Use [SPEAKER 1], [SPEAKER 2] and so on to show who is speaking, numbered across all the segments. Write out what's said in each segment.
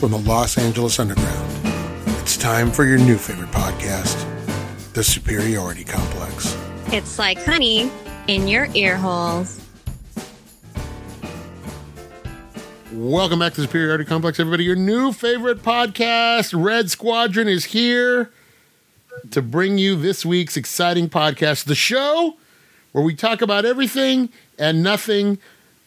[SPEAKER 1] from the Los Angeles Underground. It's time for your new favorite podcast, The Superiority Complex.
[SPEAKER 2] It's like honey in your ear holes.
[SPEAKER 1] Welcome back to the Superiority Complex, everybody. Your new favorite podcast, Red Squadron, is here to bring you this week's exciting podcast, the show where we talk about everything and nothing,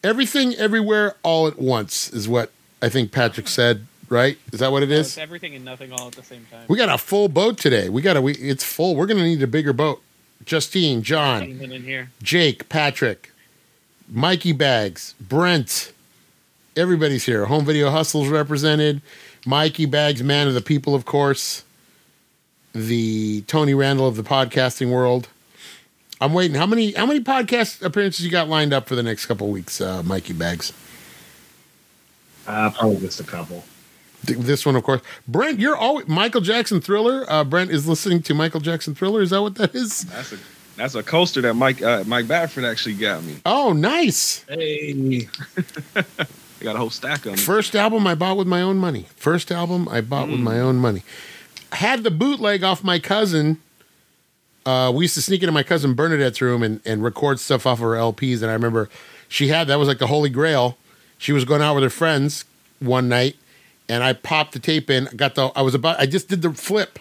[SPEAKER 1] everything, everywhere, all at once, is what I think Patrick said, right? Is that what it
[SPEAKER 3] It's
[SPEAKER 1] is?
[SPEAKER 3] everything and nothing all at the same time.
[SPEAKER 1] We got a full boat today. We got a, we, it's full. We're going to need a bigger boat. Justine, John,
[SPEAKER 3] Something in here.
[SPEAKER 1] Jake, Patrick, Mikey Bags, Brent. Everybody's here. Home Video Hustle's represented. Mikey Bags, man of the people, of course. The Tony Randall of the podcasting world. I'm waiting. How many how many podcast appearances you got lined up for the next couple weeks, uh, Mikey Bags?
[SPEAKER 4] Uh, probably just a couple.
[SPEAKER 1] Th- This one, of course. Brent, you're always Michael Jackson Thriller. Uh, Brent is listening to Michael Jackson Thriller. Is that what that is?
[SPEAKER 5] That's a that's a coaster that Mike uh, Mike Badford actually got me.
[SPEAKER 1] Oh, nice.
[SPEAKER 4] Hey,
[SPEAKER 5] I got a whole stack of them.
[SPEAKER 1] First album I bought with my own money. First album I bought with my own money. Had the bootleg off my cousin. Uh, we used to sneak into my cousin Bernadette's room and, and record stuff off her LPs. And I remember she had that was like the holy grail. She was going out with her friends one night, and I popped the tape in. Got the I was about I just did the flip.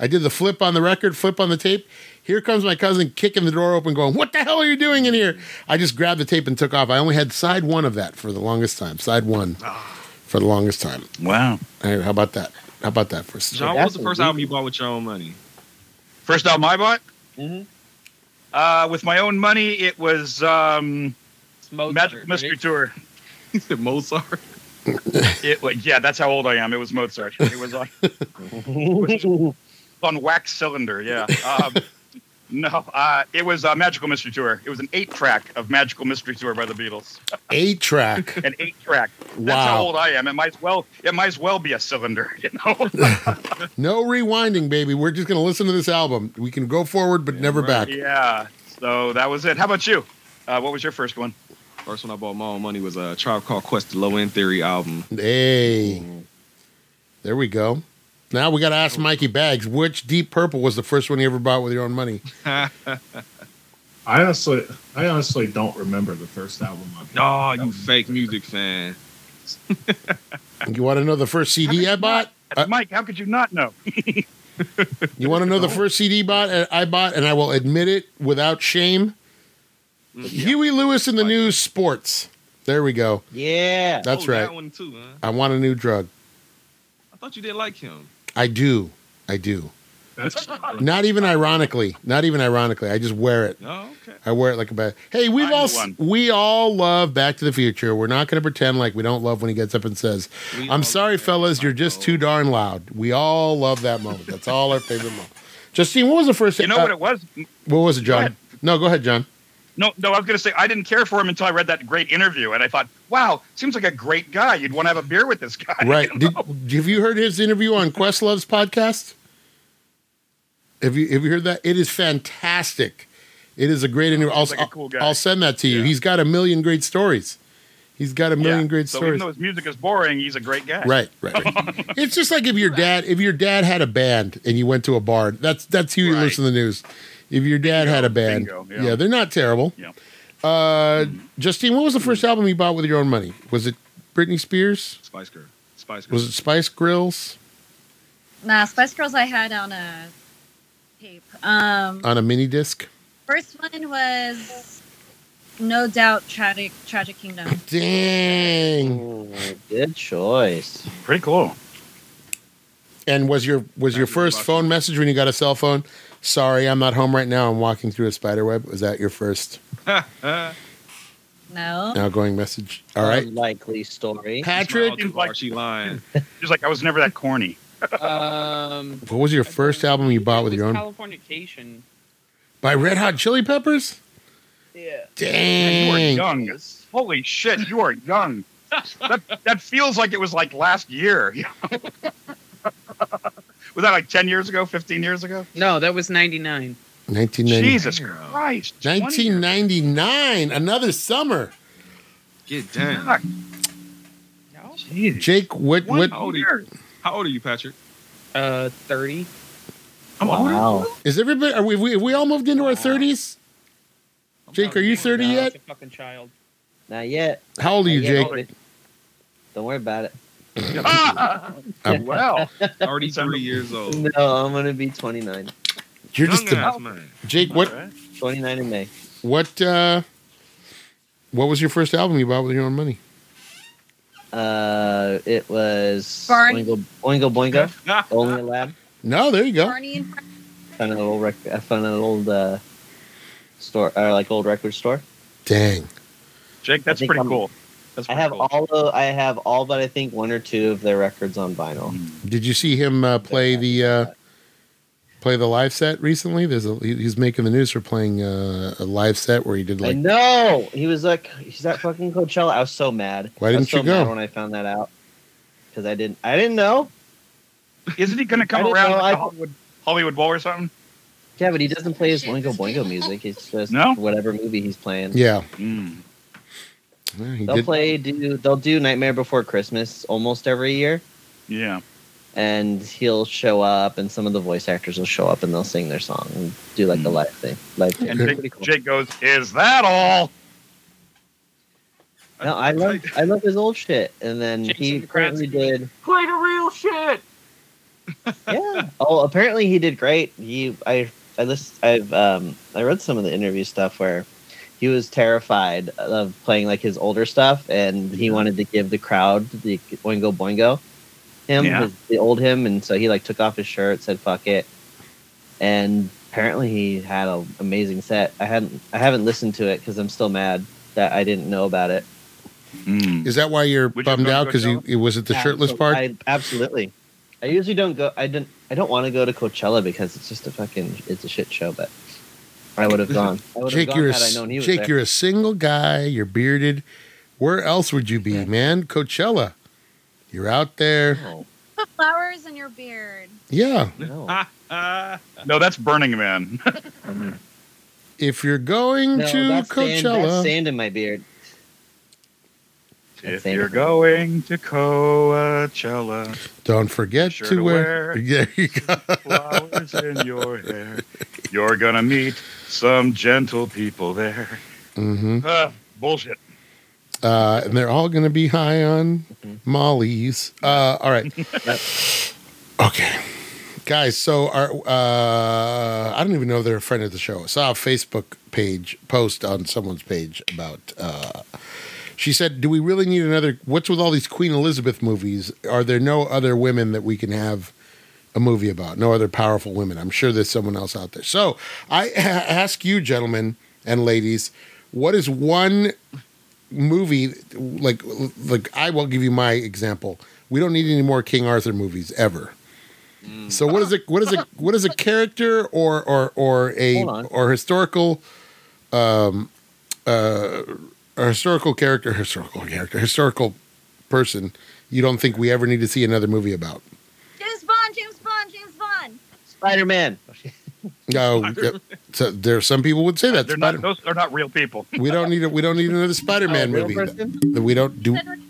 [SPEAKER 1] I did the flip on the record, flip on the tape. Here comes my cousin kicking the door open, going, What the hell are you doing in here? I just grabbed the tape and took off. I only had side one of that for the longest time. Side one for the longest time.
[SPEAKER 6] Wow.
[SPEAKER 1] Hey, how about that? How about that for a second?
[SPEAKER 5] John, what was the
[SPEAKER 6] That's
[SPEAKER 5] first
[SPEAKER 6] a-
[SPEAKER 5] album you bought with your own money?
[SPEAKER 6] First album I bought?
[SPEAKER 3] Mm-hmm.
[SPEAKER 5] Mhm.
[SPEAKER 6] Uh, with my own money, it was um,
[SPEAKER 3] It's Mozart,
[SPEAKER 6] Magic
[SPEAKER 3] right?
[SPEAKER 6] Mystery Tour.
[SPEAKER 5] He said Mozart.
[SPEAKER 6] It was, yeah, that's how old I am. It was Mozart. It was on, it was on wax cylinder. Yeah. Um, no, uh, it was uh, Magical Mystery Tour. It was an eight track of Magical Mystery Tour by the Beatles.
[SPEAKER 1] Eight track.
[SPEAKER 6] An eight track. That's
[SPEAKER 1] Wow.
[SPEAKER 6] how old I am. It might as well. It might as well be a cylinder. You know.
[SPEAKER 1] No rewinding, baby. We're just going to listen to this album. We can go forward, but
[SPEAKER 5] Yeah,
[SPEAKER 1] never
[SPEAKER 5] right.
[SPEAKER 1] back.
[SPEAKER 6] yeah. So that was it. How about you? Uh, what was your first one?
[SPEAKER 5] First one I bought with my own money was a Tribe Called Quest, the Low End Theory album.
[SPEAKER 1] Hey, there we go. Now we got to
[SPEAKER 5] Oh.
[SPEAKER 1] ask Mikey Bags, which Deep Purple was the first one you ever bought with your own money?
[SPEAKER 4] I honestly, I honestly don't remember the first album. I
[SPEAKER 5] Oh,
[SPEAKER 4] bought.
[SPEAKER 5] you fake music fan.
[SPEAKER 1] You want to know the first CD I bought? Uh,
[SPEAKER 6] Mike, how could you not know?
[SPEAKER 1] You want to know the first CD bought uh, I bought, and I will admit it without shame.
[SPEAKER 5] Mm,
[SPEAKER 1] Huey Lewis and the New Sports. There we go.
[SPEAKER 7] Yeah.
[SPEAKER 1] That's
[SPEAKER 5] oh,
[SPEAKER 1] right.
[SPEAKER 5] That one too, huh?
[SPEAKER 1] I want a new drug.
[SPEAKER 5] I thought you didn't like him.
[SPEAKER 1] I do. I do.
[SPEAKER 4] That's
[SPEAKER 1] Not even ironically. Not even ironically. I just wear it.
[SPEAKER 5] Oh, okay.
[SPEAKER 1] I wear it like a bad. Hey, we've
[SPEAKER 6] I'm the
[SPEAKER 1] all s-
[SPEAKER 6] one.
[SPEAKER 1] we all love Back to the Future. We're not going to pretend like we don't love when he gets up and says,
[SPEAKER 5] We all
[SPEAKER 1] "I'm sorry,
[SPEAKER 5] love
[SPEAKER 1] fellas,
[SPEAKER 5] that.
[SPEAKER 1] you're just too darn loud." We all love that moment. That's all our favorite moment. Justine, what was the first?
[SPEAKER 6] You know
[SPEAKER 1] uh,
[SPEAKER 6] what it was?
[SPEAKER 1] what was it, John?
[SPEAKER 6] ahead.
[SPEAKER 1] no, go ahead, John.
[SPEAKER 6] No, no, I was going to say I didn't care for him until I read that great interview, and I thought, wow, seems like a great guy. You'd want to have a beer with this guy.
[SPEAKER 1] Right? Did, have you heard his interview on Questlove's podcast? Have you have you heard that? It is fantastic. It is a great interview. I'll,
[SPEAKER 6] like a cool guy.
[SPEAKER 1] I'll send that to you.
[SPEAKER 6] Yeah.
[SPEAKER 1] He's got a million great stories. He's got a
[SPEAKER 6] Yeah.
[SPEAKER 1] million great
[SPEAKER 6] so
[SPEAKER 1] stories.
[SPEAKER 6] Even though his music is boring, he's a great guy.
[SPEAKER 1] Right, right. right. it's just like if your dad if your dad had a band and you went to a bar. That's that's Huey
[SPEAKER 6] Right.
[SPEAKER 1] Lewis in the news. If your dad had a band,
[SPEAKER 6] bingo,
[SPEAKER 1] yeah.
[SPEAKER 6] yeah.
[SPEAKER 1] they're not terrible.
[SPEAKER 6] Yeah. Mm-hmm.
[SPEAKER 1] Uh, Justine, what was the first album you bought with your own money? Was it Britney Spears?
[SPEAKER 5] Spice Girl. Spice Girl.
[SPEAKER 1] Was it Spice Grills
[SPEAKER 2] Nah, Spice Girls I had on a tape. Um,
[SPEAKER 1] on a mini disc?
[SPEAKER 2] first one was no doubt tragic tragic kingdom.
[SPEAKER 1] Dang!
[SPEAKER 7] Mm, good choice.
[SPEAKER 6] Pretty cool.
[SPEAKER 1] And was your was your
[SPEAKER 5] That was
[SPEAKER 1] first
[SPEAKER 5] awesome.
[SPEAKER 1] phone message when you got a cell phone? Sorry, I'm not home right now. I'm walking through a spider web. Was that your first
[SPEAKER 5] Uh,
[SPEAKER 2] No.
[SPEAKER 1] outgoing message? All right,
[SPEAKER 7] Um, Unlikely story.
[SPEAKER 1] Patrick.
[SPEAKER 5] Smile too hard, she lying.
[SPEAKER 6] He's like, I was never that corny.
[SPEAKER 3] Um,
[SPEAKER 1] What was your first album you bought with
[SPEAKER 3] it
[SPEAKER 1] your
[SPEAKER 3] was
[SPEAKER 1] own?
[SPEAKER 3] Californication.
[SPEAKER 1] By Red Hot Chili Peppers?
[SPEAKER 3] Yeah.
[SPEAKER 6] And you are
[SPEAKER 1] Dang.
[SPEAKER 6] young. Holy shit, you are young. that that feels like it was like last year. you know? was that like ten years ago, fifteen years ago?
[SPEAKER 3] No, that was '99.
[SPEAKER 1] 1990.
[SPEAKER 6] Jesus Christ! 20 years.
[SPEAKER 1] 1999, another summer.
[SPEAKER 5] Get down.
[SPEAKER 6] Fuck.
[SPEAKER 3] No.
[SPEAKER 4] Jeez.
[SPEAKER 1] Jake, what
[SPEAKER 6] One
[SPEAKER 1] what
[SPEAKER 5] How old are you?
[SPEAKER 6] year.
[SPEAKER 5] How old are you, Patrick?
[SPEAKER 3] Uh, thirty.
[SPEAKER 5] I'm
[SPEAKER 7] Wow.
[SPEAKER 1] is everybody? Are we we, we all moved into our thirties? Oh Jake, are
[SPEAKER 3] Oh
[SPEAKER 1] you thirty
[SPEAKER 3] No,
[SPEAKER 1] yet?
[SPEAKER 3] it's a fucking child.
[SPEAKER 7] Not yet.
[SPEAKER 1] How old are
[SPEAKER 7] Not
[SPEAKER 1] you,
[SPEAKER 7] yet,
[SPEAKER 1] Jake?
[SPEAKER 7] but- Don't worry about it.
[SPEAKER 6] Ah,
[SPEAKER 1] Uh,
[SPEAKER 6] well,
[SPEAKER 5] Already three years
[SPEAKER 1] Oh.
[SPEAKER 5] old.
[SPEAKER 7] No, I'm gonna be 29.
[SPEAKER 1] You're just
[SPEAKER 5] Young
[SPEAKER 1] a,
[SPEAKER 5] ass man.
[SPEAKER 1] Jake. What
[SPEAKER 7] 29 in May.
[SPEAKER 1] what uh, what was your first album you bought with your own money?
[SPEAKER 7] Uh, it was
[SPEAKER 2] Barney.
[SPEAKER 7] Oingo Oingo
[SPEAKER 6] Ah,
[SPEAKER 7] Boingo. Only a lab.
[SPEAKER 1] No, there you go.
[SPEAKER 2] Barney and Frank.
[SPEAKER 7] Found an old rec- I found an old uh, store or like old record store.
[SPEAKER 1] Dang.
[SPEAKER 6] Jake, that's
[SPEAKER 7] think
[SPEAKER 6] pretty
[SPEAKER 7] I'm-
[SPEAKER 6] cool. That's
[SPEAKER 7] I
[SPEAKER 6] pretty
[SPEAKER 7] have
[SPEAKER 6] cool.
[SPEAKER 7] all of, I have all but I think one or two of their records on vinyl.
[SPEAKER 1] Did you see him uh, play the uh, play the live set recently? There's a, he- he's making the news for playing uh, a live set where he did
[SPEAKER 7] I
[SPEAKER 1] like
[SPEAKER 7] know he was like he's at fucking Coachella. I was so mad.
[SPEAKER 1] Why
[SPEAKER 7] I was
[SPEAKER 1] didn't you
[SPEAKER 7] so mad
[SPEAKER 1] go?
[SPEAKER 7] when I found that out? Because I didn't I didn't know.
[SPEAKER 6] Isn't he going to
[SPEAKER 7] I
[SPEAKER 6] come
[SPEAKER 7] didn't
[SPEAKER 6] around
[SPEAKER 7] know,
[SPEAKER 6] like
[SPEAKER 7] I-
[SPEAKER 6] the Hollywood, Hollywood Bowl or something?
[SPEAKER 7] Yeah, but he doesn't play his Oingo Boingo music. It's just
[SPEAKER 6] No?
[SPEAKER 7] whatever movie he's playing.
[SPEAKER 1] yeah.
[SPEAKER 6] Mm.
[SPEAKER 1] Yeah, he
[SPEAKER 7] They'll
[SPEAKER 1] did.
[SPEAKER 7] play do they'll do Nightmare Before Christmas almost every year,
[SPEAKER 6] Yeah.
[SPEAKER 7] and he'll show up, and some of the voice actors will show up, and they'll sing their song and do like a
[SPEAKER 6] Hmm.
[SPEAKER 7] live thing. Live thing.
[SPEAKER 6] And
[SPEAKER 1] Okay.
[SPEAKER 7] Pretty
[SPEAKER 6] Jake,
[SPEAKER 7] cool.
[SPEAKER 6] Jake goes, "Is that all?"
[SPEAKER 7] No, I love I love his old shit. And then
[SPEAKER 3] Jason
[SPEAKER 7] he
[SPEAKER 3] Kratzky.
[SPEAKER 7] currently did.
[SPEAKER 3] Play the real shit.
[SPEAKER 7] Yeah. oh, apparently he did great. He I I list I've um I read some of the interview stuff where he was terrified of playing like his older stuff, and he wanted to give the crowd the Oingo Boingo him
[SPEAKER 6] Yeah.
[SPEAKER 7] his- the old him, and so he like took off his shirt, said "fuck it," and apparently he had an amazing set. I hadn't I haven't listened to it because I'm still mad that I didn't know about it.
[SPEAKER 6] Mm.
[SPEAKER 1] Is that why you're
[SPEAKER 6] Would you
[SPEAKER 1] bummed
[SPEAKER 6] go to
[SPEAKER 1] out because you
[SPEAKER 6] Coachella?
[SPEAKER 1] it was it the shirtless
[SPEAKER 7] Absol-
[SPEAKER 1] part?
[SPEAKER 7] I, absolutely. I usually don't go. I didn't. I don't want to go to Coachella because it's just a fucking. It's a shit show. But I would have gone. I would have
[SPEAKER 1] Jake,
[SPEAKER 7] gone
[SPEAKER 1] you're a,
[SPEAKER 7] had I known he was
[SPEAKER 1] Jake,
[SPEAKER 7] there.
[SPEAKER 1] you're a single guy. You're bearded. Where else would you be,
[SPEAKER 7] Yeah.
[SPEAKER 1] man? Coachella. You're out there.
[SPEAKER 7] No,
[SPEAKER 2] Put flowers in your beard.
[SPEAKER 1] Yeah.
[SPEAKER 7] no.
[SPEAKER 5] Ah,
[SPEAKER 6] No, that's Burning Man.
[SPEAKER 1] If you're going
[SPEAKER 7] No,
[SPEAKER 1] to
[SPEAKER 7] that's sand, that's
[SPEAKER 1] Coachella,
[SPEAKER 7] sand in my beard.
[SPEAKER 6] if
[SPEAKER 7] Same.
[SPEAKER 6] you're going to Coachella,
[SPEAKER 1] don't forget
[SPEAKER 6] Sure
[SPEAKER 1] to,
[SPEAKER 6] to
[SPEAKER 1] wear.
[SPEAKER 6] wear.
[SPEAKER 1] There you go.
[SPEAKER 6] flowers in your hair, you're gonna meet some gentle people there.
[SPEAKER 1] hmm
[SPEAKER 6] Uh, bullshit.
[SPEAKER 1] Uh, and they're all going to be high on
[SPEAKER 7] Mhm.
[SPEAKER 1] Molly's. Uh, all right. okay. Guys, so our, uh, I don't even know if they're a friend of the show. I saw a Facebook page post on someone's page about. Uh, she said, Do we really need another? What's with all these Queen Elizabeth movies? Are there no other women that we can have a movie about? No other powerful women? I'm sure there's someone else out there. So I ask you, gentlemen and ladies, what is one movie like like I will give you my example. We don't need any more King Arthur movies ever.
[SPEAKER 7] Mm.
[SPEAKER 1] So what is it? What is it? What is a character or or or a
[SPEAKER 7] Hold on.
[SPEAKER 1] or historical, um, uh, a historical character, historical character, historical person you don't think we ever need to see another movie about?
[SPEAKER 2] James Bond, James Bond, James Bond.
[SPEAKER 7] Spider Man.
[SPEAKER 1] No, yep. so there are some people would say that
[SPEAKER 6] Uh, they're not. Oh,
[SPEAKER 1] Spider-
[SPEAKER 6] Those are not real people.
[SPEAKER 1] we don't need a, we don't need another Spider-Man
[SPEAKER 3] Oh,
[SPEAKER 1] movie. That we don't do
[SPEAKER 2] Cedric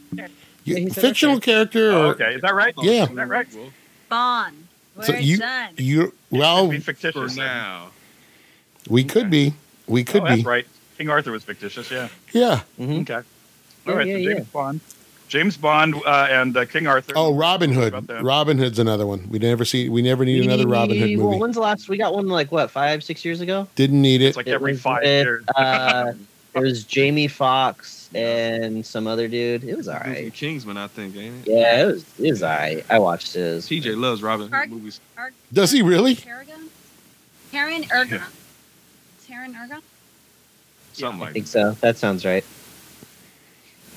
[SPEAKER 1] yeah,
[SPEAKER 7] he said
[SPEAKER 1] fictional character.
[SPEAKER 6] Oh,
[SPEAKER 1] Or,
[SPEAKER 6] okay, is that right?
[SPEAKER 1] Yeah.
[SPEAKER 6] Is that right?
[SPEAKER 5] Well,
[SPEAKER 2] Bond. We're
[SPEAKER 1] So you-
[SPEAKER 2] done.
[SPEAKER 1] You
[SPEAKER 6] It'd
[SPEAKER 1] well,
[SPEAKER 6] be fictitious.
[SPEAKER 5] for
[SPEAKER 6] then.
[SPEAKER 5] now.
[SPEAKER 1] we could be, we could
[SPEAKER 6] oh,
[SPEAKER 1] be. Mm-hmm.
[SPEAKER 6] that's right. King Arthur was fictitious. Yeah.
[SPEAKER 1] Yeah.
[SPEAKER 7] hmm
[SPEAKER 6] Okay.
[SPEAKER 7] Yeah,
[SPEAKER 6] All right.
[SPEAKER 7] yeah,
[SPEAKER 6] so
[SPEAKER 7] yeah.
[SPEAKER 6] James Bond. James Bond uh, and uh, King Arthur.
[SPEAKER 1] Oh, Robin Hood.
[SPEAKER 6] About that.
[SPEAKER 1] Robin Hood's another one. We never see. We never need another Robin Hood
[SPEAKER 7] Well,
[SPEAKER 1] movie.
[SPEAKER 7] when's the last? We got one like what five, six years ago.
[SPEAKER 1] Didn't need it.
[SPEAKER 6] It's like
[SPEAKER 7] It
[SPEAKER 6] every
[SPEAKER 7] was
[SPEAKER 6] five
[SPEAKER 7] with,
[SPEAKER 6] years.
[SPEAKER 7] Uh, it was Jamie Fox and some other dude. It was all right.
[SPEAKER 5] Kingsman, I think, ain't it?
[SPEAKER 7] Yeah, it was, it was alright. I watched his.
[SPEAKER 5] TJ loves Robin Hood movies.
[SPEAKER 2] Ar-
[SPEAKER 1] Does he really?
[SPEAKER 2] Kerrigan? Taryn Ergon. Taryn Ergon?
[SPEAKER 5] Something
[SPEAKER 7] I
[SPEAKER 5] like
[SPEAKER 7] think
[SPEAKER 5] that.
[SPEAKER 7] so. That sounds right.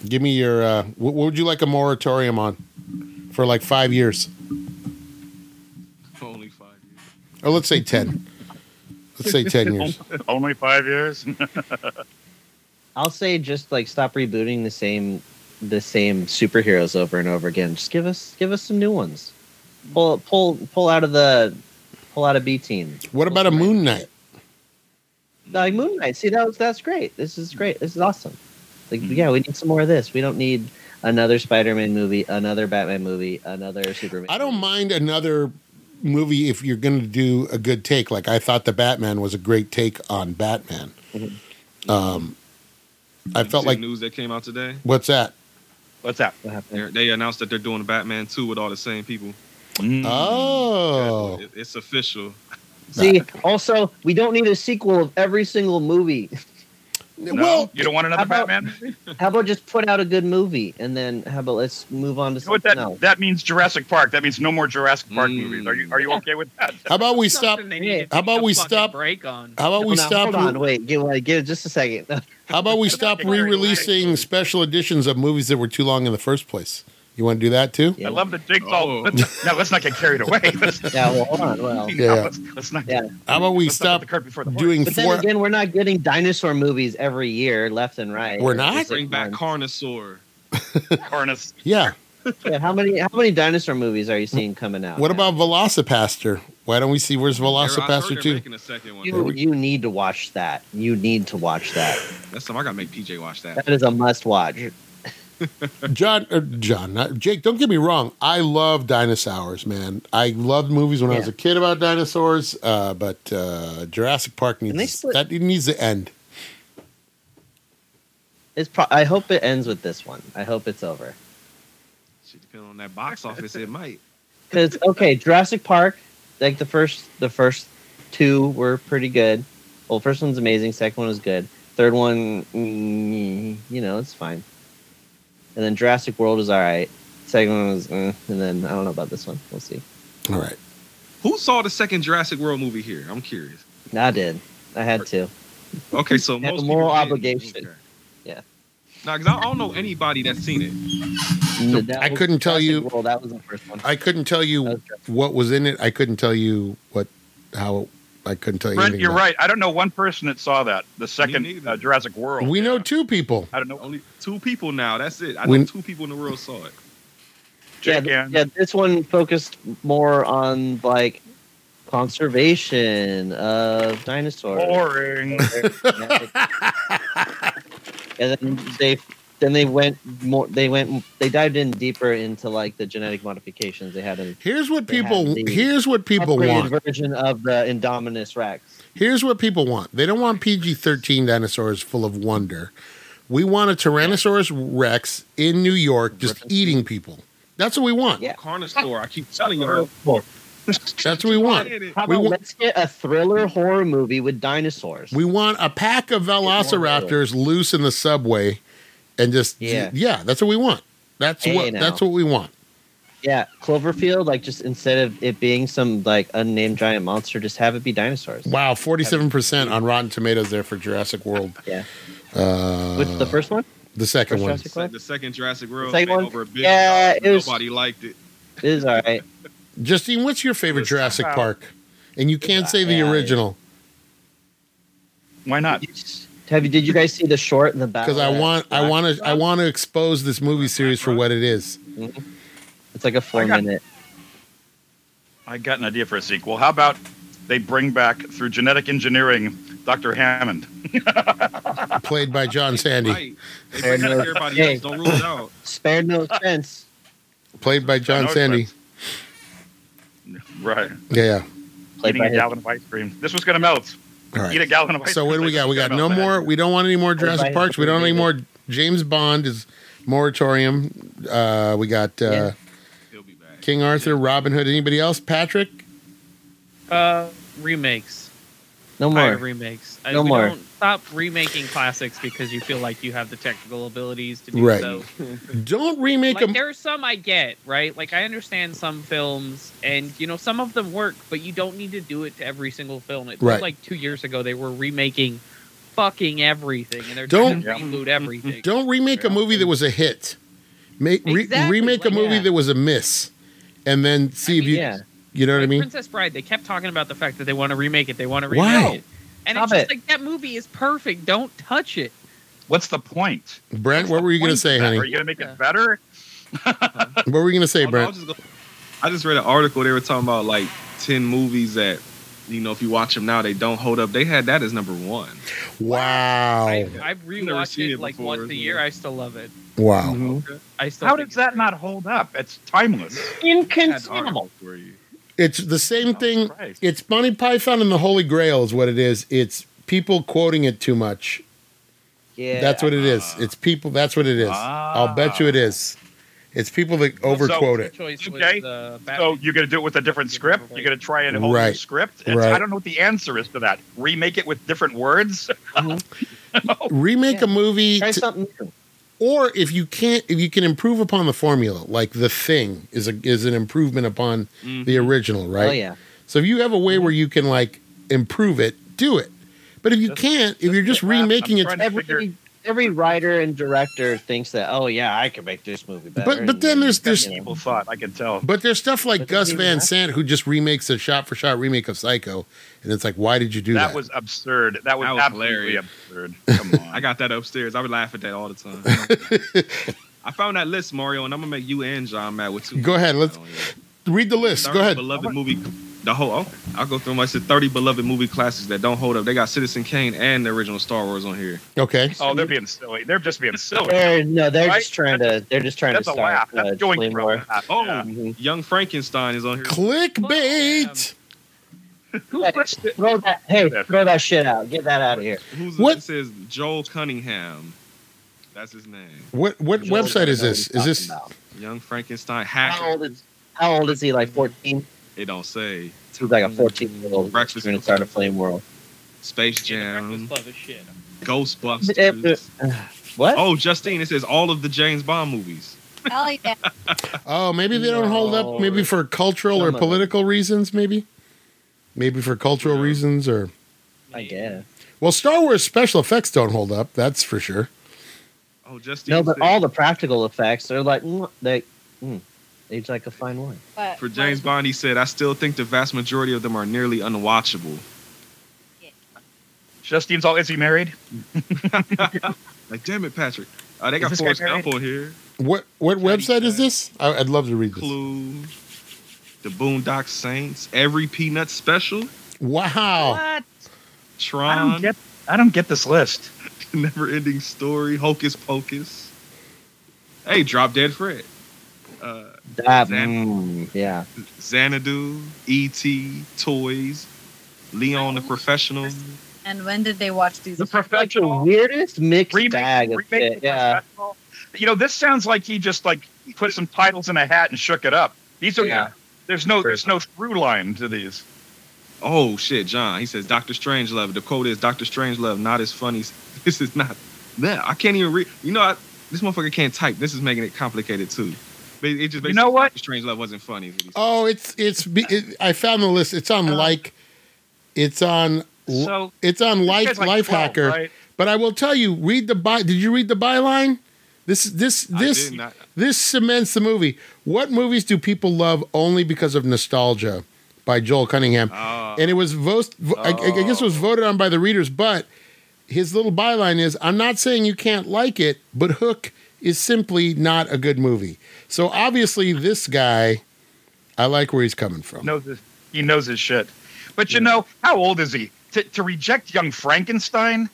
[SPEAKER 1] Give me your. Uh, wh- what would you like a moratorium on? For like five years,
[SPEAKER 5] Only five years.
[SPEAKER 1] or let's say ten. let's say ten years.
[SPEAKER 6] Only five years.
[SPEAKER 7] I'll say just like stop rebooting the same the same superheroes over and over again. Just give us give us some new ones. Pull pull pull out of the pull out of B team.
[SPEAKER 1] What about a Moon Knight?
[SPEAKER 7] Like
[SPEAKER 6] Mm-hmm.
[SPEAKER 7] Moon Knight. See that was that's great. This is great. This is awesome. Like yeah, we need some more of this. We don't need another Spider-Man movie, another Batman movie, another Superman.
[SPEAKER 1] I don't
[SPEAKER 7] movie.
[SPEAKER 1] mind another movie if you're going to do a good take. Like I thought the Batman was a great take on Batman.
[SPEAKER 7] Mhm.
[SPEAKER 1] Um, I
[SPEAKER 5] You
[SPEAKER 1] felt
[SPEAKER 5] see
[SPEAKER 1] like
[SPEAKER 5] the news that came out today.
[SPEAKER 1] what's that?
[SPEAKER 6] What's that?
[SPEAKER 7] What happened?
[SPEAKER 5] They're- They announced that they're doing Batman 2 with all the same people.
[SPEAKER 6] Mm, Mm-hmm.
[SPEAKER 1] Oh,
[SPEAKER 5] It- It's official.
[SPEAKER 7] See, also, we don't need a sequel of every single movie.
[SPEAKER 6] No?
[SPEAKER 1] well,
[SPEAKER 6] you don't want another
[SPEAKER 7] how about-
[SPEAKER 6] Batman? You
[SPEAKER 7] How about just put out a good movie and then how about let's move on to
[SPEAKER 6] know what
[SPEAKER 7] something
[SPEAKER 6] that
[SPEAKER 7] else?
[SPEAKER 6] that means? Jurassic Park. That means no more Jurassic Park
[SPEAKER 5] Mm.
[SPEAKER 6] movies. Are you are you okay with that?
[SPEAKER 1] how about we stop?
[SPEAKER 3] Something they need to
[SPEAKER 1] How
[SPEAKER 3] take
[SPEAKER 1] about
[SPEAKER 3] a
[SPEAKER 1] we
[SPEAKER 3] fucking
[SPEAKER 1] stop-
[SPEAKER 3] Break on.
[SPEAKER 1] How about we
[SPEAKER 7] No, no,
[SPEAKER 1] stop?
[SPEAKER 7] Hold on, wait, give, wait, give just a second.
[SPEAKER 1] How about we
[SPEAKER 6] I'm not
[SPEAKER 1] stop
[SPEAKER 6] getting carried away.
[SPEAKER 1] re-releasing special editions of movies that were too long in the first place? You want to do that too?
[SPEAKER 7] Yeah.
[SPEAKER 6] I love the jigsaw.
[SPEAKER 5] Oh.
[SPEAKER 6] Let's, now let's not get carried away. Let's,
[SPEAKER 7] yeah, well, hold on. Well,
[SPEAKER 1] Yeah.
[SPEAKER 6] let's, let's not.
[SPEAKER 7] Yeah.
[SPEAKER 1] How about we
[SPEAKER 6] let's
[SPEAKER 1] stop
[SPEAKER 6] not put the cart before the horse.
[SPEAKER 1] doing
[SPEAKER 7] but then
[SPEAKER 1] four?
[SPEAKER 7] again, we're not getting dinosaur movies every year, left and right.
[SPEAKER 1] We're
[SPEAKER 7] It's
[SPEAKER 1] not?
[SPEAKER 7] just like,
[SPEAKER 5] Bring back
[SPEAKER 7] man,
[SPEAKER 5] Carnosaur.
[SPEAKER 6] harness.
[SPEAKER 1] Yeah.
[SPEAKER 7] yeah, how many how many dinosaur movies are you seeing coming out?
[SPEAKER 1] What
[SPEAKER 7] now?
[SPEAKER 1] about Velocipaster? Why don't we see where's
[SPEAKER 5] I heard
[SPEAKER 1] Velocipaster
[SPEAKER 5] they're
[SPEAKER 1] two?
[SPEAKER 5] making a second one.
[SPEAKER 7] you? You need to watch that. You need to watch that.
[SPEAKER 5] That's something I gotta make PJ watch that.
[SPEAKER 7] That is a must watch.
[SPEAKER 1] John, or John, not Jake. Don't get me wrong. I love dinosaurs, man. I loved movies when I was
[SPEAKER 7] Yeah.
[SPEAKER 1] a kid about dinosaurs. Uh, but uh, Jurassic Park
[SPEAKER 7] And they
[SPEAKER 1] needs
[SPEAKER 7] split-
[SPEAKER 1] that it needs to end.
[SPEAKER 7] It's pro- I hope it ends with this one. I hope it's over.
[SPEAKER 5] Shit, depending on that box office, it might.
[SPEAKER 7] Because okay, Jurassic Park, like the first the first two were pretty good. Well, first one's amazing. Second one was good. Third one, mm, you know, it's fine. And then Jurassic World was all right. Second one was, eh, and then I don't know about this one. We'll see.
[SPEAKER 1] All right.
[SPEAKER 5] Who saw the second Jurassic World movie here? I'm curious.
[SPEAKER 7] I did. I had to.
[SPEAKER 5] Okay, so
[SPEAKER 7] Had
[SPEAKER 5] most
[SPEAKER 7] a moral
[SPEAKER 5] people didn't.
[SPEAKER 7] obligation.
[SPEAKER 5] Okay.
[SPEAKER 7] Yeah.
[SPEAKER 5] Now, because I don't know anybody that's seen it.
[SPEAKER 7] N- that
[SPEAKER 1] I
[SPEAKER 7] was
[SPEAKER 1] couldn't tell
[SPEAKER 7] Jurassic
[SPEAKER 1] you-
[SPEAKER 7] World, that was the first one.
[SPEAKER 1] I couldn't tell
[SPEAKER 7] That was
[SPEAKER 1] you
[SPEAKER 7] Jurassic-
[SPEAKER 1] what was in it. I couldn't tell you what how. It, I couldn't tell you.
[SPEAKER 6] Brent,
[SPEAKER 1] anything
[SPEAKER 6] you're
[SPEAKER 1] about
[SPEAKER 6] right. I don't know one person that saw that. The
[SPEAKER 5] Me
[SPEAKER 6] second
[SPEAKER 5] neither.
[SPEAKER 6] uh, Jurassic
[SPEAKER 1] it.
[SPEAKER 6] World.
[SPEAKER 1] We know
[SPEAKER 6] Yeah.
[SPEAKER 1] two people.
[SPEAKER 6] I don't know.
[SPEAKER 5] Only two people now. That's it. I
[SPEAKER 1] We-
[SPEAKER 5] know two people in the world saw it.
[SPEAKER 7] yeah,
[SPEAKER 6] Jake
[SPEAKER 7] th-
[SPEAKER 6] and-
[SPEAKER 7] yeah, this one focused more on like conservation of dinosaurs.
[SPEAKER 6] Boring.
[SPEAKER 7] and then they then they went more they went they dived in deeper into like the genetic modifications they had in
[SPEAKER 1] Here's what
[SPEAKER 7] They
[SPEAKER 1] people.
[SPEAKER 7] have the
[SPEAKER 1] Here's what people
[SPEAKER 7] upgraded
[SPEAKER 1] want.
[SPEAKER 7] version of the indominus rex
[SPEAKER 1] Here's what people want. They don't want PG 13 dinosaurs full of wonder. We want a Tyrannosaurus Rex in New York just eating people. That's what we want.
[SPEAKER 7] Yeah.
[SPEAKER 5] Carnosaur. I keep telling you.
[SPEAKER 1] That's what we want.
[SPEAKER 7] how
[SPEAKER 1] We
[SPEAKER 7] about
[SPEAKER 1] wa-
[SPEAKER 7] let's get a thriller horror movie with dinosaurs
[SPEAKER 1] We want a pack of velociraptors loose in the subway and just
[SPEAKER 7] Yeah.
[SPEAKER 1] that's what we want. That's
[SPEAKER 7] Hey,
[SPEAKER 1] what
[SPEAKER 7] now.
[SPEAKER 1] that's what we want.
[SPEAKER 7] yeah cloverfield like just instead of it being some like unnamed giant monster just have it be dinosaurs
[SPEAKER 1] Wow, 47% on Rotten Tomatoes there for Jurassic World.
[SPEAKER 7] Yeah.
[SPEAKER 1] Uh,
[SPEAKER 7] with the first one
[SPEAKER 1] the second
[SPEAKER 7] first
[SPEAKER 1] one.
[SPEAKER 7] Jurassic
[SPEAKER 5] The second Jurassic World
[SPEAKER 7] Second
[SPEAKER 5] made
[SPEAKER 7] one?
[SPEAKER 5] over a billion
[SPEAKER 7] Yeah,
[SPEAKER 5] dollars,
[SPEAKER 7] it was-
[SPEAKER 5] nobody liked it.
[SPEAKER 7] it is all right
[SPEAKER 1] Justine, what's your favorite
[SPEAKER 6] It's-
[SPEAKER 1] Jurassic
[SPEAKER 6] wow.
[SPEAKER 1] Park? And you can't say the
[SPEAKER 7] Yeah.
[SPEAKER 1] original
[SPEAKER 6] Why not?
[SPEAKER 7] have you did you guys see the short and the back
[SPEAKER 1] because I want I want to I want to expose this movie series for what it is.
[SPEAKER 7] it's like a four
[SPEAKER 6] I got-
[SPEAKER 7] minute
[SPEAKER 6] I got an idea for a sequel. How about they bring back through genetic engineering Dr. Hammond?
[SPEAKER 1] played by John Sandy.
[SPEAKER 5] Right. They bring back everybody
[SPEAKER 7] Hey.
[SPEAKER 5] else. Don't rule it out.
[SPEAKER 7] spare no expense
[SPEAKER 1] Played by John
[SPEAKER 6] I know
[SPEAKER 1] Sandy.
[SPEAKER 6] Right.
[SPEAKER 1] Yeah,
[SPEAKER 7] played
[SPEAKER 6] Eating
[SPEAKER 7] by
[SPEAKER 6] a
[SPEAKER 7] his
[SPEAKER 6] gallon of ice cream. This was gonna melt.
[SPEAKER 1] yeah. All
[SPEAKER 6] Eat a
[SPEAKER 1] right.
[SPEAKER 6] gallon of ice
[SPEAKER 1] So
[SPEAKER 6] cream.
[SPEAKER 1] what do we got? We got no more. We don't want any more Jurassic
[SPEAKER 7] by
[SPEAKER 1] Parks. We don't want any more James Bond is moratorium. Uh, we got uh,
[SPEAKER 7] Yeah.
[SPEAKER 5] He'll be back.
[SPEAKER 1] King Arthur, Robin Hood. Anybody else? Patrick.
[SPEAKER 3] Uh, remakes.
[SPEAKER 7] No
[SPEAKER 3] Higher
[SPEAKER 7] more.
[SPEAKER 3] remakes. I-
[SPEAKER 7] No
[SPEAKER 3] we
[SPEAKER 7] more.
[SPEAKER 3] Don't stop remaking classics because you feel like you have the technical abilities to do
[SPEAKER 1] Right.
[SPEAKER 3] so.
[SPEAKER 1] Don't remake
[SPEAKER 3] like
[SPEAKER 1] them.
[SPEAKER 3] there are some I get, right? Like I understand some films, and you know some of them work, but you don't need to do it to every single film. It
[SPEAKER 1] Right.
[SPEAKER 3] was like two years ago they were remaking fucking everything, and they're
[SPEAKER 1] Don't-
[SPEAKER 3] trying to reboot everything.
[SPEAKER 1] Don't remake a movie that was a hit. Make re-
[SPEAKER 3] Exactly,
[SPEAKER 1] remake a
[SPEAKER 3] like
[SPEAKER 1] movie
[SPEAKER 7] that.
[SPEAKER 1] that was a miss, and then see if
[SPEAKER 3] mean,
[SPEAKER 1] you
[SPEAKER 7] Yeah.
[SPEAKER 1] you know what I
[SPEAKER 3] Like
[SPEAKER 1] mean.
[SPEAKER 3] Princess Bride, they kept talking about the fact that they want to remake it. They want to remake
[SPEAKER 1] Why?
[SPEAKER 3] it, and
[SPEAKER 7] Stop
[SPEAKER 3] it's just
[SPEAKER 7] it.
[SPEAKER 3] like that movie is perfect. Don't touch it.
[SPEAKER 6] What's the point?
[SPEAKER 1] Brent, what were you gonna say,
[SPEAKER 6] Are
[SPEAKER 1] honey?
[SPEAKER 6] you gonna make
[SPEAKER 3] Yeah.
[SPEAKER 6] it better?
[SPEAKER 1] What were you gonna say,
[SPEAKER 5] Oh, no, I,
[SPEAKER 1] Brent?
[SPEAKER 5] was just gonna- I just read an article. They were talking about like ten movies that, you know, if you watch them now, they don't hold up. They had that as number one.
[SPEAKER 1] Wow.
[SPEAKER 3] I, I've
[SPEAKER 5] never
[SPEAKER 3] rewatched
[SPEAKER 5] seen
[SPEAKER 3] it
[SPEAKER 5] it
[SPEAKER 3] like
[SPEAKER 5] before,
[SPEAKER 3] once
[SPEAKER 5] isn't
[SPEAKER 3] a year.
[SPEAKER 5] it?
[SPEAKER 3] I still love it.
[SPEAKER 1] Wow.
[SPEAKER 3] I still
[SPEAKER 6] How
[SPEAKER 3] think
[SPEAKER 6] does that not hold up? It's timeless.
[SPEAKER 5] Had
[SPEAKER 7] Inconceivable.
[SPEAKER 5] articles for you.
[SPEAKER 1] It's the same thing.
[SPEAKER 6] Christ.
[SPEAKER 1] It's Monty Python and the Holy Grail is what it is. It's people quoting it too much.
[SPEAKER 7] Yeah.
[SPEAKER 1] That's what it is. It's people. That's what it is. I'll bet
[SPEAKER 6] Ah.
[SPEAKER 1] you it is. It's people that overquote
[SPEAKER 3] the
[SPEAKER 1] it.
[SPEAKER 3] choice
[SPEAKER 6] Okay.
[SPEAKER 3] was uh,
[SPEAKER 6] So
[SPEAKER 3] Batman.
[SPEAKER 6] you're gonna do it with a different script. You're gonna try and hold new
[SPEAKER 1] Right.
[SPEAKER 6] script. It's-
[SPEAKER 1] Right.
[SPEAKER 6] I don't know what the answer is to that. Remake it with different words. oh.
[SPEAKER 1] Remake a movie,
[SPEAKER 7] Try
[SPEAKER 1] to-
[SPEAKER 7] something new.
[SPEAKER 1] or if you can't, if you can improve upon the formula, like The Thing is a, is an improvement upon
[SPEAKER 6] Mm-hmm.
[SPEAKER 1] the original, right?
[SPEAKER 7] Oh yeah.
[SPEAKER 1] So if you have a way where you can like improve it, do it. But if you
[SPEAKER 6] Just-
[SPEAKER 1] can't, if you're just
[SPEAKER 6] I'm
[SPEAKER 1] remaking it,
[SPEAKER 6] trying to figure-
[SPEAKER 7] Every every writer and director thinks that oh yeah I could make this movie better.
[SPEAKER 1] But- but
[SPEAKER 7] and
[SPEAKER 1] then there's- there's-
[SPEAKER 7] you know.
[SPEAKER 6] people thought I can tell.
[SPEAKER 1] but there's stuff like
[SPEAKER 7] But
[SPEAKER 1] Gus
[SPEAKER 7] you
[SPEAKER 1] Van
[SPEAKER 7] have-
[SPEAKER 1] Sant who just remakes a shot for shot remake of Psycho, and it's like, why did you do that?
[SPEAKER 6] That was absurd. That was,
[SPEAKER 5] That was
[SPEAKER 6] absolutely
[SPEAKER 5] hilarious.
[SPEAKER 6] absurd. Come on.
[SPEAKER 5] I got that upstairs. I would laugh at that all the time. I found that list, Mario, and I'm gonna make you and John mad with two.
[SPEAKER 1] Go ahead, let's- Read the list.
[SPEAKER 5] 30
[SPEAKER 1] Go ahead.
[SPEAKER 5] Beloved movie. The whole. Oh, I'll go through them. I said 30 beloved movie classics that don't hold up. They got Citizen Kane and the original Star Wars on here.
[SPEAKER 1] Okay.
[SPEAKER 6] oh, they're being silly. They're just being silly.
[SPEAKER 7] They're, no, they're
[SPEAKER 6] Right?
[SPEAKER 7] just trying to. They're just trying
[SPEAKER 6] That's
[SPEAKER 7] to
[SPEAKER 6] a
[SPEAKER 7] start.
[SPEAKER 6] laugh. That's
[SPEAKER 7] uh,
[SPEAKER 6] joint
[SPEAKER 7] Claymore.
[SPEAKER 6] from. Oh,
[SPEAKER 5] Oh,
[SPEAKER 7] Mhm.
[SPEAKER 5] Young Frankenstein is on here.
[SPEAKER 1] Clickbait.
[SPEAKER 3] Who
[SPEAKER 7] Hey,
[SPEAKER 3] pushed it?
[SPEAKER 7] Throw that. Hey, throw that shit out. Get that out of here.
[SPEAKER 5] Who's
[SPEAKER 1] What-
[SPEAKER 5] It says Joel Cunningham. That's his name.
[SPEAKER 1] What what
[SPEAKER 7] Joel
[SPEAKER 1] website is
[SPEAKER 7] doesn't know
[SPEAKER 1] this?
[SPEAKER 7] what
[SPEAKER 1] Is this
[SPEAKER 7] he's talking
[SPEAKER 5] Young Frankenstein
[SPEAKER 7] about. How
[SPEAKER 5] hacker.
[SPEAKER 7] old is? How old is he? Like fourteen?
[SPEAKER 5] It don't say.
[SPEAKER 7] He's like a
[SPEAKER 6] Mm-hmm.
[SPEAKER 7] fourteen-year-old.
[SPEAKER 5] Breakfast
[SPEAKER 7] Breakfast going to
[SPEAKER 5] Club.
[SPEAKER 7] start a flame world.
[SPEAKER 5] Space
[SPEAKER 3] Breakfast
[SPEAKER 5] Jam.
[SPEAKER 3] Club is shit.
[SPEAKER 5] Ghostbusters.
[SPEAKER 7] What?
[SPEAKER 5] Oh, Justine, it says all of the James Bond movies.
[SPEAKER 2] Oh yeah.
[SPEAKER 1] Oh, maybe they don't hold up. Maybe
[SPEAKER 7] No.
[SPEAKER 1] for cultural or
[SPEAKER 7] Some of
[SPEAKER 1] political reasons. Maybe, maybe for cultural
[SPEAKER 5] Yeah.
[SPEAKER 1] reasons or
[SPEAKER 7] I guess.
[SPEAKER 1] well, Star Wars special effects don't hold up. That's for sure.
[SPEAKER 5] Oh, Justine.
[SPEAKER 7] No, but
[SPEAKER 5] said-
[SPEAKER 7] all the practical effects are like mm, they. Mm, age like a fine wine.
[SPEAKER 2] But
[SPEAKER 5] For James Bond, he said, I still think the vast majority of them are nearly unwatchable.
[SPEAKER 6] Justine's all. Is he married?
[SPEAKER 5] Like, damn it, Patrick. Uh, they
[SPEAKER 6] Is
[SPEAKER 5] got
[SPEAKER 6] this guy
[SPEAKER 5] Forrest
[SPEAKER 6] married?
[SPEAKER 5] Gump on here.
[SPEAKER 1] What what
[SPEAKER 5] Teddy
[SPEAKER 1] website is
[SPEAKER 5] Cat.
[SPEAKER 1] this? I, I'd love to read this.
[SPEAKER 5] Clue, The Boondock Saints, Every Peanut Special,
[SPEAKER 1] Wow,
[SPEAKER 6] What? I don't
[SPEAKER 5] Tron,
[SPEAKER 6] get. I don't get this list.
[SPEAKER 5] Never Ending Story, Hocus Pocus. Hey, Drop Dead Fred. Uh,
[SPEAKER 7] That,
[SPEAKER 5] Xan-
[SPEAKER 7] mm, yeah.
[SPEAKER 5] Xanadu, E.T., Toys, Leon the Professional.
[SPEAKER 2] And when did they watch these?
[SPEAKER 6] The
[SPEAKER 7] Like the
[SPEAKER 6] professional.
[SPEAKER 7] weirdest mixed
[SPEAKER 6] remake,
[SPEAKER 7] bag of
[SPEAKER 6] remake
[SPEAKER 7] shit.
[SPEAKER 6] with
[SPEAKER 7] Yeah.
[SPEAKER 6] professional. You know, this sounds like he just like put some titles in a hat and shook it up. These are
[SPEAKER 7] Yeah.
[SPEAKER 6] there's no there's no through line to these.
[SPEAKER 5] Oh shit, John. He says Doctor Strangelove. The quote is Doctor Strangelove, not as funny. as- This is not that. I can't even read. You know, I, this motherfucker can't type. This is making it complicated too. But it just
[SPEAKER 6] You know what?
[SPEAKER 5] Doctor Strangelove wasn't funny. is what he said.
[SPEAKER 1] Oh, it's it's. be- It, I found the list. It's on
[SPEAKER 6] Um,
[SPEAKER 1] like, it's on
[SPEAKER 6] So
[SPEAKER 1] it's on
[SPEAKER 6] this
[SPEAKER 1] life
[SPEAKER 6] guy's, like,
[SPEAKER 1] life
[SPEAKER 6] 12,
[SPEAKER 1] hacker.
[SPEAKER 6] right?
[SPEAKER 1] But I will tell you, read the by. Did you read the byline? This this
[SPEAKER 5] I
[SPEAKER 1] this
[SPEAKER 5] did not-
[SPEAKER 1] This cements the movie. What movies do people love only because of nostalgia? By Joel Cunningham,
[SPEAKER 5] uh,
[SPEAKER 1] and it was vote. vo- I, I
[SPEAKER 6] Oh.
[SPEAKER 1] guess it was voted on by the readers, but his little byline is: "I'm not saying you can't like it, but Hook is simply not a good movie." So obviously, this guy, I like where he's coming from.
[SPEAKER 6] knows his, he knows his shit. But you know, how old is he? To, to reject young Frankenstein?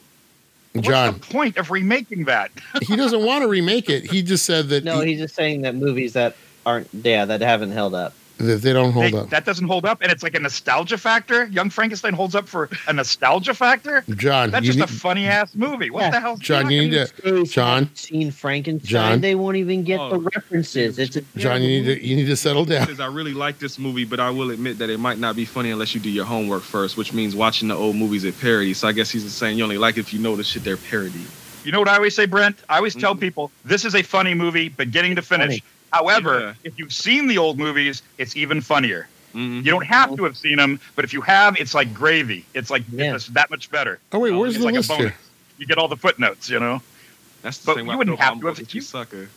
[SPEAKER 1] John,
[SPEAKER 6] What's the point of remaking that?
[SPEAKER 1] he doesn't want to remake it. He just said that,
[SPEAKER 7] No,
[SPEAKER 1] he-
[SPEAKER 7] he's just saying that movies that aren't, yeah, that haven't held up.
[SPEAKER 1] that they don't hold
[SPEAKER 6] They-
[SPEAKER 1] up.
[SPEAKER 6] That doesn't hold up, and it's like a nostalgia factor. Young Frankenstein holds up for a nostalgia factor.
[SPEAKER 1] John,
[SPEAKER 6] That's
[SPEAKER 1] you
[SPEAKER 6] just a
[SPEAKER 1] need-
[SPEAKER 6] funny ass movie. What
[SPEAKER 7] Yeah.
[SPEAKER 6] the hell?
[SPEAKER 1] John, you need to John?
[SPEAKER 7] seen Frankenstein.
[SPEAKER 1] John?
[SPEAKER 7] They won't even get
[SPEAKER 5] Oh.
[SPEAKER 7] the references. It's a
[SPEAKER 1] John, you need to you need to settle
[SPEAKER 5] he
[SPEAKER 1] down.
[SPEAKER 5] says I really like this movie, but I will admit that it might not be funny unless you do your homework first, which means watching the old movies at parody. So I guess he's just saying you only like if you know the shit they're parodying.
[SPEAKER 6] You know what I always say, Brent? I always tell
[SPEAKER 5] Mhm.
[SPEAKER 6] people this is a funny movie, beginning to finish.
[SPEAKER 7] Mm-hmm. Funny.
[SPEAKER 6] However,
[SPEAKER 5] Yeah.
[SPEAKER 6] if you've seen the old movies, it's even funnier.
[SPEAKER 5] Mhm.
[SPEAKER 6] You
[SPEAKER 7] Mm-hmm.
[SPEAKER 6] don't have to have seen them, but if you have, it's like gravy. It's like
[SPEAKER 7] Yeah.
[SPEAKER 6] it's that much better.
[SPEAKER 1] Oh wait,
[SPEAKER 5] Oh,
[SPEAKER 1] where's
[SPEAKER 6] it's
[SPEAKER 1] the
[SPEAKER 6] like a
[SPEAKER 1] list
[SPEAKER 6] bonus.
[SPEAKER 1] here?
[SPEAKER 6] You get all the footnotes, you know.
[SPEAKER 5] That's the
[SPEAKER 6] But
[SPEAKER 5] same
[SPEAKER 6] you
[SPEAKER 5] way I
[SPEAKER 6] wouldn't
[SPEAKER 5] feel
[SPEAKER 6] have
[SPEAKER 5] about
[SPEAKER 6] to if
[SPEAKER 5] Motherfucker,
[SPEAKER 6] you-
[SPEAKER 5] you sucker.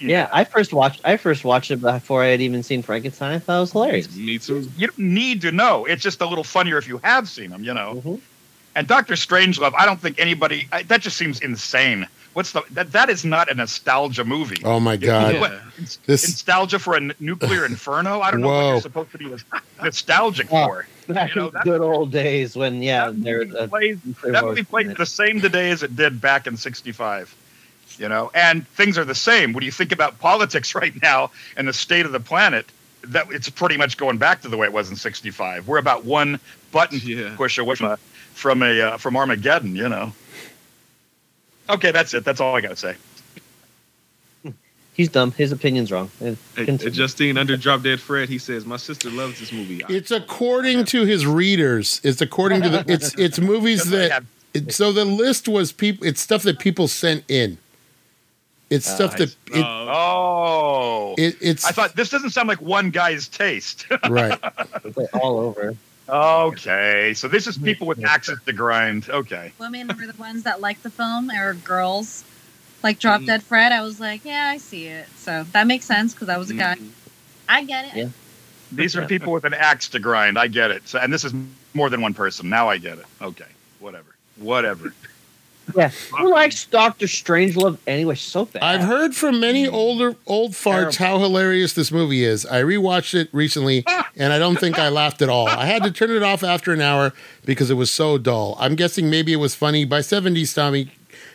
[SPEAKER 7] Yeah, I first watched. I first watched it before I had even seen Frankenstein. I thought it was hilarious.
[SPEAKER 5] Me too.
[SPEAKER 6] You don't need to know. It's just a little funnier if you have seen them, you know.
[SPEAKER 7] Mhm.
[SPEAKER 6] And Doctor Strangelove, I don't think anybody. I, that just seems insane. What's the that? That is not a nostalgia movie.
[SPEAKER 1] Oh my
[SPEAKER 6] You-
[SPEAKER 1] god.
[SPEAKER 6] what,
[SPEAKER 1] This
[SPEAKER 6] nostalgia for a n- nuclear inferno? I don't know what
[SPEAKER 1] Whoa.
[SPEAKER 6] you're supposed to be nos- nostalgic
[SPEAKER 7] Oh,
[SPEAKER 6] for.
[SPEAKER 7] Back
[SPEAKER 6] You know,
[SPEAKER 7] in
[SPEAKER 6] that-
[SPEAKER 7] good old days when yeah,
[SPEAKER 6] that
[SPEAKER 7] there.
[SPEAKER 6] movie plays, that movie plays the same today as it did back in '65. you know and things are the same when you think about politics right now and the state of the planet that it's pretty much going back to the way it was in 65 we're about one button
[SPEAKER 5] Yeah.
[SPEAKER 6] push away from a from a uh, from armageddon you know okay that's it that's all i gotta say
[SPEAKER 7] He's dumb. His opinion's wrong. And
[SPEAKER 5] Hey,
[SPEAKER 7] continue.
[SPEAKER 5] Justine under Drop Dead Fred, he says, My sister loves this movie. I-
[SPEAKER 1] It's according to his readers. It's according to the it's it's movies
[SPEAKER 6] Doesn't
[SPEAKER 1] that
[SPEAKER 6] have-
[SPEAKER 1] it, so the list was people it's stuff that people sent in. It's stuff that it,
[SPEAKER 5] Oh,
[SPEAKER 6] oh
[SPEAKER 1] it it's
[SPEAKER 6] i thought this doesn't sound like one guy's taste
[SPEAKER 1] right.
[SPEAKER 7] It's, like, all over.
[SPEAKER 6] okay so this is people with axes to grind okay
[SPEAKER 2] Women were the ones that liked the film, or girls. Like Drop
[SPEAKER 5] Mhm.
[SPEAKER 2] Dead Fred, I was like, yeah, I see it. So that makes sense because I was a guy.
[SPEAKER 5] mm,
[SPEAKER 2] I get it.
[SPEAKER 7] Yeah.
[SPEAKER 6] These are people with an axe to grind. I get it. So, and this is more than one person. Now I get it. Okay. Whatever. Whatever.
[SPEAKER 7] Yeah. Who likes Doctor Strangelove anyway? So bad.
[SPEAKER 1] I've heard from many
[SPEAKER 6] Mm.
[SPEAKER 1] older old farts
[SPEAKER 7] Terrible.
[SPEAKER 1] how hilarious this movie is. I rewatched it recently
[SPEAKER 6] Ah.
[SPEAKER 1] and I don't think I laughed at all. I had to turn it off after an hour because it was so dull. I'm guessing maybe it was funny by 70s Tommy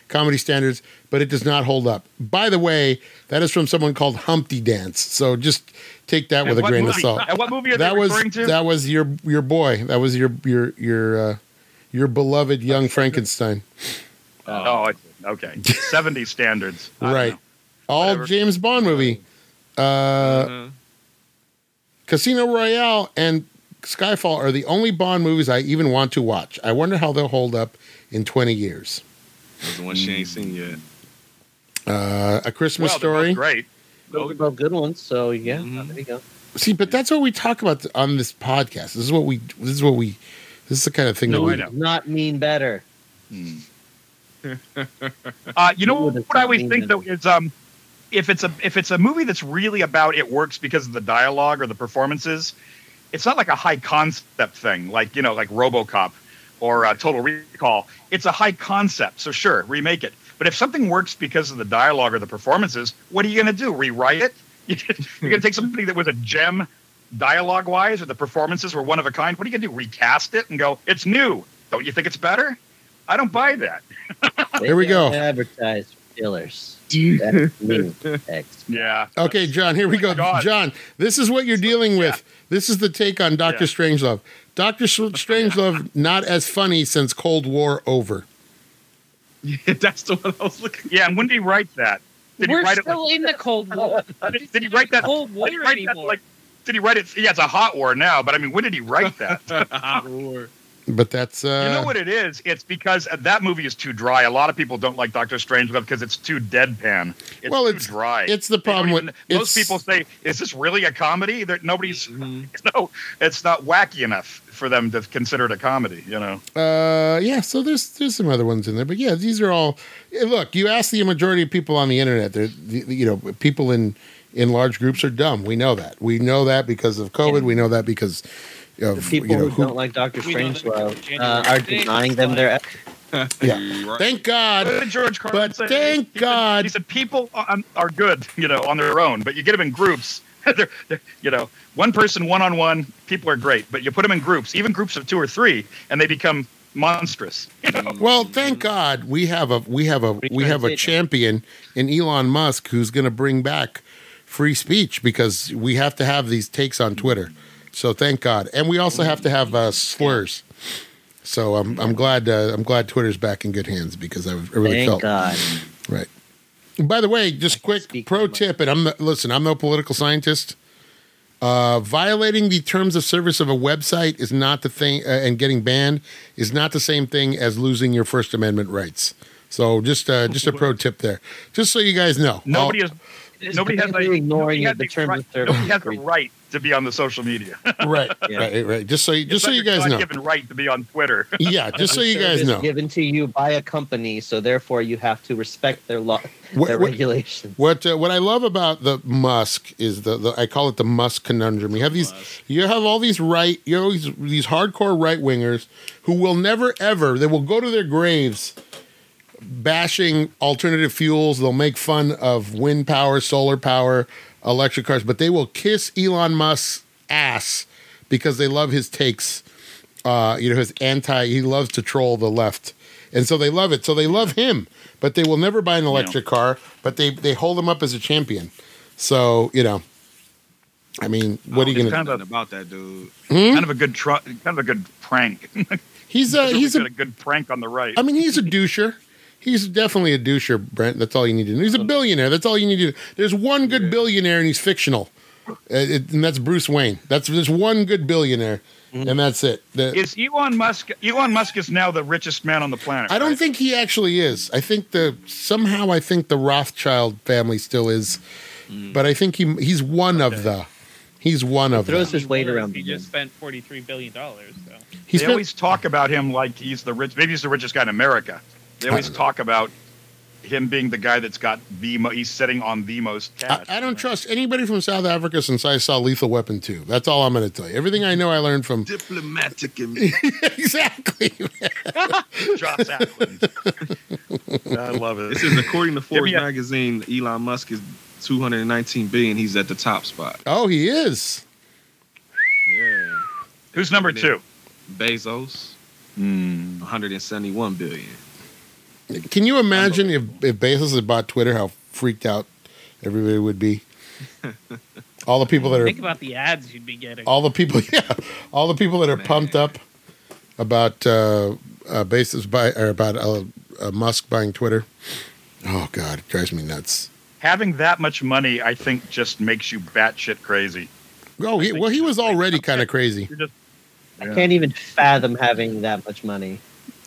[SPEAKER 1] comedy standards, but it does not hold up. By the way, that is from someone called Humpty Dance. So just take that with a
[SPEAKER 6] what
[SPEAKER 1] grain
[SPEAKER 6] movie,
[SPEAKER 1] of salt.
[SPEAKER 6] And what movie are
[SPEAKER 1] That
[SPEAKER 6] they
[SPEAKER 1] was
[SPEAKER 6] referring to?
[SPEAKER 1] that was your your boy. That was your your your uh, your beloved young Frankenstein.
[SPEAKER 6] oh, I- okay. 70 standards. I don't
[SPEAKER 1] Right.
[SPEAKER 6] know.
[SPEAKER 1] All
[SPEAKER 6] Whatever. Mm-hmm.
[SPEAKER 1] James Bond movie. Uh,
[SPEAKER 5] uh,
[SPEAKER 1] Casino Royale and Skyfall are the only Bond movies I even want to watch. I wonder how they'll hold up in 20 years.
[SPEAKER 5] that's the one she ain't seen yet.
[SPEAKER 1] Uh, a Christmas
[SPEAKER 6] Well, they're both
[SPEAKER 1] Story.
[SPEAKER 6] Great.
[SPEAKER 7] Those are both good ones. So yeah,
[SPEAKER 5] Mhm.
[SPEAKER 7] there you go.
[SPEAKER 1] See, but that's what we talk about th- on this podcast. This is what we. This is what we. This is the kind of thing
[SPEAKER 6] No, I
[SPEAKER 1] that we.
[SPEAKER 6] know.
[SPEAKER 7] Not mean better.
[SPEAKER 6] Hmm. Uh, you know
[SPEAKER 7] Ooh,
[SPEAKER 6] what,
[SPEAKER 7] that's
[SPEAKER 6] I always
[SPEAKER 7] amazing.
[SPEAKER 6] think though is um, if it's a if it's a movie that's really about it works because of the dialogue or the performances, it's not like a high concept thing like you know like RoboCop or uh, Total Recall. It's a high concept, so sure, remake it. But if something works because of the dialogue or the performances, what are you going to do? Rewrite it? You're going to take something that was a gem dialogue wise or the performances were one of a kind. What are you going to do? Recast it and go, it's new. Don't you think it's better? I don't buy that.
[SPEAKER 7] They
[SPEAKER 1] Here we
[SPEAKER 7] can't
[SPEAKER 1] go.
[SPEAKER 7] Advertise killers.
[SPEAKER 4] Dude.
[SPEAKER 7] That's mean. X.
[SPEAKER 6] Yeah.
[SPEAKER 1] Okay, John. Here we
[SPEAKER 6] Oh
[SPEAKER 1] go.
[SPEAKER 6] my God.
[SPEAKER 1] John, this is what you're dealing with. This is the take on Doctor
[SPEAKER 6] Yeah.
[SPEAKER 1] Strangelove. Doctor Strangelove not as funny since Cold War over.
[SPEAKER 5] Yeah, that's the one I was looking
[SPEAKER 6] Yeah, and when did he write that? Did
[SPEAKER 3] We're
[SPEAKER 6] he write
[SPEAKER 3] still in the Cold War.
[SPEAKER 6] it? Like, did, did he write that?
[SPEAKER 3] Cold War
[SPEAKER 6] did he write that
[SPEAKER 3] anymore?
[SPEAKER 6] like? Did he write it? Yeah, it's a hot war now. But I mean, when did he write that?
[SPEAKER 5] for.
[SPEAKER 1] But that's uh,
[SPEAKER 6] you know what it is? It's because that movie is too dry. A lot of people don't like Doctor Strangelove because it's too deadpan. It's
[SPEAKER 1] Well,
[SPEAKER 6] too
[SPEAKER 1] it's-
[SPEAKER 6] dry.
[SPEAKER 1] it's the
[SPEAKER 6] They don't
[SPEAKER 1] problem with-
[SPEAKER 6] even-
[SPEAKER 1] it's-
[SPEAKER 6] most people say, "Is this really a comedy?" There, nobody's
[SPEAKER 5] Mhm.
[SPEAKER 6] no, it's not wacky enough for them to consider it a comedy. You know,
[SPEAKER 1] uh yeah so there's there's some other ones in there but yeah these are all eh, look you ask the majority of people on the internet they're the- the- you know people in in large groups are dumb we know that we know that because of covid we know that because
[SPEAKER 7] The
[SPEAKER 1] of
[SPEAKER 7] people
[SPEAKER 1] Um, you know who,
[SPEAKER 7] who, don't like Doctor
[SPEAKER 3] We know that
[SPEAKER 7] Strangelove
[SPEAKER 3] January
[SPEAKER 7] uh, are
[SPEAKER 3] sixth,
[SPEAKER 7] denying them their. X.
[SPEAKER 5] Right.
[SPEAKER 1] thank
[SPEAKER 6] What
[SPEAKER 1] god
[SPEAKER 6] did George Carlin
[SPEAKER 1] but
[SPEAKER 6] say?
[SPEAKER 1] thank
[SPEAKER 6] He said-
[SPEAKER 1] god
[SPEAKER 6] He said people on, are good, you know, on their own, but you get them in groups. they're, they're, you know, one person, one on one, people are great, but you put them in groups, even groups of two or three, and they become monstrous.
[SPEAKER 1] well thank god we have a we have a we have a champion in Elon Musk who's going to bring back free speech because we have to have these takes on Twitter so thank god and we also have to have uh, slurs So I'm I'm glad uh, I'm glad Twitter's back in good hands because I, I really
[SPEAKER 7] Thank
[SPEAKER 1] felt
[SPEAKER 7] God.
[SPEAKER 1] right. By the way, just
[SPEAKER 7] I can
[SPEAKER 1] quick
[SPEAKER 7] speak
[SPEAKER 1] pro
[SPEAKER 7] my mind.
[SPEAKER 1] tip, and I'm the, listen. I'm no political scientist. Uh, violating the terms of service of a website is not the thing, uh, and getting banned is not the same thing as losing your First Amendment rights. So just uh, just a pro tip there, just so you guys know.
[SPEAKER 6] Nobody is nobody has
[SPEAKER 7] completely
[SPEAKER 6] a-
[SPEAKER 7] ignoring
[SPEAKER 6] nobody
[SPEAKER 7] it,
[SPEAKER 6] has
[SPEAKER 7] the terms
[SPEAKER 6] right,
[SPEAKER 7] of service
[SPEAKER 6] Nobody has
[SPEAKER 7] is
[SPEAKER 6] the
[SPEAKER 7] great.
[SPEAKER 6] right to be on the social media.
[SPEAKER 1] All- right,
[SPEAKER 7] Yeah.
[SPEAKER 1] right, right. Just so you, just so you guys know.
[SPEAKER 6] Given right to be on Twitter.
[SPEAKER 1] Yeah, just so you guys
[SPEAKER 7] Service
[SPEAKER 1] know.
[SPEAKER 7] Given to you by a company, so therefore you have to respect their law,
[SPEAKER 1] What-
[SPEAKER 7] their
[SPEAKER 1] what-
[SPEAKER 7] regulations.
[SPEAKER 1] What uh, what I love about the Musk is the, the I call it the Musk conundrum. You have these you have all these right you know these, these hardcore right wingers who will never ever they will go to their graves bashing alternative fuels. They'll make fun of wind power, solar power, electric cars, but they will kiss Elon Musk's ass because they love his takes. Uh, you know his anti. He loves to troll the left. and so they love it. So they love him, but they will never buy an electric car. But they they hold him up as a champion. So you know, I mean, what are you
[SPEAKER 6] it's
[SPEAKER 1] gonna?
[SPEAKER 6] kind
[SPEAKER 5] Nothing about that dude.
[SPEAKER 1] Hmm?
[SPEAKER 6] Kind of a good tr- kind of a good prank.
[SPEAKER 1] He's a
[SPEAKER 6] he's
[SPEAKER 1] he's
[SPEAKER 6] got
[SPEAKER 1] a
[SPEAKER 6] a good prank on the right.
[SPEAKER 1] I mean, he's a doucher. He's definitely a doucher, Brent. That's all you need to know. He's a billionaire. That's all you need to know. There's one good billionaire, and he's fictional, Uh, it- and that's Bruce Wayne. That's there's one good billionaire,
[SPEAKER 6] Mm-hmm.
[SPEAKER 1] and that's it. The-
[SPEAKER 6] is Elon Musk? Elon Musk is now the richest man on the planet.
[SPEAKER 1] I don't
[SPEAKER 6] right?
[SPEAKER 1] think he actually is. I think the somehow I think the Rothschild family still is,
[SPEAKER 6] Mm.
[SPEAKER 1] but I think he he's one of the. He's one of
[SPEAKER 7] Throws
[SPEAKER 1] the.
[SPEAKER 7] his weight
[SPEAKER 3] Or if
[SPEAKER 7] around.
[SPEAKER 3] He
[SPEAKER 7] the
[SPEAKER 3] just spent forty three billion dollars. So.
[SPEAKER 1] He's
[SPEAKER 6] they
[SPEAKER 1] been-
[SPEAKER 6] always talk about him like he's the rich. Maybe he's the richest guy in America. They always talk about him being the guy that's got the mo- he's sitting on the most
[SPEAKER 1] I,
[SPEAKER 6] cash.
[SPEAKER 1] I don't trust anybody from South Africa since I saw Lethal Weapon 2. That's all I'm going to tell you. Everything I know, I learned from.
[SPEAKER 5] Diplomatic and
[SPEAKER 1] exactly.
[SPEAKER 6] Josh Ackland.
[SPEAKER 4] I love it.
[SPEAKER 5] This is according to Forbes
[SPEAKER 6] me a-
[SPEAKER 5] magazine. Elon Musk is 219 billion. He's at the top spot.
[SPEAKER 1] Oh, he is.
[SPEAKER 5] Yeah.
[SPEAKER 6] Who's number two?
[SPEAKER 5] Bezos,
[SPEAKER 6] Hmm.
[SPEAKER 5] 171 billion.
[SPEAKER 1] Can you imagine if, if Bezos had bought Twitter, how freaked out everybody would be? All the people that
[SPEAKER 3] Think
[SPEAKER 1] are
[SPEAKER 3] about the ads you'd be getting.
[SPEAKER 1] all the people yeah, all the people that are pumped up about uh, uh, Bezos buy or about uh, uh, Musk buying Twitter. Oh God, it drives me nuts.
[SPEAKER 6] Having that much money, I think, just makes you batshit crazy.
[SPEAKER 1] Oh, he, well, he was already kind of crazy.
[SPEAKER 6] You're just
[SPEAKER 7] I can't even fathom having that much money.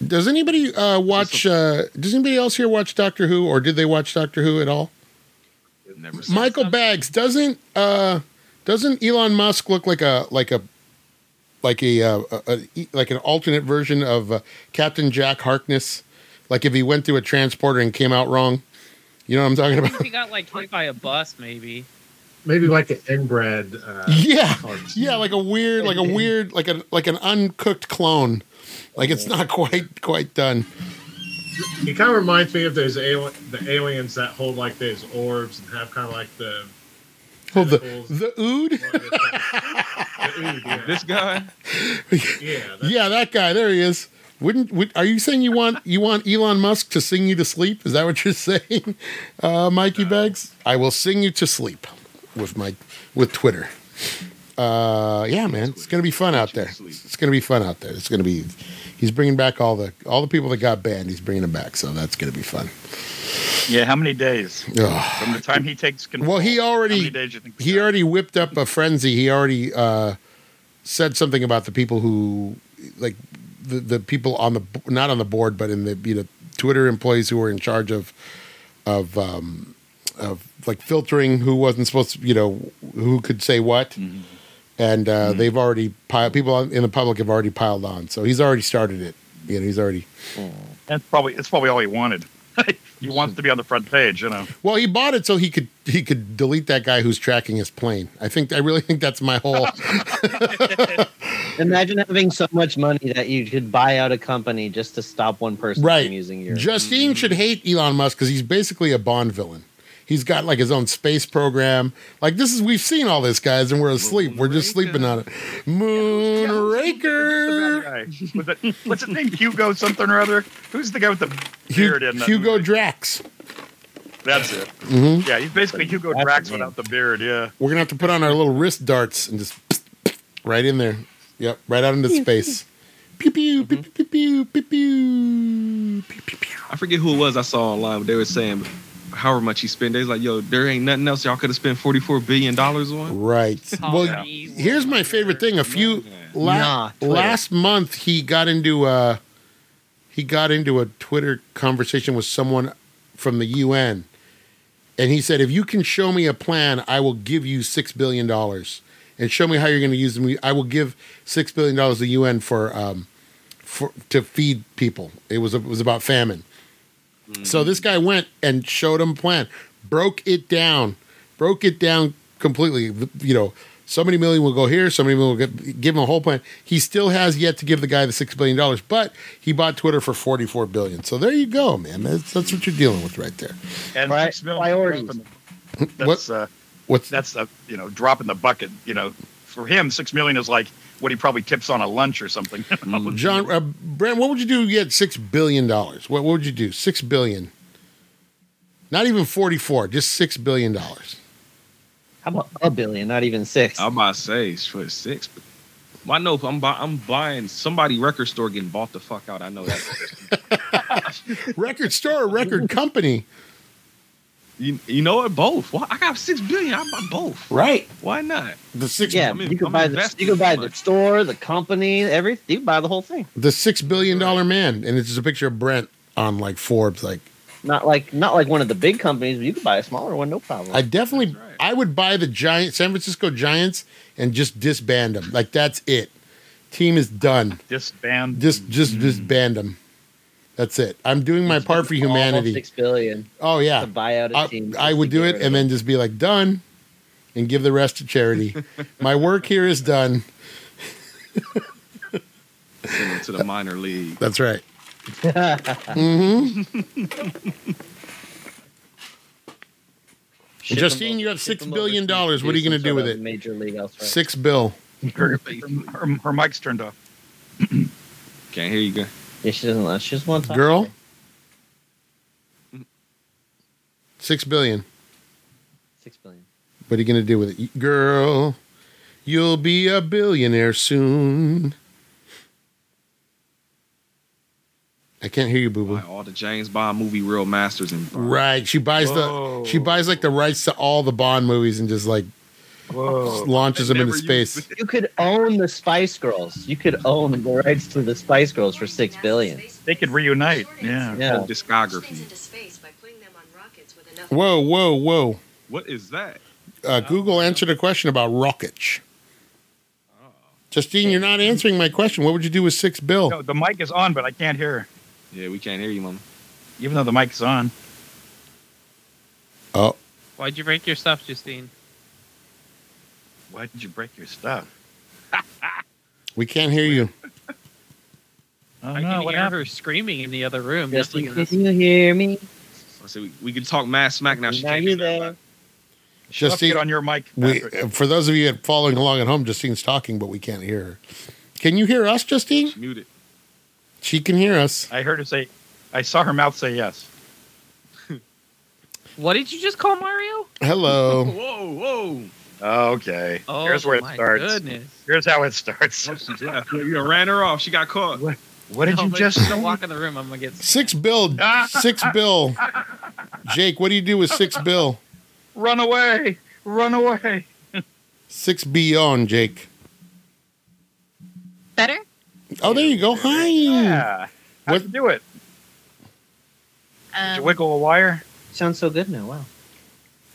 [SPEAKER 1] Does anybody uh, watch? Uh, does anybody else here watch Doctor Who, or did they watch Doctor Who at all?
[SPEAKER 5] Never seen
[SPEAKER 1] Michael
[SPEAKER 3] something?
[SPEAKER 1] Bags doesn't uh doesn't Elon Musk look like a like a like a, uh, a, a like an alternate version of uh, Captain Jack Harkness? Like if he went through a transporter and came out wrong, you know what I'm talking
[SPEAKER 3] I think
[SPEAKER 1] about?
[SPEAKER 3] he got like hit by a bus, maybe.
[SPEAKER 4] Maybe like an inbred. Uh,
[SPEAKER 1] yeah,
[SPEAKER 4] cards.
[SPEAKER 1] yeah, like a weird, like a weird, like a like an uncooked clone. Like it's not quite quite done.
[SPEAKER 4] He kind of reminds me of those alien, the aliens that hold like those orbs and have kind of like the.
[SPEAKER 1] Well, the
[SPEAKER 4] tentacles.
[SPEAKER 1] the ood,
[SPEAKER 4] The ooze, yeah.
[SPEAKER 5] This guy,
[SPEAKER 4] yeah, that's-
[SPEAKER 1] yeah, that guy. There he is. Wouldn't would, are you saying you want you want Elon Musk to sing you to sleep? Is that what you're saying, uh, Mikey Bags? I will sing you to sleep with my with Twitter. Uh, yeah, man, it's gonna be fun out there. It's gonna be fun out there. It's gonna be. He's bringing back all the all the people that got banned. He's bringing them back, so that's gonna be fun.
[SPEAKER 6] yeah. How many days
[SPEAKER 1] Ugh.
[SPEAKER 6] from the time he takes control?
[SPEAKER 1] Well, he already-
[SPEAKER 6] How many days you think we
[SPEAKER 1] He
[SPEAKER 6] got?
[SPEAKER 1] already whipped up a frenzy. He already uh, said something about the people who, like, the, the people on the not on the board, but in the you know Twitter employees who were in charge of of um, of like filtering who wasn't supposed to, you know, who could say what,
[SPEAKER 6] Mm-hmm.
[SPEAKER 1] and uh, they've already piled people on- in the public have already piled on. So he's already started it. You know, he's already
[SPEAKER 6] That's probably that's probably all he wanted. he wants to be on the front page, you know.
[SPEAKER 1] Well, he bought it so he could he could delete that guy who's tracking his plane. I think I really think that's my whole.
[SPEAKER 7] Imagine having so much money that you could buy out a company just to stop one person
[SPEAKER 1] Right.
[SPEAKER 7] from using your.
[SPEAKER 1] Justine should hate Elon Musk because he's basically a Bond villain. He's got like his own space program. Like this is we've seen all this, guys, and we're asleep. We're just sleeping on it. Moonraker.
[SPEAKER 6] Guy. Was it, what's his name? Hugo something or other. Who's the guy with the beard? in
[SPEAKER 1] Hu-
[SPEAKER 6] that
[SPEAKER 1] Hugo
[SPEAKER 6] movie?
[SPEAKER 1] Drax.
[SPEAKER 6] That's it.
[SPEAKER 1] Mhm.
[SPEAKER 6] Yeah, he's basically Hugo
[SPEAKER 7] That's
[SPEAKER 6] Drax
[SPEAKER 7] the name.
[SPEAKER 6] without the beard. Yeah.
[SPEAKER 1] We're gonna have to put on our little wrist darts and just right in there. Yep, right out into space. Pew pew pew pew pew pew pew pew pew. pew.
[SPEAKER 5] I forget who it was I saw online, but they were saying however much he spent. They was like, yo, there ain't nothing else y'all could have spent 44 billion dollars on.
[SPEAKER 1] Right. Well,
[SPEAKER 3] Tommy
[SPEAKER 1] here's my favorite thing. A few la-
[SPEAKER 7] Nah, Twitter.
[SPEAKER 1] last month he got into a he got into a Twitter conversation with someone from the UN, and he said, "If you can show me a plan, I will give you six billion dollars, and show me how you're going to use them. I will give six billion dollars to the UN for um for to feed people. It was it was about famine." So this guy went and showed him a plan, broke it down, broke it down completely. The- You know, so many million will go here, so many million will get, give him a whole plan. He still has yet to give the guy the six billion dollars, but he bought Twitter for forty four billion. So there you go, man. That's that's what you're dealing with right there.
[SPEAKER 6] And
[SPEAKER 7] Pri-
[SPEAKER 6] six million
[SPEAKER 7] priorities.
[SPEAKER 6] drop in the- That's uh,
[SPEAKER 1] What's
[SPEAKER 6] that's a you know drop in the bucket. You know, for him, six million is like what he probably tips on a lunch or something.
[SPEAKER 1] John, uh, Brent, what would you do if you had six billion dollars? What, what would you do? Six billion. Not even forty-four, just six billion dollars.
[SPEAKER 7] How about a billion? Not even six.
[SPEAKER 5] I'm about to say it's for six. But well, I know if I'm buy, I'm buying somebody record store getting bought the fuck out. I know that.
[SPEAKER 1] Record store, or record company,
[SPEAKER 5] you, you know what? Both. Why I got six billion. I buy both.
[SPEAKER 1] right?
[SPEAKER 5] Why not?
[SPEAKER 1] The six,
[SPEAKER 7] yeah,
[SPEAKER 5] I'm in-
[SPEAKER 7] you
[SPEAKER 5] I'm
[SPEAKER 7] could buy the
[SPEAKER 5] investing
[SPEAKER 7] you could buy
[SPEAKER 5] so
[SPEAKER 7] the
[SPEAKER 5] much.
[SPEAKER 7] store, the company, everything. You could buy the whole thing.
[SPEAKER 1] the six billion dollar man, and it's just a picture of Brent on like Forbes. Like,
[SPEAKER 7] Not like not like one of the big companies, but you could buy a smaller one, no problem.
[SPEAKER 1] I definitely,
[SPEAKER 5] That's right.
[SPEAKER 1] I would buy the giant San Francisco Giants and just disband them. Like that's it. Team is done.
[SPEAKER 6] Disband.
[SPEAKER 1] Just, just,
[SPEAKER 7] Mm.
[SPEAKER 1] disband them. That's it. I'm doing my part for
[SPEAKER 7] All
[SPEAKER 1] humanity.
[SPEAKER 7] Six billion
[SPEAKER 1] Oh yeah.
[SPEAKER 7] to buy out a
[SPEAKER 1] I,
[SPEAKER 7] team.
[SPEAKER 1] I
[SPEAKER 7] just
[SPEAKER 1] would
[SPEAKER 7] to
[SPEAKER 1] do
[SPEAKER 7] get
[SPEAKER 1] it
[SPEAKER 7] rid
[SPEAKER 1] and
[SPEAKER 7] of
[SPEAKER 1] then just be like, done, and give the rest to charity. My work here is done.
[SPEAKER 5] Send them to the minor league.
[SPEAKER 1] That's right. hmm
[SPEAKER 7] Ship
[SPEAKER 1] Justine,
[SPEAKER 7] them
[SPEAKER 1] you
[SPEAKER 7] over-
[SPEAKER 1] have
[SPEAKER 7] ship
[SPEAKER 1] six
[SPEAKER 7] them
[SPEAKER 1] billion
[SPEAKER 7] over to
[SPEAKER 1] dollars. What are you
[SPEAKER 7] some
[SPEAKER 1] gonna do
[SPEAKER 7] sort
[SPEAKER 1] with
[SPEAKER 7] of
[SPEAKER 1] it?
[SPEAKER 7] Major league elsewhere.
[SPEAKER 1] Six bill.
[SPEAKER 6] Her, her, her mic's turned off.
[SPEAKER 5] Can't hear you. Good.
[SPEAKER 7] Yeah, she doesn't. Love. She just wants
[SPEAKER 1] Girl? Six billion.
[SPEAKER 7] Six billion.
[SPEAKER 1] What are you gonna do with it? Girl, you'll be a billionaire soon. I can't hear you, boo boo.
[SPEAKER 5] Buy all the James Bond movie real masters and uh,
[SPEAKER 1] Right. She buys
[SPEAKER 5] Whoa.
[SPEAKER 1] the she buys like the rights to all the Bond movies and just like just launches them into
[SPEAKER 5] Never
[SPEAKER 1] space.
[SPEAKER 5] used-
[SPEAKER 7] You could own the Spice Girls. You could own the rights to the Spice Girls for six billion.
[SPEAKER 6] They could reunite. Yeah.
[SPEAKER 7] Yeah.
[SPEAKER 5] discography.
[SPEAKER 1] Whoa, whoa, whoa.
[SPEAKER 5] What is that?
[SPEAKER 1] Uh,
[SPEAKER 5] Oh.
[SPEAKER 1] Google answered a question about rockets. Justine, you're not answering my question. What would you do with six bill?
[SPEAKER 6] No, the mic is on, but I can't hear her,
[SPEAKER 5] Yeah, we can't hear you, mama.
[SPEAKER 6] even though the mic's on.
[SPEAKER 1] Oh,
[SPEAKER 3] Why'd you break your stuff, Justine?
[SPEAKER 6] Why did you break your stuff?
[SPEAKER 1] we can't hear you.
[SPEAKER 6] Oh,
[SPEAKER 3] I
[SPEAKER 6] no,
[SPEAKER 3] can
[SPEAKER 6] what
[SPEAKER 3] hear
[SPEAKER 6] happened?
[SPEAKER 3] her screaming in the other room.
[SPEAKER 7] Yes,
[SPEAKER 3] just like
[SPEAKER 7] you,
[SPEAKER 3] this.
[SPEAKER 7] you hear me?
[SPEAKER 5] I said we, we can talk mass smack now. She
[SPEAKER 7] Now
[SPEAKER 5] can't
[SPEAKER 7] you
[SPEAKER 5] do that,
[SPEAKER 7] there.
[SPEAKER 6] Let's
[SPEAKER 1] Justine,
[SPEAKER 6] get on your mic.
[SPEAKER 1] we,
[SPEAKER 6] Patrick.
[SPEAKER 1] for those of you following along at home, Justine's talking, but we can't hear her. Can you hear us, Justine?
[SPEAKER 5] but Mute it.
[SPEAKER 1] She can hear us.
[SPEAKER 6] I heard her say, I saw her mouth say yes.
[SPEAKER 3] What did you just call Mario?
[SPEAKER 1] Hello.
[SPEAKER 5] Whoa, whoa.
[SPEAKER 6] Okay.
[SPEAKER 3] Oh,
[SPEAKER 6] Here's where it
[SPEAKER 3] my
[SPEAKER 6] starts.
[SPEAKER 3] goodness.
[SPEAKER 6] Here's how it starts.
[SPEAKER 5] Once she left, you done ran her off. She got caught.
[SPEAKER 6] What did
[SPEAKER 3] No,
[SPEAKER 6] you
[SPEAKER 3] but
[SPEAKER 6] just
[SPEAKER 3] don't
[SPEAKER 6] say?
[SPEAKER 3] walk in the room. I'm gonna get.
[SPEAKER 1] Six bill. Six bill. Jake, what do you do with six bill?
[SPEAKER 6] Run away. Run away.
[SPEAKER 1] Six beyond, Jake.
[SPEAKER 2] Better?
[SPEAKER 1] Oh, there you go. Hi.
[SPEAKER 6] Yeah. How'd
[SPEAKER 1] What-
[SPEAKER 6] you do it? Did you
[SPEAKER 2] Um,
[SPEAKER 6] wiggle a wire?
[SPEAKER 7] Sounds so good now. Wow.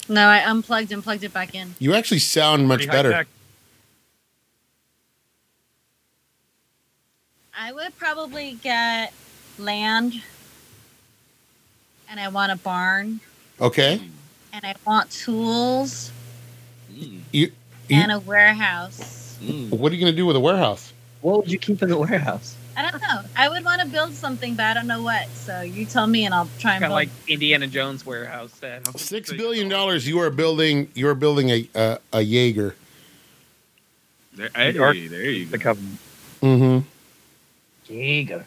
[SPEAKER 2] no, I unplugged and plugged it back in.
[SPEAKER 1] You actually sound much
[SPEAKER 6] Pretty
[SPEAKER 1] better.
[SPEAKER 6] high-tech.
[SPEAKER 2] I would probably get land, and I want a barn,
[SPEAKER 1] Okay.
[SPEAKER 2] and I want tools,
[SPEAKER 5] Mm,
[SPEAKER 1] You, You-
[SPEAKER 2] and a warehouse.
[SPEAKER 5] mm.
[SPEAKER 1] what are you going to do with a warehouse?
[SPEAKER 7] What would you keep in the warehouse?
[SPEAKER 2] I don't know. I would want to build something, but I don't know what. So you tell me, and I'll try and
[SPEAKER 3] Kind of
[SPEAKER 2] build.
[SPEAKER 3] like Indiana Jones warehouse. Then.
[SPEAKER 1] Six billion dollars. You are building. You are building a a, a Jaeger.
[SPEAKER 5] There, hey,
[SPEAKER 6] The Ark-
[SPEAKER 5] there you
[SPEAKER 6] The
[SPEAKER 5] go.
[SPEAKER 6] covenant.
[SPEAKER 1] Mm-hmm.
[SPEAKER 7] Jaeger.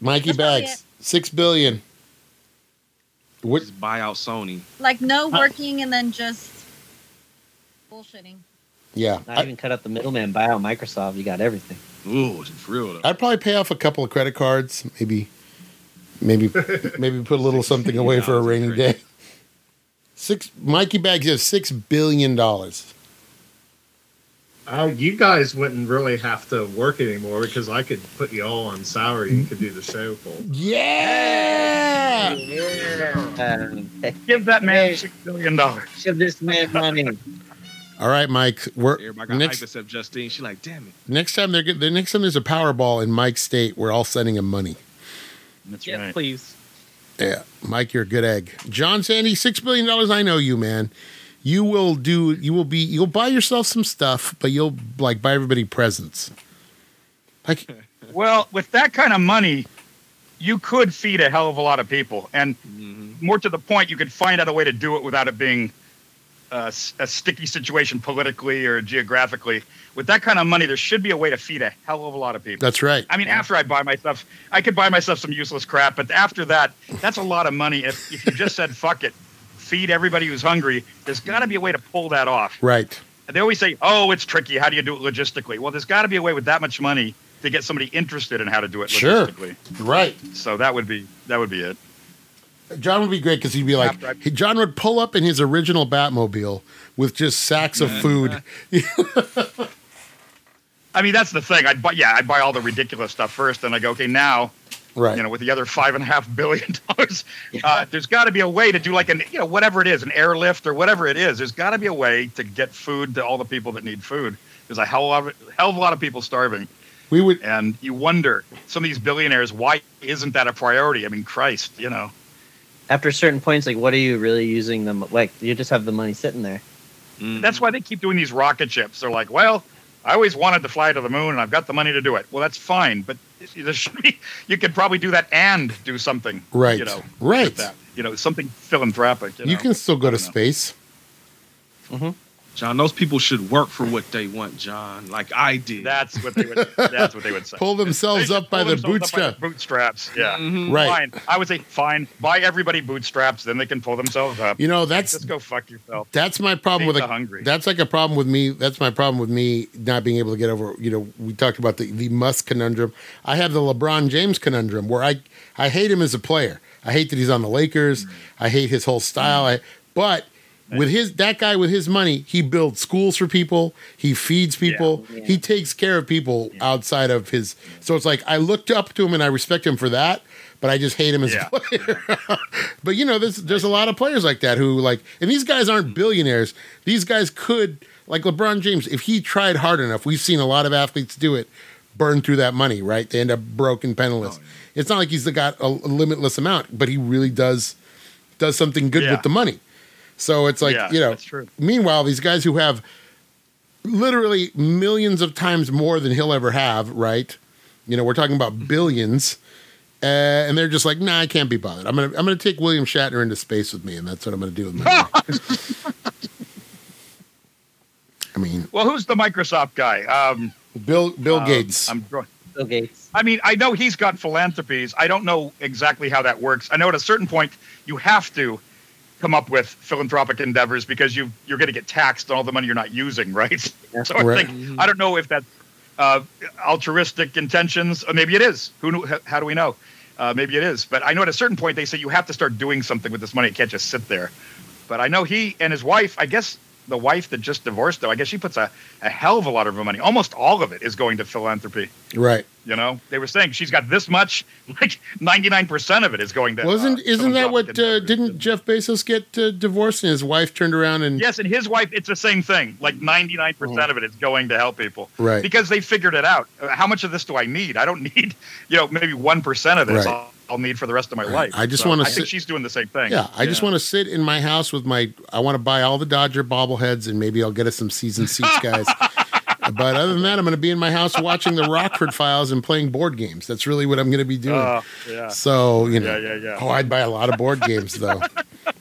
[SPEAKER 1] Mikey
[SPEAKER 2] That's probably
[SPEAKER 1] Bags. Six billion. What?
[SPEAKER 5] Just buy out Sony.
[SPEAKER 2] like no working, and then just bullshitting.
[SPEAKER 1] Yeah.
[SPEAKER 7] Not
[SPEAKER 1] I,
[SPEAKER 7] even cut out the middleman. Buy out Microsoft. You got everything.
[SPEAKER 5] Ooh, it's for real though.
[SPEAKER 1] I'd probably pay off a couple of credit cards. Maybe, maybe, maybe put a little something away for a rainy day. Six. Mikey Bags has six billion dollars.
[SPEAKER 4] Uh, you guys wouldn't really have to work anymore because I could put you all on salary. You could do the show for.
[SPEAKER 1] Yeah.
[SPEAKER 7] Um, hey,
[SPEAKER 6] Give that man
[SPEAKER 7] Hey.
[SPEAKER 6] six billion dollars.
[SPEAKER 7] give this man money.
[SPEAKER 1] All right, Mike. We're
[SPEAKER 5] Everybody got hype
[SPEAKER 1] next.
[SPEAKER 5] except Justine. She like, damn it.
[SPEAKER 1] Next time they're get- the next time there's a Powerball in Mike's state, we're all sending him money.
[SPEAKER 6] That's
[SPEAKER 3] Yes,
[SPEAKER 6] right.
[SPEAKER 3] please.
[SPEAKER 1] Yeah, Mike, you're a good egg. John Sandy, six billion dollars. I know you, man. You will do. You will be. You'll buy yourself some stuff, but you'll like buy everybody presents. Like,
[SPEAKER 6] Well, with that kind of money, you could feed a hell of a lot of people. And
[SPEAKER 5] Mm-hmm.
[SPEAKER 6] more to the point, you could find out a way to do it without it being a, s- a sticky situation politically or geographically, with that kind of money, there should be a way to feed a hell of a lot of people.
[SPEAKER 1] That's right.
[SPEAKER 6] I mean, after I buy myself, I could buy myself some useless crap, but after that, that's a lot of money. If, if you just said fuck it, feed everybody who's hungry, there's got to be a way to pull that off.
[SPEAKER 1] Right.
[SPEAKER 6] And they always say, "Oh, it's tricky. How do you do it logistically?" Well, there's got to be a way with that much money to get somebody interested in how to do it
[SPEAKER 1] Sure.
[SPEAKER 6] logistically.
[SPEAKER 1] Right.
[SPEAKER 6] So that would be that would be it.
[SPEAKER 1] John would be great because he'd be like,
[SPEAKER 6] After I-
[SPEAKER 1] he- John would pull up in his original Batmobile with just sacks of food.
[SPEAKER 6] I mean, that's the thing. I buy yeah, I buy all the ridiculous stuff first, and I go, okay, now
[SPEAKER 1] Right.
[SPEAKER 6] you know, with the other five and a half billion dollars, uh, there's got to be a way to do like an you know whatever it is, an airlift or whatever it is. There's got to be a way to get food to all the people that need food. There's a hell of a hell of a lot of people starving,
[SPEAKER 1] we would,
[SPEAKER 6] and you wonder some of these billionaires why isn't that a priority? I mean, Christ, you know.
[SPEAKER 7] After certain points, like what are you really using them? Like you just have the money sitting there.
[SPEAKER 1] Mm-hmm.
[SPEAKER 5] Mm.
[SPEAKER 6] That's why they keep doing these rocket ships. They're like, well, I always wanted to fly to the moon, and I've got the money to do it. Well, that's fine, but there should be, you could probably do that and do something,
[SPEAKER 1] right.
[SPEAKER 6] You know, with
[SPEAKER 1] right.
[SPEAKER 6] that. you know, something philanthropic. You,
[SPEAKER 1] You
[SPEAKER 6] know?
[SPEAKER 1] can still go
[SPEAKER 6] I
[SPEAKER 1] to
[SPEAKER 6] don't know.
[SPEAKER 1] space.
[SPEAKER 5] John, those people should work for what they want, John. Like I did.
[SPEAKER 6] That's what they would. that's what they would say.
[SPEAKER 1] Pull themselves
[SPEAKER 6] They
[SPEAKER 1] up
[SPEAKER 6] should
[SPEAKER 1] by
[SPEAKER 6] pull
[SPEAKER 1] the
[SPEAKER 6] themselves up by
[SPEAKER 1] bootstrap.
[SPEAKER 6] the bootstraps. Yeah.
[SPEAKER 5] Mhm.
[SPEAKER 1] Right.
[SPEAKER 6] Fine. I would say fine. Buy everybody bootstraps, then they can pull themselves up.
[SPEAKER 1] You know, that's
[SPEAKER 6] Just go fuck yourself.
[SPEAKER 1] that's my problem
[SPEAKER 6] Feed
[SPEAKER 1] with
[SPEAKER 6] the
[SPEAKER 1] a,
[SPEAKER 6] hungry.
[SPEAKER 1] that's like a problem with me. That's my problem with me not being able to get over. You know, we talked about the the Musk conundrum. I have the LeBron James conundrum where I I hate him as a player. I hate that he's on the Lakers. I hate his whole style. I, but with his that guy with his money, he builds schools for people. He feeds people. He takes care of people outside of his. So it's like I looked up to him and I respect him for that. But I just hate him as
[SPEAKER 6] Yeah.
[SPEAKER 1] a player. But you know, there's there's a lot of players like that who like, and these guys aren't billionaires. These guys could, like LeBron James, if he tried hard enough. We've seen a lot of athletes do it, burn through that money. Right? They end up broke and
[SPEAKER 6] Oh,
[SPEAKER 1] penniless. It's not like he's got a, a limitless amount, but he really does does something good
[SPEAKER 6] Yeah.
[SPEAKER 1] with the money. So it's like
[SPEAKER 6] yeah,
[SPEAKER 1] you know.
[SPEAKER 6] that's true.
[SPEAKER 1] Meanwhile, these guys who have literally millions of times more than he'll ever have, right? You know, we're talking
[SPEAKER 6] Mm-hmm.
[SPEAKER 1] about billions, uh, and they're just like, "Nah, I can't be bothered. I'm gonna, I'm gonna take William Shatner into space with me, and that's what I'm gonna do with my." money." I mean,
[SPEAKER 6] Well, who's the Microsoft guy? Um,
[SPEAKER 1] Bill, Bill
[SPEAKER 6] um,
[SPEAKER 1] Gates.
[SPEAKER 6] I'm drawing.
[SPEAKER 7] Bill Gates.
[SPEAKER 6] I mean, I know he's got philanthropies. I don't know exactly how that works. I know at a certain point you have to come up with philanthropic endeavors because you you're going to get taxed on all the money you're not using, right? So I
[SPEAKER 1] Right.
[SPEAKER 3] Oh,
[SPEAKER 6] think I don't know if that's uh, altruistic intentions, or maybe it is. Who knew, h- how do we know? Uh, maybe it is, but I know at a certain point they say you have to start doing something with this money. It can't just sit there. But I know he and his wife. I guess the wife that just divorced, though, I guess she puts a, a hell of a lot of her money. Almost all of it is going to philanthropy.
[SPEAKER 1] right?
[SPEAKER 6] You know, they were saying she's got this much. Like ninety nine percent of it is going to.
[SPEAKER 1] Wasn't
[SPEAKER 6] uh,
[SPEAKER 1] isn't that what
[SPEAKER 6] philanthropic
[SPEAKER 1] uh,
[SPEAKER 6] endeavors.
[SPEAKER 1] didn't Jeff Bezos get uh, divorced and his wife turned around and
[SPEAKER 6] Yes, and his wife. It's the same thing. Like ninety nine percent
[SPEAKER 1] Mm-hmm.
[SPEAKER 6] of it is going to help people
[SPEAKER 1] right?
[SPEAKER 6] because they figured it out. Uh, How much of this do I need? I don't need. You know, maybe one percent of this
[SPEAKER 1] Right.
[SPEAKER 6] I'll, I'll need for the rest of my
[SPEAKER 1] Right.
[SPEAKER 6] life.
[SPEAKER 1] I just wanna
[SPEAKER 6] I think
[SPEAKER 1] sit-
[SPEAKER 6] she's doing the same thing.
[SPEAKER 1] Yeah, I just want to sit in my house with my. I want to buy all the Dodger bobbleheads, and maybe I'll get us some season seats, guys. but other than that, I'm going to be in my house watching the Rockford Files and playing board games. That's really what I'm going to be doing.
[SPEAKER 6] Uh, yeah.
[SPEAKER 1] so you know,
[SPEAKER 6] Yeah, yeah, yeah.
[SPEAKER 1] oh, I'd buy a lot of board games though.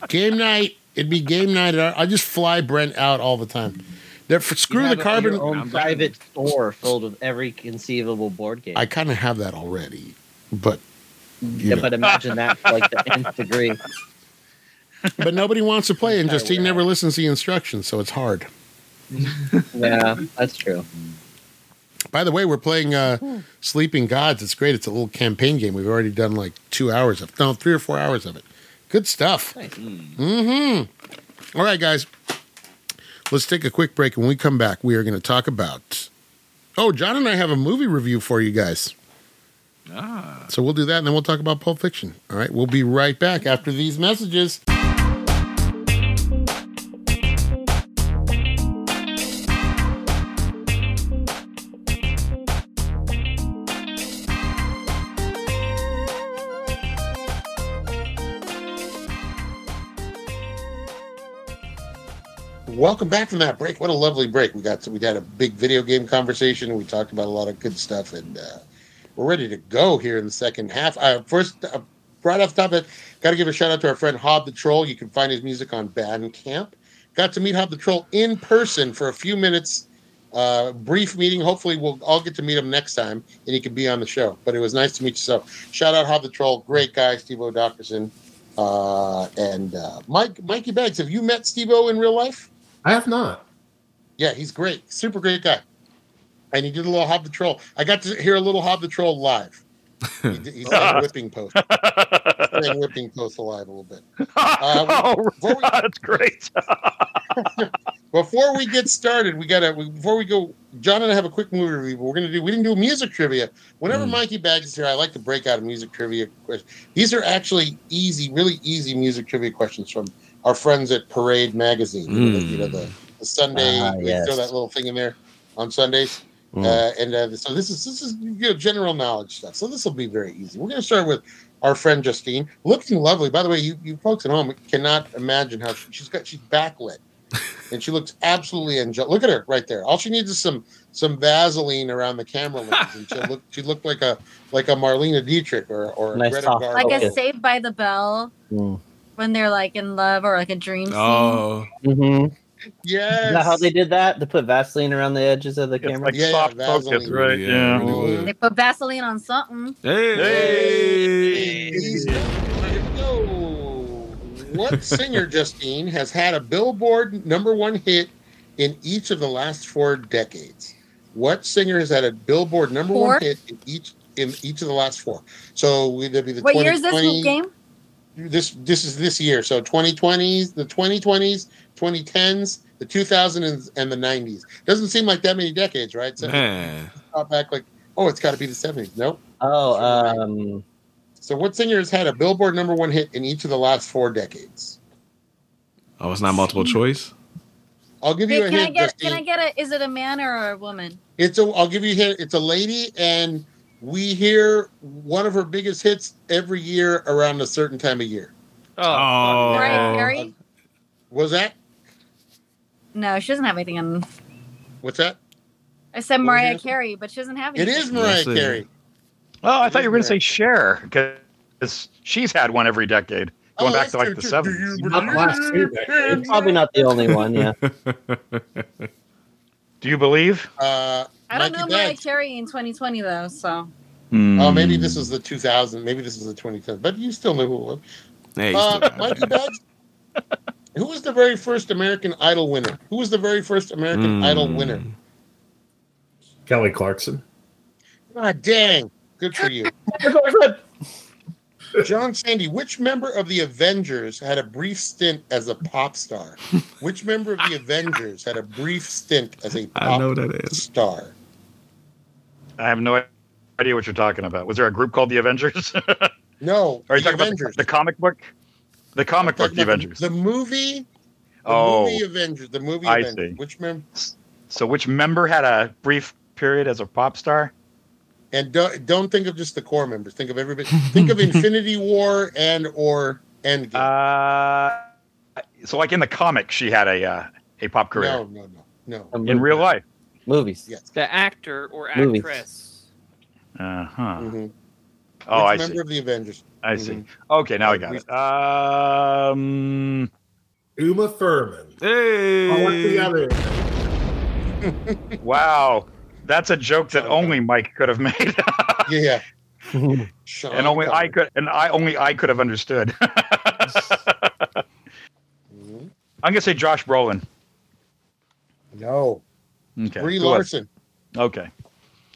[SPEAKER 1] game night, it'd be game night. At our, I just fly Brent out all the time. They're, for, screw the
[SPEAKER 7] You have a-
[SPEAKER 1] carbon.
[SPEAKER 7] Your own
[SPEAKER 5] I'm-
[SPEAKER 7] private store filled with every conceivable board game.
[SPEAKER 1] I kind of have that already, but
[SPEAKER 7] yeah, but imagine that to, like the nth degree.
[SPEAKER 1] but nobody wants to play, and
[SPEAKER 7] Entire
[SPEAKER 1] Justine never listens to the instructions, so it's hard.
[SPEAKER 7] Yeah, that's true.
[SPEAKER 1] By the way, we're playing uh, Sleeping Gods. It's great. It's a little campaign game. We've already done like two hours of, no, three or four hours of it. Good stuff.
[SPEAKER 7] Nice.
[SPEAKER 1] Mm-hmm. All right, guys. Let's take a quick break. When we come back, we are going to talk about. Oh, John and I have a movie review for you guys.
[SPEAKER 5] Ah.
[SPEAKER 1] So we'll do that, and then we'll talk about Pulp Fiction. All right, we'll be right back after these messages. Welcome back from that break. What a lovely break we got. We had a big video game conversation. We talked about a lot of good stuff, and uh, we're ready to go here in the second half. Uh, first, uh, right off the top, got to give a shout out to our friend Hob the Troll. You can find his music on Bandcamp. Got to meet Hop the Troll in person for a few minutes. Uh, brief meeting. Hopefully, we'll all get to meet him next time, and he can be on the show. But it was nice to meet you. So, shout out Hop the Troll, great guy, Steve O. Dockerson, uh, and uh, Mike Mikey Bags. Have you met Steve O. in real life?
[SPEAKER 4] I have not.
[SPEAKER 1] Yeah, he's great. Super great guy. And he did a little Hob the Troll. I got to hear a little Hob the Troll live. He, did, he sang Whipping Post. He sang Whipping Post alive a little bit. Uh,
[SPEAKER 8] oh,
[SPEAKER 1] before we-
[SPEAKER 8] that's great.
[SPEAKER 1] Before we get started, we gotta we- before we go. John and I have a quick movie review. But we're gonna do. We didn't do music trivia. Whenever
[SPEAKER 7] Hmm.
[SPEAKER 8] Mm.
[SPEAKER 1] Mikey Bags is here, I like to break out a music trivia question. These are actually easy, really easy music trivia questions from our friends at Parade Magazine. You know, the- You know the, the Sunday
[SPEAKER 7] Ah,
[SPEAKER 1] we
[SPEAKER 7] yes. Hmm.
[SPEAKER 1] throw that little thing in there on Sundays. Uh, and uh, so this is this is you know, general knowledge stuff. So this will be very easy. We're going to start with our friend Justine, looking lovely. By the way, you, you folks at home cannot imagine how she, she's got. She's backlit, and she looks absolutely angelic. Look at her right there. All she needs is some some Vaseline around the camera lens, and she look she looked like a like a Marlena Dietrich or or a
[SPEAKER 7] Nice
[SPEAKER 1] Greta
[SPEAKER 7] soft
[SPEAKER 1] Garbo.
[SPEAKER 2] Like
[SPEAKER 7] Okay.
[SPEAKER 2] a Saved by the Bell
[SPEAKER 7] Mm.
[SPEAKER 2] when they're like in love or like a dream scene.
[SPEAKER 8] Oh,
[SPEAKER 7] Mhm.
[SPEAKER 1] Mm-hmm. yes.
[SPEAKER 7] Is that how they did that? To put Vaseline around the edges of the
[SPEAKER 8] It's
[SPEAKER 7] camera?
[SPEAKER 8] like
[SPEAKER 1] Yeah, yeah,
[SPEAKER 8] soft
[SPEAKER 1] Vaseline.
[SPEAKER 8] focus, right?
[SPEAKER 5] Yeah,
[SPEAKER 8] Yeah.
[SPEAKER 5] really
[SPEAKER 1] was.
[SPEAKER 2] They put Vaseline on something.
[SPEAKER 8] Hey.
[SPEAKER 1] Easy. No. What singer, Justine, has had a Billboard number one hit in each of the last four decades? What singer has had a Billboard number
[SPEAKER 2] Four?
[SPEAKER 1] one hit in each in each of the last four? So we'd be the
[SPEAKER 2] What year is this
[SPEAKER 1] 2020
[SPEAKER 2] game?
[SPEAKER 1] This this is this year. So 2020s, the 2020s, 2010s, the 2000s, and the 90s. Doesn't seem like that many decades, right? So
[SPEAKER 8] Man.
[SPEAKER 1] thought back like, oh, it's got to be the 70s. Nope.
[SPEAKER 7] Oh, um,
[SPEAKER 1] So, what singer has had a Billboard number one hit in each of the last four decades?
[SPEAKER 8] Oh, it's not multiple choice.
[SPEAKER 1] I'll give
[SPEAKER 2] Wait,
[SPEAKER 1] you a
[SPEAKER 2] can I
[SPEAKER 1] hint,
[SPEAKER 2] get
[SPEAKER 1] Justine.
[SPEAKER 2] can I get a is it a man or a woman?
[SPEAKER 1] It's a. I'll give you a hint. It's a lady, and we hear one of her biggest hits every year around a certain time of year.
[SPEAKER 8] Oh.
[SPEAKER 2] Mariah Carey?
[SPEAKER 1] Was that?
[SPEAKER 2] No, she doesn't have anything on
[SPEAKER 1] What's that?
[SPEAKER 2] I said
[SPEAKER 1] Well,
[SPEAKER 2] Mariah
[SPEAKER 1] here's-
[SPEAKER 2] Carey, but she doesn't have
[SPEAKER 1] It
[SPEAKER 2] anything.
[SPEAKER 1] is Mariah
[SPEAKER 8] Yes, it
[SPEAKER 1] Carey.
[SPEAKER 8] is.
[SPEAKER 6] Oh, I thought you were going to say Cher because she's had one every decade,
[SPEAKER 1] Oh,
[SPEAKER 6] going back
[SPEAKER 1] that's
[SPEAKER 6] to like
[SPEAKER 1] true,
[SPEAKER 6] the
[SPEAKER 1] too.
[SPEAKER 6] seventies.
[SPEAKER 1] Do you
[SPEAKER 4] Not the last two decades.
[SPEAKER 7] it's probably not the only one. Yeah.
[SPEAKER 6] Do you believe?
[SPEAKER 1] Uh,
[SPEAKER 2] I don't know
[SPEAKER 1] Mikey
[SPEAKER 2] Mariah
[SPEAKER 1] Bags.
[SPEAKER 2] Carey in 2020 though, so
[SPEAKER 8] Hmm.
[SPEAKER 1] Oh, maybe this is the 2000. Maybe this is the 2010. But you still know who it was.
[SPEAKER 8] Hey, you still
[SPEAKER 1] Uh,
[SPEAKER 8] got
[SPEAKER 1] Mikey
[SPEAKER 8] it.
[SPEAKER 1] Bags. Who was the very first American Idol winner? Who was the very first American
[SPEAKER 8] Mm.
[SPEAKER 1] Idol winner?
[SPEAKER 4] Kelly Clarkson.
[SPEAKER 1] God Ah, dang. Good for you. John Sandy, which member of the Avengers had a brief stint as a pop star? Which member of the Avengers had a brief stint as a
[SPEAKER 8] I know
[SPEAKER 1] pop
[SPEAKER 8] that is.
[SPEAKER 1] star?
[SPEAKER 6] I have no idea what you're talking about. Was there a group called the Avengers?
[SPEAKER 1] No,
[SPEAKER 6] Are you
[SPEAKER 1] the
[SPEAKER 6] talking
[SPEAKER 1] Avengers.
[SPEAKER 6] about the comic book? The comic book,
[SPEAKER 1] Talking about
[SPEAKER 6] the Avengers.
[SPEAKER 1] The movie. The
[SPEAKER 6] oh,
[SPEAKER 1] movie Avengers. The movie
[SPEAKER 6] I
[SPEAKER 1] Avengers.
[SPEAKER 6] see.
[SPEAKER 1] Which member?
[SPEAKER 6] so which member had a brief period as a pop star?
[SPEAKER 1] And don't, don't think of just the core members. Think of everybody. Think of Infinity War and or Endgame.
[SPEAKER 6] Uh, so like in the comic, she had a uh, a pop career
[SPEAKER 1] no, no, no, no.
[SPEAKER 6] in real life.
[SPEAKER 7] movies.
[SPEAKER 1] Yeah.
[SPEAKER 3] The actor or
[SPEAKER 7] Movies.
[SPEAKER 3] actress.
[SPEAKER 6] Uh huh.
[SPEAKER 1] Mhm.
[SPEAKER 6] Oh, I
[SPEAKER 1] which
[SPEAKER 6] see.
[SPEAKER 1] member of the Avengers?
[SPEAKER 6] I see.
[SPEAKER 1] Mhm.
[SPEAKER 6] Okay, now I got
[SPEAKER 1] We-
[SPEAKER 6] it. Um,
[SPEAKER 4] Uma Thurman.
[SPEAKER 8] Hey.
[SPEAKER 4] Oh, what's the other?
[SPEAKER 6] wow, that's a joke that
[SPEAKER 1] Okay.
[SPEAKER 6] only Mike could have made,
[SPEAKER 1] Yeah, yeah.
[SPEAKER 7] Mhm.
[SPEAKER 1] Sean
[SPEAKER 6] and only I
[SPEAKER 1] Connery.
[SPEAKER 6] could, and I only I could have understood.
[SPEAKER 1] Mhm.
[SPEAKER 6] I'm gonna say Josh Brolin.
[SPEAKER 1] No,
[SPEAKER 6] Okay.
[SPEAKER 1] Brie
[SPEAKER 6] who else?
[SPEAKER 1] Larson.
[SPEAKER 6] Okay.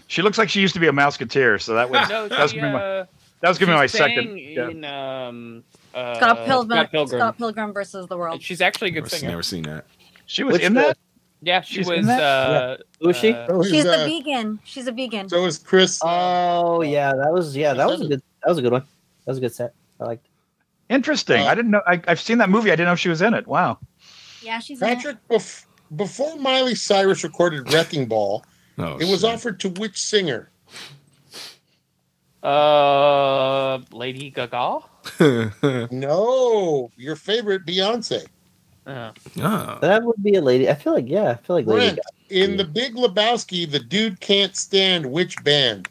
[SPEAKER 6] She looks like she used to be a Mouseketeer, so that was
[SPEAKER 3] No,
[SPEAKER 6] that was
[SPEAKER 3] she,
[SPEAKER 6] gonna be my,
[SPEAKER 3] uh,
[SPEAKER 6] that was gonna be my
[SPEAKER 3] she
[SPEAKER 6] second.
[SPEAKER 3] sang
[SPEAKER 6] yeah.
[SPEAKER 3] In, um, uh,
[SPEAKER 2] Scott Pilgrim,
[SPEAKER 3] Scott Pilgrim.
[SPEAKER 2] Scott Pilgrim versus the World.
[SPEAKER 3] She's actually a good
[SPEAKER 8] Never seen,
[SPEAKER 3] singer.
[SPEAKER 8] never seen that.
[SPEAKER 6] She was
[SPEAKER 7] What's
[SPEAKER 6] in
[SPEAKER 7] the-
[SPEAKER 6] that.
[SPEAKER 3] Yeah, she
[SPEAKER 6] She's in
[SPEAKER 3] was. Uh,
[SPEAKER 7] Who is she?
[SPEAKER 3] uh,
[SPEAKER 1] So is,
[SPEAKER 2] She's
[SPEAKER 1] uh,
[SPEAKER 2] a vegan. She's a vegan.
[SPEAKER 1] So is Chris. uh,
[SPEAKER 7] Oh yeah, that was yeah, that was a good that was a good one. That was a good set. I liked. it.
[SPEAKER 6] Interesting.
[SPEAKER 1] Uh,
[SPEAKER 6] I didn't know. I, I've seen that movie. I didn't know she was in it. Wow.
[SPEAKER 2] yeah, she's in it.
[SPEAKER 1] Patrick, bef- before Miley Cyrus recorded Wrecking Ball,
[SPEAKER 8] Oh,
[SPEAKER 1] it was
[SPEAKER 8] shit.
[SPEAKER 1] offered to which singer?
[SPEAKER 3] uh, Lady Gaga.
[SPEAKER 1] No, your favorite, Beyonce.
[SPEAKER 3] Uh,
[SPEAKER 8] oh.
[SPEAKER 7] That would be a lady. I feel like yeah, I feel like lady.
[SPEAKER 1] Brent, in The Big Lebowski, the dude can't stand which band?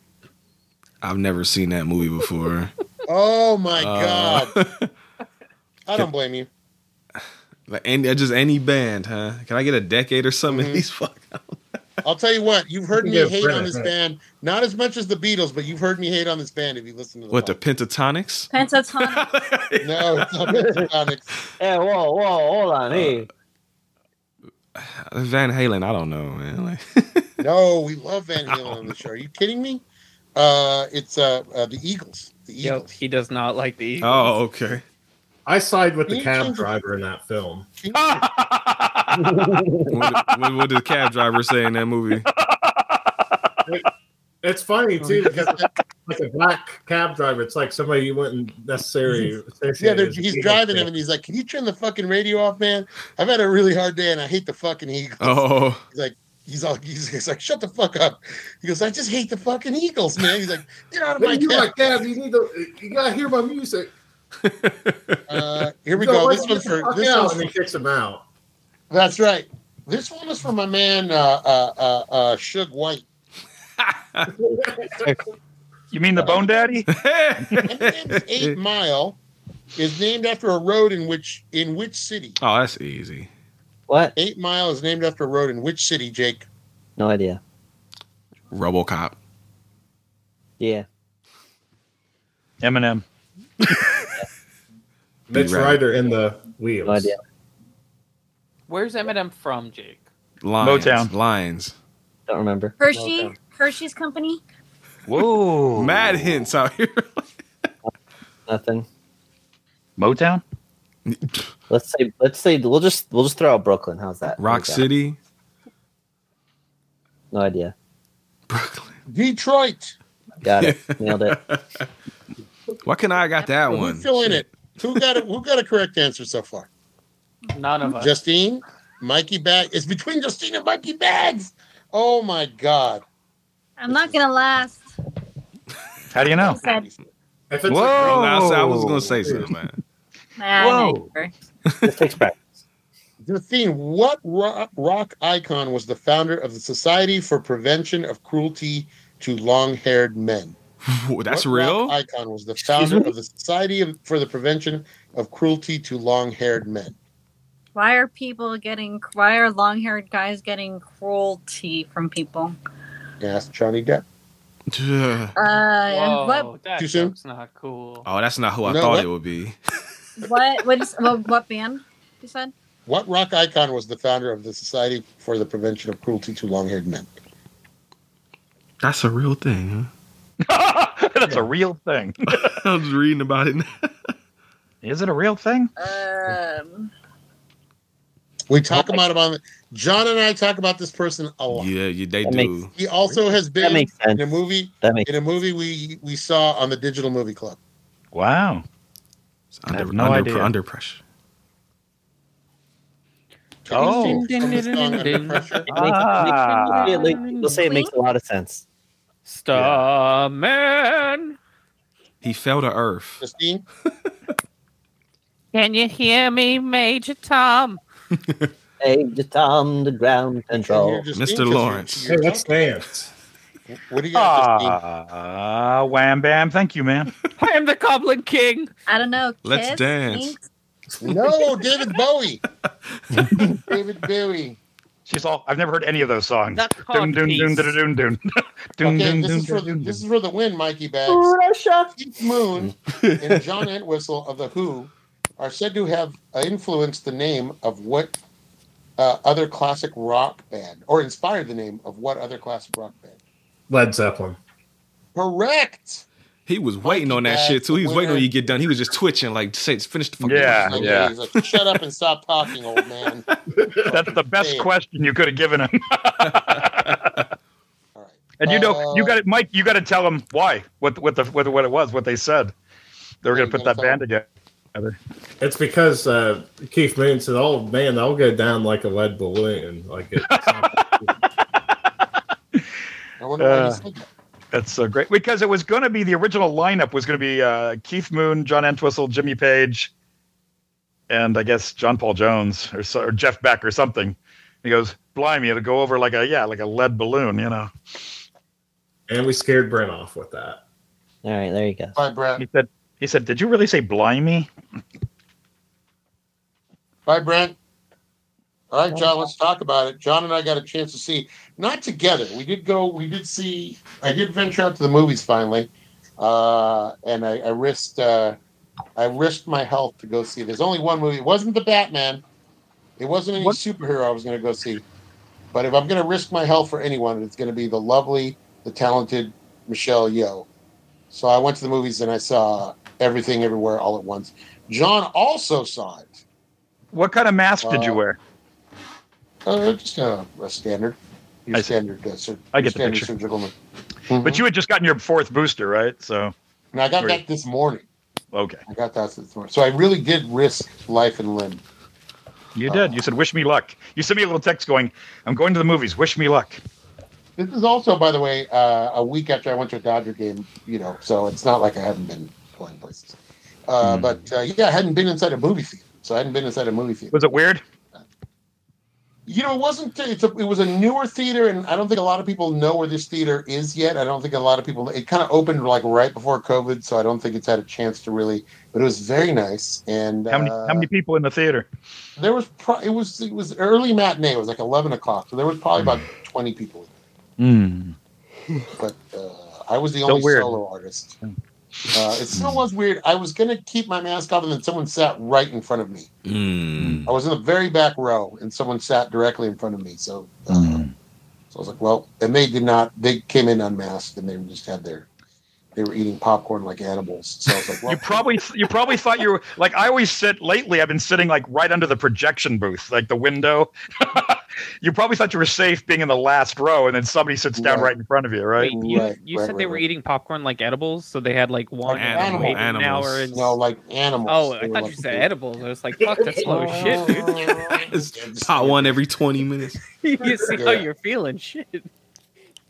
[SPEAKER 8] I've never seen that movie before.
[SPEAKER 1] Oh my
[SPEAKER 8] Uh,
[SPEAKER 1] God. I don't blame you.
[SPEAKER 8] Like any, just any band, huh? Can I get a decade or something?
[SPEAKER 1] Mm-hmm.
[SPEAKER 8] at least? fuck.
[SPEAKER 1] I'll tell you what, you've heard me
[SPEAKER 4] Yeah,
[SPEAKER 1] hate
[SPEAKER 4] right,
[SPEAKER 1] on this
[SPEAKER 4] right.
[SPEAKER 1] band, not as much as the Beatles, but you've heard me hate on this band if you listen to the
[SPEAKER 8] What the pentatonics?
[SPEAKER 2] Pentatonic.
[SPEAKER 1] podcast. No, it's not Pentatonics.
[SPEAKER 7] Hey, whoa, whoa, hold on, hey.
[SPEAKER 8] Uh, Van Halen, I don't know, man. Like,
[SPEAKER 1] No, we love Van Halen on the show. Are you kidding me? Uh, it's uh, uh the Eagles. The
[SPEAKER 3] Yep,
[SPEAKER 1] Eagles.
[SPEAKER 3] he does not like the Eagles.
[SPEAKER 8] oh, okay.
[SPEAKER 4] I side with
[SPEAKER 1] You
[SPEAKER 4] the cab
[SPEAKER 1] change-
[SPEAKER 4] driver in that film.
[SPEAKER 8] What did, what, what did the cab driver say in that movie?
[SPEAKER 4] It's funny too
[SPEAKER 1] Oh.
[SPEAKER 4] because like a black cab driver, it's like somebody you wouldn't necessarily.
[SPEAKER 1] Yeah,
[SPEAKER 4] associate
[SPEAKER 1] they're,
[SPEAKER 4] as
[SPEAKER 1] he's
[SPEAKER 4] being
[SPEAKER 1] driving
[SPEAKER 4] a
[SPEAKER 1] him and he's like, "Can you turn the fucking radio off, man? I've had a really hard day and I hate the fucking Eagles."
[SPEAKER 8] Oh,
[SPEAKER 1] He's like, he's all, he's, he's like, "Shut the fuck up." He goes, "I just hate the fucking Eagles, man." He's like, "Get out of my
[SPEAKER 4] Hey, you
[SPEAKER 1] cab."
[SPEAKER 4] like cab? You need to. You gotta hear my music.
[SPEAKER 1] Uh, here we
[SPEAKER 4] You
[SPEAKER 1] go.
[SPEAKER 4] gotta
[SPEAKER 1] This one's
[SPEAKER 4] let me get the
[SPEAKER 1] for
[SPEAKER 4] fuck
[SPEAKER 1] this
[SPEAKER 4] out,
[SPEAKER 1] one's
[SPEAKER 4] and he kicks him out.
[SPEAKER 1] That's right. This one is for my man, uh, uh, uh, uh, Suge White.
[SPEAKER 6] You mean the Bone Daddy?
[SPEAKER 8] Oh,
[SPEAKER 1] And his name is Eight Mile is named after a road in which in which city?
[SPEAKER 8] oh, that's easy.
[SPEAKER 7] What?
[SPEAKER 1] Eight Mile is named after a road in which city, Jake?
[SPEAKER 7] No idea.
[SPEAKER 8] RoboCop.
[SPEAKER 7] Yeah.
[SPEAKER 6] Eminem.
[SPEAKER 8] right.
[SPEAKER 4] Mitch Ryder in the wheels.
[SPEAKER 7] No idea.
[SPEAKER 3] Where's Eminem from, Jake?
[SPEAKER 8] Lions.
[SPEAKER 6] Motown.
[SPEAKER 8] Lions.
[SPEAKER 7] Don't remember.
[SPEAKER 2] Hershey, Hershey's company.
[SPEAKER 6] Whoa.
[SPEAKER 8] Mad hints out here.
[SPEAKER 7] Nothing.
[SPEAKER 6] Motown?
[SPEAKER 7] Let's say let's say we'll just we'll just throw out Brooklyn. How's that?
[SPEAKER 8] Rock
[SPEAKER 7] Okay.
[SPEAKER 8] City,
[SPEAKER 7] No idea.
[SPEAKER 8] Brooklyn.
[SPEAKER 1] Detroit.
[SPEAKER 7] Got it. Nailed it.
[SPEAKER 8] Why couldn't I got that
[SPEAKER 1] Who
[SPEAKER 8] one?
[SPEAKER 1] fill in it? Who got it? Who got a correct answer so far?
[SPEAKER 3] None of us.
[SPEAKER 1] Justine, Mikey Bag. It's between Justine and Mikey Bags. Oh my God!
[SPEAKER 2] I'm not gonna last.
[SPEAKER 6] How do you know?
[SPEAKER 2] Said,
[SPEAKER 4] If it's
[SPEAKER 8] Oh,
[SPEAKER 6] Whoa.
[SPEAKER 8] I was- I was gonna say something, man.
[SPEAKER 2] nah,
[SPEAKER 6] Whoa.
[SPEAKER 2] never.
[SPEAKER 7] This takes practice.
[SPEAKER 1] Justine, what rock, rock icon was the founder of the Society for Prevention of Cruelty to Long-Haired Men?
[SPEAKER 8] Whoa, that's
[SPEAKER 1] What rock
[SPEAKER 8] real.
[SPEAKER 1] Icon was the founder of the Society of- for the Prevention of Cruelty to Long-Haired Men.
[SPEAKER 2] Why are people getting? Why are long-haired guys getting cruelty from people?
[SPEAKER 1] Ask Johnny Depp.
[SPEAKER 8] Yeah.
[SPEAKER 2] Uh,
[SPEAKER 3] Whoa,
[SPEAKER 2] what?
[SPEAKER 3] that
[SPEAKER 1] Too soon?
[SPEAKER 3] joke's not cool.
[SPEAKER 8] Oh, that's not who I
[SPEAKER 1] You know
[SPEAKER 8] thought
[SPEAKER 1] what?
[SPEAKER 8] it would be.
[SPEAKER 2] What? What, is, what? What band? You said.
[SPEAKER 1] What rock icon was the founder of the Society for the Prevention of Cruelty to Long-Haired Men?
[SPEAKER 8] That's a real thing.
[SPEAKER 6] That's a real thing.
[SPEAKER 8] Huh? I was reading about it.
[SPEAKER 6] Is it a real thing?
[SPEAKER 2] Um,
[SPEAKER 1] We talk about him on John and I talk about this person a lot.
[SPEAKER 8] yeah, you, they
[SPEAKER 7] That
[SPEAKER 8] do.
[SPEAKER 7] makes-
[SPEAKER 1] He also has
[SPEAKER 7] That
[SPEAKER 1] been
[SPEAKER 7] makes
[SPEAKER 1] in
[SPEAKER 7] sense.
[SPEAKER 1] a movie
[SPEAKER 7] That makes
[SPEAKER 1] in a movie we we saw on the Digital Movie Club.
[SPEAKER 6] Wow.
[SPEAKER 8] It's under,
[SPEAKER 6] I have no
[SPEAKER 8] under,
[SPEAKER 6] idea.
[SPEAKER 8] under pressure.
[SPEAKER 6] Oh.
[SPEAKER 1] From the song Under Pressure.
[SPEAKER 7] it makes,
[SPEAKER 6] Ah.
[SPEAKER 7] it makes, it makes- we'll say it makes a lot of sense.
[SPEAKER 3] Starman,
[SPEAKER 8] He fell to earth.
[SPEAKER 1] Justine,
[SPEAKER 3] can you hear me, Major Tom?
[SPEAKER 7] Hey, just on the ground
[SPEAKER 1] You're
[SPEAKER 7] control.
[SPEAKER 1] Justine,
[SPEAKER 8] Mr.
[SPEAKER 1] 'cause you're-
[SPEAKER 8] Lawrence.
[SPEAKER 4] Hey,
[SPEAKER 1] you're-
[SPEAKER 4] let's dance.
[SPEAKER 1] What do you got, Justine?
[SPEAKER 6] Ah, wham bam. Thank you, man.
[SPEAKER 3] I am the Goblin King.
[SPEAKER 2] I don't know.
[SPEAKER 8] Let's
[SPEAKER 2] Kiss?
[SPEAKER 8] dance.
[SPEAKER 2] Kinks?
[SPEAKER 1] No, David Bowie. David Bowie.
[SPEAKER 6] She's all. I've never heard any of those songs.
[SPEAKER 3] That's
[SPEAKER 6] Doom,
[SPEAKER 3] called
[SPEAKER 6] doom,
[SPEAKER 3] peace.
[SPEAKER 6] doom, da, da, doom, doom, doom,
[SPEAKER 1] Okay,
[SPEAKER 6] doom,
[SPEAKER 1] this
[SPEAKER 6] doom,
[SPEAKER 1] is for
[SPEAKER 6] doom, doom,
[SPEAKER 1] this is
[SPEAKER 6] doom.
[SPEAKER 1] for the win, Mikey Bags.
[SPEAKER 7] Russia.
[SPEAKER 1] Keith Moon and John Entwistle of the Who are said to have influenced the name of what uh, other classic rock band, or inspired the name of what other classic rock band?
[SPEAKER 4] Led Zeppelin.
[SPEAKER 1] Correct.
[SPEAKER 8] He was waiting on that
[SPEAKER 1] Monkey
[SPEAKER 8] shit too. He was waiting
[SPEAKER 1] winner.
[SPEAKER 8] on you to get done. He was just twitching, like, say, finish the fucking.
[SPEAKER 6] Yeah.
[SPEAKER 1] Like, He's like, Shut up and stop talking, old man.
[SPEAKER 6] That's the best
[SPEAKER 1] Damn.
[SPEAKER 6] question you could have given him.
[SPEAKER 1] All right.
[SPEAKER 6] And you know, you
[SPEAKER 1] Uh,
[SPEAKER 6] got it, Mike. You got to tell them why, what, what the, what, what it was, what they said. They were
[SPEAKER 1] Yeah, you
[SPEAKER 6] going to put
[SPEAKER 1] gotta
[SPEAKER 6] that
[SPEAKER 1] tell 'em.
[SPEAKER 6] band together.
[SPEAKER 4] It's because uh, Keith Moon said, "Oh man, I'll go down like a lead balloon." Like it,
[SPEAKER 1] I wonder why
[SPEAKER 6] Uh,
[SPEAKER 1] he said that.
[SPEAKER 6] That's so great because it was going to be the original lineup was going to be uh, Keith Moon, John Entwistle, Jimmy Page, and I guess John Paul Jones or, so, or Jeff Beck or something. He goes, "Blimey, it'll go over like a yeah, like a lead balloon," you know.
[SPEAKER 4] and we scared Brent off with that.
[SPEAKER 7] All right, there you go.
[SPEAKER 1] Bye, Brett.
[SPEAKER 6] He said, "He said, did you really say blimey?"
[SPEAKER 1] Bye, Brent. All right, John, let's talk about it. John and I got a chance to see, not together. We did go, we did see, I did venture out to the movies finally. Uh, and I, I risked, uh, I risked my health to go see. There's only one movie. It wasn't the Batman. It wasn't any superhero I was going to go see. But if I'm going to risk my health for anyone, it's going to be the lovely, the talented Michelle Yeoh. So I went to the movies and I saw Everything Everywhere All at Once. John also saw it.
[SPEAKER 6] What kind of mask did you
[SPEAKER 1] Uh,
[SPEAKER 6] wear?
[SPEAKER 1] Uh, just uh, a standard, your
[SPEAKER 6] I see.
[SPEAKER 1] standard, uh, sur-
[SPEAKER 6] I get the
[SPEAKER 1] standard
[SPEAKER 6] picture.
[SPEAKER 1] surgical. mask.
[SPEAKER 6] But
[SPEAKER 1] Mhm.
[SPEAKER 6] you had just gotten your fourth booster, right? So
[SPEAKER 1] and I got
[SPEAKER 6] Great.
[SPEAKER 1] that this morning.
[SPEAKER 6] okay,
[SPEAKER 1] I got that this morning. So I really did risk life and limb.
[SPEAKER 6] you did. You said, "Wish me luck." You sent me a little text going, "I'm going to the movies. Wish me luck."
[SPEAKER 1] This is also, by the way, uh, a week after I went to a Dodger game. You know, so it's not like I haven't been going places. Uh,
[SPEAKER 6] Mm.
[SPEAKER 1] But uh, yeah, I hadn't been inside a movie theater, so I hadn't been inside a movie theater.
[SPEAKER 6] Was it weird?
[SPEAKER 1] you know, it wasn't. It's a, it was a newer theater, and I don't think a lot of people know where this theater is yet. I don't think a lot of people. It kind of opened like right before COVID, so I don't think it's had a chance to really. But it was very nice, and
[SPEAKER 6] How many
[SPEAKER 1] uh,
[SPEAKER 6] how many people in the theater?
[SPEAKER 1] There was. Pro- it was. It was early matinee. It was like eleven o'clock, so there was probably about twenty people.
[SPEAKER 6] Hmm.
[SPEAKER 1] But uh, I was the
[SPEAKER 6] So
[SPEAKER 1] only
[SPEAKER 6] weird. Hmm.
[SPEAKER 1] solo artist. Uh, it still was weird. I was gonna keep my mask off, and then someone sat right in front of me. I was in the very back row, and someone sat directly in front of me. So, uh, so I was like, "Well," and they did not. They came in unmasked, and they just had their. They were eating popcorn like animals. So I was like, "Well,
[SPEAKER 6] You probably you probably thought you were like I always sit lately. I've been sitting like right under the projection booth, like the window. you probably thought you were safe being in the last row, and then somebody sits down
[SPEAKER 1] Right.
[SPEAKER 6] right in front of you, right?
[SPEAKER 3] Wait, you,
[SPEAKER 1] Right,
[SPEAKER 3] you
[SPEAKER 1] right,
[SPEAKER 3] said
[SPEAKER 1] right,
[SPEAKER 3] they were
[SPEAKER 1] right.
[SPEAKER 3] eating popcorn like edibles, so they had like one
[SPEAKER 1] Animal-
[SPEAKER 3] waiting an
[SPEAKER 8] animals.
[SPEAKER 3] hour. And...
[SPEAKER 1] no, like animals."
[SPEAKER 3] oh,
[SPEAKER 1] They
[SPEAKER 3] I
[SPEAKER 1] were
[SPEAKER 3] thought
[SPEAKER 1] like-
[SPEAKER 3] you said edibles. I was like, fuck, that's low shit, dude.
[SPEAKER 8] It's pot one every 20 minutes.
[SPEAKER 3] you see how
[SPEAKER 1] Yeah.
[SPEAKER 3] you're feeling, shit.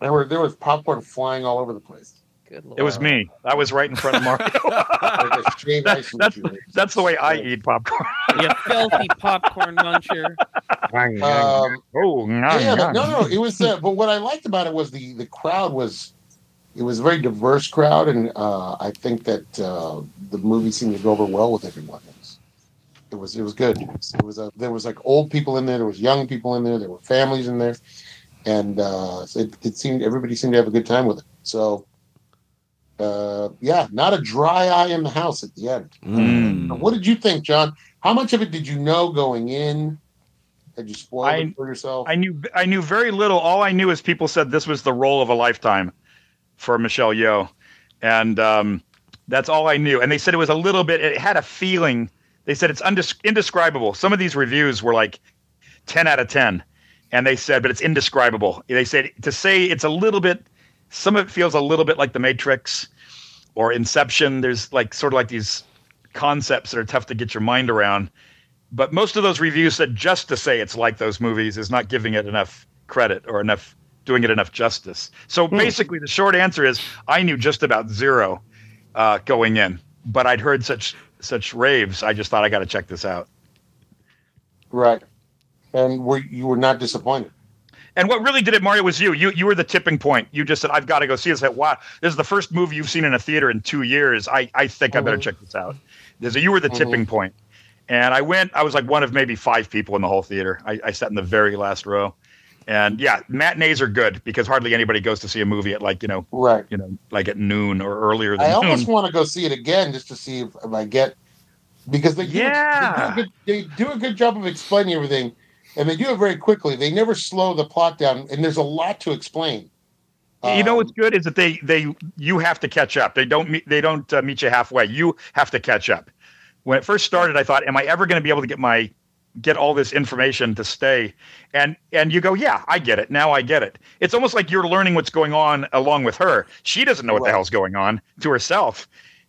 [SPEAKER 1] There were there was popcorn flying all over the place.
[SPEAKER 3] Good lord.
[SPEAKER 6] It was me. I was right in front of Mario.
[SPEAKER 1] Like a shaved
[SPEAKER 6] That's-
[SPEAKER 1] ice and
[SPEAKER 6] that's-
[SPEAKER 1] cubes.
[SPEAKER 6] That's the way I eat popcorn.
[SPEAKER 3] You filthy popcorn muncher.
[SPEAKER 1] Um,
[SPEAKER 6] Oh,
[SPEAKER 1] yeah, but no, no, it was. Uh, but what I liked about it was the the crowd was, it was a very diverse crowd, and uh, I think that uh, the movie seemed to go over well with everyone. It was, it was, it was good. It was, it was a, there was like old people in there, there was young people in there, there were families in there, and uh, so it, it seemed everybody seemed to have a good time with it. So, uh, yeah, not a dry eye in the house at the end.
[SPEAKER 8] Mm.
[SPEAKER 1] What did you think, John? How much of it did you know going in? Had you spoiled
[SPEAKER 6] I-
[SPEAKER 1] it for yourself?
[SPEAKER 6] I knew I knew very little. All I knew is people said this was the role of a lifetime for Michelle Yeoh, and um, that's all I knew. And they said it was a little bit. It had a feeling. They said it's undis- indescribable. Some of these reviews were like ten out of ten, and they said, but it's indescribable. They said to say it's a little bit. Some of it feels a little bit like The Matrix or Inception. There's like sort of like these concepts that are tough to get your mind around but most of those reviews said just to say it's like those movies is not giving it enough credit or enough doing it enough justice. So basically, the short answer is I knew just about zero uh, going in, but I'd heard such such raves. I just thought I got to check this out.
[SPEAKER 1] Right. And were you were not disappointed?
[SPEAKER 6] And what really did it, Mario, was you. You you were the tipping point. You just said, "I've got to go see this." I said, wow, this is the first movie you've seen in a theater in two years. I I think I better
[SPEAKER 1] Mhm.
[SPEAKER 6] check this out. There's a- you were the
[SPEAKER 1] Mhm.
[SPEAKER 6] tipping point. And I went. I was like one of maybe five people in the whole theater. I, I sat in the very last row. And yeah, matinees are good because hardly anybody goes to see a movie at like you know
[SPEAKER 1] Right.
[SPEAKER 6] you know like at noon or earlier than
[SPEAKER 1] I almost
[SPEAKER 6] noon.
[SPEAKER 1] want to go see it again just to see if, if I get because they do,
[SPEAKER 6] Yeah.
[SPEAKER 1] they, do a good, they do a good job of explaining everything, and they do it very quickly. They never slow the plot down, and there's a lot to explain.
[SPEAKER 6] you know
[SPEAKER 1] Um,
[SPEAKER 6] what's good is that they they you have to catch up. They don't meet they don't uh, meet you halfway. You have to catch up. When it first started, I thought, "Am I ever going to be able to get my get all this information to stay?" And and you go, "Yeah, I get it. Now I get it." It's almost like you're learning what's going on along with her. She doesn't know what
[SPEAKER 1] Right.
[SPEAKER 6] the hell's going on to herself,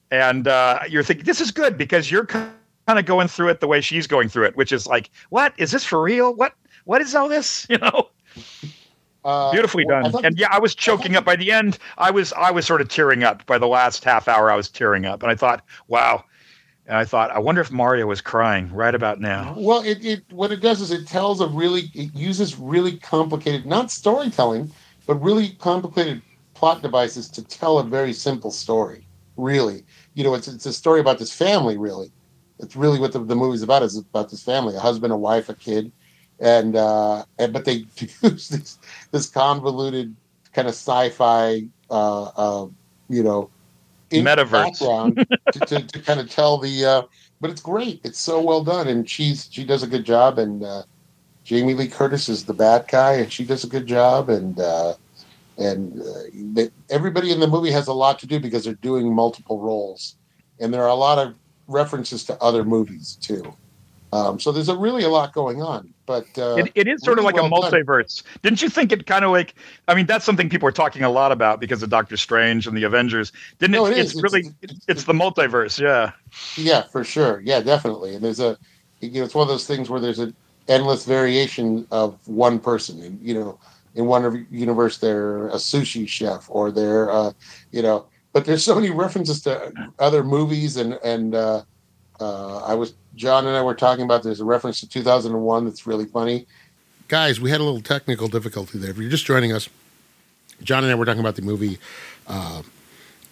[SPEAKER 6] and uh, you're thinking, "This is good because you're kind of going through it the way she's going through it, which is like, what is this for real? What what is all this? You know."
[SPEAKER 1] uh,
[SPEAKER 6] beautifully
[SPEAKER 1] well, I
[SPEAKER 6] done
[SPEAKER 1] thought-
[SPEAKER 6] and yeah i was choking up by the end i was i was sort of tearing up by the last half hour i was tearing up and i thought wow and i thought i wonder if mario was crying right about now
[SPEAKER 1] Well, it, it what it does is it tells a really it uses really complicated not storytelling, but really complicated plot devices to tell a very simple story. Really, you know, it's it's a story about this family, really,
[SPEAKER 9] It's really what the, the movie's about. Is about this family, a husband, a wife, a kid, and uh, and but they use this this convoluted kind of sci-fi, uh, uh, you know, in the
[SPEAKER 6] Metaverse.
[SPEAKER 9] background to, to, to kind of tell the. Uh, but it's great. It's so well done, and she's she does a good job. And uh, Jamie Lee Curtis is the bad guy, and she does a good job. And uh, and uh, they, everybody in the movie has a lot to do because they're doing multiple roles, and there are a lot of references to other movies too. Um, so there's a really a lot going on, but uh,
[SPEAKER 6] it, it is sort of like
[SPEAKER 9] really
[SPEAKER 6] a
[SPEAKER 9] well done.
[SPEAKER 6] multiverse. Didn't you think it kind of like? I mean, that's something people are talking a lot about because of Doctor Strange and the Avengers. Didn't
[SPEAKER 9] No,
[SPEAKER 6] it?
[SPEAKER 9] it is.
[SPEAKER 6] it's, really
[SPEAKER 9] It's-
[SPEAKER 6] it's, the multiverse. Yeah,
[SPEAKER 9] yeah, for sure, yeah, definitely. And there's a you know it's one of those things where there's an endless variation of one person, and you know. In one of- universe, they're a sushi chef, or they're, uh, you know, but there's so many references to other movies, and and uh, uh, I was John and I were talking about. There's a reference to 2001 that's really funny,
[SPEAKER 1] guys, we had a little technical difficulty there. If you're just joining us, John and I were talking about the movie uh,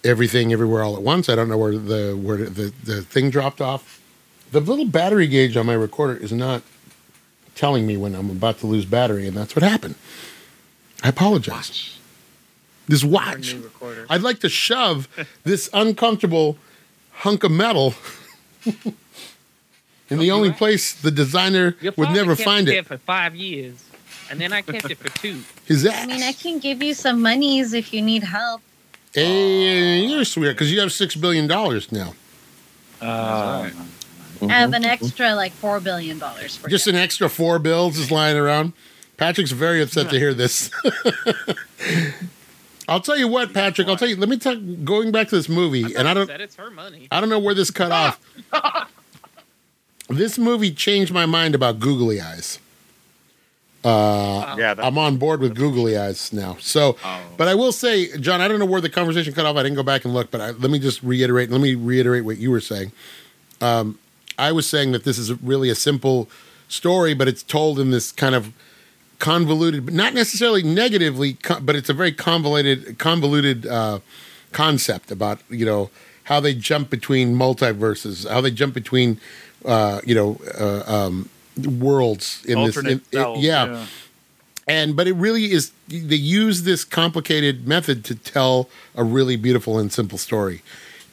[SPEAKER 1] "Everything Everywhere All at Once." I don't know where the where the the thing dropped off. The little battery gauge on my recorder is not telling me when I'm about to lose battery, and that's what happened. I apologize. This watch.
[SPEAKER 3] New recorder.
[SPEAKER 1] I'd like to shove this uncomfortable hunk of metal in the only place the designer
[SPEAKER 3] Your
[SPEAKER 1] would
[SPEAKER 3] father
[SPEAKER 1] never
[SPEAKER 3] kept
[SPEAKER 1] find
[SPEAKER 3] there
[SPEAKER 1] it.
[SPEAKER 3] for five years, and then I kept it for two.
[SPEAKER 1] His ass.
[SPEAKER 2] I mean, I can give you some monies if you need help.
[SPEAKER 1] Hey, you're sweet because you have six billion dollars now.
[SPEAKER 5] That's right.
[SPEAKER 2] I have an extra like four billion dollars for
[SPEAKER 1] Mm-hmm, Just
[SPEAKER 2] you.
[SPEAKER 1] an extra four bills is lying around. Patrick's very upset to hear this. I'll tell you what, Patrick. I'll tell you. Let me talk. Going back to this
[SPEAKER 3] I'm
[SPEAKER 1] movie,
[SPEAKER 3] not
[SPEAKER 1] and I don't.
[SPEAKER 3] upset, it's her money.
[SPEAKER 1] I don't know where this cut off. This movie changed my mind about googly eyes. Uh,
[SPEAKER 6] yeah. That,
[SPEAKER 1] I'm on board with googly eyes now. So,
[SPEAKER 5] Oh.
[SPEAKER 1] but I will say, John, I don't know where the conversation cut off. I didn't go back and look, but I, let me just reiterate. Let me reiterate what you were saying. Um, I was saying that this is really a simple story, but it's told in this kind of convoluted, but not necessarily negatively, co- but it's a very convoluted, convoluted uh, concept about you know how they jump between multiverses, how they jump between uh, you know uh, um, worlds in
[SPEAKER 6] alternate
[SPEAKER 1] this, in- in-
[SPEAKER 6] selves,
[SPEAKER 1] yeah and but it really is they use this complicated method to tell a really beautiful and simple story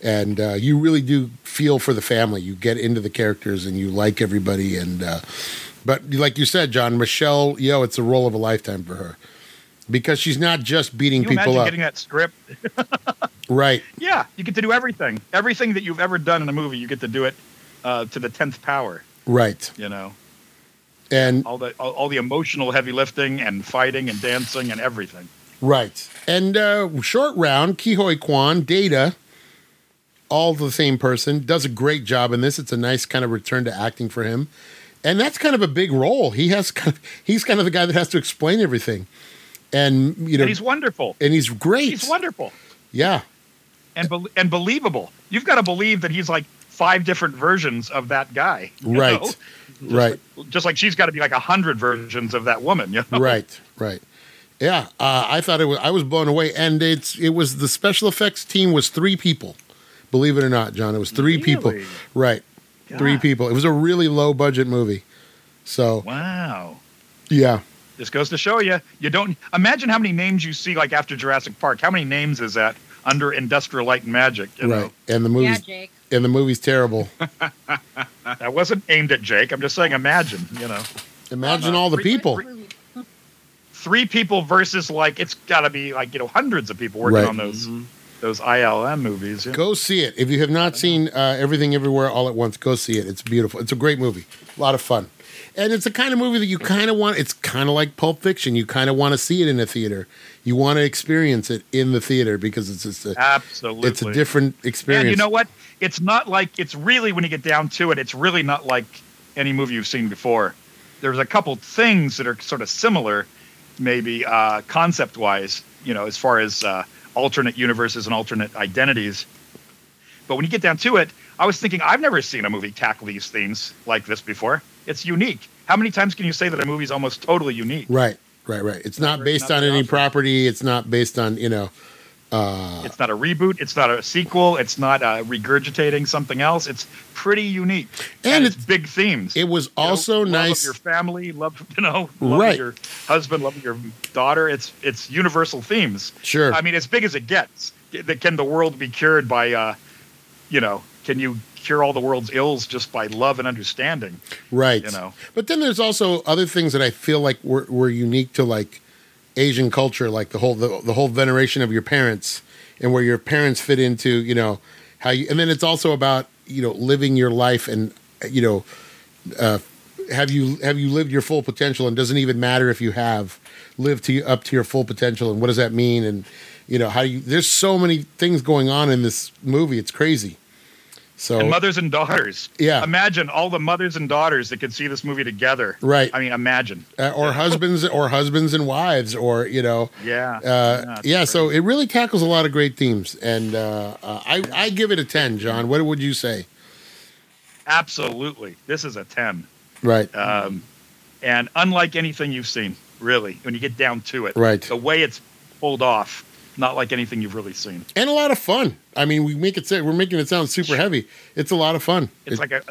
[SPEAKER 1] and uh, you really do feel for the family you get into the characters and you like everybody and uh, but like you said john michelle yo it's a role of a lifetime for her because she's not just beating
[SPEAKER 6] Can you
[SPEAKER 1] people uh,
[SPEAKER 6] imagine
[SPEAKER 1] up
[SPEAKER 6] getting that script?
[SPEAKER 1] right
[SPEAKER 6] Yeah, you get to do everything. Everything that you've ever done in a movie, you get to do it uh, to the tenth power.
[SPEAKER 1] right
[SPEAKER 6] You know,
[SPEAKER 1] and
[SPEAKER 6] all the all, all the emotional heavy lifting and fighting and dancing and everything.
[SPEAKER 1] right and uh, short round kihoi kwan data all the same person does a great job in this it's a nice kind of return to acting for him and that's kind of a big role he has kind of, he's kind of the guy that has to explain everything and you know
[SPEAKER 6] and he's wonderful.
[SPEAKER 1] and he's great
[SPEAKER 6] He's wonderful.
[SPEAKER 1] yeah
[SPEAKER 6] and bel and believable. You've got to believe that he's like five different versions of that guy, you
[SPEAKER 1] right
[SPEAKER 6] know?
[SPEAKER 1] right
[SPEAKER 6] Just like she's got to be like a hundred versions of that woman. You know?
[SPEAKER 1] right right yeah uh, i thought it was i was blown away and it's it was the special effects team was three people believe it or not john it was three people
[SPEAKER 6] Really?
[SPEAKER 1] right three
[SPEAKER 6] God.
[SPEAKER 1] people it was a really low budget movie so
[SPEAKER 6] Wow.
[SPEAKER 1] yeah
[SPEAKER 6] This goes to show you. You don't imagine how many names you see like after Jurassic Park. How many names is that under Industrial Light and Magic? You
[SPEAKER 1] right and the
[SPEAKER 2] yeah,
[SPEAKER 1] movie's
[SPEAKER 2] Jake.
[SPEAKER 1] and the movie's terrible
[SPEAKER 6] know, that wasn't aimed at Jake. I'm just saying, imagine. You know,
[SPEAKER 1] imagine all the
[SPEAKER 6] Uh, Three-
[SPEAKER 1] people
[SPEAKER 6] three people versus like it's got to be like you know hundreds of people working
[SPEAKER 1] Right.
[SPEAKER 6] on those those ILM movies. You know?
[SPEAKER 1] Go see it. If you have not seen uh, Everything Everywhere All at Once, go see it. It's beautiful. It's a great movie. A lot of fun. And it's the kind of movie that you kind of want. It's kind of like Pulp Fiction. You kind of want to see it in a theater. You want to experience it in the theater because it's just a,
[SPEAKER 6] Absolutely.
[SPEAKER 1] it's a different experience.
[SPEAKER 6] And you know what? It's not like it's really when you get down to it, it's really not like any movie you've seen before. There's a couple things that are sort of similar, maybe uh, concept wise, you know, as far as uh, alternate universes and alternate identities. But when you get down to it, I was thinking I've never seen a movie tackle these themes like this before. It's unique. How many times can you say that a movie's almost totally unique?
[SPEAKER 1] Right, right, right. It's not
[SPEAKER 6] Right,
[SPEAKER 1] based
[SPEAKER 6] not
[SPEAKER 1] on
[SPEAKER 6] the
[SPEAKER 1] any
[SPEAKER 6] option.
[SPEAKER 1] property. It's not based on you know Uh,
[SPEAKER 6] It's not a reboot. It's not a sequel. It's not uh, regurgitating something else. It's pretty unique,
[SPEAKER 1] And
[SPEAKER 6] it's,
[SPEAKER 1] it's-
[SPEAKER 6] big themes.
[SPEAKER 1] it was
[SPEAKER 6] You know,
[SPEAKER 1] also
[SPEAKER 6] love
[SPEAKER 1] nice.
[SPEAKER 6] Of your family, love you know, love
[SPEAKER 1] Right.
[SPEAKER 6] of your husband, love of your daughter. It's it's universal themes.
[SPEAKER 1] sure.
[SPEAKER 6] I mean, as big as it gets. That can the world be cured by, uh, you know, can you cure all the world's ills just by love and understanding?
[SPEAKER 1] right.
[SPEAKER 6] You know,
[SPEAKER 1] But then there's also other things that I feel like were, were unique to like Asian culture, like the whole the, the whole veneration of your parents and where your parents fit into, you know, how you. And then it's also about you know living your life and you know uh, have you have you lived your full potential and doesn't even matter if you have lived to up to your full potential and what does that mean and you know how do you there's so many things going on in this movie it's crazy so
[SPEAKER 6] and mothers and daughters.
[SPEAKER 1] Oh. Yeah.
[SPEAKER 6] Imagine all the mothers and daughters that could see this movie together.
[SPEAKER 1] right
[SPEAKER 6] I mean, imagine.
[SPEAKER 1] uh, or husbands or husbands and wives or you know
[SPEAKER 6] Yeah.
[SPEAKER 1] uh,
[SPEAKER 6] it's
[SPEAKER 1] yeah so
[SPEAKER 6] crazy.
[SPEAKER 1] it really tackles a lot of great themes and uh, uh, I, I give it a 10 john what would you say
[SPEAKER 6] absolutely, this is a ten,
[SPEAKER 1] right
[SPEAKER 6] um, and unlike anything you've seen, really, when you get down to it,
[SPEAKER 1] Right.
[SPEAKER 6] The way it's pulled off, not like anything you've really seen.
[SPEAKER 1] and a lot of fun i mean we make it say we're making it sound super heavy it's a lot of fun
[SPEAKER 6] It's
[SPEAKER 1] It-
[SPEAKER 6] like a,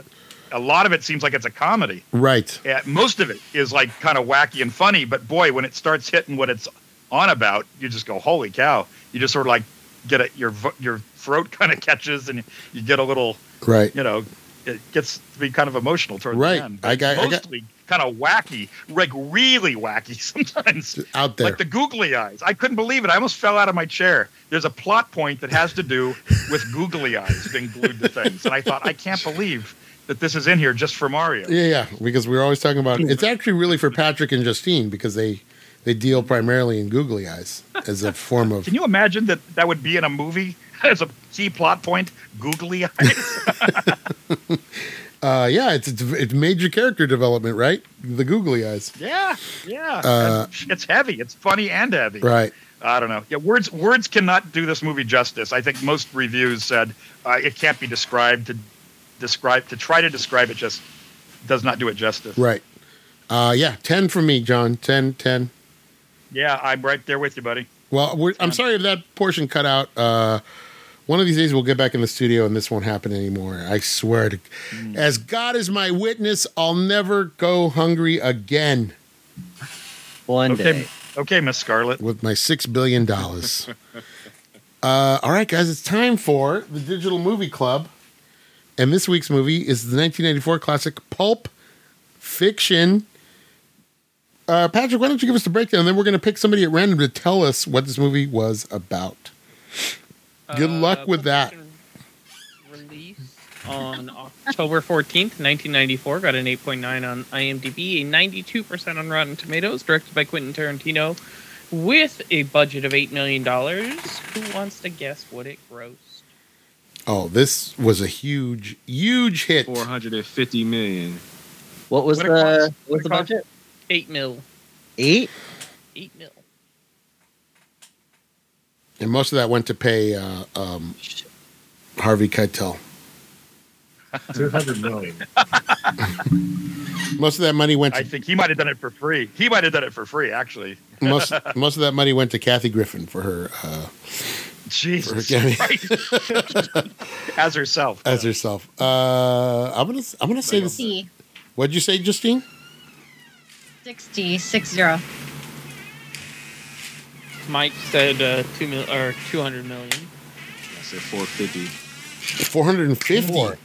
[SPEAKER 6] a lot of it seems like it's a comedy.
[SPEAKER 1] right
[SPEAKER 6] Yeah, most of it is like kind of wacky and funny, but boy, when it starts hitting what it's on about, you just go, "Holy cow!" You just sort of like get it. Your vo- your throat kind of catches, and you get a little,
[SPEAKER 1] right
[SPEAKER 6] you know, it gets to be kind of emotional towards
[SPEAKER 1] Right.
[SPEAKER 6] the end.
[SPEAKER 1] I got- I got-
[SPEAKER 6] mostly kind of wacky, like really wacky sometimes.
[SPEAKER 1] out there
[SPEAKER 6] Like the googly eyes. I couldn't believe it. I almost fell out of my chair. There's a plot point that has to do with googly eyes being glued to things. And I thought, I can't believe that this is in here just for Mario.
[SPEAKER 1] yeah yeah because we're always talking about it's actually really for patrick and justine because they they deal primarily in googly eyes as a form of
[SPEAKER 6] Can you imagine that that would be in a movie as a key plot point? Googly eyes.
[SPEAKER 1] uh yeah it's it's, it's major character development right the googly eyes
[SPEAKER 6] yeah, yeah.
[SPEAKER 1] Uh,
[SPEAKER 6] And it's heavy. It's funny and heavy.
[SPEAKER 1] right
[SPEAKER 6] I don't know. Yeah, words words cannot do this movie justice. I think most reviews said uh, it can't be described. To describe to try to describe it just does not do it justice.
[SPEAKER 1] Right. Uh, yeah, 10 for me, John. 10, 10.
[SPEAKER 6] Yeah, I'm right there with you, buddy.
[SPEAKER 1] Well, we're, I'm sorry if that portion cut out. Uh, one of these days we'll get back in the studio and this won't happen anymore. I swear to As God is my witness, I'll never go hungry again
[SPEAKER 7] One
[SPEAKER 6] Okay.
[SPEAKER 7] day.
[SPEAKER 6] Okay, Miss Scarlet.
[SPEAKER 1] with my 6 billion dollars. uh, all right, guys, it's time for the Digital Movie Club. And this week's movie is the 1994 classic Pulp Fiction. Uh, Patrick, why don't you give us the breakdown? then we're going to pick somebody at random to tell us what this movie was about. Good
[SPEAKER 3] Uh,
[SPEAKER 1] luck with that.
[SPEAKER 3] Release on October 14th, 1994. Got an 8.9 on IMDb, a 92% on Rotten Tomatoes, directed by Quentin Tarantino, with a budget of $8 million. Who wants to guess what it grossed?
[SPEAKER 1] Oh, this was a huge, huge hit.
[SPEAKER 5] 450 million.
[SPEAKER 7] What was
[SPEAKER 6] What it
[SPEAKER 7] the what's
[SPEAKER 6] What it
[SPEAKER 7] the
[SPEAKER 6] cost?
[SPEAKER 7] budget?
[SPEAKER 3] 8 mil.
[SPEAKER 7] Eight.
[SPEAKER 3] 8 mil.
[SPEAKER 1] And most of that went to pay uh, um, Harvey Keitel.
[SPEAKER 4] Two hundred million.
[SPEAKER 1] Most of that money went
[SPEAKER 6] I
[SPEAKER 1] to
[SPEAKER 6] think he might have done it for free. He might have done it for free, actually.
[SPEAKER 1] most, most of that money went to Kathy Griffin for her uh,
[SPEAKER 6] Jesus
[SPEAKER 1] Okay.
[SPEAKER 6] Christ. As herself.
[SPEAKER 1] as herself. Uh, I'm gonna I'm gonna say this.
[SPEAKER 2] 60,
[SPEAKER 1] What'd you say, Justine?
[SPEAKER 2] 60, 60.
[SPEAKER 3] Mike said uh, 2 mil or 200 million.
[SPEAKER 5] I said 450.
[SPEAKER 1] 450.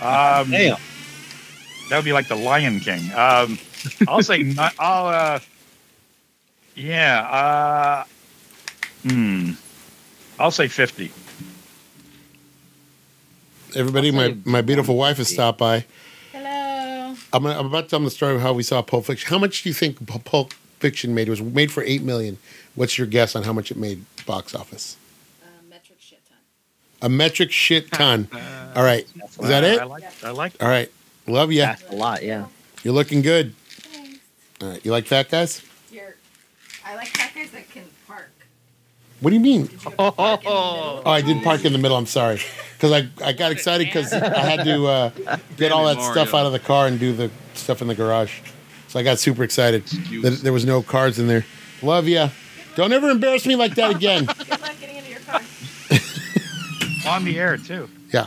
[SPEAKER 6] Um,
[SPEAKER 7] Damn.
[SPEAKER 6] That would be like the Lion King. Um, I'll say, ni- I'll, uh, yeah, uh, hmm. I'll say 50.
[SPEAKER 1] Everybody,
[SPEAKER 7] I'll
[SPEAKER 1] my
[SPEAKER 7] say
[SPEAKER 1] my beautiful wife has
[SPEAKER 7] 150.
[SPEAKER 1] stopped by.
[SPEAKER 2] Hello.
[SPEAKER 1] I'm, gonna, I'm about to tell them the story of how we saw Pulp Fiction. How much do you think Pu- Pulp Fiction made? It was made for eight million. What's your guess on how much it made box office?
[SPEAKER 2] metric shit ton.
[SPEAKER 1] A metric shit ton. All right, is that
[SPEAKER 6] I
[SPEAKER 1] it?
[SPEAKER 6] like, I like
[SPEAKER 1] All right, love ya.
[SPEAKER 7] That's a lot. Yeah.
[SPEAKER 1] You're looking good.
[SPEAKER 2] Thanks.
[SPEAKER 1] All right, you like fat guys?
[SPEAKER 10] You're, I like fat guys that can park.
[SPEAKER 1] What do you mean?
[SPEAKER 10] Did you have to park in the middle?
[SPEAKER 1] Oh, I did park in the middle. I'm sorry, because I, I got excited because I had to uh, get all that stuff out of the car and do the stuff in the garage. So I got super excited that there was no cards in there. Love ya.
[SPEAKER 10] Good
[SPEAKER 1] Don't ever embarrass me like that again.
[SPEAKER 10] Good luck getting into your car.
[SPEAKER 6] On the air too.
[SPEAKER 1] Yeah.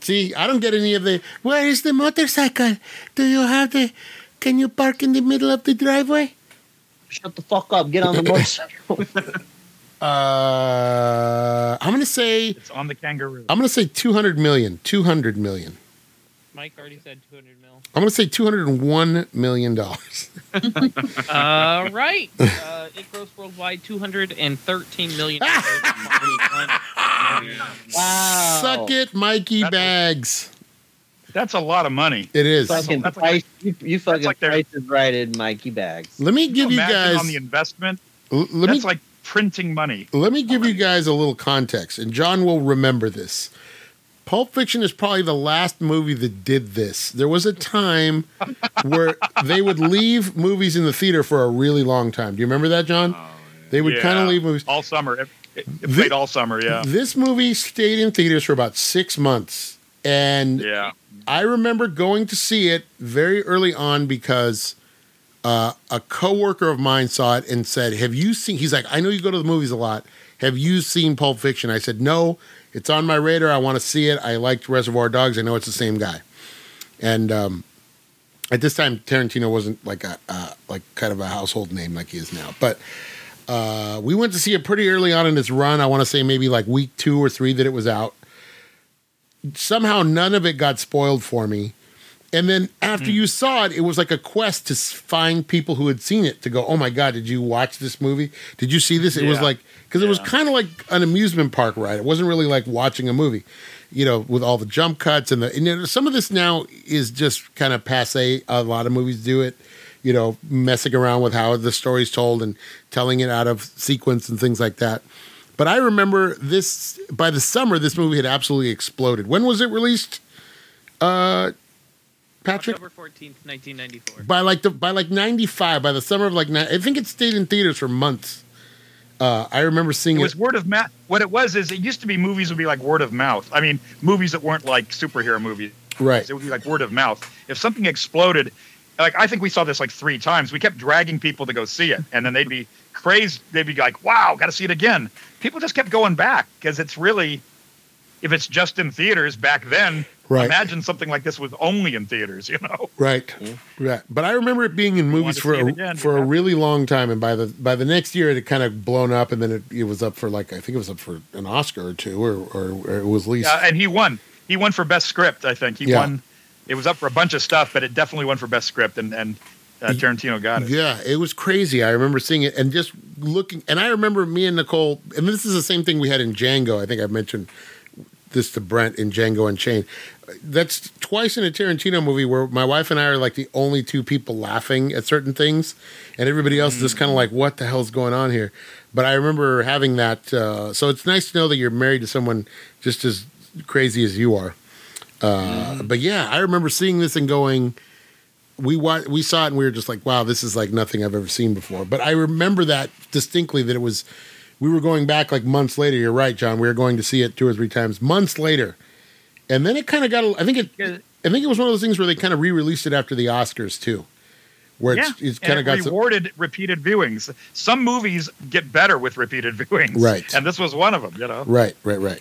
[SPEAKER 1] See, I don't get any of the. Where is the motorcycle? Do you have the? Can you park in the middle of the driveway?
[SPEAKER 7] Shut the fuck up. Get on the motorcycle.
[SPEAKER 1] Uh, I'm gonna say.
[SPEAKER 6] It's on the kangaroo.
[SPEAKER 1] I'm gonna say 200 million. 200 million.
[SPEAKER 3] Mike already said 200 mil.
[SPEAKER 1] I'm gonna say 201 million dollars.
[SPEAKER 3] All right. Uh, it grossed worldwide 213 million.
[SPEAKER 7] wow.
[SPEAKER 1] Suck it, Mikey Bags.
[SPEAKER 6] That's a lot of money.
[SPEAKER 1] It is.
[SPEAKER 7] Fucking
[SPEAKER 6] That's
[SPEAKER 7] price, you, you fucking
[SPEAKER 6] like their-
[SPEAKER 7] price is right in Mikey bags.
[SPEAKER 1] Let me give you
[SPEAKER 6] Imagine
[SPEAKER 1] guys.
[SPEAKER 6] on the investment.
[SPEAKER 1] l- let me
[SPEAKER 6] that's like printing money.
[SPEAKER 1] Let me give you guys a little context, and John will remember this. Pulp Fiction is probably the last movie that did this. There was a time where they would leave movies in the theater for a really long time. Do you remember that, John? They would
[SPEAKER 6] Yeah.
[SPEAKER 1] kind of leave movies.
[SPEAKER 6] all summer. It, it, it
[SPEAKER 1] Thi-
[SPEAKER 6] played all summer. Yeah.
[SPEAKER 1] This movie stayed in theaters for about six months. And
[SPEAKER 6] Yeah.
[SPEAKER 1] I remember going to see it very early on because uh, a coworker of mine saw it and said, "Have you seen?" He's like, "I know you go to the movies a lot. Have you seen Pulp Fiction?" I said, "No, it's on my radar. I want to see it. I liked Reservoir Dogs. I know it's the same guy." And um, at this time, Tarantino wasn't like a uh, like kind of a household name like he is now, but. Uh, we went to see it pretty early on in its run. I want to say maybe like week two or three that it was out somehow none of it got spoiled for me. And then
[SPEAKER 6] Hmm.
[SPEAKER 1] after you saw it, it was like a quest to s- find people who had seen it to go, oh my God, did you watch this movie? Did you see this? It was
[SPEAKER 6] Yeah.
[SPEAKER 1] like, because it was
[SPEAKER 6] Yeah.
[SPEAKER 1] kind of like an amusement park ride. It wasn't really like watching a movie, you know, with all the jump cuts and the, and there- some of this now is just kind of passe. A lot of movies do it, you know, messing around with how the story's told and telling it out of sequence and things like that. But I remember this by the summer, this movie had absolutely exploded. When was it released, uh, Patrick?
[SPEAKER 3] October 14th, 1994.
[SPEAKER 1] By like the by like ninety five, by the summer of like ni- I think it stayed in theaters for months. Uh, I remember
[SPEAKER 6] It
[SPEAKER 1] seeing it.
[SPEAKER 6] was word of mouth. What it was is it used to be movies would be like word of mouth. I mean, movies that weren't like superhero movies.
[SPEAKER 1] right.
[SPEAKER 6] It would be like word of mouth. If something exploded, like I think we saw this like three times. We kept dragging people to go see it, and then they'd be crazed. They'd be like, "Wow, got to see it again." People just kept going back because it's really, if it's just in theaters back then,
[SPEAKER 1] Right.
[SPEAKER 6] imagine something like this was only in theaters. You know,
[SPEAKER 1] Right. Right. But I remember it being in
[SPEAKER 6] wanted
[SPEAKER 1] movies
[SPEAKER 6] to
[SPEAKER 1] for
[SPEAKER 6] see it
[SPEAKER 1] a,
[SPEAKER 6] again,
[SPEAKER 1] for a
[SPEAKER 6] yeah.
[SPEAKER 1] really long time and by the by the next year it had kind of blown up and then it, it was up for like I think it was up for an Oscar or two or or, or it was at least
[SPEAKER 6] yeah, and he won. He won for best script. I think he
[SPEAKER 1] Yeah.
[SPEAKER 6] won. It was up for a bunch of stuff, but it definitely won for best script, and and uh, Tarantino got it.
[SPEAKER 1] Yeah, it was crazy. I remember seeing it and just looking. And I remember me and Nicole, and this is the same thing we had in Django. I think I mentioned this to Brent in Django Unchained. That's twice in a Tarantino movie where my wife and I are like the only two people laughing at certain things, and everybody else is just kind of like, what the hell's going on here? But I remember having that. Uh, so it's nice to know that you're married to someone just as crazy as you are. Uh, But yeah, I remember seeing this and going, we wa- we saw it and we were just like, wow, this is like nothing I've ever seen before. But I remember that distinctly that it was we were going back like months later. You're right, John. We were going to see it two or three times months later, and then it kind of got. a- I think
[SPEAKER 3] Yeah.
[SPEAKER 1] it. I think it was one of those things where they kind of re-released it after the Oscars too, where it's, it's
[SPEAKER 6] and
[SPEAKER 1] kind
[SPEAKER 6] it
[SPEAKER 1] of got some,
[SPEAKER 6] rewarded repeated viewings. Some movies get better with repeated viewings,
[SPEAKER 1] Right.
[SPEAKER 6] And this was one of them, you know,
[SPEAKER 1] right, right, right.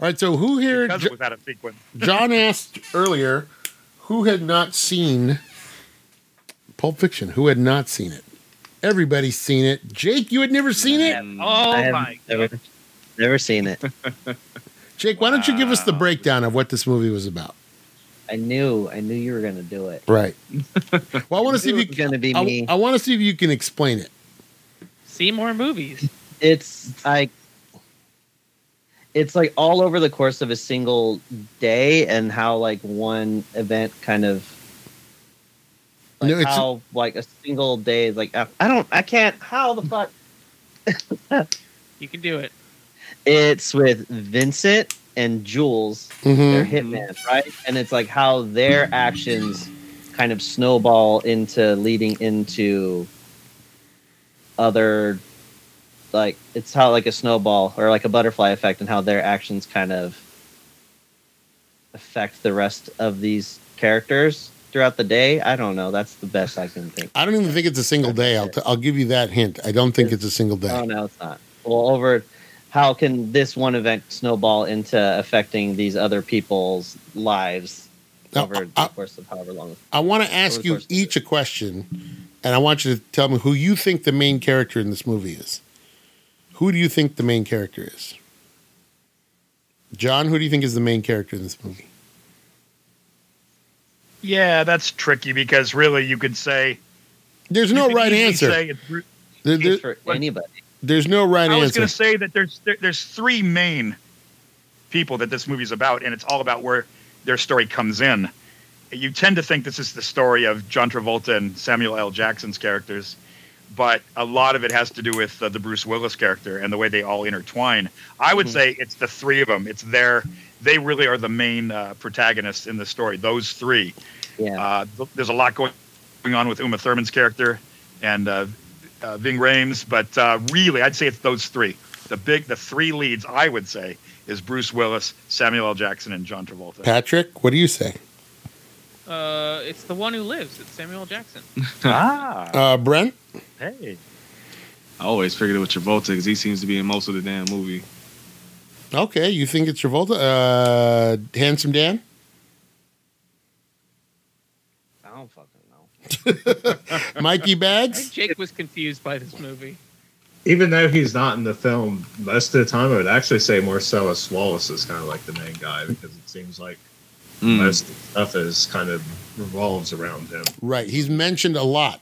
[SPEAKER 1] All right, so who here?
[SPEAKER 6] because
[SPEAKER 1] Jo-
[SPEAKER 6] it was out of sequence.
[SPEAKER 1] John asked earlier who had not seen Pulp Fiction. Who had not seen it? Everybody's seen it. Jake, you had never seen it.
[SPEAKER 7] I
[SPEAKER 3] Oh
[SPEAKER 7] have
[SPEAKER 3] my god.
[SPEAKER 7] never, never seen it.
[SPEAKER 1] Jake, why don't you give us the
[SPEAKER 6] Wow.
[SPEAKER 1] breakdown of what this movie was about?
[SPEAKER 7] I knew, I knew you were gonna do it.
[SPEAKER 1] Right. Well, I want to see if you
[SPEAKER 7] It's gonna be
[SPEAKER 1] I,
[SPEAKER 7] me.
[SPEAKER 1] I want to see if you can explain it.
[SPEAKER 3] See more movies.
[SPEAKER 7] it's like it's like all over the course of a single day and how like one event kind of like
[SPEAKER 1] No, it's-
[SPEAKER 7] how like a single day like I I don't I can't how the fuck
[SPEAKER 3] You can do it.
[SPEAKER 7] it's with Vincent and Jules their
[SPEAKER 1] Mhm.
[SPEAKER 7] hitman right and it's like how their actions kind of snowball into leading into other like it's how like a snowball or like a butterfly effect and how their actions kind of affect the rest of these characters throughout the day. I don't know. That's the best I can think.
[SPEAKER 1] I don't even think it's a single day. I'll, t- I'll give you that hint. I don't think it's a single day.
[SPEAKER 7] Oh no, it's not. Well, over how can this one event snowball into affecting these other people's lives
[SPEAKER 1] No,
[SPEAKER 7] over
[SPEAKER 1] I-
[SPEAKER 7] the course of however long?
[SPEAKER 1] I want to ask you each a question, and I want you to tell me who you think the main character in this movie is. Who do you think the main character is? John, who do you think is the main character in this movie?
[SPEAKER 6] Yeah, that's tricky because really you could say
[SPEAKER 1] There's no right answer.
[SPEAKER 6] Say it's Bru-
[SPEAKER 1] There- there-
[SPEAKER 7] anybody.
[SPEAKER 1] There's no right
[SPEAKER 6] I was
[SPEAKER 1] answer.
[SPEAKER 6] going to say that there's there, there's three main people that this movie's about, and it's all about where their story comes in. You tend to think this is the story of John Travolta and Samuel L. Jackson's characters, but a lot of it has to do with uh, the Bruce Willis character and the way they all intertwine. I
[SPEAKER 1] Hmm.
[SPEAKER 6] would say it's the three of them. It's their they really are the main uh, protagonists in the story. Those three.
[SPEAKER 7] Yeah.
[SPEAKER 6] Uh, th- there's a lot going going on with Uma Thurman's character and uh, uh, Ving Rhames, but uh, really, I'd say it's those three. The big, the three leads, I would say, is Bruce Willis, Samuel L. Jackson, and John Travolta.
[SPEAKER 1] Patrick, what do you say?
[SPEAKER 3] Uh, it's the one who lives. It's Samuel L. Jackson.
[SPEAKER 6] ah,
[SPEAKER 1] Uh, Brent?
[SPEAKER 6] hey.
[SPEAKER 5] I always figured it was Travolta because he seems to be in most of the damn movie.
[SPEAKER 1] Okay, you think it's Travolta? Uh, Handsome Dan?
[SPEAKER 7] I don't fucking
[SPEAKER 1] Mikey
[SPEAKER 3] I
[SPEAKER 1] Bags?
[SPEAKER 3] think Jake was confused by this movie.
[SPEAKER 4] Even though he's not in the film most of the time, I would actually say Marcellus Wallace is kind of like the main guy because it seems like
[SPEAKER 5] Hmm.
[SPEAKER 4] most of the stuff is kind of revolves around him.
[SPEAKER 1] Right. He's mentioned a lot,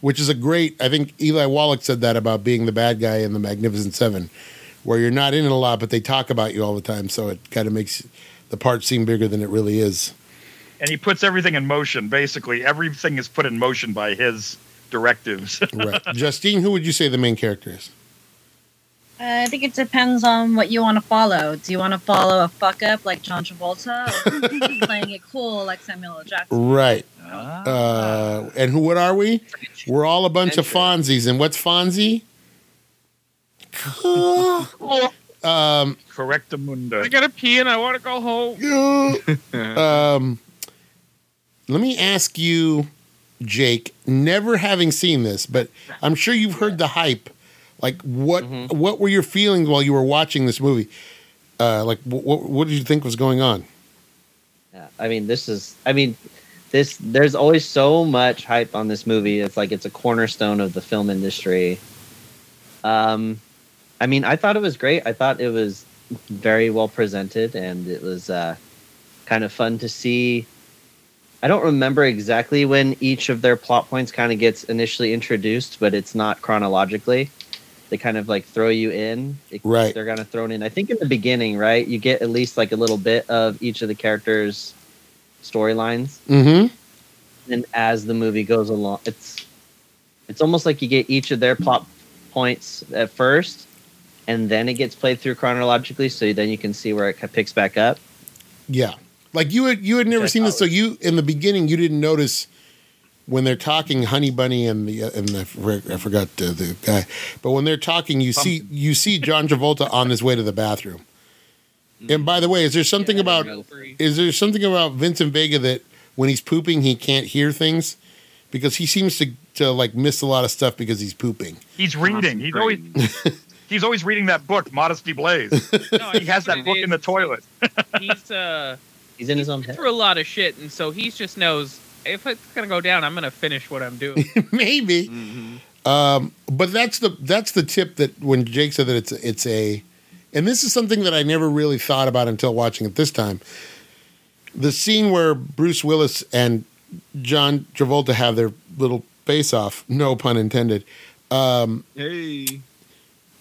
[SPEAKER 1] which is a great. I think Eli Wallach said that about being the bad guy in the Magnificent Seven, where you're not in it a lot, but they talk about you all the time. So it kind of makes the part seem bigger than it really is.
[SPEAKER 6] And he puts everything in motion. Basically, everything is put in motion by his directives.
[SPEAKER 1] Right. Justine, who would you say the main character is? Uh,
[SPEAKER 2] I think it depends on what you want to follow. Do you want to follow a fuck up like John Travolta, or do you think playing it cool like Samuel L. Jackson?
[SPEAKER 1] Right.
[SPEAKER 6] Ah.
[SPEAKER 1] Uh, and who? What are we? We're all a bunch of Fonzies. And what's Fonzie? um,
[SPEAKER 3] I
[SPEAKER 6] Correctamundo.
[SPEAKER 3] gotta pee and I want to go home.
[SPEAKER 1] um, let me ask you, Jake. Never having seen this, but I'm sure you've heard the hype. Like, what what were your feelings while you were watching this movie? Uh, like, what what did you think was going on?
[SPEAKER 7] Yeah, I mean, this is. I mean, this. There's always so much hype on this movie. It's like it's a cornerstone of the film industry. Um, I mean, I thought it was great. I thought it was very well presented, and it was uh, kind of fun to see. I don't remember exactly when each of their plot points kind of gets initially introduced, but it's not chronologically. They kind of like throw you in. It-
[SPEAKER 1] Right.
[SPEAKER 7] They're kind of thrown in. I think in the beginning, right? You get at least like a little bit of each of the characters' storylines
[SPEAKER 1] Mm-hmm.
[SPEAKER 7] and as the movie goes along it's it's almost like you get each of their plot points at first and then it gets played through chronologically so then you can see where it ca- picks back up
[SPEAKER 1] Yeah, like you had you had never
[SPEAKER 7] I
[SPEAKER 1] seen this,
[SPEAKER 7] thought
[SPEAKER 1] so you in the beginning you didn't notice when they're talking Honey Bunny and the uh, and the, I forgot- I forgot uh, the guy, but when they're talking, you see you see John Travolta on his way to the bathroom. And by the way, is there something about is there something about Vincent Vega that when he's pooping he can't hear things because he seems to to like miss a lot of stuff because he's pooping.
[SPEAKER 6] He's reading. He's always he's always reading that book, Modesty Blaze.
[SPEAKER 3] No,
[SPEAKER 6] he has that book in the toilet.
[SPEAKER 3] He's uh
[SPEAKER 7] he's in his own head
[SPEAKER 3] through a lot of shit, and so he just knows if it's gonna go down, I'm gonna finish what I'm doing.
[SPEAKER 1] Maybe.
[SPEAKER 5] Mhm.
[SPEAKER 1] Um, but that's the that's the tip that when Jake said that it's it's a, and this is something that I never really thought about until watching it this time. The scene where Bruce Willis and John Travolta have their little face off, no pun intended. Um,
[SPEAKER 5] Hey,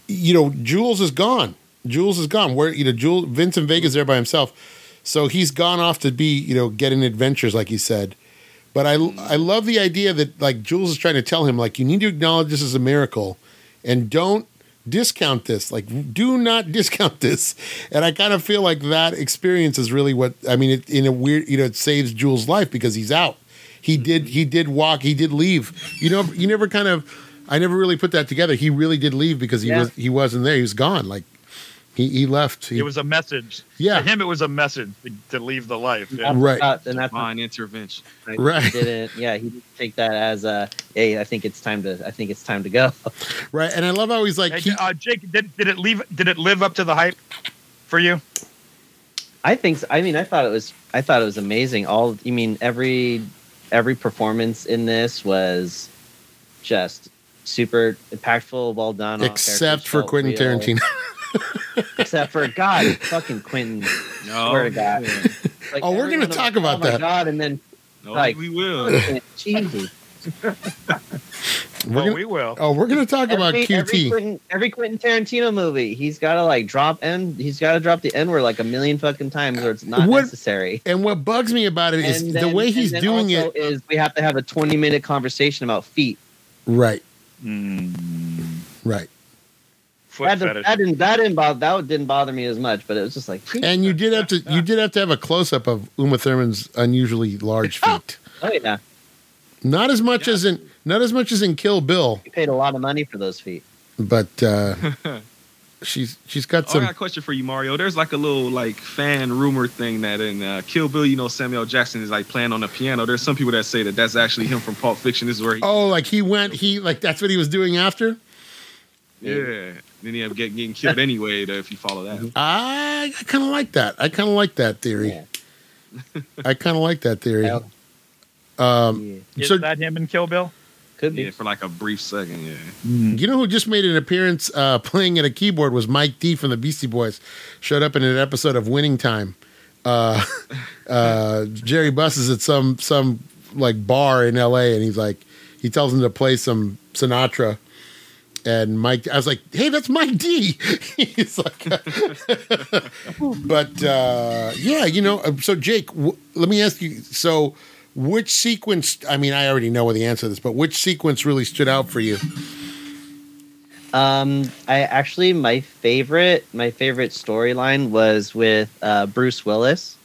[SPEAKER 1] you know, Jules is gone. Jules is gone. Where you know, Jules Vincent Vega's there by himself, so he's gone off to be you know getting adventures, like he said. But I I love the idea that like Jules is trying to tell him like you need to acknowledge this is a miracle, and don't discount this. Like do not discount this. And I kind of feel like that experience is really what I mean. It, in a weird you know it saves Jules' life because he's out. He did he did walk. He did leave. You know you never kind of I never really put that together. He really did leave because he
[SPEAKER 7] Yeah.
[SPEAKER 1] was he wasn't there. He was gone. Like He he left. He,
[SPEAKER 6] It was a message.
[SPEAKER 1] Yeah.
[SPEAKER 6] To him, it was a message to, to leave the life. Yeah.
[SPEAKER 1] Right.
[SPEAKER 7] Uh, and that's
[SPEAKER 5] Divine intervention.
[SPEAKER 7] Right.
[SPEAKER 1] Right.
[SPEAKER 7] He didn't. Yeah, he didn't take that as a. Hey, I think it's time to. I think it's time to go.
[SPEAKER 1] right. And I love how he's like
[SPEAKER 6] Hey,
[SPEAKER 1] he,
[SPEAKER 6] uh, Jake, did, did it leave? Did it live up to the hype for you?
[SPEAKER 7] I think. So. I mean, I thought it was. I thought it was amazing. All. You mean every every performance in this was just super impactful, well done. all
[SPEAKER 1] except
[SPEAKER 7] characters
[SPEAKER 1] for
[SPEAKER 7] felt
[SPEAKER 1] Quentin
[SPEAKER 7] real.
[SPEAKER 1] Tarantino.
[SPEAKER 7] Except for God, fucking Quentin.
[SPEAKER 5] No,
[SPEAKER 7] Swear to God.
[SPEAKER 5] man.
[SPEAKER 7] Like,
[SPEAKER 1] Oh, we're gonna
[SPEAKER 7] everyone
[SPEAKER 1] talk
[SPEAKER 7] was like,
[SPEAKER 1] about
[SPEAKER 7] oh my
[SPEAKER 1] that."
[SPEAKER 7] God, and then
[SPEAKER 5] no,
[SPEAKER 7] Like-
[SPEAKER 5] we will.
[SPEAKER 7] fucking Jesus.
[SPEAKER 1] We're
[SPEAKER 6] well,
[SPEAKER 1] gonna-
[SPEAKER 6] we will.
[SPEAKER 1] oh, we're gonna talk about
[SPEAKER 7] every, Every
[SPEAKER 1] QT.
[SPEAKER 7] Quentin, every Quentin Tarantino movie, he's got to like drop n. He's got to drop the n word like a million fucking times, or it's not
[SPEAKER 1] What-
[SPEAKER 7] necessary.
[SPEAKER 1] And what bugs me about it is
[SPEAKER 7] And
[SPEAKER 1] the
[SPEAKER 7] then-
[SPEAKER 1] way
[SPEAKER 7] and
[SPEAKER 1] he's
[SPEAKER 7] then
[SPEAKER 1] doing
[SPEAKER 7] also
[SPEAKER 1] it.
[SPEAKER 7] Is we have to have a twenty minute conversation about feet.
[SPEAKER 1] Right.
[SPEAKER 6] Mm,
[SPEAKER 1] Right.
[SPEAKER 6] foot
[SPEAKER 7] That,
[SPEAKER 6] fetish.
[SPEAKER 7] that didn't that didn't bother that didn't bother me as much, but it was just like
[SPEAKER 1] And you did have to you did have to have a close up of Uma Thurman's unusually large feet.
[SPEAKER 7] oh yeah,
[SPEAKER 1] Not as much as in not as much as in Kill Bill,
[SPEAKER 7] you paid a lot of money for those feet.
[SPEAKER 1] but uh, she's she's got
[SPEAKER 5] Oh, I
[SPEAKER 1] some.
[SPEAKER 5] got a question for you, Mario. There's like a little like fan rumor thing that in uh, Kill Bill, you know, Samuel Jackson is like playing on the piano. There's some people that say that that's actually him from Pulp Fiction. This is where he,
[SPEAKER 1] Oh, like he went he like that's what he was doing after.
[SPEAKER 5] yeah. Then he ended up get, getting killed anyway. Though, if you follow that,
[SPEAKER 7] Mhm.
[SPEAKER 1] I, I kind of like that. I kind of like that theory.
[SPEAKER 7] Yeah.
[SPEAKER 1] I kind of like that theory.
[SPEAKER 7] Yeah.
[SPEAKER 1] Um,
[SPEAKER 7] Yeah.
[SPEAKER 6] Is
[SPEAKER 1] so-
[SPEAKER 6] that him in Kill Bill?
[SPEAKER 7] Could be.
[SPEAKER 5] yeah, for like a brief second, yeah.
[SPEAKER 1] you know who just made an appearance uh, playing at a keyboard was Mike D from the Beastie Boys. Showed up in an episode of Winning Time. Uh, uh, Jerry Buss is at some some like bar in L.A. and he's like, he tells him to play some Sinatra. And Mike, I was like, "Hey, that's Mike D." He's like, but uh, yeah, you know. uh, So Jake, w- let me ask you. So, which sequence? I mean, I already know the answer to this, but which sequence really stood out for you?
[SPEAKER 7] Um, I actually my favorite my favorite storyline was with uh, Bruce Willis,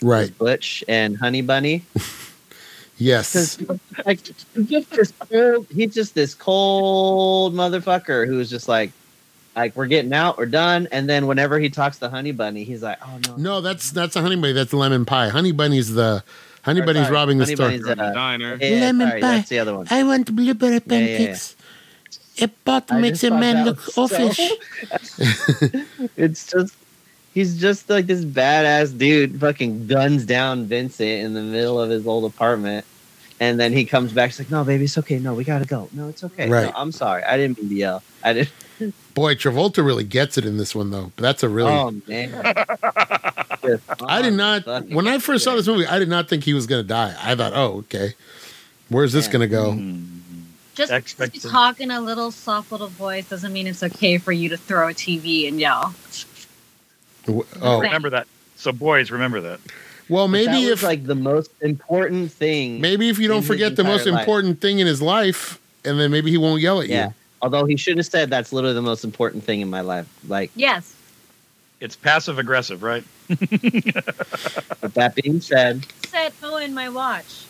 [SPEAKER 1] Right.
[SPEAKER 7] Butch, and Honey Bunny.
[SPEAKER 1] Yes.
[SPEAKER 7] Because like he's just this cold, he's just this cold motherfucker who's just like, like we're getting out, we're done. And then whenever he talks to Honey Bunny, he's like, oh no,
[SPEAKER 1] No, that's that's a honey bunny. That's a lemon pie. Honey bunny's the honey
[SPEAKER 7] Or
[SPEAKER 1] bunny's
[SPEAKER 7] sorry,
[SPEAKER 1] robbing the
[SPEAKER 7] Honey
[SPEAKER 1] store.
[SPEAKER 7] Bunny's, uh,
[SPEAKER 5] Diner.
[SPEAKER 7] yeah,
[SPEAKER 1] Lemon
[SPEAKER 7] sorry,
[SPEAKER 1] pie.
[SPEAKER 7] That's the other one.
[SPEAKER 1] I want blueberry
[SPEAKER 7] Yeah, yeah, yeah.
[SPEAKER 1] A pot
[SPEAKER 7] I just thought that was so- it's just he's just like this badass dude fucking guns down Vincent in the middle of his old apartment. And then he comes back. He's like, "No, baby, it's okay. No, we gotta go. No, it's okay.
[SPEAKER 1] Right.
[SPEAKER 7] No, I'm sorry. I didn't mean to yell. I didn't.
[SPEAKER 1] Boy, Travolta really gets it in this one though. That's a really.
[SPEAKER 7] Oh man. Just
[SPEAKER 1] I did
[SPEAKER 7] on
[SPEAKER 1] not.
[SPEAKER 7] fucking
[SPEAKER 1] When I first saw
[SPEAKER 7] shit.
[SPEAKER 1] this movie, I did not think he was going to die. I thought, oh, okay, where's this
[SPEAKER 7] Yeah.
[SPEAKER 1] going to go?
[SPEAKER 5] Mm.
[SPEAKER 2] Just because
[SPEAKER 6] Expected.
[SPEAKER 2] you talk in a little soft little voice doesn't mean it's okay for you to throw a TV and yell.
[SPEAKER 1] W- Oh,
[SPEAKER 6] Remember that. So, boys, remember that.
[SPEAKER 1] well,
[SPEAKER 7] Mm-hmm. But that
[SPEAKER 1] maybe
[SPEAKER 7] was,
[SPEAKER 1] if
[SPEAKER 7] like the most important thing.
[SPEAKER 1] maybe if you
[SPEAKER 7] in
[SPEAKER 1] don't
[SPEAKER 7] his
[SPEAKER 1] forget the most
[SPEAKER 7] entire life.
[SPEAKER 1] important thing in his life, and then maybe he won't yell at
[SPEAKER 7] yeah.
[SPEAKER 1] you.
[SPEAKER 7] Although he shouldn't have said that's literally the most important thing in my life. Like,
[SPEAKER 2] Yes.
[SPEAKER 6] It's passive aggressive, right?
[SPEAKER 7] with that being said,
[SPEAKER 2] Said, oh, in my watch.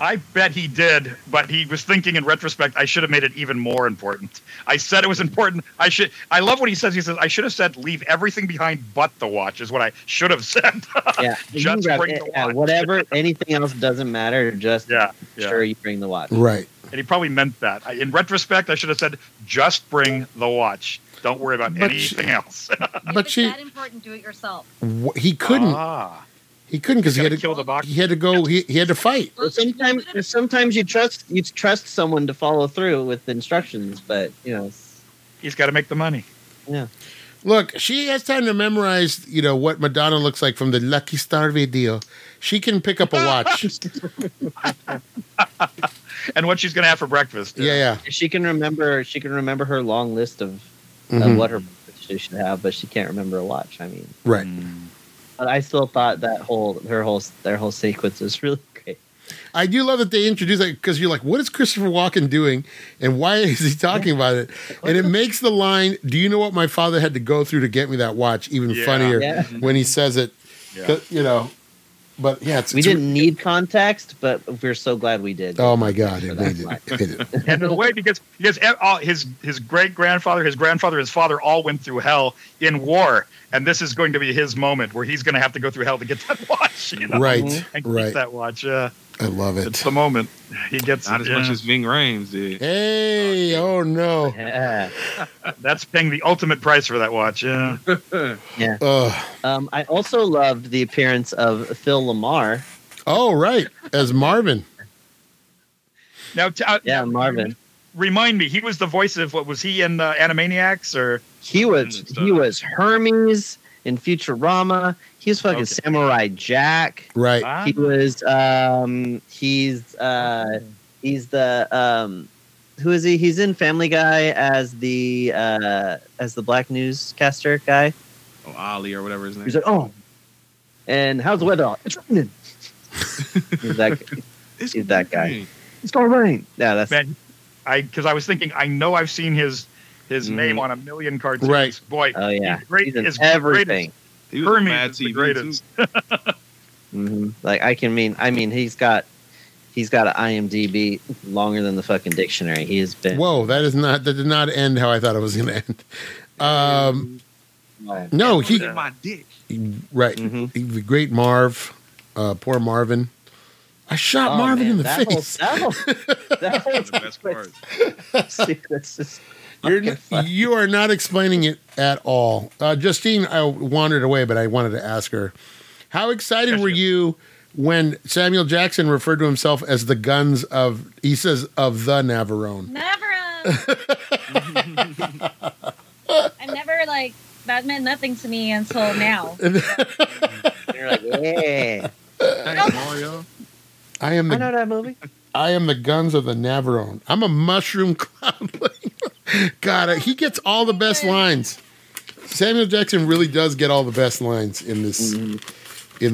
[SPEAKER 6] I bet he did, but he was thinking in retrospect, I should have made it even more important. I said it was important. I should. I love what he says. He says, I should have said, leave everything behind but the watch, is what I should have said.
[SPEAKER 7] yeah,
[SPEAKER 6] Just
[SPEAKER 7] you can grab
[SPEAKER 6] bring
[SPEAKER 7] it-
[SPEAKER 6] the
[SPEAKER 7] yeah,
[SPEAKER 6] watch.
[SPEAKER 7] whatever. Anything else doesn't matter. Just
[SPEAKER 6] yeah, yeah.
[SPEAKER 7] sure you bring the watch.
[SPEAKER 1] Right.
[SPEAKER 6] And he probably meant that. I, in retrospect, I should have said, just bring the watch. Don't worry about
[SPEAKER 1] But she-
[SPEAKER 6] anything else.
[SPEAKER 2] if
[SPEAKER 1] But
[SPEAKER 2] it's
[SPEAKER 1] she
[SPEAKER 2] that important, do it yourself.
[SPEAKER 1] wh- he couldn't.
[SPEAKER 6] Ah,
[SPEAKER 1] he couldn't because he had
[SPEAKER 6] gotta
[SPEAKER 1] to
[SPEAKER 6] kill the box.
[SPEAKER 1] He had to go. He, he had to fight.
[SPEAKER 7] Well, sometimes, sometimes you trust you trust someone to follow through with instructions, but you know, it's-
[SPEAKER 6] He's got to make the money.
[SPEAKER 1] Look, she has time to memorize. You know what Madonna looks like from the Lucky Star video. She can pick up a watch.
[SPEAKER 6] And what she's going to have for breakfast.
[SPEAKER 1] yeah, yeah.
[SPEAKER 7] she can remember she can remember her long list of,
[SPEAKER 1] Mhm.
[SPEAKER 7] of what her she should have, but she can't remember a watch. I mean,
[SPEAKER 1] Right.
[SPEAKER 6] Mm.
[SPEAKER 7] but I still thought that whole her whole their whole sequence was really great.
[SPEAKER 1] I do love that they introduce it because you're like, what is Christopher Walken doing, and why is he talking about it? And it makes the line, "Do you know what my father had to go through to get me that watch?" Even
[SPEAKER 6] Yeah.
[SPEAKER 1] funnier
[SPEAKER 7] Yeah.
[SPEAKER 1] when he says it.
[SPEAKER 6] Yeah.
[SPEAKER 1] 'Cause, You know, But yeah, it's,
[SPEAKER 7] we
[SPEAKER 1] it's
[SPEAKER 7] didn't need context, but we're so glad we did.
[SPEAKER 1] Oh my god, it
[SPEAKER 7] For
[SPEAKER 1] made
[SPEAKER 7] that
[SPEAKER 1] it,
[SPEAKER 7] line.
[SPEAKER 1] it made it.
[SPEAKER 6] and in a way because because ev- eh, all, his his great grandfather, his grandfather, his father all went through hell in war, and this is going to be his moment where he's going to have to go through hell to get that watch, you know,
[SPEAKER 1] Right,
[SPEAKER 6] And keep
[SPEAKER 1] right.
[SPEAKER 6] that watch. Yeah,
[SPEAKER 1] I love
[SPEAKER 6] it's
[SPEAKER 1] it.
[SPEAKER 6] the
[SPEAKER 7] Mm.
[SPEAKER 6] moment he gets.
[SPEAKER 5] Not as
[SPEAKER 6] yeah.
[SPEAKER 5] much as Ving Rhames did.
[SPEAKER 1] Hey, oh no.
[SPEAKER 7] Yeah.
[SPEAKER 6] That's paying the ultimate price for that watch. Yeah,
[SPEAKER 1] Ugh.
[SPEAKER 7] Um, I also loved the appearance of Phil Lamar.
[SPEAKER 1] oh right, as Marvin.
[SPEAKER 6] Now, t- uh,
[SPEAKER 7] Yeah, Marvin.
[SPEAKER 6] remind me, he was the voice of what was he in uh, Animaniacs or?
[SPEAKER 7] He was
[SPEAKER 5] Good stuff.
[SPEAKER 7] he was Hermes in Futurama. He was fucking
[SPEAKER 6] Okay.
[SPEAKER 7] Samurai Jack.
[SPEAKER 1] Right.
[SPEAKER 7] He was um he's uh he's the um who is he? He's in Family Guy as the uh as the black newscaster guy.
[SPEAKER 5] Oh, Ollie or whatever his name.
[SPEAKER 7] He's like, Oh and how's the weather? It's raining. he's that
[SPEAKER 5] It's
[SPEAKER 7] he's that guy.
[SPEAKER 5] Ving.
[SPEAKER 7] it's gonna rain. Yeah, that's
[SPEAKER 6] Man, I because I was thinking I know I've seen his his
[SPEAKER 7] Mhm.
[SPEAKER 6] name on a million cartoons.
[SPEAKER 1] Mm-hmm. Right. Uh,
[SPEAKER 6] boy,
[SPEAKER 7] oh yeah.
[SPEAKER 6] he's great.
[SPEAKER 7] He's in
[SPEAKER 6] his
[SPEAKER 7] everything.
[SPEAKER 5] He was
[SPEAKER 6] Hermes
[SPEAKER 5] Mad
[SPEAKER 6] is the
[SPEAKER 5] TV
[SPEAKER 6] greatest.
[SPEAKER 5] too.
[SPEAKER 7] hmm Like I can mean, I mean, he's got he's got an IMDb longer than the fucking dictionary. He has been.
[SPEAKER 1] Whoa, that is not that did not end how I thought it was going to end. Um, no, he
[SPEAKER 5] Look at my dick.
[SPEAKER 1] right.
[SPEAKER 7] Mhm.
[SPEAKER 1] The great Marv, uh, poor Marvin. I shot
[SPEAKER 7] Oh,
[SPEAKER 1] Marvin
[SPEAKER 7] man,
[SPEAKER 1] in the
[SPEAKER 7] that whole-
[SPEAKER 1] face.
[SPEAKER 7] that whole- that whole
[SPEAKER 5] One of the best parts.
[SPEAKER 7] That's just
[SPEAKER 1] You're,
[SPEAKER 7] fucking fun.
[SPEAKER 1] you are not explaining it at all. Uh, Justine, I wandered away, but I wanted to ask her how excited were you when Samuel Jackson referred to himself as the guns of he says of the Navarone.
[SPEAKER 2] Never. um, I never like that meant nothing to me until now.
[SPEAKER 7] You're like, yeah.
[SPEAKER 1] uh,
[SPEAKER 5] Thanks, Mario.
[SPEAKER 1] I am
[SPEAKER 7] I know
[SPEAKER 1] the
[SPEAKER 7] that movie.
[SPEAKER 1] I am the guns of the Navarone. I'm a mushroom cloudling. God, uh, he gets all the best lines. Samuel Jackson really does get all the best lines in this in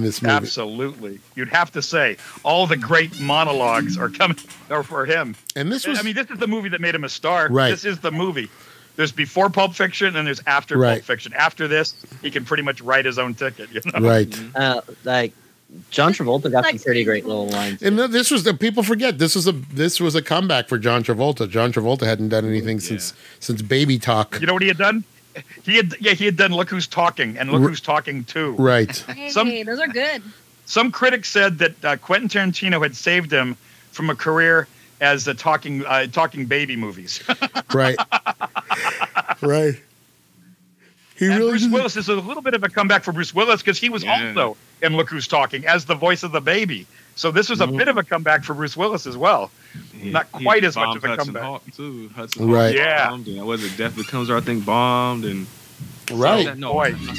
[SPEAKER 1] this movie.
[SPEAKER 6] Mm-hmm. Absolutely, you'd have to say all the great monologues are coming are for him.
[SPEAKER 1] And this was
[SPEAKER 6] I mean, this is the movie that made him a star.
[SPEAKER 1] Right.
[SPEAKER 6] This is the movie. There's before Pulp Fiction and there's after
[SPEAKER 1] Right.
[SPEAKER 6] Pulp Fiction. After this, he can pretty much write his own ticket. You know?
[SPEAKER 1] right.
[SPEAKER 7] Uh, like John Travolta got some
[SPEAKER 2] Like-
[SPEAKER 7] pretty great little lines.
[SPEAKER 1] And th- this was the people forget this was a this was a comeback for John Travolta. John Travolta hadn't done anything since since Baby Talk.
[SPEAKER 6] You know what he had done? He had yeah he had done Look Who's Talking and Look
[SPEAKER 1] R-
[SPEAKER 6] Who's Talking Too.
[SPEAKER 1] Right.
[SPEAKER 2] Hey,
[SPEAKER 6] Some-
[SPEAKER 2] those are good.
[SPEAKER 6] Some critics said that uh, Quentin Tarantino had saved him from a career as the talking uh, talking baby movies.
[SPEAKER 1] Right. right. He
[SPEAKER 6] And
[SPEAKER 1] really
[SPEAKER 6] Bruce
[SPEAKER 1] didn't-
[SPEAKER 6] Willis is a little bit of a comeback for Bruce Willis because he was
[SPEAKER 5] Yeah.
[SPEAKER 6] also in Look Who's Talking as the voice of the baby. So this was a
[SPEAKER 1] Mm-hmm.
[SPEAKER 6] bit of a comeback for Bruce Willis as well.
[SPEAKER 5] He-
[SPEAKER 6] Not
[SPEAKER 5] he
[SPEAKER 6] quite as much
[SPEAKER 5] bombed
[SPEAKER 6] of a
[SPEAKER 5] Hudson
[SPEAKER 6] comeback.
[SPEAKER 5] Hawk, too. Hudson Hawk
[SPEAKER 1] Right.
[SPEAKER 6] Yeah.
[SPEAKER 5] bombed, and was it Death Becomes Her? I think bombed and
[SPEAKER 1] right.
[SPEAKER 5] No,
[SPEAKER 6] Boy.
[SPEAKER 5] not-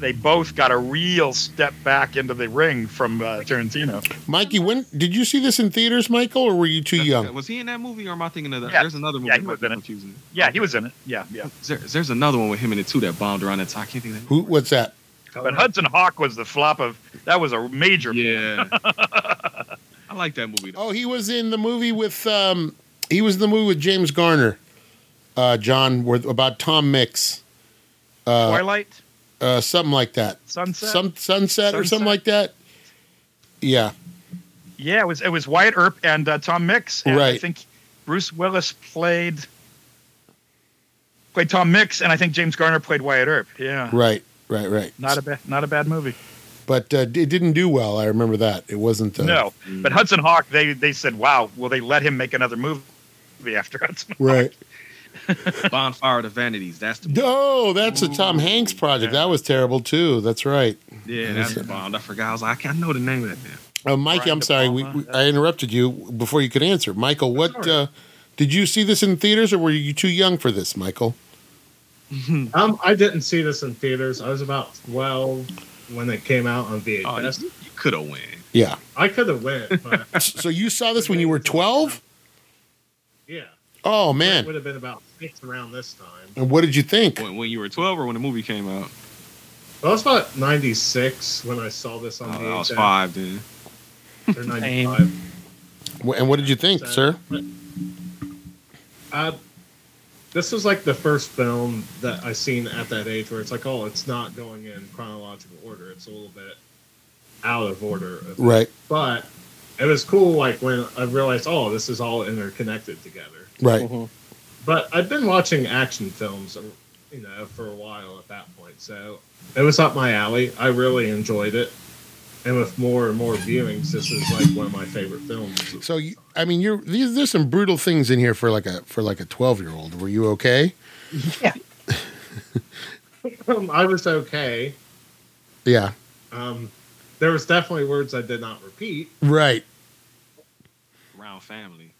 [SPEAKER 6] They both got a real step back into the ring from uh, Tarantino.
[SPEAKER 1] Mikey, when did you see this in theaters, Michael, or were you too young?
[SPEAKER 5] Was he in that movie, or am I thinking of that?
[SPEAKER 6] Yeah.
[SPEAKER 5] There's another movie. Yeah,
[SPEAKER 6] Yeah, he was in it.
[SPEAKER 5] confusing.
[SPEAKER 6] Yeah, he was in it. Yeah, yeah.
[SPEAKER 5] There, there's another one with him in it too that bombed around that time. I can't think of
[SPEAKER 1] Who what's that?
[SPEAKER 6] But Hudson Hawk was the flop of that was a major.
[SPEAKER 5] that. Yeah. I like that movie. Though.
[SPEAKER 1] Oh, he was in the movie with um he was in the movie with James Garner. Uh John with about Tom Mix. Uh,
[SPEAKER 6] Twilight,
[SPEAKER 1] uh something like that.
[SPEAKER 6] Sunset.
[SPEAKER 1] Some sunset or something
[SPEAKER 6] Sunset?
[SPEAKER 1] like that. Yeah.
[SPEAKER 6] yeah, it was it was Wyatt Earp and uh, Tom Mix. And I
[SPEAKER 1] Right.
[SPEAKER 6] think Bruce Willis played played Tom Mix, and I think James Garner played Wyatt Earp. Yeah,
[SPEAKER 1] Right. Right, right.
[SPEAKER 6] not a bad not a bad movie.
[SPEAKER 1] but uh, it didn't do well. I remember that. It wasn't uh, the
[SPEAKER 6] No, but Hudson Hawk, they they said, "Wow, will they let him make another movie after Hudson?"
[SPEAKER 1] right.
[SPEAKER 5] Bonfire of the Vanities. That's the
[SPEAKER 1] No, Oh, that's a Tom
[SPEAKER 5] Ooh,
[SPEAKER 1] Hanks project.
[SPEAKER 6] yeah.
[SPEAKER 1] That was terrible too. That's right.
[SPEAKER 5] yeah. That's the bombed. I forgot. I was like, I can't know the name of that man.
[SPEAKER 1] Uh, Mikey,
[SPEAKER 6] Brian
[SPEAKER 1] I'm
[SPEAKER 6] De
[SPEAKER 1] sorry, we,
[SPEAKER 6] Palma,
[SPEAKER 1] we-
[SPEAKER 6] yeah.
[SPEAKER 1] I interrupted you before you could answer. Michael, what
[SPEAKER 5] all right.
[SPEAKER 1] uh, did you see this in theaters, or were you too young for this, Michael?
[SPEAKER 4] Um, I didn't see this in theaters. I was about twelve when it came out on VHS.
[SPEAKER 5] Oh, you, you could have won.
[SPEAKER 1] Yeah.
[SPEAKER 4] I could have went, but
[SPEAKER 1] S- so you saw this when you were 12?
[SPEAKER 4] yeah,
[SPEAKER 1] Oh
[SPEAKER 4] it would
[SPEAKER 1] man.
[SPEAKER 4] have been about six around this time.
[SPEAKER 1] And what did you think?
[SPEAKER 5] When, when you were 12 or when the movie came out?
[SPEAKER 4] Well, it's about ninety six when I saw this on
[SPEAKER 5] Oh,
[SPEAKER 4] VHS.
[SPEAKER 5] I was five then.
[SPEAKER 4] Or ninety five.
[SPEAKER 1] Wh- And what did you think, sir?
[SPEAKER 4] Uh, this was like the first film that I seen at that age where it's like, oh, it's not going in chronological order. It's a little bit out of order. of it.
[SPEAKER 1] Right.
[SPEAKER 4] But it was cool, like when I realized, oh, this is all interconnected together.
[SPEAKER 1] Right.
[SPEAKER 4] But I've been watching action films, uh, you know, for a while at that point, so it was up my alley. I really enjoyed it, and with more and more viewings, this is like one of my favorite films.
[SPEAKER 1] So you, I mean, you're these, there's some brutal things in here for like a for like a twelve year old. Were you okay?
[SPEAKER 4] Um, I was okay.
[SPEAKER 1] Yeah.
[SPEAKER 4] Um, there was definitely words I did not repeat.
[SPEAKER 1] Right.
[SPEAKER 5] Round family.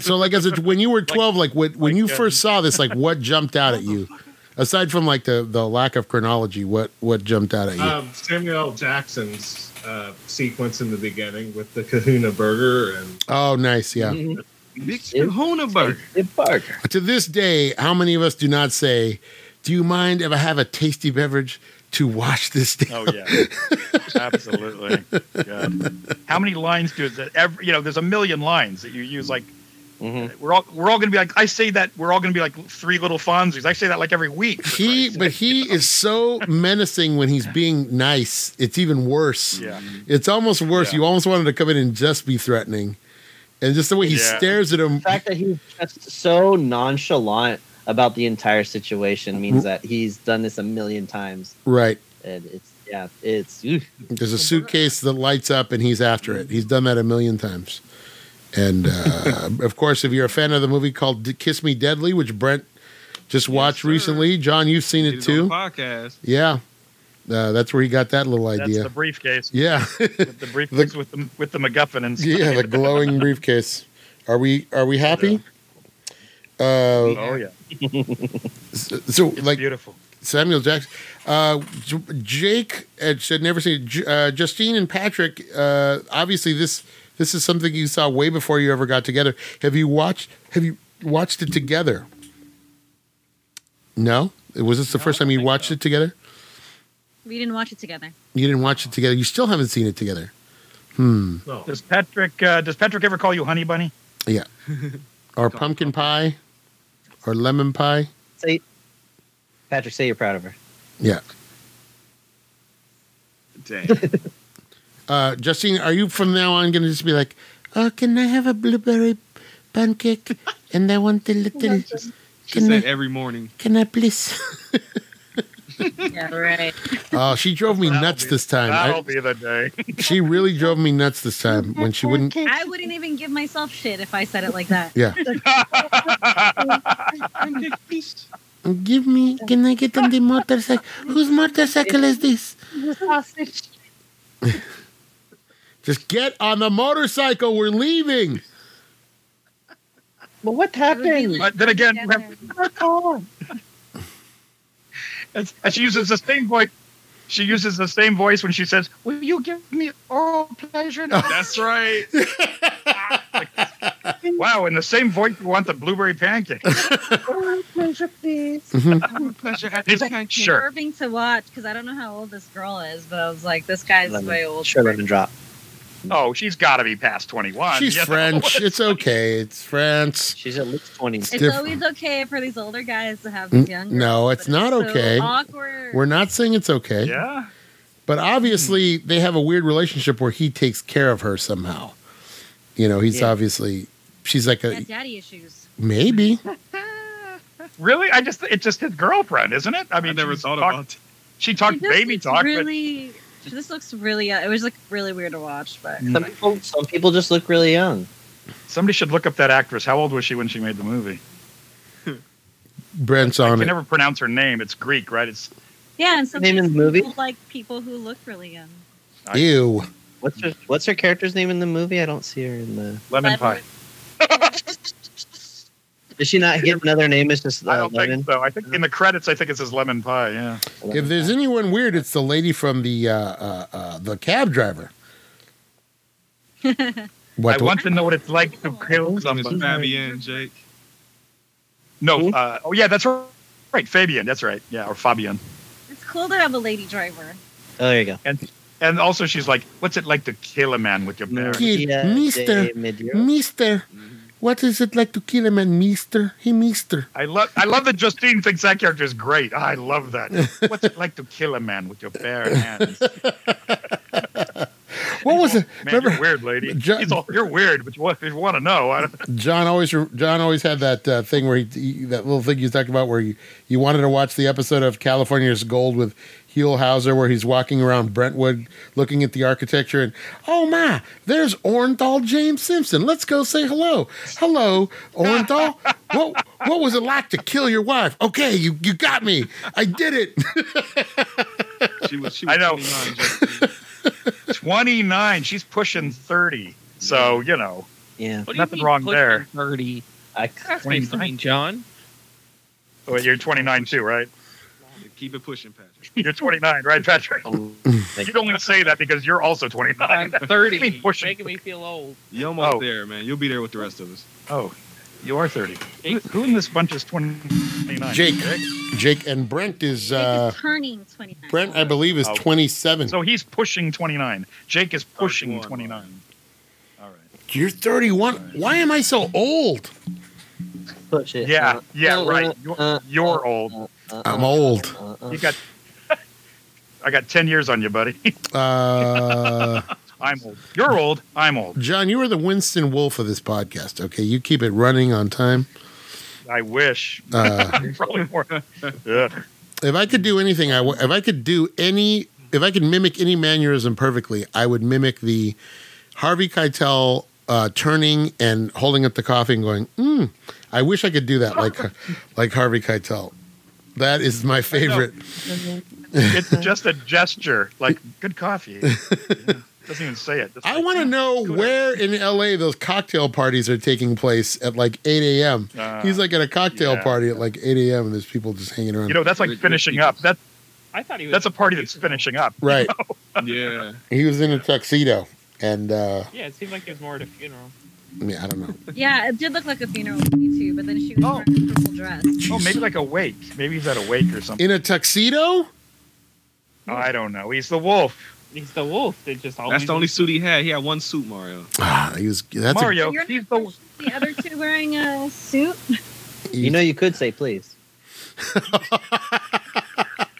[SPEAKER 1] So like as a, when you were twelve, like, uh, what when you first saw this, like what jumped out at you? Aside from like the the lack of chronology, what what jumped out at you?
[SPEAKER 4] Um, Samuel L. Jackson's uh, sequence in the beginning with the Kahuna Burger and
[SPEAKER 1] oh, nice. Yeah.
[SPEAKER 5] Big Kahuna burger.
[SPEAKER 7] It Parker.
[SPEAKER 1] To this day, how many of us do not say, "Do you mind if I have a tasty beverage to wash this down?"
[SPEAKER 6] Oh yeah, absolutely. God. How many lines do that? Every you know, there's a million lines that you use. Like
[SPEAKER 7] Mhm.
[SPEAKER 6] we're all we're all gonna be like I say that we're all gonna be like three little Fonzies. I say that like every week. for
[SPEAKER 1] He,
[SPEAKER 6] Christ's
[SPEAKER 1] but
[SPEAKER 6] sake.
[SPEAKER 1] he is so menacing when he's being nice. It's even worse.
[SPEAKER 6] yeah,
[SPEAKER 1] It's almost worse.
[SPEAKER 6] Yeah.
[SPEAKER 1] You almost wanted to come in and just be threatening, and just the way he
[SPEAKER 6] Yeah.
[SPEAKER 1] stares at him.
[SPEAKER 7] The fact that he's just so nonchalant about the entire situation means that he's done this a million times,
[SPEAKER 1] Right.
[SPEAKER 7] and it's yeah, it's oof.
[SPEAKER 1] There's a suitcase that lights up, and he's after it. He's done that a million times. And uh, of course, if you're a fan of the movie called D- "Kiss Me Deadly," which Brent just watched
[SPEAKER 5] sir.
[SPEAKER 1] recently, John, you've seen
[SPEAKER 5] Get
[SPEAKER 1] it
[SPEAKER 5] it on
[SPEAKER 1] too.
[SPEAKER 5] the podcast.
[SPEAKER 1] Yeah, uh, that's where he got that little
[SPEAKER 6] that's
[SPEAKER 1] idea.
[SPEAKER 6] the briefcase.
[SPEAKER 1] yeah,
[SPEAKER 6] With the briefcase with the with the MacGuffin and stuff.
[SPEAKER 1] yeah, the glowing briefcase. Are we are we happy? Uh,
[SPEAKER 6] Oh yeah,
[SPEAKER 1] so, so,
[SPEAKER 6] it's
[SPEAKER 1] like
[SPEAKER 6] beautiful.
[SPEAKER 1] Samuel Jackson, uh, J- Jake had said never seen it. J- uh, Justine and Patrick. Uh, obviously, this this is something you saw way before you ever got together. Have you watched? Have you watched it together? No, was this the first time you watched it together?
[SPEAKER 2] We didn't watch it together.
[SPEAKER 1] You didn't watch it together. You still haven't seen it together. Hmm.
[SPEAKER 4] no,
[SPEAKER 6] Does Patrick uh, does Patrick ever call you Honey Bunny?
[SPEAKER 1] Yeah. Or pumpkin pie, or lemon pie.
[SPEAKER 7] say, Patrick, say you're proud of her.
[SPEAKER 1] Yeah.
[SPEAKER 5] Damn.
[SPEAKER 1] Uh, Justine, are you from now on going to just be like, oh, can I have a blueberry pancake? And I want a little.
[SPEAKER 5] She said every morning.
[SPEAKER 1] Can I please?
[SPEAKER 2] Yeah, right.
[SPEAKER 1] Oh, she drove me
[SPEAKER 6] That'll
[SPEAKER 1] nuts
[SPEAKER 6] be-
[SPEAKER 1] this time.
[SPEAKER 6] That'll
[SPEAKER 1] I,
[SPEAKER 6] be the day.
[SPEAKER 1] she really drove me nuts this time when she wouldn't.
[SPEAKER 2] I wouldn't even give myself shit if I said it like that.
[SPEAKER 1] Yeah. Give me. Can I get on the motorcycle? Whose motorcycle is this? Just get on the motorcycle. We're leaving.
[SPEAKER 7] Well, what
[SPEAKER 2] It would be
[SPEAKER 7] happened?
[SPEAKER 2] like
[SPEAKER 6] But then again,
[SPEAKER 2] together.
[SPEAKER 6] And she uses the same voice. She uses the same voice when she says, "Will you give me oral pleasure?"
[SPEAKER 5] That's right.
[SPEAKER 6] wow, in the same voice, you want the blueberry pancake.
[SPEAKER 1] Mm-hmm.
[SPEAKER 5] Pleasure at
[SPEAKER 6] It's
[SPEAKER 5] this
[SPEAKER 6] like,
[SPEAKER 5] time.
[SPEAKER 6] sure.
[SPEAKER 2] Disturbing to watch because I don't know how old this girl is, but I was like, this guy's
[SPEAKER 7] Lemon.
[SPEAKER 2] way old.
[SPEAKER 7] Sure, let him drop.
[SPEAKER 6] Oh, she's got to be past twenty-one.
[SPEAKER 1] She's
[SPEAKER 6] you know?
[SPEAKER 1] French. It's okay. It's France.
[SPEAKER 7] She's at least twenty.
[SPEAKER 2] It's
[SPEAKER 1] Diff-
[SPEAKER 2] always okay for these older guys to have
[SPEAKER 1] N-
[SPEAKER 2] these young.
[SPEAKER 1] no,
[SPEAKER 2] girls,
[SPEAKER 1] it's
[SPEAKER 2] but
[SPEAKER 1] not
[SPEAKER 2] so
[SPEAKER 1] okay.
[SPEAKER 2] awkward.
[SPEAKER 1] We're not saying it's okay.
[SPEAKER 6] Yeah.
[SPEAKER 1] But obviously,
[SPEAKER 6] Hmm.
[SPEAKER 1] they have a weird relationship where he takes care of her somehow. You know, he's
[SPEAKER 7] Yeah.
[SPEAKER 1] obviously. She's like
[SPEAKER 2] He
[SPEAKER 1] a
[SPEAKER 2] has daddy issues.
[SPEAKER 1] maybe.
[SPEAKER 6] Really? I just it's just his girlfriend, isn't it? I
[SPEAKER 5] I
[SPEAKER 6] mean,
[SPEAKER 5] never
[SPEAKER 6] she
[SPEAKER 5] thought
[SPEAKER 6] talked-
[SPEAKER 5] about that.
[SPEAKER 6] She talked
[SPEAKER 2] She just
[SPEAKER 6] baby
[SPEAKER 2] looks
[SPEAKER 6] talk,
[SPEAKER 2] Really, this looks really. Uh, it was like really weird to watch, but
[SPEAKER 6] Mm.
[SPEAKER 7] Some people, some people just look really young.
[SPEAKER 6] but somebody should look up that actress. How old was she when she made the movie?
[SPEAKER 1] Brent's
[SPEAKER 6] I
[SPEAKER 1] on
[SPEAKER 6] can
[SPEAKER 1] it.
[SPEAKER 6] never pronounce her name. It's Greek, right? It's
[SPEAKER 2] yeah. And some
[SPEAKER 7] Name in the
[SPEAKER 2] people
[SPEAKER 7] movie?
[SPEAKER 2] like people who look really young.
[SPEAKER 6] I-
[SPEAKER 1] Ew.
[SPEAKER 7] What's her What's her character's name in the movie? I don't see her in the.
[SPEAKER 6] lemon pie.
[SPEAKER 7] Does she not get another name? It's just
[SPEAKER 6] I
[SPEAKER 7] uh,
[SPEAKER 6] don't
[SPEAKER 7] Lemon.
[SPEAKER 6] think so. I think in the credits, I think it says lemon pie. Yeah.
[SPEAKER 1] If there's anyone weird, it's the lady from the uh, uh, uh, the cab driver.
[SPEAKER 6] I
[SPEAKER 1] What?
[SPEAKER 6] want to know what it's like to kill
[SPEAKER 5] Miss
[SPEAKER 6] somebody.
[SPEAKER 5] Fabienne, Jake.
[SPEAKER 6] No.
[SPEAKER 7] Who?
[SPEAKER 6] Uh, oh, yeah, that's right. Fabian. That's right. Yeah, or Fabian.
[SPEAKER 2] It's cool to have a lady driver.
[SPEAKER 7] Oh, there you go.
[SPEAKER 6] And also, she's like, "What's it like to kill a man with your bare?"
[SPEAKER 1] Yeah. Kid,
[SPEAKER 7] Dia
[SPEAKER 1] Mister.
[SPEAKER 7] de Medeiros.
[SPEAKER 1] Mister, what is it like to kill a man, Mister? Hey, Mister.
[SPEAKER 6] I love. I love that Justine thinks that character is great. I love that. What's it like to kill a man with your bare hands?
[SPEAKER 1] What was it?
[SPEAKER 6] Man,
[SPEAKER 1] Remember,
[SPEAKER 6] you're weird, lady.
[SPEAKER 1] Ju-
[SPEAKER 6] He's all, you're weird, but you want, if you want to know, I don't,
[SPEAKER 1] John always John always had that uh, thing where he, he that little thing you talked about where you you wanted to watch the episode of California's Gold with Huell Hauser where he's walking around Brentwood looking at the architecture and oh my there's Orenthal James Simpson let's go say hello hello Orenthal what what was it like to kill your wife okay you you got me I did it
[SPEAKER 5] She was, she was
[SPEAKER 6] I know.
[SPEAKER 5] 29 just-
[SPEAKER 6] 29. She's pushing 30. So, you know,
[SPEAKER 7] Yeah.
[SPEAKER 3] What do you
[SPEAKER 6] Nothing
[SPEAKER 3] mean
[SPEAKER 6] wrong there.
[SPEAKER 3] pushing Thirty.
[SPEAKER 7] I,
[SPEAKER 3] That's basically John.
[SPEAKER 6] well, you're 29 too, right?
[SPEAKER 5] Keep it pushing, Patrick.
[SPEAKER 6] You're 29, right, Patrick? You don't want to say that because you're also 29.
[SPEAKER 3] I'm thirty.
[SPEAKER 6] mean pushing?
[SPEAKER 3] Making me feel old.
[SPEAKER 5] You're almost
[SPEAKER 6] Oh.
[SPEAKER 5] there, man. You'll be there with the rest of us.
[SPEAKER 6] Oh, you are 30. Who, who in this bunch is 29?
[SPEAKER 1] Jake. Jake and Brent is uh,
[SPEAKER 2] turning 29.
[SPEAKER 1] Brent I believe is
[SPEAKER 6] Oh.
[SPEAKER 1] twenty seven
[SPEAKER 6] So he's pushing 29. Jake is pushing
[SPEAKER 5] 31.
[SPEAKER 6] 29. All right.
[SPEAKER 1] you're thirty one why am I so old
[SPEAKER 7] Push it.
[SPEAKER 6] Yeah,
[SPEAKER 7] Uh,
[SPEAKER 6] yeah,
[SPEAKER 7] uh,
[SPEAKER 6] right.
[SPEAKER 7] uh,
[SPEAKER 6] You're,
[SPEAKER 7] uh,
[SPEAKER 6] you're old.
[SPEAKER 7] uh,
[SPEAKER 1] I'm
[SPEAKER 7] uh,
[SPEAKER 1] old.
[SPEAKER 7] uh, uh.
[SPEAKER 6] You got. I got 10 years on you, buddy.
[SPEAKER 1] Uh,
[SPEAKER 6] I'm old. You're old. I'm old.
[SPEAKER 1] John, you are the Winston Wolf of this podcast. Okay, you keep it running on time.
[SPEAKER 6] I wish.
[SPEAKER 1] Uh,
[SPEAKER 6] Probably more. Yeah.
[SPEAKER 1] if I could do anything, I w- if I could do any, if I could mimic any mannerism perfectly, I would mimic the Harvey Keitel uh, turning and holding up the coffee and going, mm, "I wish I could do that like like Harvey Keitel." That is my favorite.
[SPEAKER 6] it's just a gesture, like good coffee. Doesn't even say it. Just
[SPEAKER 1] I
[SPEAKER 6] like,
[SPEAKER 1] want to know where in LA those cocktail parties are taking place at like 8 a.m.
[SPEAKER 6] Uh,
[SPEAKER 1] He's like at a cocktail
[SPEAKER 6] yeah.
[SPEAKER 1] party at like 8 a.m. and there's people just hanging around.
[SPEAKER 6] You know, that's like
[SPEAKER 5] Rich-
[SPEAKER 6] finishing
[SPEAKER 5] Rich
[SPEAKER 6] up. That
[SPEAKER 3] I thought he was.
[SPEAKER 6] that's a party that's finishing up.
[SPEAKER 1] right.
[SPEAKER 5] Yeah.
[SPEAKER 1] He was in a tuxedo, and uh,
[SPEAKER 3] Yeah, it seemed like he was more at a funeral.
[SPEAKER 1] I, mean, I don't know.
[SPEAKER 2] Yeah, it did look like a funeral to me too, but then she was
[SPEAKER 6] Oh.
[SPEAKER 2] wearing a purple dress.
[SPEAKER 6] Oh, maybe like a wake. Maybe he's at a wake or something.
[SPEAKER 1] In a tuxedo?
[SPEAKER 6] I don't know. He's the wolf.
[SPEAKER 3] He's the wolf. They just always.
[SPEAKER 5] That's Oh, the only suit he had. He had one suit, Mario.
[SPEAKER 1] Ah, he was. That's a,
[SPEAKER 6] Mario.
[SPEAKER 2] You're
[SPEAKER 6] he's
[SPEAKER 2] not
[SPEAKER 6] the.
[SPEAKER 2] The other two wearing a suit.
[SPEAKER 7] uh. You know, you could say please.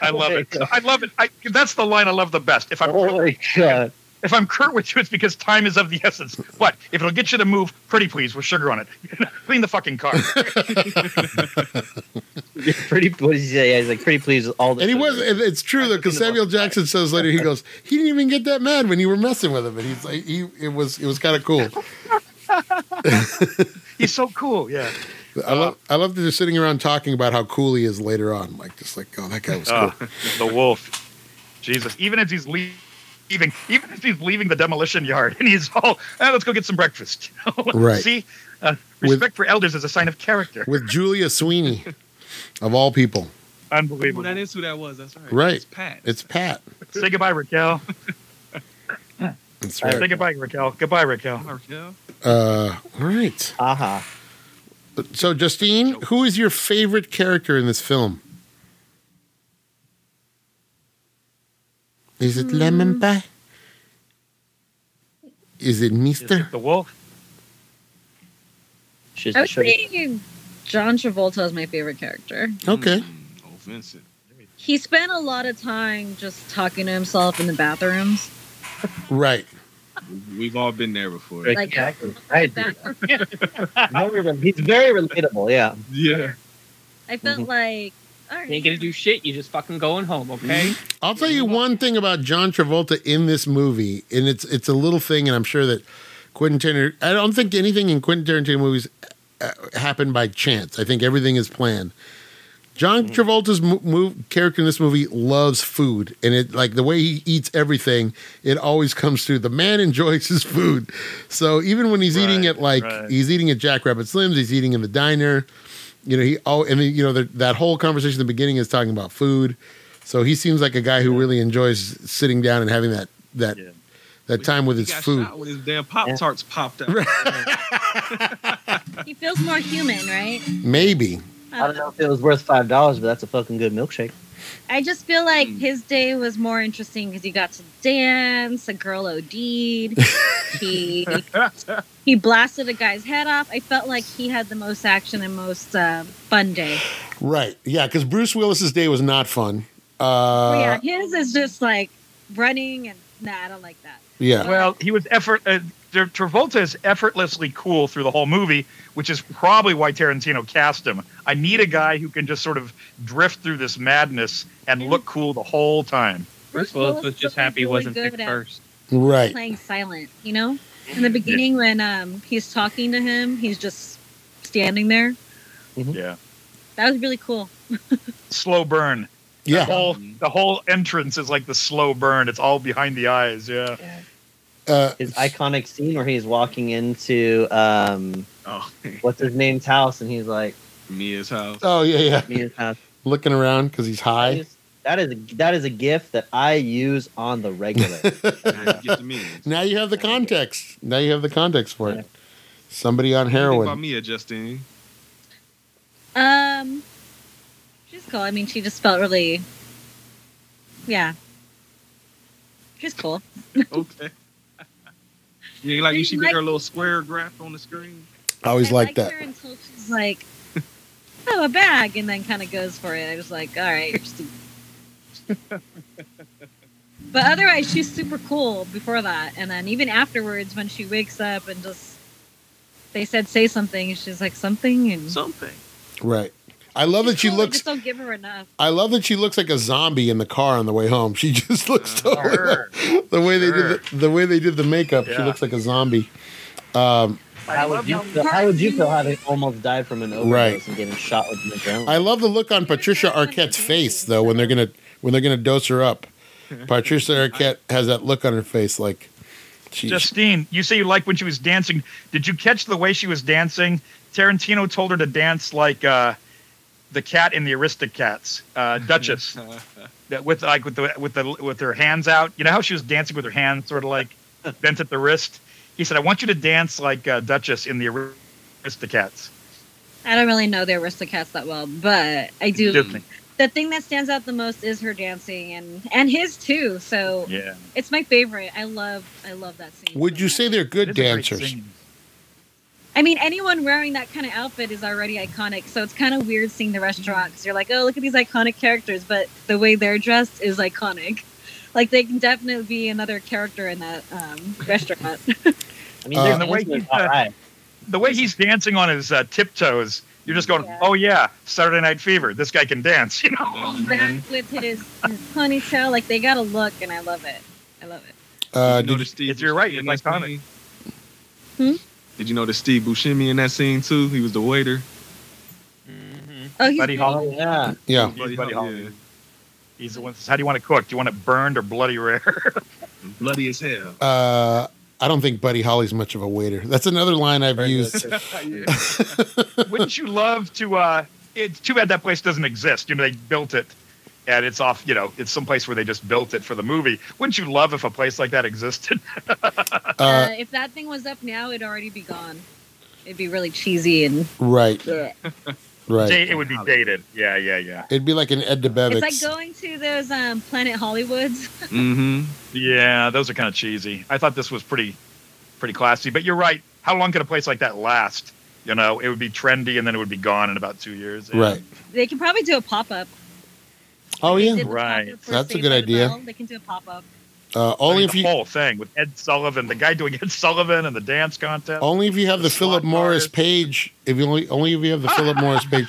[SPEAKER 6] I love it. I love it. I, that's the line I love the best. If I'm
[SPEAKER 7] Oh my god.
[SPEAKER 6] if I'm curt with you, it's because time is of the essence. What if it'll get you to move? Pretty please with sugar on it. Clean the fucking car.
[SPEAKER 7] You're pretty. What did you say? Yeah, he's like pretty pleased with all the.
[SPEAKER 1] and he was. and It's true though, because Samuel Jackson says later he goes, he didn't even get that mad when you were messing with him, and he's like, he it was it was kind of cool.
[SPEAKER 6] he's so cool. Yeah.
[SPEAKER 1] I love I love that they're sitting around talking about how cool he is later on, like just like oh that guy was cool.
[SPEAKER 6] Oh, the wolf. Jesus. Even as he's leaving, even as he's leaving the demolition yard, and he's all, "Ah, let's go get some breakfast. You know?
[SPEAKER 1] Right.
[SPEAKER 6] See, uh,
[SPEAKER 1] With-
[SPEAKER 6] respect for elders is a sign of character.
[SPEAKER 1] With Julia Sweeney, of all people,
[SPEAKER 5] Well,
[SPEAKER 6] Unbelievable.
[SPEAKER 5] that is who that was. That's right.
[SPEAKER 1] Right.
[SPEAKER 5] It's Pat.
[SPEAKER 1] it's Pat.
[SPEAKER 6] Say goodbye, Raquel.
[SPEAKER 1] That's
[SPEAKER 6] Say
[SPEAKER 1] right.
[SPEAKER 6] goodbye, Raquel. Goodbye, Raquel.
[SPEAKER 5] Mario.
[SPEAKER 1] Uh, all right.
[SPEAKER 7] Aha.
[SPEAKER 1] So Justine, who is your favorite character in this film? Is it Lemon Pie? Is it
[SPEAKER 6] Is it
[SPEAKER 1] Mister?
[SPEAKER 6] the wolf.
[SPEAKER 7] She's
[SPEAKER 2] I would
[SPEAKER 7] she's-
[SPEAKER 2] say John Travolta is my favorite character.
[SPEAKER 1] Okay.
[SPEAKER 5] Mm, Oh, Vincent.
[SPEAKER 2] He spent a lot of time just talking to himself in the bathrooms.
[SPEAKER 1] Right.
[SPEAKER 5] We- We've all been there before.
[SPEAKER 7] Like,
[SPEAKER 2] Like-
[SPEAKER 7] exactly. I do.
[SPEAKER 2] Back-
[SPEAKER 7] I remember. He's very relatable. Yeah.
[SPEAKER 5] Yeah.
[SPEAKER 2] I felt like, all
[SPEAKER 3] You ain't gonna
[SPEAKER 2] right,
[SPEAKER 3] do shit. You just fucking going home, okay?
[SPEAKER 1] I'll tell you one thing about John Travolta in this movie, and it's it's a little thing, and I'm sure that Quentin Tarantino. I don't think anything in Quentin Tarantino movies uh, happened by chance. I think everything is planned.
[SPEAKER 6] Mm-hmm.
[SPEAKER 1] John Travolta's mo- move, character in this movie loves food, and it like the way he eats everything, it always comes through. The man enjoys his food, so even when he's eating
[SPEAKER 6] Right,
[SPEAKER 1] at like
[SPEAKER 6] right.
[SPEAKER 1] he's eating at Jack Rabbit Slim's, he's eating in the diner. You know he oh, and then, you know the, that whole conversation at the beginning is talking about food. So he seems like a guy who really enjoys sitting down and having that that
[SPEAKER 6] Yeah.
[SPEAKER 1] that time with
[SPEAKER 5] He
[SPEAKER 1] his
[SPEAKER 5] got
[SPEAKER 1] food.
[SPEAKER 5] shot when his damn Pop Tarts popped Mm. out.
[SPEAKER 2] he feels more human, right? Um,
[SPEAKER 1] Maybe
[SPEAKER 7] I don't know if it was worth five dollars, but that's a fucking good milkshake.
[SPEAKER 2] I just feel like
[SPEAKER 5] Mm.
[SPEAKER 2] his day was more interesting because he got to dance. A girl OD'd. he he blasted a guy's head off. I felt like he had the most action and most uh, fun day.
[SPEAKER 1] right, yeah, because Bruce Willis's day was not fun. Uh,
[SPEAKER 2] Oh yeah, his is just like running and nah, I don't like that.
[SPEAKER 1] Yeah.
[SPEAKER 6] Well, he was effort. Uh, Tra- Travolta is effortlessly cool through the whole movie, which is probably why Tarantino cast him. I need a guy who can just sort of drift through this madness and look cool the whole time.
[SPEAKER 3] Bruce Willis was just happy he wasn't
[SPEAKER 2] really
[SPEAKER 3] picked
[SPEAKER 2] good at-
[SPEAKER 3] first.
[SPEAKER 1] Right.
[SPEAKER 2] playing silent, you know? In the beginning, when um, he's talking to him, he's just standing there.
[SPEAKER 1] Mm-hmm.
[SPEAKER 6] Yeah,
[SPEAKER 2] That was really cool.
[SPEAKER 6] slow burn. The
[SPEAKER 1] Yeah.
[SPEAKER 6] whole the whole entrance is like the slow burn. It's all behind the eyes. Yeah.
[SPEAKER 1] Uh,
[SPEAKER 7] His iconic scene where he's walking into um,
[SPEAKER 5] Oh,
[SPEAKER 7] what's his name's house, and he's like,
[SPEAKER 5] Mia's house.
[SPEAKER 1] oh yeah, yeah.
[SPEAKER 7] "Mia's house."
[SPEAKER 1] Looking around because he's high.
[SPEAKER 7] That is that is a gift that I use on the regular.
[SPEAKER 5] Now you get to Mia's.
[SPEAKER 1] Now you have the context. Now you have the context for
[SPEAKER 7] Yeah.
[SPEAKER 1] it. Somebody on
[SPEAKER 5] Think about
[SPEAKER 1] heroin.
[SPEAKER 5] Mia, Justine.
[SPEAKER 2] Um, she's cool. I mean, she just felt really, yeah. She's cool.
[SPEAKER 5] Okay. You like you
[SPEAKER 2] She's
[SPEAKER 5] should
[SPEAKER 2] like-
[SPEAKER 5] get her little square graph on the screen.
[SPEAKER 1] I always
[SPEAKER 2] I
[SPEAKER 1] like
[SPEAKER 2] liked
[SPEAKER 1] that.
[SPEAKER 2] Her until she's like, oh, a bag, and then kind of goes for it. I was like, all right, you're stupid. but otherwise, she's super cool before that, and then even afterwards, when she wakes up and just they said say something, and she's like something,
[SPEAKER 1] Mm-hmm.
[SPEAKER 2] and
[SPEAKER 5] Something.
[SPEAKER 1] Right. I love that she
[SPEAKER 2] Cool, they
[SPEAKER 1] looks.
[SPEAKER 2] Just don't give her enough.
[SPEAKER 1] I love that she looks like a zombie in the car on the way home. She just looks totally
[SPEAKER 6] Sure.
[SPEAKER 1] the way they did the, the way they did the makeup. She
[SPEAKER 6] Yeah.
[SPEAKER 1] looks like a zombie. Um,
[SPEAKER 7] How would you feel, how would you feel having almost died from an overdose
[SPEAKER 1] Right.
[SPEAKER 7] and getting shot with an adrenaline?
[SPEAKER 1] I love the look on Patricia Arquette's face though when they're gonna when they're gonna dose her up. Patricia Arquette has that look on her face like she
[SPEAKER 6] Justine, you say you like when she was dancing. Did you catch the way she was dancing? Tarantino told her to dance like uh, the cat in the Aristocats, uh, Duchess, that with like with the with the with her hands out. You know how she was dancing with her hands sort of like bent at the wrist. He said, "I want you to dance like uh, Duchess in the Aristocats."
[SPEAKER 2] I don't really know the Aristocats that well, but I do.
[SPEAKER 6] Disney.
[SPEAKER 2] The thing that stands out the most is her dancing, and and his too. So
[SPEAKER 6] Yeah.
[SPEAKER 2] it's my favorite. I love I love that scene.
[SPEAKER 1] would you say they're
[SPEAKER 6] It
[SPEAKER 1] good
[SPEAKER 6] is a great
[SPEAKER 1] dancers?
[SPEAKER 6] scene.
[SPEAKER 2] I mean, anyone wearing that kind of outfit is already iconic. So it's kind of weird seeing the restaurant because you're like, oh, look at these iconic characters, but the way they're dressed is iconic. Like they can definitely be another character in that um, restaurant.
[SPEAKER 6] Mhm.
[SPEAKER 7] I mean,
[SPEAKER 1] Uh,
[SPEAKER 7] their
[SPEAKER 1] And
[SPEAKER 6] the way
[SPEAKER 7] dancing is
[SPEAKER 6] he's,
[SPEAKER 7] all
[SPEAKER 6] uh,
[SPEAKER 7] right.
[SPEAKER 6] The way he's dancing on his uh, tiptoes, you're just going,
[SPEAKER 2] Yeah.
[SPEAKER 6] "Oh yeah, Saturday Night Fever. This guy can dance." You know.
[SPEAKER 2] Back with his, his ponytail, like they got a look, and I love it. I love it.
[SPEAKER 1] Uh,
[SPEAKER 5] Did you
[SPEAKER 1] did,
[SPEAKER 5] notice Steve
[SPEAKER 6] If you're right,
[SPEAKER 5] Buscemi in
[SPEAKER 6] it's
[SPEAKER 5] that
[SPEAKER 6] iconic.
[SPEAKER 5] scene?
[SPEAKER 2] Hmm?
[SPEAKER 5] Did you notice Steve Buscemi in that scene too? He was the waiter.
[SPEAKER 1] Mm-hmm.
[SPEAKER 3] Mhm.
[SPEAKER 2] Oh, he's
[SPEAKER 6] Buddy
[SPEAKER 2] pretty-
[SPEAKER 6] Holly.
[SPEAKER 7] Oh, yeah.
[SPEAKER 1] yeah.
[SPEAKER 6] Buddy
[SPEAKER 5] Buddy
[SPEAKER 6] Holly.
[SPEAKER 5] Holly.
[SPEAKER 6] He's the one. that says, How do you want it cooked? Do you want it burned or bloody rare?
[SPEAKER 5] Bloody as hell.
[SPEAKER 1] Uh, I don't think Buddy Holly's much of a waiter. That's another line I've used.
[SPEAKER 6] Wouldn't you love to? uh It's too bad that place doesn't exist. You know, they built it, and it's off. You know, it's someplace where they just built it for the movie. Wouldn't you love if a place like that existed?
[SPEAKER 2] Uh,
[SPEAKER 1] Uh,
[SPEAKER 2] if that thing was up now, it'd already be gone. It'd be really cheesy and
[SPEAKER 1] right, right.
[SPEAKER 6] Da- it would be dated. Yeah, yeah, yeah,
[SPEAKER 1] It'd be like an Ed DeBevick.
[SPEAKER 2] It's like going to those um, Planet Hollywoods.
[SPEAKER 5] Mm-hmm.
[SPEAKER 6] yeah. Those are kind of cheesy. I thought this was pretty, pretty classy. But you're right. How long could a place like that last? You know, it would be trendy, and then it would be gone in about two years. And
[SPEAKER 1] right.
[SPEAKER 2] They can probably do a pop up.
[SPEAKER 1] Oh
[SPEAKER 2] They
[SPEAKER 1] yeah.
[SPEAKER 2] did the
[SPEAKER 6] Right.
[SPEAKER 2] pop-up for
[SPEAKER 1] That's a
[SPEAKER 2] Saved
[SPEAKER 1] good
[SPEAKER 2] by the
[SPEAKER 1] idea.
[SPEAKER 2] Bell. They can do a pop up.
[SPEAKER 1] Uh,
[SPEAKER 6] I
[SPEAKER 1] only
[SPEAKER 6] mean,
[SPEAKER 1] if
[SPEAKER 6] the
[SPEAKER 1] you
[SPEAKER 6] whole thing with Ed Sullivan, the guy doing Ed Sullivan and the dance contest.
[SPEAKER 1] only if you have the,
[SPEAKER 6] The slot
[SPEAKER 1] Philip Morris
[SPEAKER 6] artist.
[SPEAKER 1] page. If you only only if you have the Philip Morris page.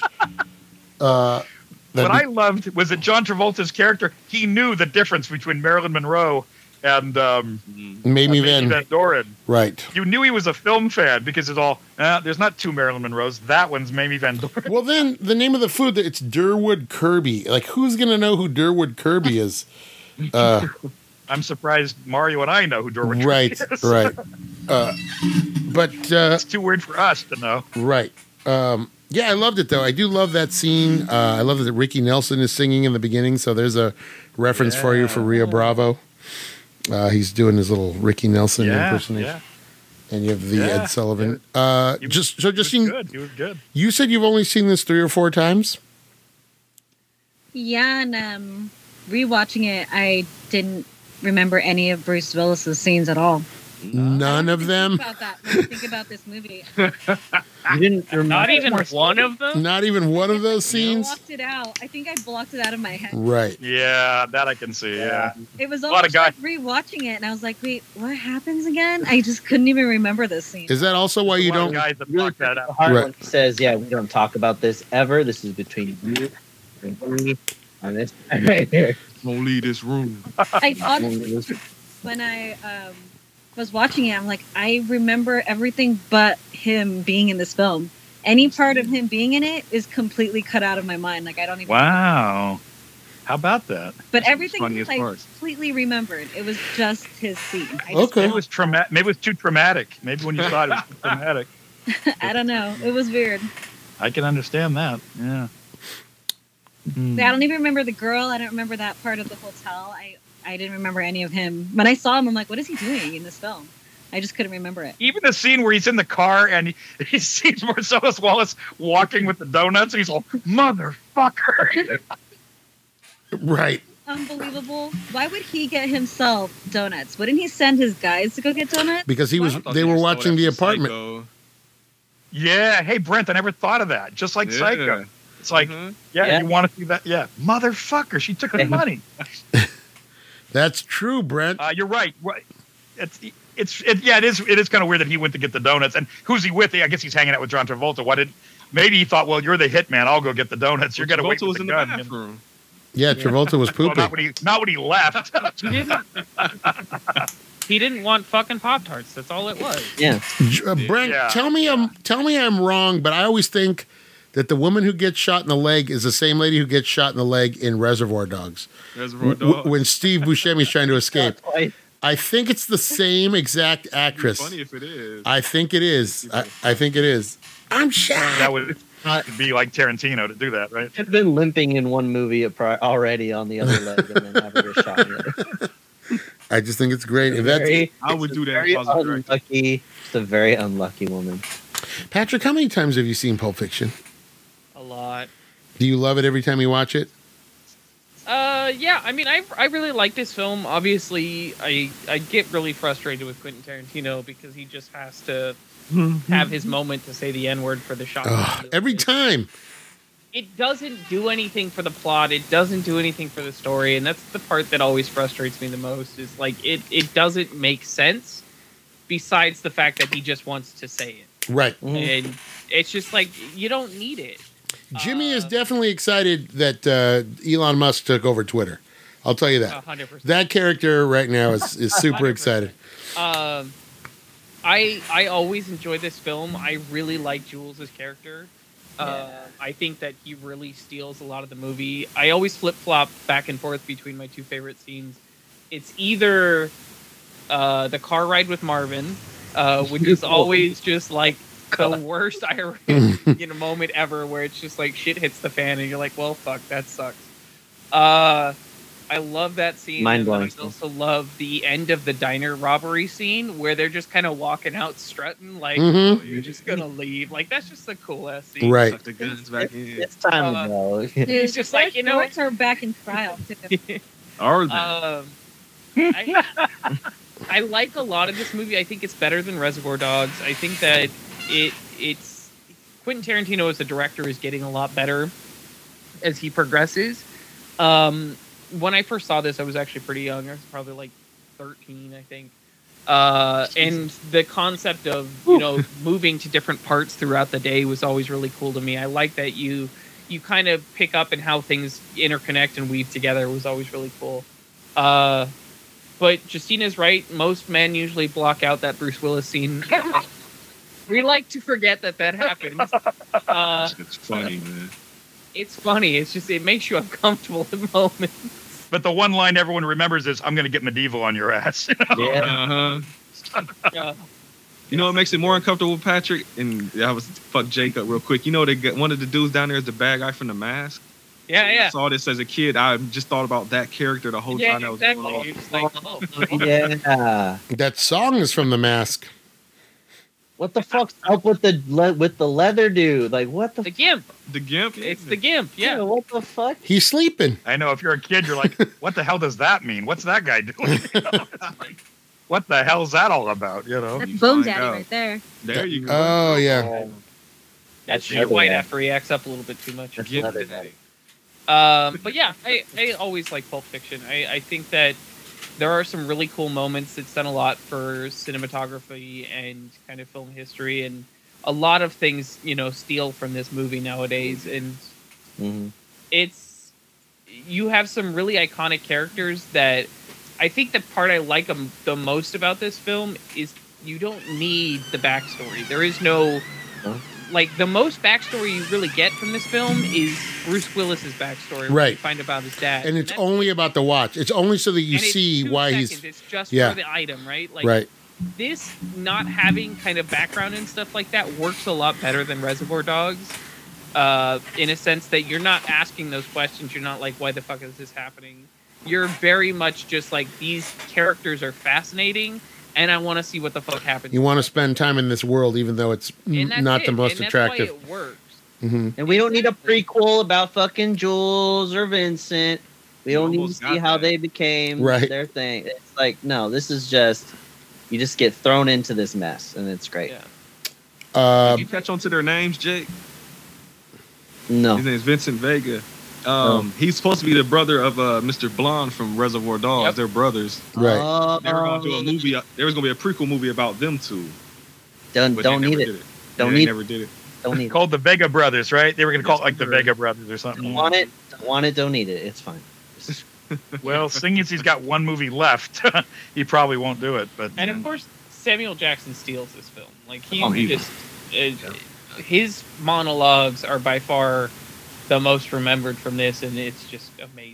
[SPEAKER 1] Uh,
[SPEAKER 6] what
[SPEAKER 1] that'd
[SPEAKER 6] I loved was that John Travolta's character, he knew the difference between Marilyn Monroe and um,
[SPEAKER 1] be Mamie Van.
[SPEAKER 6] Van Doren.
[SPEAKER 1] Right.
[SPEAKER 6] You knew he was a film fan because it's all, uh, there's not two Marilyn Monroes. That one's Mamie Van Doren.
[SPEAKER 1] Well, then the name of the food that it's Durwood Kirby. Like, who's gonna know who Durwood Kirby is? Uh,
[SPEAKER 6] I'm surprised Mario and I know who Doran
[SPEAKER 1] right.
[SPEAKER 6] is.
[SPEAKER 1] Right. Uh, but uh,
[SPEAKER 6] It's too weird for us to know.
[SPEAKER 1] Right. Um, yeah, I loved it though. I do love that scene. Uh, I love that Ricky Nelson is singing in the beginning. So there's a reference for you for Rio Bravo. Uh, he's doing his little Ricky Nelson
[SPEAKER 6] Yeah,
[SPEAKER 1] impersonation,
[SPEAKER 6] yeah.
[SPEAKER 1] and you have the
[SPEAKER 6] Yeah.
[SPEAKER 1] Ed Sullivan. Uh,
[SPEAKER 6] He-
[SPEAKER 1] just so
[SPEAKER 6] He was
[SPEAKER 1] Justine,
[SPEAKER 6] good. He was good.
[SPEAKER 1] you said you've only seen this three or four times.
[SPEAKER 2] Yeah, and um, rewatching it, I didn't remember any of Bruce Willis's scenes at all.
[SPEAKER 1] None of them.
[SPEAKER 2] About that, when I think about this movie,
[SPEAKER 7] You didn't remember.
[SPEAKER 3] Not even one of them.
[SPEAKER 1] Not even one of those
[SPEAKER 2] I
[SPEAKER 1] scenes.
[SPEAKER 2] blocked it out. I think I blocked it out of my head.
[SPEAKER 1] Right.
[SPEAKER 6] Yeah, that I can see. Yeah.
[SPEAKER 2] It was
[SPEAKER 6] A lot
[SPEAKER 2] almost
[SPEAKER 6] of
[SPEAKER 2] like rewatching it, and I was like, "Wait, what happens again?" I just couldn't even remember this scene.
[SPEAKER 1] Is that also why Oh, you
[SPEAKER 6] A lot of
[SPEAKER 1] don't?
[SPEAKER 6] Guys that
[SPEAKER 7] Really
[SPEAKER 6] block that out.
[SPEAKER 7] Hart
[SPEAKER 1] Right.
[SPEAKER 7] when he says, "Yeah, we don't talk about this ever. This is between you and me." On this right here.
[SPEAKER 5] Won't leave this room.
[SPEAKER 2] I thought when I um, was watching it, I'm like, I remember everything but him being in this film. Any part of him being in it is completely cut out of my mind. Like I don't even.
[SPEAKER 6] Wow. How about that?
[SPEAKER 2] But everything
[SPEAKER 5] Funny as
[SPEAKER 2] I
[SPEAKER 5] parts.
[SPEAKER 2] completely remembered. It was just his scene. I, just,
[SPEAKER 1] Okay.
[SPEAKER 6] Maybe it was trauma- Maybe it was too traumatic. Maybe when you saw it, it was too traumatic.
[SPEAKER 2] I don't know. It was weird.
[SPEAKER 5] Hmm.
[SPEAKER 6] I can understand that. Yeah. Hmm.
[SPEAKER 2] I don't even remember the girl. I don't remember that part of the hotel. I I didn't remember any of him. When I saw him, I'm like, what is he doing in this film? I just couldn't remember it.
[SPEAKER 6] Even the scene where he's in the car and he, he sees Marcellus Wallace walking with the donuts, and he's all, motherfucker.
[SPEAKER 1] Right.
[SPEAKER 2] Unbelievable. Why would he get himself donuts? Wouldn't he send his guys to go get donuts?
[SPEAKER 1] Because he was.
[SPEAKER 5] I thought
[SPEAKER 1] They were
[SPEAKER 5] stole
[SPEAKER 1] watching
[SPEAKER 5] that
[SPEAKER 1] the
[SPEAKER 5] from
[SPEAKER 1] apartment.
[SPEAKER 5] Psycho. Mm-hmm.
[SPEAKER 6] yeah. Hey, Brent, I never thought of that. Just like
[SPEAKER 5] Yeah.
[SPEAKER 6] Psycho. It's like,
[SPEAKER 5] Mhm.
[SPEAKER 6] yeah,
[SPEAKER 7] Yeah.
[SPEAKER 6] you want to see that? Yeah. Motherfucker. She took the money.
[SPEAKER 1] That's true, Brent.
[SPEAKER 6] Uh, you're right. Right. It's it's it, yeah. It is it is kind of weird that he went to get the donuts. And who's he with? I guess he's hanging out with John Travolta. Why did? Maybe he thought, well, you're the hitman. I'll go get the donuts. You're gonna wait.
[SPEAKER 5] Travolta was
[SPEAKER 6] with
[SPEAKER 5] in
[SPEAKER 6] the
[SPEAKER 5] the
[SPEAKER 6] gun.
[SPEAKER 5] bathroom.
[SPEAKER 1] Yeah, Travolta was
[SPEAKER 6] Well,
[SPEAKER 1] pooping.
[SPEAKER 6] not when he not when he left.
[SPEAKER 3] He didn't, he didn't want fucking Pop Tarts. That's all it was.
[SPEAKER 7] Yeah.
[SPEAKER 1] J- uh, Brent,
[SPEAKER 6] Yeah.
[SPEAKER 1] tell me I'm tell me I'm wrong, but I always think that the woman who gets shot in the leg is the same lady who gets shot in the leg in Reservoir Dogs.
[SPEAKER 5] Reservoir
[SPEAKER 1] W-
[SPEAKER 5] Dogs.
[SPEAKER 1] when Steve Buscemi's trying to escape.
[SPEAKER 7] Twice.
[SPEAKER 1] I think it's the same exact
[SPEAKER 5] It'd be
[SPEAKER 1] actress.
[SPEAKER 5] Funny if it is.
[SPEAKER 1] I think it is. I, I think it is. I'm shot.
[SPEAKER 6] that would it'd be like Tarantino to do that, right?
[SPEAKER 7] Had been limping in one movie a pri- already on the other leg, and then never was shot. Yet.
[SPEAKER 1] I just think it's great. If that's-
[SPEAKER 5] I would
[SPEAKER 7] it's a
[SPEAKER 5] do that
[SPEAKER 7] Very
[SPEAKER 5] if I was a director.
[SPEAKER 7] unlucky. It's a very unlucky woman.
[SPEAKER 1] Patrick, how many times have you seen Pulp Fiction?
[SPEAKER 3] A lot.
[SPEAKER 1] Do you love it every time you watch it?
[SPEAKER 3] Uh, yeah. I mean, I I really like this film. Obviously, I I get really frustrated with Quentin Tarantino because he just has to have his moment to say the n word for the shot.
[SPEAKER 1] Mm-hmm. Ugh, every time.
[SPEAKER 3] it doesn't do anything for the plot. It doesn't do anything for the story, and that's the part that always frustrates me the most. Is like it it doesn't make sense. Besides the fact that he just wants to say it,
[SPEAKER 1] Right.
[SPEAKER 7] Mhm.
[SPEAKER 3] and it's just like you don't need it.
[SPEAKER 1] Jimmy is
[SPEAKER 3] Uh,
[SPEAKER 1] definitely excited that uh, Elon Musk took over Twitter. I'll tell you
[SPEAKER 3] A
[SPEAKER 1] that.
[SPEAKER 3] hundred percent.
[SPEAKER 1] That character right now is, is super
[SPEAKER 3] 100%.
[SPEAKER 1] excited.
[SPEAKER 3] Um, I I always enjoy this film. I really like Jules' character. Uh, I think that he really steals a lot of the movie. I always flip flop back and forth between my two favorite scenes. It's either uh, the car ride with Marvin, uh, which is always just like the worst Irish you know, moment ever, where it's just like shit hits the fan, and you're like, well, fuck, that sucks. Uh, I love that scene. and then
[SPEAKER 7] Mind-blowing
[SPEAKER 3] I also love the end of the diner robbery scene where they're just kind of walking out strutting, like,
[SPEAKER 1] Mhm.
[SPEAKER 3] "Oh, you're just going to leave. Like, that's just a cool ass scene.
[SPEAKER 1] Right.
[SPEAKER 5] Tuck the guns back in.
[SPEAKER 7] It's time
[SPEAKER 3] Uh,
[SPEAKER 7] to go.
[SPEAKER 3] He's just like, you know what?
[SPEAKER 2] shorts are back in style. Too.
[SPEAKER 5] Are they?
[SPEAKER 3] Um, I, I like a lot of this movie. I think it's better than Reservoir Dogs. I think that it it's Quentin Tarantino as a director is getting a lot better as he progresses. Um, when I first saw this, I was actually pretty young. I was probably like thirteen, I think. Uh, and the concept of you know moving to different parts throughout the day was always really cool to me. I like that you you kind of pick up and how things interconnect and weave together was always really cool. Uh, but Justina's right. Most men usually block out that Bruce Willis scene. we like to forget that that happens. Uh,
[SPEAKER 5] It's funny, man.
[SPEAKER 3] it's funny. It's just it makes you uncomfortable at moments.
[SPEAKER 6] But the one line everyone remembers is, "I'm gonna get medieval on your ass."
[SPEAKER 7] yeah.
[SPEAKER 5] Uh huh.
[SPEAKER 3] Uh,
[SPEAKER 5] You know what makes it more uncomfortable, Patrick? And I was fuck Jake up real quick. You know they got one of the dudes down there is the bad guy from the mask.
[SPEAKER 3] yeah,
[SPEAKER 5] I
[SPEAKER 3] yeah.
[SPEAKER 5] saw this as a kid. I just thought about that character the whole
[SPEAKER 3] Yeah,
[SPEAKER 5] time. That was
[SPEAKER 3] exactly.
[SPEAKER 5] going
[SPEAKER 3] You're just like, oh, fuck.
[SPEAKER 7] yeah.
[SPEAKER 1] That song is from The Mask.
[SPEAKER 7] What the fuck's up with the le- with the leather dude? Like, what the
[SPEAKER 3] the gimp.
[SPEAKER 5] on. The gimp.
[SPEAKER 3] It's the gimp. Yeah.
[SPEAKER 7] What the fuck?
[SPEAKER 1] He's sleeping.
[SPEAKER 6] I know. If you're a kid, you're like, "What the hell does that mean? What's that guy doing?" what the hell's that all about? You know,
[SPEAKER 2] That's
[SPEAKER 5] you
[SPEAKER 2] Bone
[SPEAKER 5] find
[SPEAKER 2] Daddy
[SPEAKER 5] out.
[SPEAKER 2] right there.
[SPEAKER 5] There you go.
[SPEAKER 1] Oh yeah.
[SPEAKER 3] That's
[SPEAKER 7] another
[SPEAKER 3] your white
[SPEAKER 7] guy.
[SPEAKER 3] after he acts up a little bit too much.
[SPEAKER 7] That's
[SPEAKER 5] Get
[SPEAKER 7] another
[SPEAKER 5] that.
[SPEAKER 7] guy.
[SPEAKER 3] Um, but yeah, I, I always like Pulp Fiction. I, I think that there are some really cool moments. It's done a lot for cinematography and kind of film history, and a lot of things, you know, steal from this movie nowadays. And
[SPEAKER 1] Mm-hmm.
[SPEAKER 7] Mhm.
[SPEAKER 3] it's you have some really iconic characters that I think the part I like 'em the most about this film is you don't need the backstory. There is no
[SPEAKER 7] Huh?
[SPEAKER 3] like the most backstory you really get from this film is Bruce Willis's backstory, where You
[SPEAKER 1] Right.
[SPEAKER 3] find about his dad,
[SPEAKER 1] And it's
[SPEAKER 3] that's-
[SPEAKER 1] only about the watch. It's only so that you
[SPEAKER 3] and it's
[SPEAKER 1] see
[SPEAKER 3] two
[SPEAKER 1] why
[SPEAKER 3] seconds.
[SPEAKER 1] he's
[SPEAKER 3] It's just
[SPEAKER 1] yeah.
[SPEAKER 3] for the item, right? Like
[SPEAKER 1] right.
[SPEAKER 3] this not having kind of background and stuff like that works a lot better than Reservoir Dogs. Uh, in a sense that you're not asking those questions. You're not like, why the fuck is this happening? You're very much just like these characters are fascinating, and I want to see what the fuck happens.
[SPEAKER 1] You want to spend time in this world, even though it's
[SPEAKER 3] And that's
[SPEAKER 1] not the
[SPEAKER 3] it,
[SPEAKER 1] most
[SPEAKER 3] and that's
[SPEAKER 1] attractive.
[SPEAKER 3] Why it works.
[SPEAKER 1] hmm
[SPEAKER 7] And we don't need a
[SPEAKER 3] Exactly.
[SPEAKER 7] prequel about fucking Jules or Vincent. We
[SPEAKER 5] You
[SPEAKER 7] don't need to
[SPEAKER 5] almost
[SPEAKER 7] see
[SPEAKER 5] got
[SPEAKER 7] how
[SPEAKER 5] that.
[SPEAKER 7] they became
[SPEAKER 1] Right.
[SPEAKER 7] their thing. It's like, no, this is just you just get thrown into this mess and it's great.
[SPEAKER 3] Yeah.
[SPEAKER 1] Uh,
[SPEAKER 5] Did you catch on to their names, Jake?
[SPEAKER 7] No. Oh.
[SPEAKER 5] His name's Vincent Vega. Um, he's supposed to be the brother of uh, Mr. Blonde from Reservoir Dogs.
[SPEAKER 3] Yep.
[SPEAKER 5] They're brothers.
[SPEAKER 1] right.
[SPEAKER 7] Oh,
[SPEAKER 5] They were going to do a movie. uh, There was going to be a prequel movie about them two.
[SPEAKER 7] Don't,
[SPEAKER 5] But
[SPEAKER 7] don't
[SPEAKER 5] they
[SPEAKER 7] need
[SPEAKER 5] never
[SPEAKER 7] it.
[SPEAKER 5] did it.
[SPEAKER 7] Don't
[SPEAKER 5] yeah,
[SPEAKER 7] need-
[SPEAKER 5] They never did it.
[SPEAKER 7] Don't need it.
[SPEAKER 6] called the Vega Brothers, right? They were gonna call it like the
[SPEAKER 5] Yes.
[SPEAKER 6] Vega Brothers or something.
[SPEAKER 7] Don't want it. Don't want it. Don't need it. It's fine. Just-
[SPEAKER 6] Well, seeing as he's got one movie left, he probably won't do it. But
[SPEAKER 3] And of course, Samuel Jackson steals this film. Like he
[SPEAKER 5] Oh, he-
[SPEAKER 3] just uh, his monologues are by far the most remembered from this, and it's just amazing.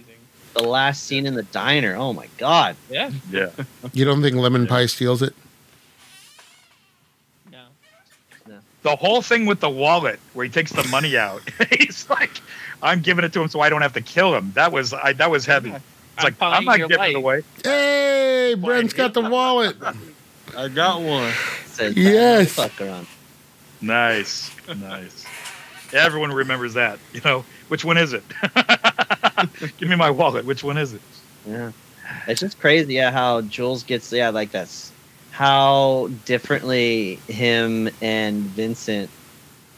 [SPEAKER 7] the last scene in the diner. Oh my god.
[SPEAKER 3] Yeah.
[SPEAKER 6] yeah,
[SPEAKER 1] You don't think lemon pie steals it?
[SPEAKER 3] No.
[SPEAKER 6] the whole thing with the wallet where he takes the money out. he's like, "I'm giving it to him so I don't have to kill him." That was I. That was heavy.
[SPEAKER 3] Yeah.
[SPEAKER 6] It's like I'm not giving it away.
[SPEAKER 1] Hey, Brent's got the wallet.
[SPEAKER 5] I got one.
[SPEAKER 7] Says
[SPEAKER 1] Yes.
[SPEAKER 7] Fuck around.
[SPEAKER 6] Nice, nice. Everyone remembers that. You know, which one is it? Give me my wallet. Which one is it?
[SPEAKER 7] Yeah. It's just crazy yeah, how Jules gets yeah like that's how differently him and Vincent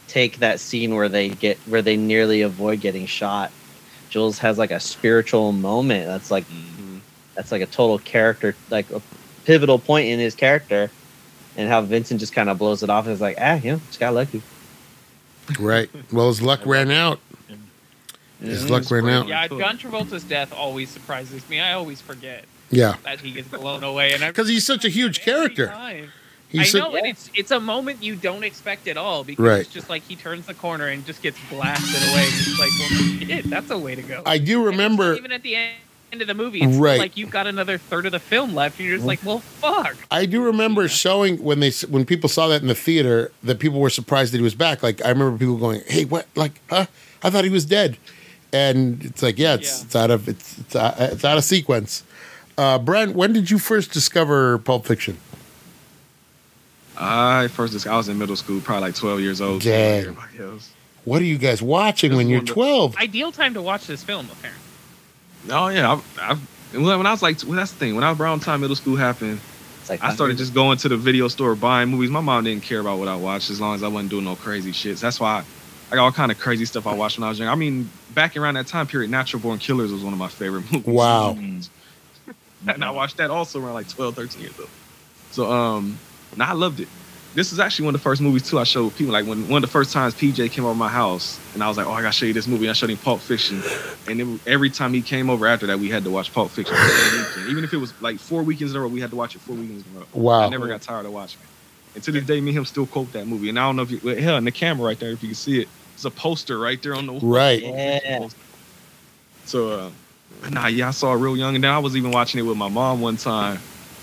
[SPEAKER 7] take that scene where they get where they nearly avoid getting shot. Jules has like a spiritual moment that's like
[SPEAKER 5] Mm-hmm.
[SPEAKER 7] that's like a total character like a pivotal point in his character and how Vincent just kind of blows it off and is like ah yeah just got lucky.
[SPEAKER 1] Right. Well, his luck ran out. His luck ran out.
[SPEAKER 3] Yeah, John Travolta's death always surprises me. I always forget
[SPEAKER 1] Yeah.
[SPEAKER 3] that he gets blown away, and I
[SPEAKER 1] 'Cause he's such a huge character.
[SPEAKER 3] Every time.
[SPEAKER 1] He's
[SPEAKER 3] I
[SPEAKER 1] so-
[SPEAKER 3] know, and it's it's a moment you don't expect at all because
[SPEAKER 1] Right.
[SPEAKER 3] it's just like he turns the corner and just gets blasted away. It's like, well, shit, that's a way to go.
[SPEAKER 1] I do
[SPEAKER 3] And it's not
[SPEAKER 1] remember.
[SPEAKER 3] even at the end, end of the movie, it's
[SPEAKER 1] Right.
[SPEAKER 3] like you've got another third of the film left, and you're just like, well, fuck.
[SPEAKER 1] I do remember showing when they when people saw that in the theater that people were surprised that he was back. Like I remember people going, "Hey, what? Like, huh? I thought he was dead." And it's like, yeah, it's,
[SPEAKER 3] Yeah.
[SPEAKER 1] it's out of it's it's out, it's out of sequence. Uh, Brent, when did you first discover Pulp Fiction?
[SPEAKER 5] I first dis- I was in middle school, probably like 12 years old.
[SPEAKER 1] Dang.
[SPEAKER 5] Everybody else.
[SPEAKER 1] What are you guys watching when
[SPEAKER 5] This
[SPEAKER 1] you're
[SPEAKER 5] one that-
[SPEAKER 1] 12?
[SPEAKER 3] Ideal time to watch this film, apparently.
[SPEAKER 5] Oh yeah, I've, I've, and when when I was like, well, that's the thing. When I around the time middle school happened,
[SPEAKER 7] It's like
[SPEAKER 5] I started just going to the video store buying movies. My mom didn't care about what I watched as long as I wasn't doing no crazy shits. That's why I got all kind of crazy stuff I watched when I was young. I mean, back around that time period, Natural Born Killers was one of my favorite movies.
[SPEAKER 1] Wow.
[SPEAKER 5] and I watched that also around like 12, 13 years old. So um, and I loved it. This is actually one of the first movies too I showed people. Like when one of the first times PJ came over my house, and I was like, "Oh, I gotta show you this movie." I showed him Pulp Fiction, and it, every time he came over after that, we had to watch Pulp Fiction. every weekend. Even if it was like four weekends in a row, we had to watch it four weekends in a row. I
[SPEAKER 1] Wow.
[SPEAKER 5] never got tired of watching it. And to this day, me and him still quote that movie. And I don't know if you, well, hell, in the camera right there, if you can see it, it's a poster right there on the wall.
[SPEAKER 1] Right.
[SPEAKER 7] Yeah.
[SPEAKER 5] So, uh, but nah, yeah, I saw it real young. And then I was even watching it with my mom one time.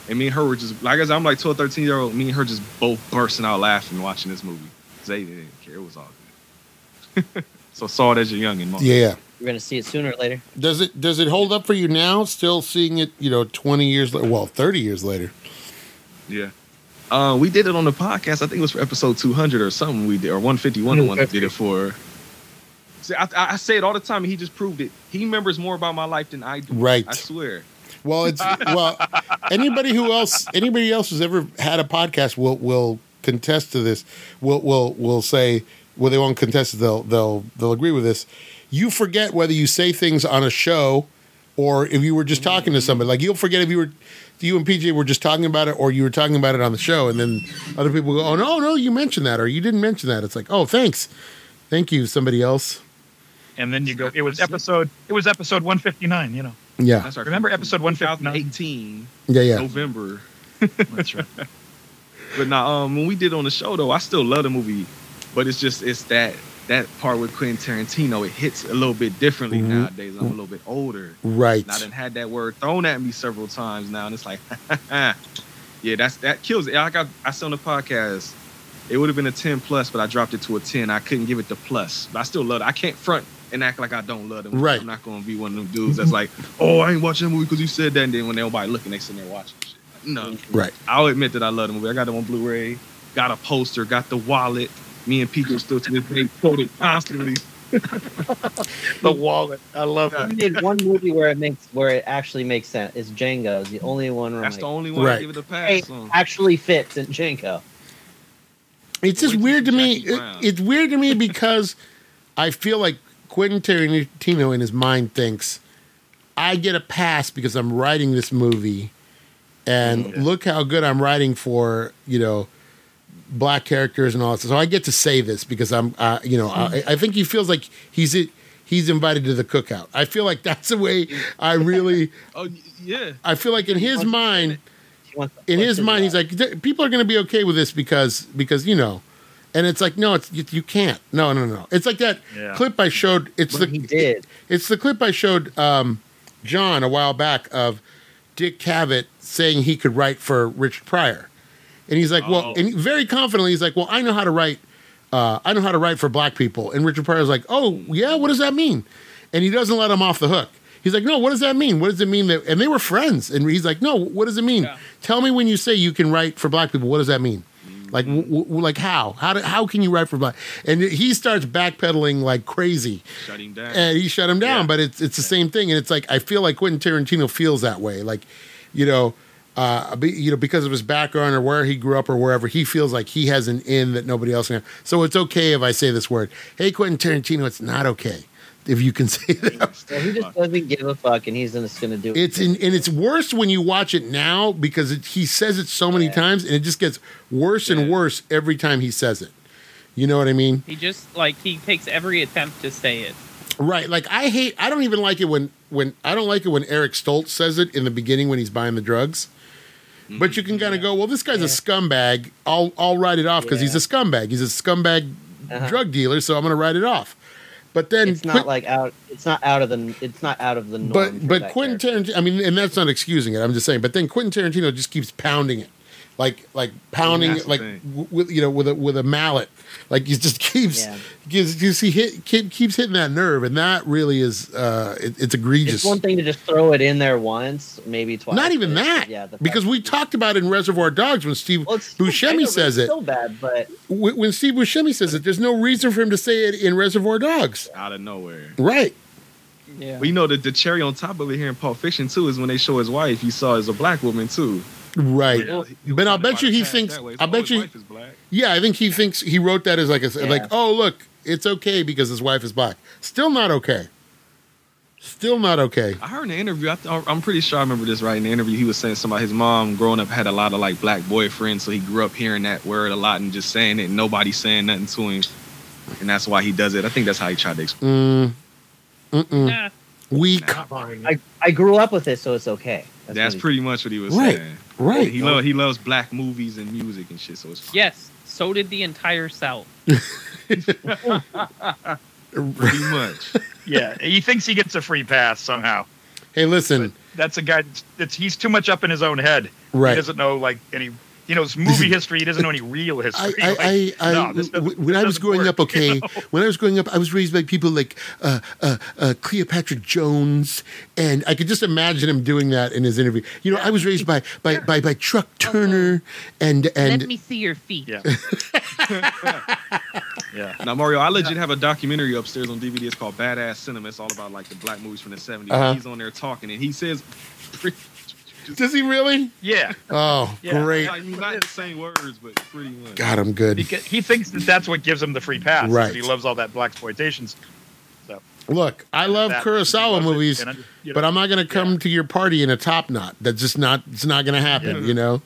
[SPEAKER 5] And me and her were just, like I said, I'm like 12, 13 year old. Me and her just both bursting out laughing watching this movie. 'Cause They didn't care. It was all good. so, saw it as a young and mom.
[SPEAKER 1] Yeah.
[SPEAKER 7] We're gonna see it sooner or later.
[SPEAKER 1] Does it does it hold up for you now? Still seeing it, you know, 20 years later, well, 30 years later.
[SPEAKER 5] Yeah. Uh, we did it on the podcast. I think it was for episode 200 or something we did, or 151, the one that did it for. See, I, I I say it all the time, and he just proved it. He remembers more about my life than I do.
[SPEAKER 1] Right.
[SPEAKER 5] I swear.
[SPEAKER 1] Well, it's well anybody who else anybody else who's ever had a podcast will will contest to this. Will will will say well they won't contest it. They'll they'll they'll agree with this. You forget whether you say things on a show or if you were just talking to somebody. Like you'll forget if you were you and PJ were just talking about it or you were talking about it on the show and then other people go, "Oh no, no, you mentioned that or you didn't mention that." It's like, "Oh, thanks. Thank you somebody else."
[SPEAKER 6] And then you go. It was episode. It was episode 159. You know.
[SPEAKER 1] Yeah.
[SPEAKER 5] That's our
[SPEAKER 6] Remember episode 159?
[SPEAKER 5] 2018
[SPEAKER 1] Yeah, yeah.
[SPEAKER 5] November.
[SPEAKER 6] That's right.
[SPEAKER 5] But now, um, when we did on the show though, I still love the movie, but it's just it's that that part with Quentin Tarantino. It hits a little bit differently
[SPEAKER 1] Mhm.
[SPEAKER 6] Mm-hmm.
[SPEAKER 5] nowadays. I'm a little bit older.
[SPEAKER 1] Right.
[SPEAKER 5] And I done had that word thrown at me several times now, and it's like, yeah, that's that kills it. I got I said on the podcast, it would have been a ten plus, but I dropped it to a ten. I couldn't give it the plus, but I still love it. I can't front and act like I don't love them.
[SPEAKER 1] Right.
[SPEAKER 5] I'm not gonna be one of them dudes that's like, oh, I ain't watching the movie because you said that, and then when nobody looking, they sitting there watching. Shit. No,
[SPEAKER 1] Right.
[SPEAKER 5] I'll admit that I love the movie. I got it on Blu-ray, got a poster, got the wallet. Me and Peter still to this day quote it constantly.
[SPEAKER 6] the wallet. I love it.
[SPEAKER 7] We did one movie where it makes where it actually makes sense. It's Django. It's the only one where
[SPEAKER 5] That's
[SPEAKER 7] that's
[SPEAKER 5] the only one
[SPEAKER 1] Right.
[SPEAKER 5] I give it a
[SPEAKER 7] Hey,
[SPEAKER 5] pass on.
[SPEAKER 7] actually fits in Django.
[SPEAKER 1] It's just
[SPEAKER 5] Wait till
[SPEAKER 1] weird to
[SPEAKER 5] you
[SPEAKER 1] me.
[SPEAKER 5] Jackie
[SPEAKER 1] It,
[SPEAKER 5] Brown.
[SPEAKER 1] it's weird to me because I feel like Quentin Tarantino in his mind thinks I get a pass because I'm writing this movie, and look how good I'm writing for you know black characters and all that. So I get to say this because I'm uh, you know I, I think he feels like he's it. He's invited to the cookout. I feel like that's the way I really.
[SPEAKER 5] Oh y- yeah.
[SPEAKER 1] I feel like in his mind,
[SPEAKER 7] He wants to
[SPEAKER 1] in
[SPEAKER 7] push
[SPEAKER 1] his mind, he's
[SPEAKER 7] luck.
[SPEAKER 1] like, "Th- people are going to be okay with this because because you know, and it's like, no, it's you, you can't. No, no, no. It's like that
[SPEAKER 6] Yeah.
[SPEAKER 1] clip I showed. It's
[SPEAKER 7] But
[SPEAKER 1] the
[SPEAKER 7] he did.
[SPEAKER 1] it's the clip I showed um, John a while back of Dick Cavett saying he could write for Richard Pryor, and he's like, well,
[SPEAKER 5] Oh.
[SPEAKER 1] and very confidently, he's like, well, I know how to write. Uh, I know how to write for black people, and Richard Pryor's like, oh yeah, what does that mean? And he doesn't let him off the hook. He's like, no, what does that mean? What does it mean that? And they were friends, and he's like, no, what does it mean?
[SPEAKER 3] Yeah.
[SPEAKER 1] Tell me when you say you can write for black people. What does that mean? Like, w- w- like how? How do, how can you write for black? And he starts backpedaling like crazy
[SPEAKER 5] Shut him down.
[SPEAKER 1] and he shut him down.
[SPEAKER 6] Yeah.
[SPEAKER 1] But it's it's the same thing, and it's like I feel like Quentin Tarantino feels that way, like you know, uh, be, you know, because of his background or where he grew up or wherever, he feels like he has an in that nobody else can. Have. So it's okay if I say this word. Hey, Quentin Tarantino, it's not okay if you can say that.
[SPEAKER 7] So he just doesn't give a fuck, and he's just gonna do it.
[SPEAKER 1] It's in, and it's worse when you watch it now because it, he says it so many
[SPEAKER 7] Yeah.
[SPEAKER 1] times, and it just gets worse and worse every time he says it. You know what I mean?
[SPEAKER 3] He just like he takes every attempt to say it.
[SPEAKER 1] Right. Like I hate I don't even like it when when I don't like it when Eric Stoltz says it in the beginning when he's buying the drugs. But you can kind of go, well, this guy's a
[SPEAKER 7] Yeah.
[SPEAKER 1] scumbag. I'll I'll write it off because
[SPEAKER 7] Yeah.
[SPEAKER 1] he's a scumbag. He's a scumbag
[SPEAKER 7] Uh-huh.
[SPEAKER 1] drug dealer, so I'm gonna write it off. But then
[SPEAKER 7] It's not
[SPEAKER 1] Quin-
[SPEAKER 7] like out. It's not out of the. It's not out of the norm. for
[SPEAKER 1] but but
[SPEAKER 7] that
[SPEAKER 1] Quentin
[SPEAKER 7] character.
[SPEAKER 1] Tarantino. I mean, and that's not excusing it. I'm just saying. But then Quentin Tarantino just keeps pounding it, like like pounding
[SPEAKER 5] That's
[SPEAKER 1] it,
[SPEAKER 5] the
[SPEAKER 1] like
[SPEAKER 5] thing.
[SPEAKER 1] w- with you know with a with a mallet. Like he just keeps
[SPEAKER 7] Yeah.
[SPEAKER 1] gives gives he hit keep, keeps hitting that nerve, and that really is uh it, it's egregious.
[SPEAKER 7] It's one thing to just throw it in there once, maybe twice.
[SPEAKER 1] Not even
[SPEAKER 7] but-
[SPEAKER 1] that.
[SPEAKER 7] Yeah, the fact-
[SPEAKER 1] because we talked about it in Reservoir Dogs when Steve
[SPEAKER 7] Well, it's- I know,
[SPEAKER 1] Buscemi
[SPEAKER 7] but
[SPEAKER 1] says
[SPEAKER 7] it's
[SPEAKER 1] it.
[SPEAKER 7] So bad, but
[SPEAKER 1] When when Steve Buscemi says it, there's no reason for him to say it in Reservoir Dogs.
[SPEAKER 5] out of nowhere.
[SPEAKER 1] Right.
[SPEAKER 3] Yeah.
[SPEAKER 5] Well, you know the, the cherry on top of it here in Pulp Fiction too is when they show his wife. He saw as a black woman too.
[SPEAKER 1] Right.
[SPEAKER 5] Yeah.
[SPEAKER 1] But I'll bet you he
[SPEAKER 5] That
[SPEAKER 1] thinks-
[SPEAKER 5] way. It's,
[SPEAKER 1] I'll
[SPEAKER 5] oh,
[SPEAKER 1] bet
[SPEAKER 5] his
[SPEAKER 1] you-
[SPEAKER 5] wife is black.
[SPEAKER 1] Yeah, I think he thinks he wrote that as like a like,
[SPEAKER 7] Yeah.
[SPEAKER 1] oh look, it's okay because his wife is black. Still not okay. Still not okay.
[SPEAKER 5] I heard in the interview. I th- I'm pretty sure I remember this right in the interview. He was saying somebody his mom growing up had a lot of like black boyfriends, so he grew up hearing that word a lot and just saying it. And nobody saying nothing to him, and that's why he does it. I think that's how he tried to explain.
[SPEAKER 1] Mm, mm-mm.
[SPEAKER 3] Nah,
[SPEAKER 1] Weak.
[SPEAKER 4] Not buying it.
[SPEAKER 7] I, I grew up with it, so it's okay.
[SPEAKER 5] That's,
[SPEAKER 7] what he-
[SPEAKER 5] pretty much what he was
[SPEAKER 1] Right.
[SPEAKER 5] saying.
[SPEAKER 1] Right.
[SPEAKER 5] He lo- he loves black movies and music and shit. So it's fine.
[SPEAKER 3] yes. So did the entire South.
[SPEAKER 5] pretty much.
[SPEAKER 6] Yeah, he thinks he gets a free pass somehow.
[SPEAKER 1] Hey, listen.
[SPEAKER 6] That's a guy that's, that's he's too much up in his own head. He
[SPEAKER 1] Right.
[SPEAKER 6] doesn't know like any. He knows movie history. He doesn't know any real
[SPEAKER 1] I,
[SPEAKER 6] history.
[SPEAKER 1] I, I, I
[SPEAKER 6] no, this doesn't-
[SPEAKER 1] when I
[SPEAKER 6] this
[SPEAKER 1] was
[SPEAKER 6] doesn't
[SPEAKER 1] growing
[SPEAKER 6] work,
[SPEAKER 1] up, okay, when I was growing up, I was raised by people like uh, uh, uh, Cleopatra Jones, and I could just imagine him doing that in his interview. You know, I was raised by by by, by Truck Turner, and and
[SPEAKER 3] Let me see your feet.
[SPEAKER 6] Yeah. Yeah.
[SPEAKER 5] Now, Mario, I legit have a documentary upstairs on DVD. It's called Badass Cinema. It's all about like the black movies from the 70s.
[SPEAKER 1] Uh-huh.
[SPEAKER 5] He's on there talking, and he says, pretty,
[SPEAKER 1] Does he really?
[SPEAKER 6] Yeah.
[SPEAKER 1] Oh,
[SPEAKER 6] Yeah.
[SPEAKER 1] great.
[SPEAKER 5] like, not the same words, but pretty much.
[SPEAKER 1] God, I'm good.
[SPEAKER 6] Because he thinks that that's what gives him the free pass. is
[SPEAKER 1] Right.
[SPEAKER 6] He loves all that black exploitation.
[SPEAKER 1] Look, I love Kurosawa movies, but I'm not going to come
[SPEAKER 6] Yeah.
[SPEAKER 1] to your party in a top knot. That's just not. It's not going to happen. You know.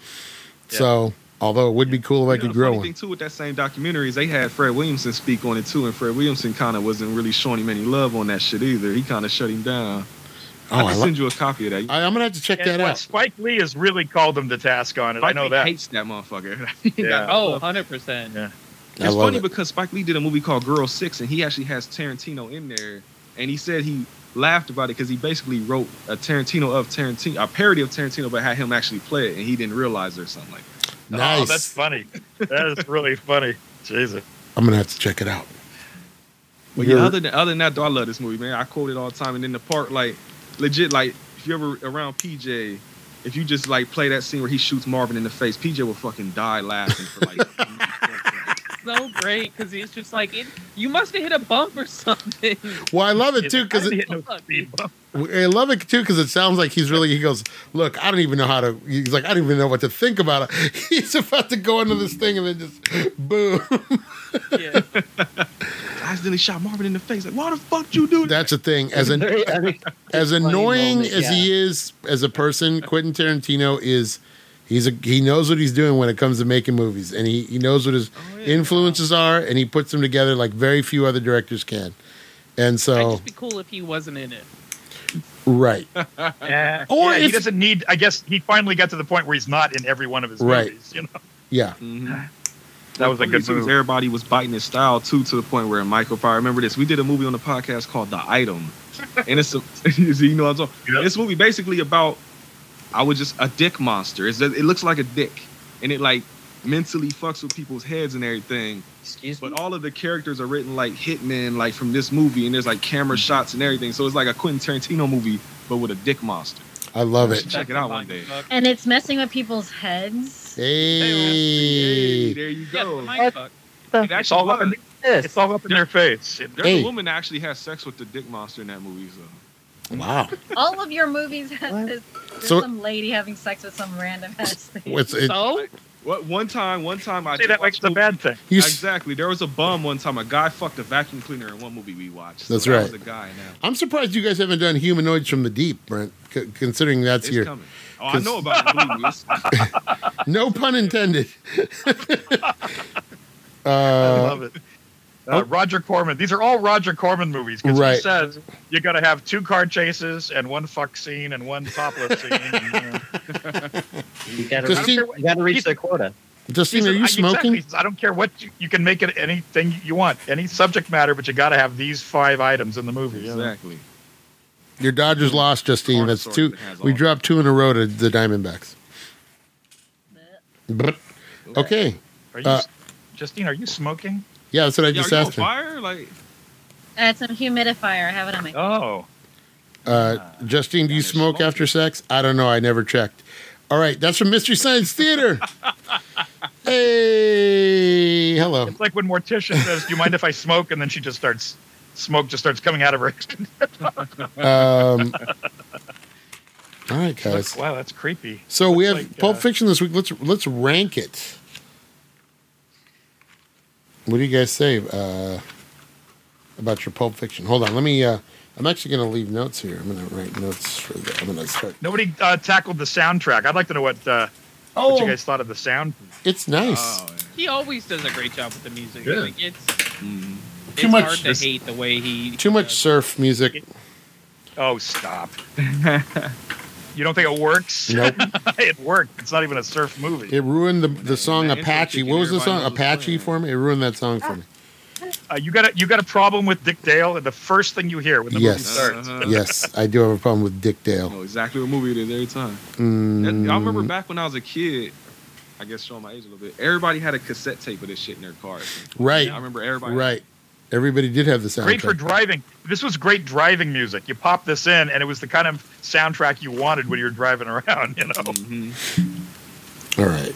[SPEAKER 6] Yeah.
[SPEAKER 1] So, although it would be cool if I
[SPEAKER 5] You know,
[SPEAKER 1] could
[SPEAKER 5] the
[SPEAKER 1] grow
[SPEAKER 5] funny thing
[SPEAKER 1] one.
[SPEAKER 5] too with that same documentary is they had Fred Williamson speak on it too, and Fred Williamson kind of wasn't really showing him any love on that shit either. He kind of shut him down.
[SPEAKER 1] Oh,
[SPEAKER 5] I
[SPEAKER 1] I
[SPEAKER 5] can
[SPEAKER 1] lo-
[SPEAKER 5] send you a copy of that.
[SPEAKER 1] I, I'm gonna have to check that
[SPEAKER 6] And what
[SPEAKER 1] out.
[SPEAKER 6] Spike Lee has really called him to task on it. I
[SPEAKER 5] Spike
[SPEAKER 6] know
[SPEAKER 5] Lee
[SPEAKER 6] that.
[SPEAKER 5] hates that motherfucker.
[SPEAKER 6] Yeah.
[SPEAKER 3] Oh, 100 percent.
[SPEAKER 6] Yeah.
[SPEAKER 1] I
[SPEAKER 5] It's
[SPEAKER 1] love
[SPEAKER 5] funny
[SPEAKER 1] it.
[SPEAKER 5] because Spike Lee did a movie called Girl Six, and he actually has Tarantino in there, and he said he laughed about it because he basically wrote a Tarantino of Tarantino, a parody of Tarantino, but had him actually play it, and he didn't realize it or something like that.
[SPEAKER 1] Nice.
[SPEAKER 6] Oh, that's funny. That is really funny. Jesus.
[SPEAKER 1] I'm gonna have to check it out.
[SPEAKER 5] But
[SPEAKER 1] You're-
[SPEAKER 5] yeah, other than other than that, though, I love this movie, man. I quote it all the time, and in the park, like legit, like if you're ever around PJ. If you just like play that scene where he shoots Marvin in the face, PJ will fucking die laughing for like.
[SPEAKER 3] So great because he's just like, it, you must have hit a bump or something.
[SPEAKER 1] Well, I love it
[SPEAKER 6] Jesus,
[SPEAKER 1] too
[SPEAKER 6] I
[SPEAKER 1] because
[SPEAKER 6] didn't hit no
[SPEAKER 3] Fuck.
[SPEAKER 6] speed bump.
[SPEAKER 1] I love it too because it sounds like he's really. He goes, look, I don't even know how to. He's like, I don't even know what to think about it. He's about to go into this thing and then just boom.
[SPEAKER 3] Yeah.
[SPEAKER 5] I accidentally shot Marvin in the face. Like, why the fuck you do that?
[SPEAKER 1] That's a thing. As an
[SPEAKER 7] Very un-
[SPEAKER 1] as
[SPEAKER 7] funny
[SPEAKER 1] annoying
[SPEAKER 7] moment,
[SPEAKER 1] as he is as a person, Quentin Tarantino is he's a he knows what he's doing when it comes to making movies, and he, he knows what his
[SPEAKER 5] Oh, yeah.
[SPEAKER 1] influences are, and he puts them together like very few other directors can. And
[SPEAKER 3] I'd
[SPEAKER 1] so,
[SPEAKER 3] just be cool if he wasn't in it.
[SPEAKER 1] right,
[SPEAKER 6] Yeah.
[SPEAKER 1] Or
[SPEAKER 6] Yeah, he
[SPEAKER 1] it's-
[SPEAKER 6] doesn't need. I guess he finally got to the point where he's not in every one of his
[SPEAKER 1] Right.
[SPEAKER 6] movies. You know,
[SPEAKER 1] yeah,
[SPEAKER 5] Mhm.
[SPEAKER 6] that was a
[SPEAKER 5] Funny,
[SPEAKER 6] good
[SPEAKER 5] too, is
[SPEAKER 6] move.
[SPEAKER 5] Everybody was biting his style too, to the point where Michael. If I remember this, we did a movie on the podcast called The Item, and it's a, you know what I'm talking.
[SPEAKER 6] Yeah.
[SPEAKER 5] This movie basically about I was just a dick monster. It's, it looks like a dick, and it like mentally fucks with people's heads and everything.
[SPEAKER 7] Excuse me.
[SPEAKER 5] But all of the characters are written like hitmen, like from this movie, and there's like
[SPEAKER 6] Mm-hmm.
[SPEAKER 5] camera shots and everything. So it's like a Quentin Tarantino movie, but with a dick monster.
[SPEAKER 1] I love it.
[SPEAKER 5] Check it out one day.
[SPEAKER 3] Fuck.
[SPEAKER 2] And it's messing with people's heads.
[SPEAKER 5] Hey,
[SPEAKER 1] Hey,
[SPEAKER 5] there you
[SPEAKER 3] Yeah,
[SPEAKER 5] go.
[SPEAKER 3] mind fuck.
[SPEAKER 5] It
[SPEAKER 6] It's
[SPEAKER 5] actually
[SPEAKER 6] all up
[SPEAKER 5] was.
[SPEAKER 6] in,
[SPEAKER 7] This.
[SPEAKER 6] it's all up in their face. It-
[SPEAKER 5] There's
[SPEAKER 1] Hey.
[SPEAKER 5] a woman that actually has sex with the dick monster in that movie. So.
[SPEAKER 1] wow,
[SPEAKER 2] All of your movies have
[SPEAKER 7] What?
[SPEAKER 2] this, there's
[SPEAKER 1] So-
[SPEAKER 2] some lady having sex with some random ass thing.
[SPEAKER 1] what's it?
[SPEAKER 3] so
[SPEAKER 5] What one time? One time I
[SPEAKER 6] Say that like
[SPEAKER 5] watched
[SPEAKER 6] it's a bad thing.
[SPEAKER 1] You, s-
[SPEAKER 5] Exactly. There was a bum one time. A guy fucked a vacuum cleaner in one movie we watched.
[SPEAKER 1] That's
[SPEAKER 5] that
[SPEAKER 1] right.
[SPEAKER 5] Was a guy now.
[SPEAKER 1] I'm surprised you guys haven't done humanoids from the deep, Brent. c- Considering that's
[SPEAKER 5] It's
[SPEAKER 1] your
[SPEAKER 5] coming. Oh, I
[SPEAKER 1] Cause-
[SPEAKER 5] know about it. believe me. It's-
[SPEAKER 1] no pun intended.
[SPEAKER 6] I
[SPEAKER 1] uh, oh.
[SPEAKER 6] love it. Uh, Roger Corman. These are all Roger Corman movies because
[SPEAKER 1] Right.
[SPEAKER 6] he says you got to have two car chases and one fuck scene and one topless scene. and, uh, you know.
[SPEAKER 7] You gotta,
[SPEAKER 1] Just
[SPEAKER 7] reach,
[SPEAKER 1] see-
[SPEAKER 7] you gotta reach their quota.
[SPEAKER 6] He
[SPEAKER 1] Justine, are
[SPEAKER 6] said,
[SPEAKER 1] you
[SPEAKER 6] "I-
[SPEAKER 1] smoking?
[SPEAKER 6] Exactly. I don't care what you, you can make it anything you want, any subject matter, but you got to have these five items in the movie. you know?
[SPEAKER 5] exactly.
[SPEAKER 1] Your Dodgers lost, Justine.
[SPEAKER 5] Arm
[SPEAKER 1] That's
[SPEAKER 5] sort
[SPEAKER 1] two.
[SPEAKER 5] that has
[SPEAKER 1] We
[SPEAKER 5] all-
[SPEAKER 1] dropped two in a row to the Diamondbacks. But- Okay.
[SPEAKER 6] Are you,
[SPEAKER 1] Uh,
[SPEAKER 6] Justine? Are you smoking?
[SPEAKER 1] Yeah, that's what I
[SPEAKER 5] Yeah,
[SPEAKER 1] just
[SPEAKER 5] are you on
[SPEAKER 1] asked her.
[SPEAKER 5] fire? Like,
[SPEAKER 2] That's a humidifier. I have it on my.
[SPEAKER 6] Oh,
[SPEAKER 1] Uh, Justine, do you
[SPEAKER 5] Down there
[SPEAKER 1] smoke
[SPEAKER 5] smoking.
[SPEAKER 1] after sex? I don't know. I never checked. All right, that's from Mystery Science Theater. hey, hello.
[SPEAKER 6] it's like when Morticia says, "Do you mind if I smoke?" and then she just starts smoke just starts coming out of her.
[SPEAKER 1] Um, all right, guys.
[SPEAKER 6] wow, that's creepy.
[SPEAKER 1] So we have
[SPEAKER 6] Looks like,
[SPEAKER 1] Pulp
[SPEAKER 6] uh,
[SPEAKER 1] Fiction this week. Let's let's rank it. What do you guys say uh, about your Pulp Fiction? Hold on, let me. Uh, I'm actually going to leave notes here. I'm going to write notes for. The, I'm going to start.
[SPEAKER 6] Nobody uh, tackled the soundtrack. I'd like to know what uh, what
[SPEAKER 3] Oh.
[SPEAKER 1] Oh.
[SPEAKER 6] you guys thought of the sound.
[SPEAKER 1] it's nice.
[SPEAKER 5] oh,
[SPEAKER 3] he always does a great job with the music.
[SPEAKER 4] Yeah.
[SPEAKER 3] Like, it's
[SPEAKER 5] mm.
[SPEAKER 3] it's
[SPEAKER 1] much-
[SPEAKER 3] hard to
[SPEAKER 1] this-
[SPEAKER 3] hate the way he
[SPEAKER 1] Too much
[SPEAKER 3] does-
[SPEAKER 1] surf music.
[SPEAKER 6] Oh, stop! you don't think it works?
[SPEAKER 1] Nope.
[SPEAKER 6] it worked. It's not even a surf movie.
[SPEAKER 1] It ruined the the song
[SPEAKER 5] Man, it's
[SPEAKER 1] Apache.
[SPEAKER 5] like
[SPEAKER 1] What was the
[SPEAKER 5] everybody
[SPEAKER 1] song
[SPEAKER 5] knows
[SPEAKER 1] Apache
[SPEAKER 5] it's
[SPEAKER 1] for me? It ruined that song for me.
[SPEAKER 6] Uh, you got a you got a problem with Dick Dale, and the first thing you hear when the
[SPEAKER 1] Yes.
[SPEAKER 6] movie starts.
[SPEAKER 5] Uh-huh.
[SPEAKER 1] Yes, I do have a problem with Dick
[SPEAKER 5] I
[SPEAKER 1] Dale.
[SPEAKER 5] know exactly what movie it is every time. That-
[SPEAKER 1] Mm,
[SPEAKER 5] I remember back when I was a kid. I guess showing my age a little bit. Everybody had a cassette tape of this shit in their car.
[SPEAKER 1] right,
[SPEAKER 5] I remember everybody.
[SPEAKER 1] right. Everybody did have the soundtrack.
[SPEAKER 6] Great for driving. This was great driving music. You pop this in, and it was the kind of soundtrack you wanted
[SPEAKER 1] Mm.
[SPEAKER 5] Mm-hmm.
[SPEAKER 6] when you were driving around. You know,
[SPEAKER 5] Mhm.
[SPEAKER 1] All right.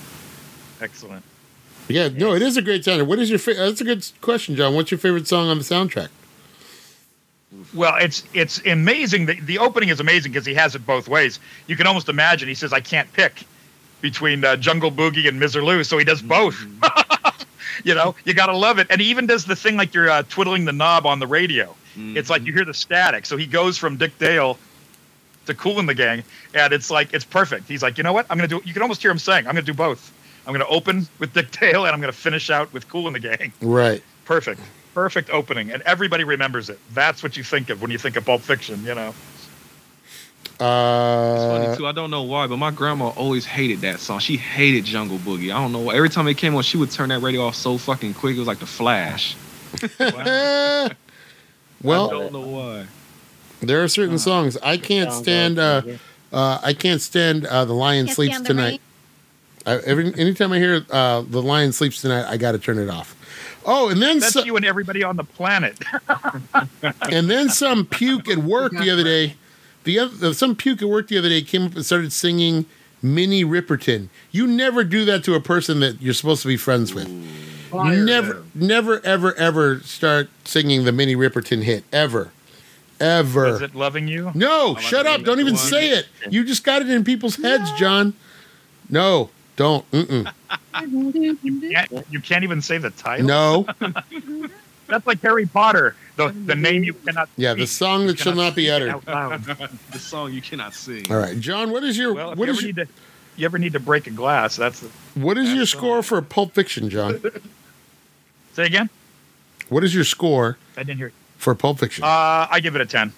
[SPEAKER 6] excellent.
[SPEAKER 1] Yeah, no, it is a great soundtrack. What is your? Fa- that's a good question, John. What's your favorite song on the soundtrack?
[SPEAKER 6] Well, it's it's amazing. The, the opening is amazing because he has it both ways. You can almost imagine. He says, "I can't pick between uh, Jungle Boogie and Miser Lou," so he does both. you know, you gotta love it. And he even does the thing like you're uh, twiddling the knob on the radio. It's like you hear the static. So he goes from Dick Dale to Cool in the Gang, and it's like it's perfect. He's like, you know what? I'm gonna do. You can almost hear him saying, "I'm gonna do both. I'm gonna open with Dick Dale, and I'm gonna finish out with Cool in the Gang."
[SPEAKER 1] Right.
[SPEAKER 6] Perfect. Perfect opening, and everybody remembers it. That's what you think of when you think of Pulp Fiction, you know.
[SPEAKER 1] Uh,
[SPEAKER 5] Funny too. I don't know why, but my grandma always hated that song. She hated Jungle Boogie. I don't know why. Every time it came on, she would turn that radio off so fucking quick. It was like the flash. I
[SPEAKER 1] eh. well,
[SPEAKER 5] don't know why.
[SPEAKER 1] there are certain songs I can't stand. Uh, uh, I can't stand uh, the Lion
[SPEAKER 2] Can't
[SPEAKER 1] Sleeps
[SPEAKER 2] stand the
[SPEAKER 1] Tonight. I, every anytime I hear uh, the Lion Sleeps Tonight, I got to turn it off. Oh, and then
[SPEAKER 6] That's
[SPEAKER 1] so-
[SPEAKER 6] you and everybody on the planet.
[SPEAKER 1] and then some puke at work the other day. The other, some puke at work the other day came up and started singing Minnie Riperton. You never do that to a person that you're supposed to be friends with.
[SPEAKER 4] Fire
[SPEAKER 1] never,
[SPEAKER 4] them.
[SPEAKER 1] never, ever, ever start singing the Minnie Riperton hit ever, ever.
[SPEAKER 6] Is it Oh, loving you?
[SPEAKER 1] No,
[SPEAKER 5] like
[SPEAKER 1] shut
[SPEAKER 5] the
[SPEAKER 1] up!
[SPEAKER 5] Minnie
[SPEAKER 1] Don't even
[SPEAKER 5] one.
[SPEAKER 1] say it. You just got it in people's heads, John. No, don't. Mm-mm.
[SPEAKER 6] Yeah, you can't even say the title.
[SPEAKER 1] No.
[SPEAKER 6] That's like Harry Potter, the the name you cannot.
[SPEAKER 1] Yeah, the
[SPEAKER 6] speak
[SPEAKER 1] song that shall not be uttered.
[SPEAKER 6] out loud.
[SPEAKER 5] The song you cannot sing.
[SPEAKER 1] All right, John. What is your
[SPEAKER 6] Well, if
[SPEAKER 1] what
[SPEAKER 6] you
[SPEAKER 1] is
[SPEAKER 6] ever
[SPEAKER 1] your,
[SPEAKER 6] need to, you ever need to break a glass, that's the,
[SPEAKER 1] what is your
[SPEAKER 5] That's all.
[SPEAKER 1] score for Pulp Fiction, John?
[SPEAKER 6] say again.
[SPEAKER 1] What is your score
[SPEAKER 6] I didn't hear. it.
[SPEAKER 1] for Pulp Fiction?
[SPEAKER 6] Uh, I give it a ten.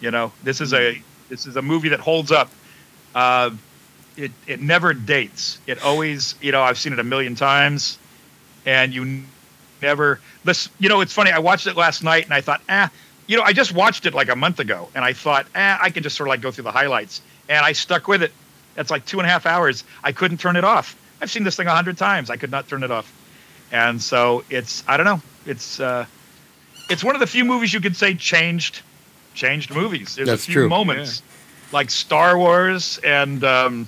[SPEAKER 6] You know, this is a this is a movie that holds up. Uh, it it never dates. It always, you know, I've seen it a million times, and you n- never. This, you know, it's funny. I watched it last night, and I thought, ah, you know, I just watched it like a month ago, and I thought, ah, I can just sort of like go through the highlights, and I stuck with it. That's like two and a half hours. I couldn't turn it off. I've seen this thing a hundred times. I could not turn it off, and so it's I don't know. It's uh, it's one of the few movies you could say changed changed movies. There's
[SPEAKER 1] That's
[SPEAKER 6] a few
[SPEAKER 1] true.
[SPEAKER 6] moments like Star Wars and um,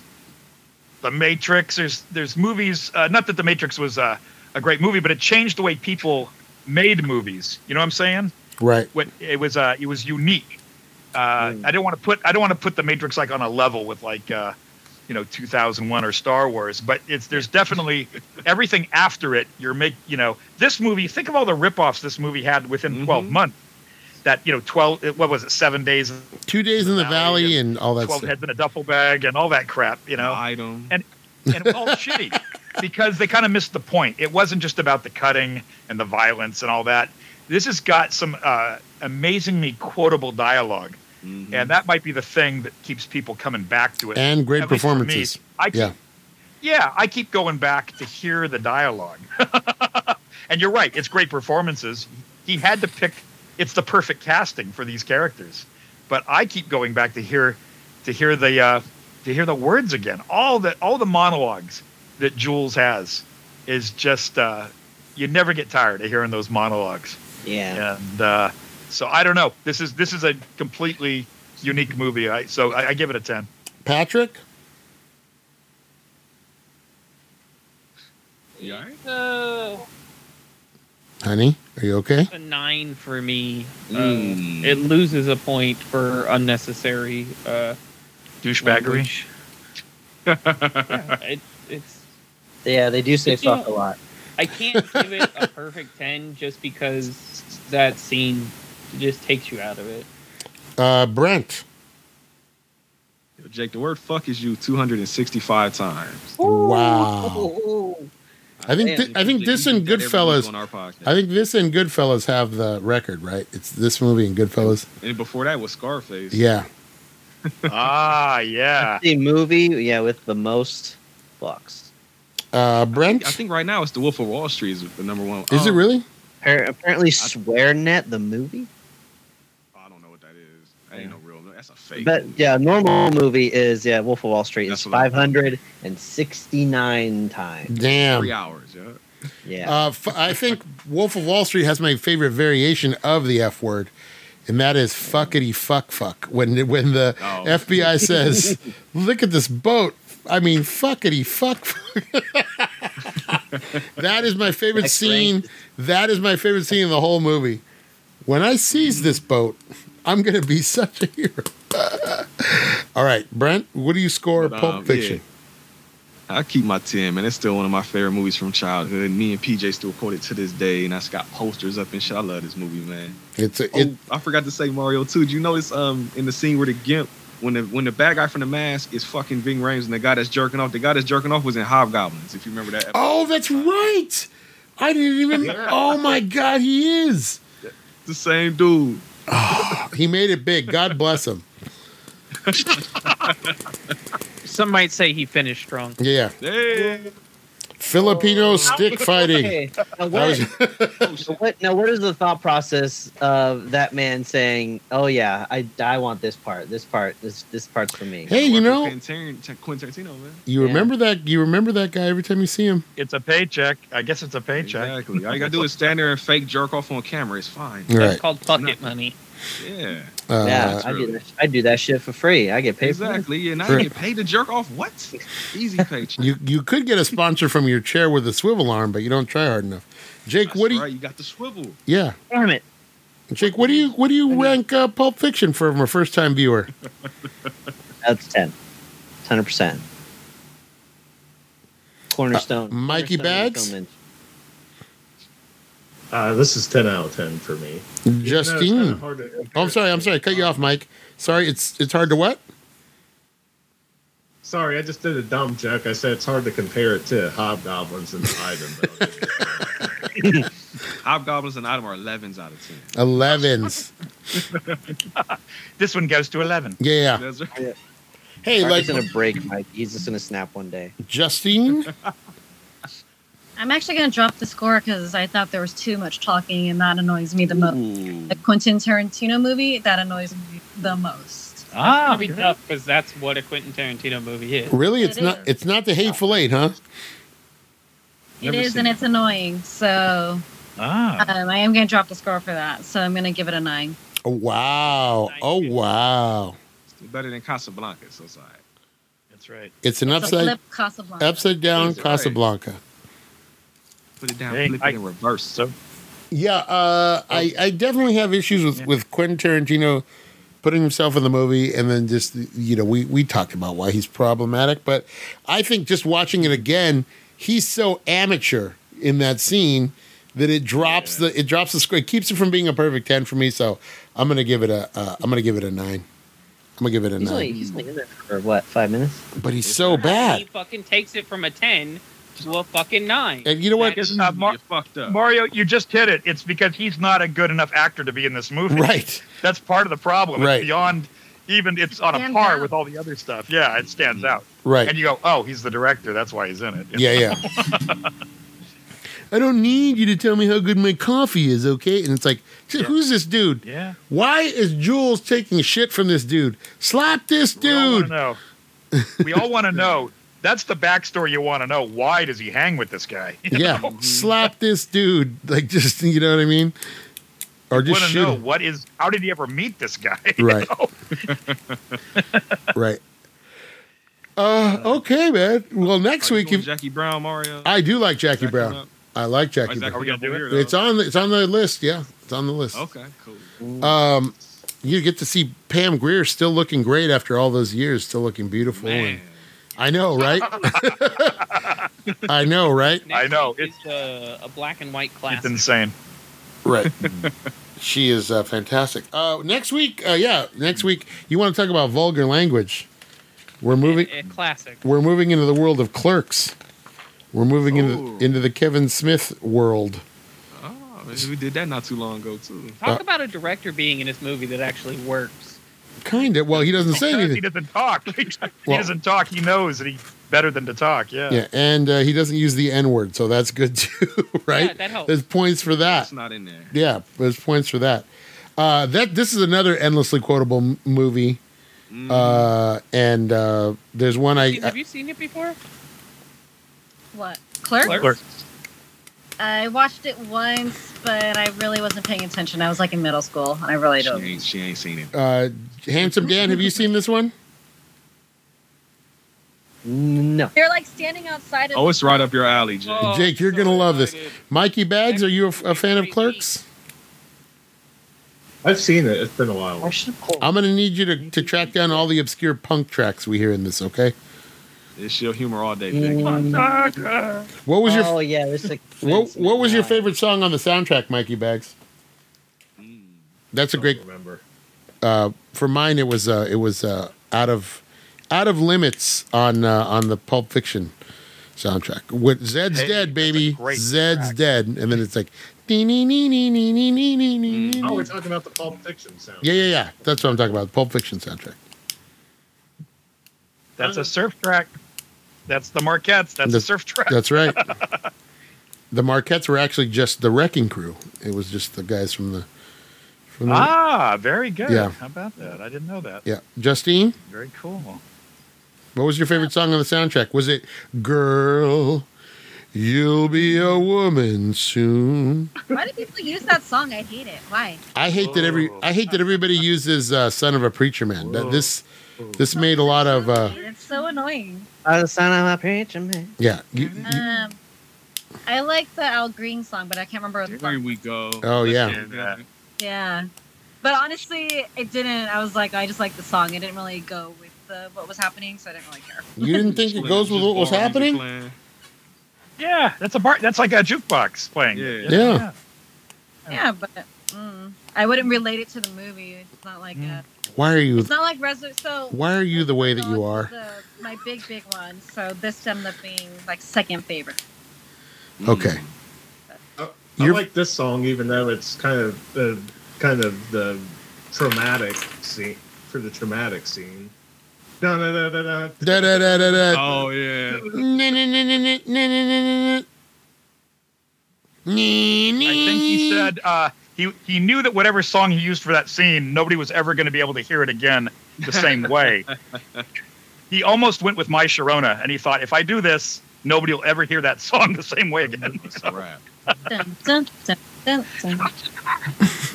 [SPEAKER 6] The Matrix. There's there's movies. Uh, not that The Matrix was uh, a great movie, but it changed the way people made movies. You know what I'm saying?
[SPEAKER 1] right.
[SPEAKER 6] What it was uh, it was unique. Uh, I don't want to put I don't want to put The Matrix like on a level with like uh, you know 2001 or Star Wars, but it's there's definitely everything after it. You're make you know this movie. Think of all the ripoffs this movie had within 12 months. That you know, twelve. What was it? Seven days
[SPEAKER 1] Two days in the
[SPEAKER 6] Valley
[SPEAKER 1] valley and all that
[SPEAKER 6] twelve
[SPEAKER 1] stuff.
[SPEAKER 6] heads in a duffel bag and all that crap, you know.
[SPEAKER 5] Item.
[SPEAKER 6] and it was all shitty because they kind of missed the point. It wasn't just about the cutting and the violence and all that. This has got some uh, amazingly quotable dialog
[SPEAKER 5] Mm-hmm.
[SPEAKER 6] and that might be the thing that keeps people coming back to it.
[SPEAKER 1] Mm-hmm. And great
[SPEAKER 6] At least for me.
[SPEAKER 1] performances.
[SPEAKER 6] I keep,
[SPEAKER 1] Yeah.
[SPEAKER 6] yeah. I keep going back to hear the dialogue. and you're right, it's great performances. He had to pick it's the perfect casting for these characters. But I keep going back to hear to hear the uh, to hear the words again. All the all the monologues that Jules has is just uh, you never get tired of hearing those monologues
[SPEAKER 7] Yeah.
[SPEAKER 6] and uh, so I don't know. This is this is a completely unique movie. I, so I, I give it a ten.
[SPEAKER 1] Patrick?
[SPEAKER 5] You all right?
[SPEAKER 3] Uh,
[SPEAKER 1] Honey, are you okay?
[SPEAKER 3] a nine for me. Uh,
[SPEAKER 5] Mm.
[SPEAKER 3] It loses a point for unnecessary uh, language. yeah, it, it's.
[SPEAKER 7] Yeah, they do say
[SPEAKER 3] Did you-
[SPEAKER 7] fuck a lot.
[SPEAKER 3] I can't give it a perfect ten just because that scene just takes you out of it.
[SPEAKER 1] Uh, Brent.
[SPEAKER 5] Yo, Jake, the word fuck is used 265 times.
[SPEAKER 1] Wow. I think thi-
[SPEAKER 7] Man,
[SPEAKER 1] I think this and
[SPEAKER 5] That every week
[SPEAKER 1] Goodfellas.
[SPEAKER 5] On our podcast.
[SPEAKER 1] I think this and Goodfellas have the record, right? It's this movie and Goodfellas.
[SPEAKER 5] and before that was Scarface.
[SPEAKER 1] Yeah.
[SPEAKER 6] ah, yeah.
[SPEAKER 7] The movie, yeah, with the most fucks.
[SPEAKER 1] Uh,
[SPEAKER 5] I
[SPEAKER 1] Brent?
[SPEAKER 5] think right now it's The Wolf of Wall Street is the number one.
[SPEAKER 1] Is it
[SPEAKER 5] Um,
[SPEAKER 1] really?
[SPEAKER 7] Appar- Apparently, SwearNet the movie,
[SPEAKER 5] I don't know what that is. That ain't no real. That's a fake.
[SPEAKER 7] but yeah, normal movie is yeah Wolf of Wall Street is
[SPEAKER 5] That's what I-
[SPEAKER 7] five hundred and sixty nine times.
[SPEAKER 5] three
[SPEAKER 1] Damn.
[SPEAKER 5] hours. Yeah.
[SPEAKER 7] Yeah,
[SPEAKER 1] Uh, f- I think Wolf of Wall Street has my favorite variation of the F word, and that is fuckity fuck fuck. When when the
[SPEAKER 5] Oh.
[SPEAKER 1] FBI says, "Look at this boat," I mean fuckity fuck. fuck. That is my favorite
[SPEAKER 7] Next
[SPEAKER 1] scene. That is my favorite scene in the whole movie. When I seize this boat, I'm going to be such a hero. All right, Brent, what do you score
[SPEAKER 5] But,
[SPEAKER 1] Pulp
[SPEAKER 5] um,
[SPEAKER 1] Fiction?
[SPEAKER 5] I keep my 10, man. It's still one of my favorite movies from childhood. Me and PJ still quote it to this day, and I just got posters up and shit. I love this movie, man.
[SPEAKER 1] It's a,
[SPEAKER 5] Oh,
[SPEAKER 1] it,
[SPEAKER 5] I forgot to say Mario too. Do you notice um in the scene where the gimp when the when the bad guy from the mask is fucking Ving Rhames and the guy that's jerking off, the guy that's jerking off was in Hobgoblins, if you remember that.
[SPEAKER 1] oh, that's right. I didn't even. Oh my God, he is.
[SPEAKER 5] It's the same dude.
[SPEAKER 1] He made it big. God bless him.
[SPEAKER 3] Some might say he finished strong.
[SPEAKER 1] Yeah,
[SPEAKER 5] Hey.
[SPEAKER 1] Filipino stick fighting.
[SPEAKER 7] Okay, now
[SPEAKER 1] That was-
[SPEAKER 7] what, now what? Now, what is the thought process of that man saying, "Oh yeah, I, I want this part. This part. This this part's for me."
[SPEAKER 1] hey, you know,
[SPEAKER 5] Quentin Taran- Quentin Tarantino, man.
[SPEAKER 1] you
[SPEAKER 7] Yeah.
[SPEAKER 1] remember that. You remember that guy every time you see him.
[SPEAKER 6] It's a paycheck. I guess it's a paycheck.
[SPEAKER 5] Exactly. All you gotta do is stand there and fake jerk off on camera. It's fine.
[SPEAKER 1] All
[SPEAKER 3] That's
[SPEAKER 1] right.
[SPEAKER 3] called pocket money.
[SPEAKER 5] Yeah.
[SPEAKER 1] Uh,
[SPEAKER 7] yeah, I
[SPEAKER 5] really-
[SPEAKER 7] do. That, I do that shit for free. I get paid. For
[SPEAKER 5] Exactly. And I
[SPEAKER 1] Sure.
[SPEAKER 5] get paid to jerk off. What? Easy paycheck.
[SPEAKER 1] You you could get a sponsor from your chair with a swivel arm, but you don't try hard enough. Jake,
[SPEAKER 5] That's
[SPEAKER 1] what do you?
[SPEAKER 5] right. You got the swivel.
[SPEAKER 1] Yeah,
[SPEAKER 7] it. Damn it!
[SPEAKER 1] Jake, what do you what do you rank uh, Pulp Fiction from a first time viewer?
[SPEAKER 7] That's ten. Hundred percent. Cornerstone.
[SPEAKER 1] Uh, Mikey
[SPEAKER 7] Cornerstone
[SPEAKER 1] Bags?
[SPEAKER 7] Film
[SPEAKER 4] Uh, this is 10 out of 10 for me. Even though it's
[SPEAKER 1] Justine.
[SPEAKER 4] kinda hard to- Um,
[SPEAKER 1] Oh, I'm sorry, I'm sorry, I cut you off, Mike. Sorry, it's it's hard to what?
[SPEAKER 4] Sorry, I just did a dumb joke. I said it's hard to compare it to Hobgoblins and Item.
[SPEAKER 5] Hobgoblins and Item are 11s out of 10.
[SPEAKER 1] Elevens.
[SPEAKER 6] This one goes to 11.
[SPEAKER 2] Ah.
[SPEAKER 1] Yeah.
[SPEAKER 5] That's right.
[SPEAKER 1] Hey,
[SPEAKER 7] Mark
[SPEAKER 1] like
[SPEAKER 7] is gonna break, Mike. He's just gonna snap one day.
[SPEAKER 1] Justine.
[SPEAKER 2] I'm actually going to drop the score because I thought there was too much talking, and that annoys me the most.
[SPEAKER 5] Ooh.
[SPEAKER 2] The Quentin Tarantino movie that annoys me the most.
[SPEAKER 6] Ah,
[SPEAKER 3] Probably tough because that's what a Quentin Tarantino movie is.
[SPEAKER 1] Really, it's
[SPEAKER 2] It
[SPEAKER 1] not
[SPEAKER 2] is.
[SPEAKER 1] it's not the Hateful Eight, huh?
[SPEAKER 2] it
[SPEAKER 5] Never
[SPEAKER 2] is,
[SPEAKER 5] seen
[SPEAKER 2] and
[SPEAKER 5] it.
[SPEAKER 2] it's annoying. So
[SPEAKER 6] ah.
[SPEAKER 2] um, I am going to drop the score for that. So I'm going to give it a nine.
[SPEAKER 1] Oh, wow. Oh wow.
[SPEAKER 5] It's better than Casablanca, so it's all right.
[SPEAKER 6] That's right.
[SPEAKER 1] It's an
[SPEAKER 2] It's a
[SPEAKER 1] upside
[SPEAKER 2] flip Casablanca.
[SPEAKER 1] upside down
[SPEAKER 5] That's right.
[SPEAKER 1] Casablanca.
[SPEAKER 5] Put it down,
[SPEAKER 6] Hey,
[SPEAKER 5] flip
[SPEAKER 6] I-
[SPEAKER 5] it in reverse.
[SPEAKER 6] So,
[SPEAKER 1] Yeah, uh, I, I definitely have issues with, with Quentin Tarantino putting himself in the movie, and then just you know we we talked about why he's problematic, but I think just watching it again, he's so amateur in that scene that it drops the it drops the score, it keeps it from being a perfect ten for me. So I'm gonna give it a uh, I'm gonna give it a nine. I'm gonna give it a
[SPEAKER 7] He's only,
[SPEAKER 1] nine,
[SPEAKER 7] he's only in there for what? Five minutes.
[SPEAKER 1] but he's so bad.
[SPEAKER 3] He fucking takes it from a ten to a fucking nine.
[SPEAKER 1] And you know what?
[SPEAKER 3] That is-
[SPEAKER 6] uh, Mar-
[SPEAKER 5] you fucked up.
[SPEAKER 6] Mario, you just hit it. It's because he's not a good enough actor to be in this movie.
[SPEAKER 1] Right.
[SPEAKER 6] That's part of the problem.
[SPEAKER 1] Right.
[SPEAKER 6] It's beyond even it's on a
[SPEAKER 2] Stands
[SPEAKER 6] par
[SPEAKER 2] out.
[SPEAKER 6] with all the other stuff. Yeah, it stands out.
[SPEAKER 1] Right.
[SPEAKER 6] And you go, "Oh, he's the director. That's why he's in it."
[SPEAKER 1] Yeah, yeah. I don't need you to tell me how good my coffee is, okay? And it's like, "Shit, who's this dude?
[SPEAKER 6] Yeah.
[SPEAKER 1] Why is Jules taking shit from this dude? Slap this dude.
[SPEAKER 6] We all want to know. That's the backstory you want to know. Why does he hang with this guy? You
[SPEAKER 1] Yeah,
[SPEAKER 5] Mhm.
[SPEAKER 1] slap this dude. Like, just, you know what I mean? Or
[SPEAKER 6] want
[SPEAKER 1] just
[SPEAKER 6] to
[SPEAKER 1] shoot
[SPEAKER 6] know
[SPEAKER 1] him.
[SPEAKER 6] what is. How did he ever meet this guy?
[SPEAKER 1] Right. right. Uh, okay, man. Well, next
[SPEAKER 5] Are you
[SPEAKER 1] week,
[SPEAKER 5] doing
[SPEAKER 1] if,
[SPEAKER 5] Jackie Brown, Mario.
[SPEAKER 1] I do like Jackie Brown.
[SPEAKER 5] Up?
[SPEAKER 1] I like
[SPEAKER 5] Or
[SPEAKER 1] Jackie
[SPEAKER 5] is that
[SPEAKER 1] Brown.
[SPEAKER 6] Are we gonna do it?
[SPEAKER 5] weirdo?
[SPEAKER 1] It's on, the, it's on the list, yeah. It's on the list.
[SPEAKER 5] Okay, cool.
[SPEAKER 1] Um, you get to see Pam Greer still looking great after all those years, still looking beautiful.
[SPEAKER 5] Man.
[SPEAKER 1] And I know, right? I know, right?
[SPEAKER 6] I know,
[SPEAKER 3] It's uh, a, a black and white
[SPEAKER 6] It's
[SPEAKER 3] classic.
[SPEAKER 6] insane.
[SPEAKER 1] Right. she is uh, fantastic. Uh, next week, uh, yeah, next week, you want to talk about vulgar language? We're moving.
[SPEAKER 3] A- a classic.
[SPEAKER 1] We're moving into the world of clerks. We're moving
[SPEAKER 5] Ooh.
[SPEAKER 1] into into the Kevin Smith world.
[SPEAKER 5] Oh, man, we did that not too long ago too.
[SPEAKER 3] Talk
[SPEAKER 1] Uh,
[SPEAKER 3] about a director being in his movie that actually works.
[SPEAKER 1] Kind of. Well, he doesn't say
[SPEAKER 6] Because he
[SPEAKER 1] anything.
[SPEAKER 6] doesn't talk. he
[SPEAKER 1] Well-
[SPEAKER 6] doesn't talk. He knows that he's better than to talk. Yeah.
[SPEAKER 1] Yeah, and uh, he doesn't use the N word, so that's good too, right?
[SPEAKER 3] Yeah, that helps.
[SPEAKER 1] There's points for that.
[SPEAKER 5] That's not in there.
[SPEAKER 1] Ah. Yeah, there's points for that. Uh, that this is another endlessly quotable m- movie,
[SPEAKER 5] Mm.
[SPEAKER 1] uh, and uh, there's one I,
[SPEAKER 3] Mm-hmm. Have
[SPEAKER 1] I
[SPEAKER 3] you seen it before?
[SPEAKER 2] What? Clerk?
[SPEAKER 3] Clerk?
[SPEAKER 2] I watched it once, but I really wasn't paying attention. I was like in middle school, and I really
[SPEAKER 5] she,
[SPEAKER 2] don't.
[SPEAKER 5] ain't, she ain't seen it.
[SPEAKER 1] uh, handsome Dan. Have you seen this one?
[SPEAKER 7] No.
[SPEAKER 2] They're like standing outside of
[SPEAKER 5] Oh, it's right up your alley, Jay.
[SPEAKER 3] Oh,
[SPEAKER 1] Jake, you're
[SPEAKER 3] so
[SPEAKER 1] gonna love this.
[SPEAKER 3] excited.
[SPEAKER 1] Mikey Bags, are you a, a fan of Clerks?
[SPEAKER 4] I've seen it. It's been a while.
[SPEAKER 7] I should pull.
[SPEAKER 1] I'm gonna need you to, to track down all the obscure punk tracks we hear in this. Okay.
[SPEAKER 5] It's your humor all day, Jake.
[SPEAKER 7] Mm.
[SPEAKER 1] What was your
[SPEAKER 7] oh yeah, there's like
[SPEAKER 1] what, what was your favorite song on the soundtrack, Mikey Bags? That's a
[SPEAKER 5] Mm,
[SPEAKER 4] Don't
[SPEAKER 1] great.
[SPEAKER 4] Remember.
[SPEAKER 1] Uh, for mine, it was uh, it was uh, out of out of limits on uh, on the Pulp Fiction soundtrack. With Zed's
[SPEAKER 6] Hey, that's
[SPEAKER 1] dead,
[SPEAKER 6] a
[SPEAKER 1] baby.
[SPEAKER 6] great
[SPEAKER 1] Zed's
[SPEAKER 6] track.
[SPEAKER 1] dead, and then it's like. "Dee, nee, nee, nee, nee, nee, nee, nee, nee, nee."
[SPEAKER 6] Mm.
[SPEAKER 4] Oh, we're talking about the Pulp Fiction sound.
[SPEAKER 1] Yeah, yeah, yeah. That's what I'm talking about. The Pulp Fiction soundtrack.
[SPEAKER 6] That's a surf track. That's the Marquettes. That's a
[SPEAKER 1] That's-
[SPEAKER 6] surf track.
[SPEAKER 1] That's right. the Marquettes were actually just the Wrecking Crew. It was just the guys from the from the
[SPEAKER 6] Ah, very good.
[SPEAKER 1] Yeah.
[SPEAKER 6] How about that? I didn't know that.
[SPEAKER 1] yeah. Justine,
[SPEAKER 6] Very cool.
[SPEAKER 1] what was your favorite song on the soundtrack? Was it "Girl"? You'll be a woman soon.
[SPEAKER 10] Why do people use that song? I hate it. Why?
[SPEAKER 1] I hate that every
[SPEAKER 6] Whoa.
[SPEAKER 1] I hate that everybody uses uh, "Son of a Preacher Man." That, this this made a lot of uh,
[SPEAKER 2] It's so annoying.
[SPEAKER 7] I was son of a preacher man.
[SPEAKER 1] yeah. You, you,
[SPEAKER 2] Um, I like the Al Green song, but I can't remember what the
[SPEAKER 5] There
[SPEAKER 2] song.
[SPEAKER 5] we go.
[SPEAKER 1] oh yeah,
[SPEAKER 6] Yeah.
[SPEAKER 2] Yeah, but honestly, it didn't. I was like, I just like the song. It didn't really go with the, what was happening, so I didn't really care.
[SPEAKER 1] you didn't think it goes with what was happening?
[SPEAKER 6] Yeah, that's a bar. That's like a jukebox playing.
[SPEAKER 5] Yeah.
[SPEAKER 1] Yeah.
[SPEAKER 2] Yeah, but mm, I wouldn't relate it to the movie. It's not
[SPEAKER 1] Mm.
[SPEAKER 2] like a,
[SPEAKER 1] Why are you
[SPEAKER 2] it's not like Reser. So
[SPEAKER 1] Why are you the way that you are?
[SPEAKER 2] The, my big big one. So this ended up being like second favorite.
[SPEAKER 1] Okay.
[SPEAKER 4] I
[SPEAKER 1] You're-
[SPEAKER 4] like this song, even though it's kind of the kind of the traumatic scene for the traumatic scene. Da da da da da.
[SPEAKER 1] Da da da da da.
[SPEAKER 5] Oh yeah.
[SPEAKER 1] I
[SPEAKER 6] I think he said uh, he he knew that whatever song he used for that scene, nobody was ever going to be able to hear it again the same way. he almost went with My Sharona, and he thought, if I do this, nobody will ever hear that song the same way again.
[SPEAKER 5] That's a wrap.
[SPEAKER 2] Dun, dun, dun, dun, dun.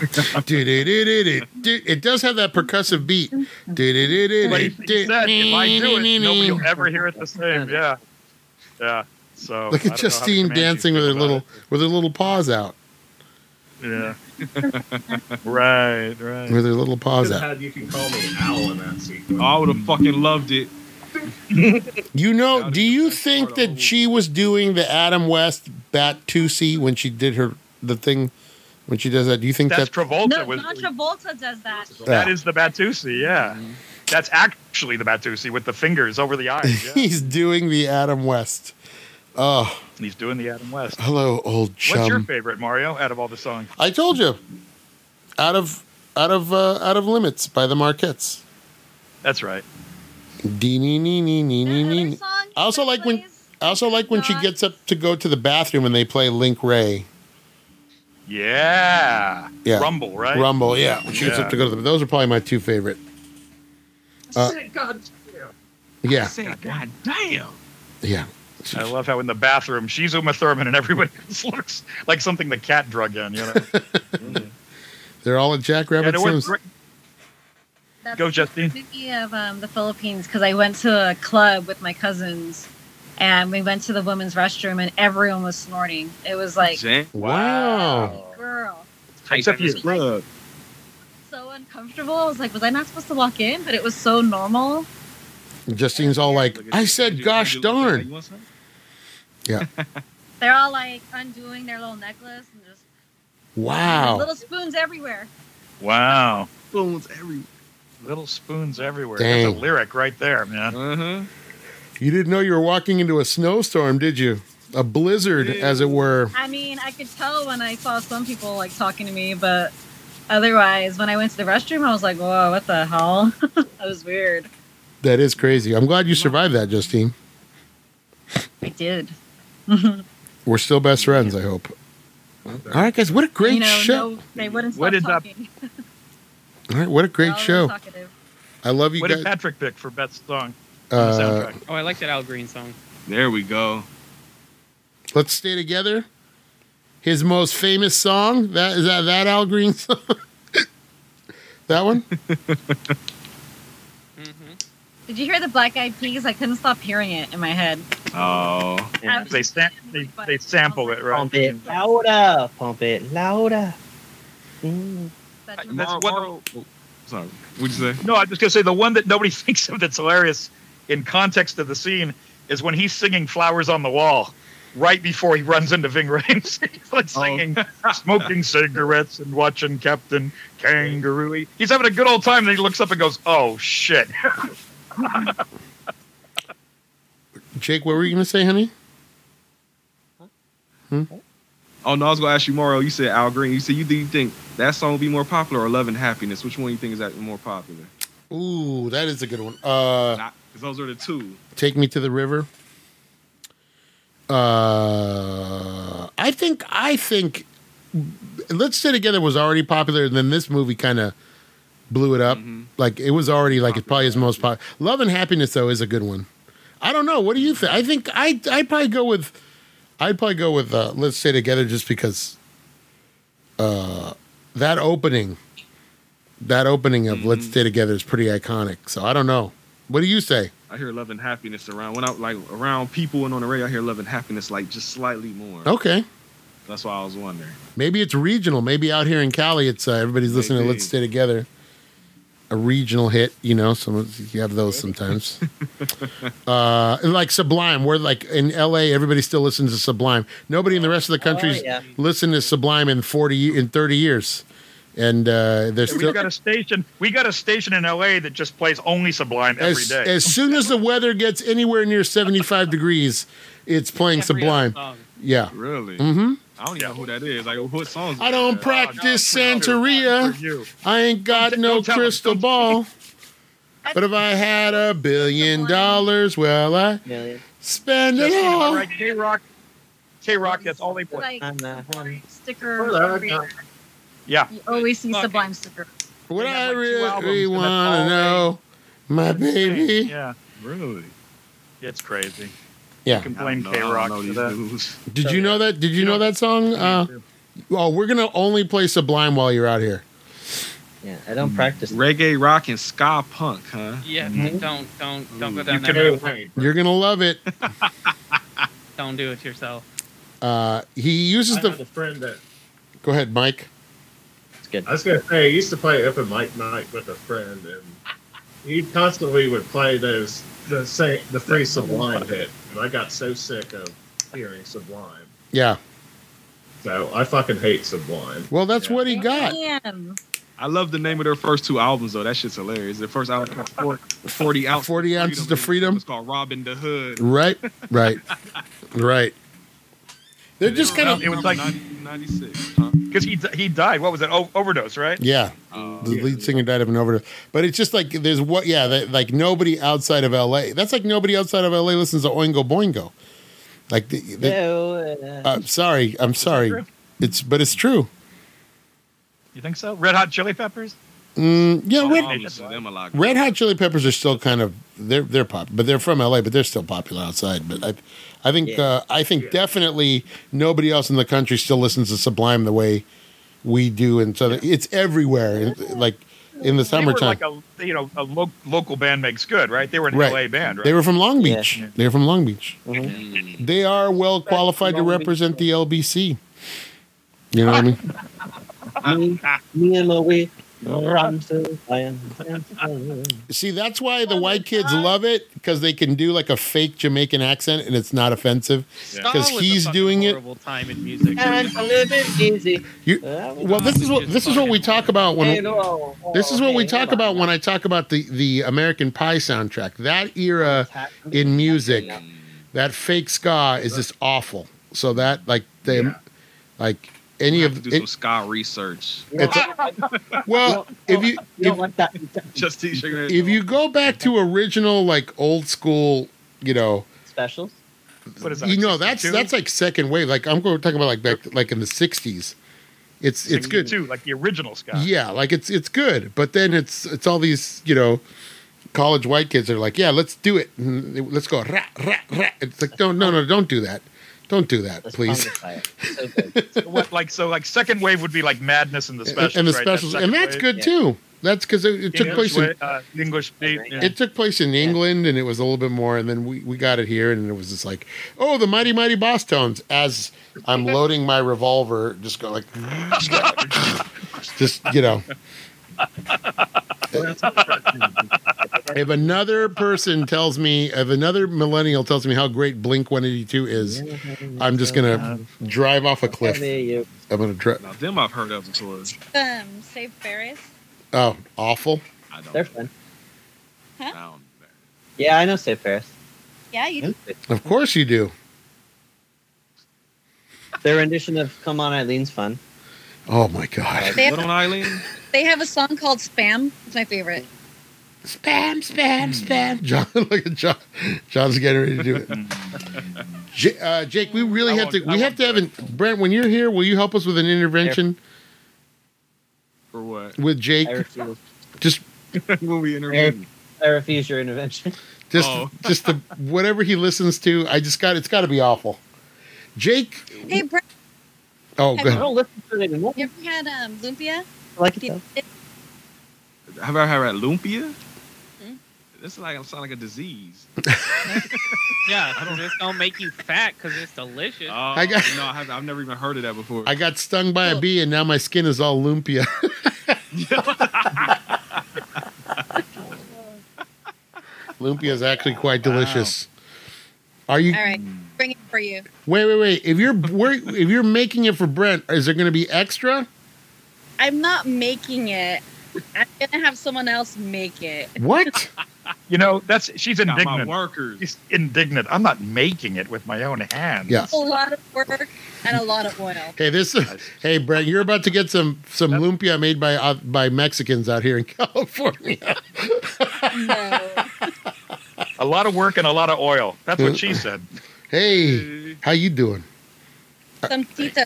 [SPEAKER 1] It does have that percussive beat.
[SPEAKER 6] But he, he said, if I do it, nobody will ever hear it the same. Yeah, yeah. So
[SPEAKER 1] Look at
[SPEAKER 6] I don't know how the
[SPEAKER 1] Justine
[SPEAKER 6] Comanches
[SPEAKER 1] dancing with her
[SPEAKER 6] feel about
[SPEAKER 1] little with her little paws out.
[SPEAKER 6] it. Yeah. right. Right.
[SPEAKER 1] With her little paws
[SPEAKER 4] Could've
[SPEAKER 1] out.
[SPEAKER 4] had you can call me Al in that sequence.
[SPEAKER 5] Oh, I would have fucking loved it.
[SPEAKER 1] You know, do you think that she was doing the Adam West Batusi when she did her the thing when she does that? Do you think
[SPEAKER 6] That's
[SPEAKER 1] that
[SPEAKER 6] Travolta.
[SPEAKER 2] No,
[SPEAKER 6] was,
[SPEAKER 2] John Travolta does that.
[SPEAKER 6] That is the Batusi, yeah.
[SPEAKER 1] Mm-hmm.
[SPEAKER 6] That's actually the Batusi with the fingers over the eyes. Yeah.
[SPEAKER 1] he's doing the Adam West? Oh,
[SPEAKER 6] He's doing the Adam West.
[SPEAKER 1] hello, old chum.
[SPEAKER 6] What's your favorite Mario out of all the songs?
[SPEAKER 1] I told you, out of out of uh, out of limits by the Marquettes.
[SPEAKER 6] That's right.
[SPEAKER 1] Dee, nee, nee, nee, nee, nee,
[SPEAKER 2] That other
[SPEAKER 1] nee.
[SPEAKER 2] song
[SPEAKER 1] I also
[SPEAKER 2] that
[SPEAKER 1] like when-
[SPEAKER 2] plays-
[SPEAKER 1] I also like when she
[SPEAKER 2] Dog.
[SPEAKER 1] gets up to go to the bathroom and they play Link Ray
[SPEAKER 6] Yeah.
[SPEAKER 1] Yeah.
[SPEAKER 6] Rumble, right?
[SPEAKER 1] Rumble. Yeah, when she gets up
[SPEAKER 6] Yeah.
[SPEAKER 1] to go to the. Those are probably my two favorite. Uh,
[SPEAKER 4] God.
[SPEAKER 1] Yeah,
[SPEAKER 5] Say, God damn.
[SPEAKER 1] yeah.
[SPEAKER 6] I love how in the bathroom she's Uma Thurman and everybody else looks like something the cat drug in, you know.
[SPEAKER 1] They're all at Jack Rabbit
[SPEAKER 6] And it was
[SPEAKER 1] Sims.
[SPEAKER 6] great.
[SPEAKER 2] That's
[SPEAKER 6] Go, Justine.
[SPEAKER 2] Speaking of um, the Philippines, because I went to a club with my cousins, and we went to the women's restroom, and everyone was snorting. It was like,
[SPEAKER 5] Jay.
[SPEAKER 1] Wow.
[SPEAKER 2] girl,
[SPEAKER 4] Except you look.
[SPEAKER 2] so uncomfortable. I was like, was I not supposed to walk in? But it was so normal.
[SPEAKER 1] Justine's all Oh, like,
[SPEAKER 5] Look at
[SPEAKER 1] I
[SPEAKER 5] you.
[SPEAKER 1] said,
[SPEAKER 5] You-
[SPEAKER 1] gosh
[SPEAKER 5] you- you
[SPEAKER 1] darn.
[SPEAKER 5] want some?
[SPEAKER 2] They're all like undoing their little necklace and just
[SPEAKER 1] Wow.
[SPEAKER 2] little spoons everywhere.
[SPEAKER 6] Wow.
[SPEAKER 5] Spoons everywhere.
[SPEAKER 6] Little spoons everywhere. There's
[SPEAKER 1] Dang.
[SPEAKER 6] a lyric right there, man.
[SPEAKER 5] Uh-huh.
[SPEAKER 1] You didn't know you were walking into a snowstorm, did you? A blizzard, as it were.
[SPEAKER 2] I mean, I could tell when I saw some people like talking to me, but otherwise, when I went to the restroom, I was like, whoa, what the hell? that was weird.
[SPEAKER 1] That is crazy. I'm glad you survived that, Justine.
[SPEAKER 2] I did.
[SPEAKER 1] We're still best friends, I hope. All right, guys, what a great
[SPEAKER 2] you know,
[SPEAKER 1] show.
[SPEAKER 2] no, they wouldn't stop
[SPEAKER 6] What is up?
[SPEAKER 2] talking.
[SPEAKER 1] All right, what a great
[SPEAKER 2] Y'all are
[SPEAKER 1] show.
[SPEAKER 2] talkative.
[SPEAKER 1] I love you
[SPEAKER 6] What did
[SPEAKER 1] guys.
[SPEAKER 6] Patrick pick for best song on the
[SPEAKER 1] Uh,
[SPEAKER 6] soundtrack?
[SPEAKER 3] Oh, I like that Al Green song.
[SPEAKER 5] There we go.
[SPEAKER 1] let's stay together. His most famous song that is that that Al Green song. that one.
[SPEAKER 3] Mm-hmm.
[SPEAKER 2] Did you hear the Black Eyed Peas? I couldn't stop hearing it in my head.
[SPEAKER 5] Oh,
[SPEAKER 6] Yeah, they, sam- they, they sample it, right?
[SPEAKER 7] Pump it louder. Pump it louder. Mm.
[SPEAKER 2] Such a-
[SPEAKER 5] that's one. Sorry, what'd you say?
[SPEAKER 6] No, I'm just gonna say the one that nobody thinks of that's hilarious in context of the scene is when he's singing "Flowers on the Wall" right before he runs into Ving Rhames. he's like
[SPEAKER 1] Oh.
[SPEAKER 6] singing, smoking cigarettes and watching Captain Kangaroo. He's having a good old time. Then he looks up and goes, "Oh shit!"
[SPEAKER 1] Jake, what were you going to say, honey?
[SPEAKER 5] Oh no, I was gonna ask you, Mario. You said Al Green. You said you do you think that song would be more popular or Love and Happiness? Which one do you think is that more popular?
[SPEAKER 1] Ooh, that is a good one. Uh,
[SPEAKER 5] Because those are the two.
[SPEAKER 1] take me to the river. Uh, I think I think Let's Stay Together was already popular, and then this movie kind of blew it up. Like it was already like it probably is most popular. Love and Happiness though is a good one. I don't know. What do you think? I think I I probably go with I'd probably go with uh, Let's Stay Together just because uh, that opening that opening of Let's Stay Together is pretty iconic. So I don't know. What do you say?
[SPEAKER 5] I hear Love and Happiness around when I like around people and on the radio. I hear Love and Happiness like just slightly more.
[SPEAKER 1] Okay.
[SPEAKER 5] That's why I was wondering.
[SPEAKER 1] Maybe it's regional. Maybe out here in Cali, it's uh, everybody's listening to
[SPEAKER 5] Maybe.
[SPEAKER 1] "Let's Stay Together," a regional hit. You know, some you have those sometimes. uh, like Sublime, we're like in LA, everybody still listens to Sublime. Nobody in the rest of
[SPEAKER 3] Oh,
[SPEAKER 1] the country's
[SPEAKER 7] yeah.
[SPEAKER 1] listened to Sublime in forty in thirty years, and uh, they're
[SPEAKER 6] We
[SPEAKER 1] still.
[SPEAKER 6] got a station. We got a station in L.A. that just plays only Sublime every
[SPEAKER 1] As,
[SPEAKER 6] day.
[SPEAKER 1] as soon as the weather gets anywhere near seventy-five degrees, it's playing
[SPEAKER 3] Every
[SPEAKER 1] Sublime.
[SPEAKER 3] other song.
[SPEAKER 1] Yeah.
[SPEAKER 5] Really?
[SPEAKER 1] hmm
[SPEAKER 5] I don't even know who that is. Like what songs?
[SPEAKER 1] I
[SPEAKER 5] is
[SPEAKER 6] Oh,
[SPEAKER 1] don't
[SPEAKER 5] that?
[SPEAKER 1] practice
[SPEAKER 6] For
[SPEAKER 1] Santeria.
[SPEAKER 6] you.
[SPEAKER 1] I ain't got no
[SPEAKER 6] don't tell him.
[SPEAKER 1] crystal
[SPEAKER 6] Don't-
[SPEAKER 1] ball. But if I had a billion dollars, well, I
[SPEAKER 7] Million.
[SPEAKER 1] spend it
[SPEAKER 6] Just, you know,
[SPEAKER 1] all.
[SPEAKER 6] right, K Rock. K Rock. That's all they play.
[SPEAKER 2] like
[SPEAKER 7] I'm not-
[SPEAKER 2] sticker.
[SPEAKER 4] Well, I-
[SPEAKER 2] everywhere.
[SPEAKER 6] Yeah.
[SPEAKER 2] You always see
[SPEAKER 3] Fucking-
[SPEAKER 2] Sublime sticker.
[SPEAKER 1] What
[SPEAKER 6] They
[SPEAKER 1] I
[SPEAKER 6] have, like, two albums,
[SPEAKER 1] really
[SPEAKER 6] and that's
[SPEAKER 1] want to
[SPEAKER 6] all they-
[SPEAKER 1] know, my baby.
[SPEAKER 6] Yeah.
[SPEAKER 5] Really?
[SPEAKER 6] It's crazy.
[SPEAKER 1] Yeah.
[SPEAKER 6] You can
[SPEAKER 5] I don't
[SPEAKER 6] blame
[SPEAKER 5] know.
[SPEAKER 6] K
[SPEAKER 5] I
[SPEAKER 6] Rock
[SPEAKER 5] don't know
[SPEAKER 6] for
[SPEAKER 5] these
[SPEAKER 6] that.
[SPEAKER 5] dudes.
[SPEAKER 1] Did you know that? Did you know that song? Uh, oh, we're gonna only play Sublime while you're out here.
[SPEAKER 7] Yeah, I
[SPEAKER 1] Mm.
[SPEAKER 7] don't practice.
[SPEAKER 5] Reggae rock and ska punk, huh?
[SPEAKER 3] Yeah, don't don't don't go
[SPEAKER 4] You
[SPEAKER 3] down that
[SPEAKER 4] can
[SPEAKER 3] road.
[SPEAKER 4] wait.
[SPEAKER 1] You're gonna love it.
[SPEAKER 3] Don't do it yourself.
[SPEAKER 1] Uh, he uses
[SPEAKER 4] I had
[SPEAKER 1] the.
[SPEAKER 4] a friend that
[SPEAKER 1] Go ahead, Mike.
[SPEAKER 7] It's good.
[SPEAKER 4] I was gonna say, he used to play open mic night with a friend, and he constantly would play those the say the free Sublime hit, and I got so sick of hearing Sublime,
[SPEAKER 1] Yeah.
[SPEAKER 4] so I fucking hate Sublime.
[SPEAKER 1] Well, that's
[SPEAKER 4] Yeah.
[SPEAKER 1] what he got.
[SPEAKER 2] Damn.
[SPEAKER 5] I love the name of their first two albums though. That shit's hilarious. The first album called Four- 40 ounces,
[SPEAKER 1] 40 ounces to freedom.
[SPEAKER 5] It's called Robin the Hood.
[SPEAKER 1] Right. Right. right. They're just kind
[SPEAKER 6] It
[SPEAKER 1] of.
[SPEAKER 6] was like-
[SPEAKER 5] 96. Huh?
[SPEAKER 6] Because he di- he died. What was it? O- overdose, right?
[SPEAKER 1] Yeah.
[SPEAKER 5] Uh,
[SPEAKER 1] The lead singer died of an overdose. But it's just like there's what yeah, that, like nobody outside of LA. That's like nobody outside of LA listens to Oingo Boingo. Like the, the-
[SPEAKER 7] No, uh,
[SPEAKER 1] I'm sorry, I'm sorry.
[SPEAKER 6] true?
[SPEAKER 1] It's but it's true.
[SPEAKER 6] You think so? Red Hot Chili Peppers.
[SPEAKER 1] Mm, yeah,
[SPEAKER 5] oh,
[SPEAKER 1] Red,
[SPEAKER 5] I'm listening to them a lot.
[SPEAKER 1] Red Hot Chili Peppers are still kind of they're they're pop, but they're from LA, but they're still popular outside. But I, I think
[SPEAKER 7] Yeah.
[SPEAKER 1] uh, I think definitely nobody else in the country still listens to Sublime the way we do, and so it's everywhere. in- Like in the
[SPEAKER 6] They were
[SPEAKER 1] summertime,
[SPEAKER 6] like a you know a lo- local band makes good, right? They were an
[SPEAKER 1] Right.
[SPEAKER 6] LA band, right?
[SPEAKER 1] they were from Long
[SPEAKER 7] Yeah.
[SPEAKER 1] Beach. They were from Long Beach.
[SPEAKER 5] Mm.
[SPEAKER 1] they are well qualified to represent the LBC. You know what I mean?
[SPEAKER 7] me,
[SPEAKER 1] uh,
[SPEAKER 7] me and my way. I'm so lion.
[SPEAKER 1] See, that's why the white kids love it because they can do like a fake Jamaican accent and it's not offensive.
[SPEAKER 3] Stall
[SPEAKER 1] 'Cause
[SPEAKER 3] is a
[SPEAKER 1] he's
[SPEAKER 3] fucking
[SPEAKER 1] doing it-
[SPEAKER 3] Horrible time in music.
[SPEAKER 7] And I'm living easy. Uh,
[SPEAKER 1] You, well, this is what this is what we talk about when this is what we talk about when I talk about the the American Pie soundtrack. That era in music, that fake ska is just awful. So that like they
[SPEAKER 4] Yeah.
[SPEAKER 1] like any
[SPEAKER 5] I have
[SPEAKER 1] of
[SPEAKER 5] to do
[SPEAKER 1] it,
[SPEAKER 5] some ska research.
[SPEAKER 1] it's well if you
[SPEAKER 7] You don't like that.
[SPEAKER 5] Just t shirt.
[SPEAKER 1] if you go back to original like old school you know
[SPEAKER 7] Specials.
[SPEAKER 6] What is that,
[SPEAKER 1] you know
[SPEAKER 6] 62?
[SPEAKER 1] that's that's like second wave like i'm going to talk about like back like in the 60s it's it's good
[SPEAKER 6] 62, like the original Scott.
[SPEAKER 1] yeah like it's it's good but then it's it's all these you know college white kids are like yeah let's do it And they- let's go rah, rah, rah. it's like no no no don't do that don't do that
[SPEAKER 7] Let's
[SPEAKER 1] please
[SPEAKER 7] quantify it. So good.
[SPEAKER 6] What, like so, like second wave would be like Madness and the
[SPEAKER 1] and,
[SPEAKER 6] specials,
[SPEAKER 1] and the
[SPEAKER 6] right? That's
[SPEAKER 1] specials and
[SPEAKER 6] second
[SPEAKER 1] that's
[SPEAKER 6] wave.
[SPEAKER 1] good
[SPEAKER 7] yeah.
[SPEAKER 1] too That's because it, it took place in
[SPEAKER 6] English, uh, English beat. Yeah.
[SPEAKER 1] it took place in England, and it was a little bit more. And then we, we got it here, and it was just like, oh, the mighty mighty boss tones. As I'm loading my revolver, just go like, just you know. if another person tells me, if another millennial tells me how great Blink 182 is, I'm just gonna drive off a cliff.
[SPEAKER 7] you.
[SPEAKER 1] I'm gonna drive.
[SPEAKER 5] Now them I've heard of before.
[SPEAKER 2] Um, Save Ferris.
[SPEAKER 1] Oh, awful.
[SPEAKER 5] I don't.
[SPEAKER 7] They're fun.
[SPEAKER 5] I don't.
[SPEAKER 7] Yeah, I know Safe Ferris.
[SPEAKER 2] Yeah, you.
[SPEAKER 1] Of course you do.
[SPEAKER 7] Their rendition of Come On Eileen's fun.
[SPEAKER 1] Oh my god.
[SPEAKER 2] They
[SPEAKER 5] What
[SPEAKER 2] have,
[SPEAKER 5] on Eileen?
[SPEAKER 2] they have a song called Spam. It's my favorite.
[SPEAKER 1] Spam, spam, spam. Mm. John, look at John. John's getting ready to do it. J- uh, Jake, we really
[SPEAKER 5] Mm. I
[SPEAKER 1] have to.
[SPEAKER 5] won't- I
[SPEAKER 1] We have
[SPEAKER 5] won't
[SPEAKER 1] to have an.
[SPEAKER 5] do
[SPEAKER 1] Brent, when you're here, will you help us with an intervention
[SPEAKER 5] For what?
[SPEAKER 1] with Jake?
[SPEAKER 7] I refuse,
[SPEAKER 1] Just,
[SPEAKER 5] when we interview.
[SPEAKER 7] I refuse your intervention.
[SPEAKER 1] just,
[SPEAKER 5] Oh.
[SPEAKER 1] just the whatever he listens to. I just got. It's got to be awful. Jake.
[SPEAKER 2] Hey, Brett,
[SPEAKER 1] Oh,
[SPEAKER 2] Hey,
[SPEAKER 1] go
[SPEAKER 7] I
[SPEAKER 1] ahead.
[SPEAKER 7] don't listen to it anymore.
[SPEAKER 2] you ever had um, lumpia?
[SPEAKER 7] I like it
[SPEAKER 2] Did-
[SPEAKER 7] though.
[SPEAKER 5] Have I heard of lumpia?
[SPEAKER 2] Hmm?
[SPEAKER 5] This like sound like a disease.
[SPEAKER 3] Yeah, this don't make you fat because it's delicious.
[SPEAKER 5] Oh,
[SPEAKER 1] I got-
[SPEAKER 5] no, I have, I've never even heard of that before.
[SPEAKER 1] I got stung by a bee, and now my skin is all lumpia. lumpia is actually quite delicious. Are you?
[SPEAKER 2] All right,
[SPEAKER 6] Mm.
[SPEAKER 2] bring it for you.
[SPEAKER 1] Wait, wait, wait. If you're wor- if you're making it for Brent, is there going to be extra?
[SPEAKER 2] I'm not making it. I'm gonna have someone else make it.
[SPEAKER 1] What?
[SPEAKER 6] You know, that's she's
[SPEAKER 5] got my
[SPEAKER 6] indignant.
[SPEAKER 5] workers.
[SPEAKER 6] She's indignant. I'm not making it with my own hands.
[SPEAKER 1] Yeah.
[SPEAKER 2] A lot of work and a lot of oil.
[SPEAKER 1] Hey, this. Hey, Brent, you're about to get some some lumpia made by uh, by Mexicans out here in California.
[SPEAKER 2] No.
[SPEAKER 6] A lot of work and a lot of oil. That's
[SPEAKER 1] Uh,
[SPEAKER 6] what she said.
[SPEAKER 1] Hey, how you doing?
[SPEAKER 2] Some tita.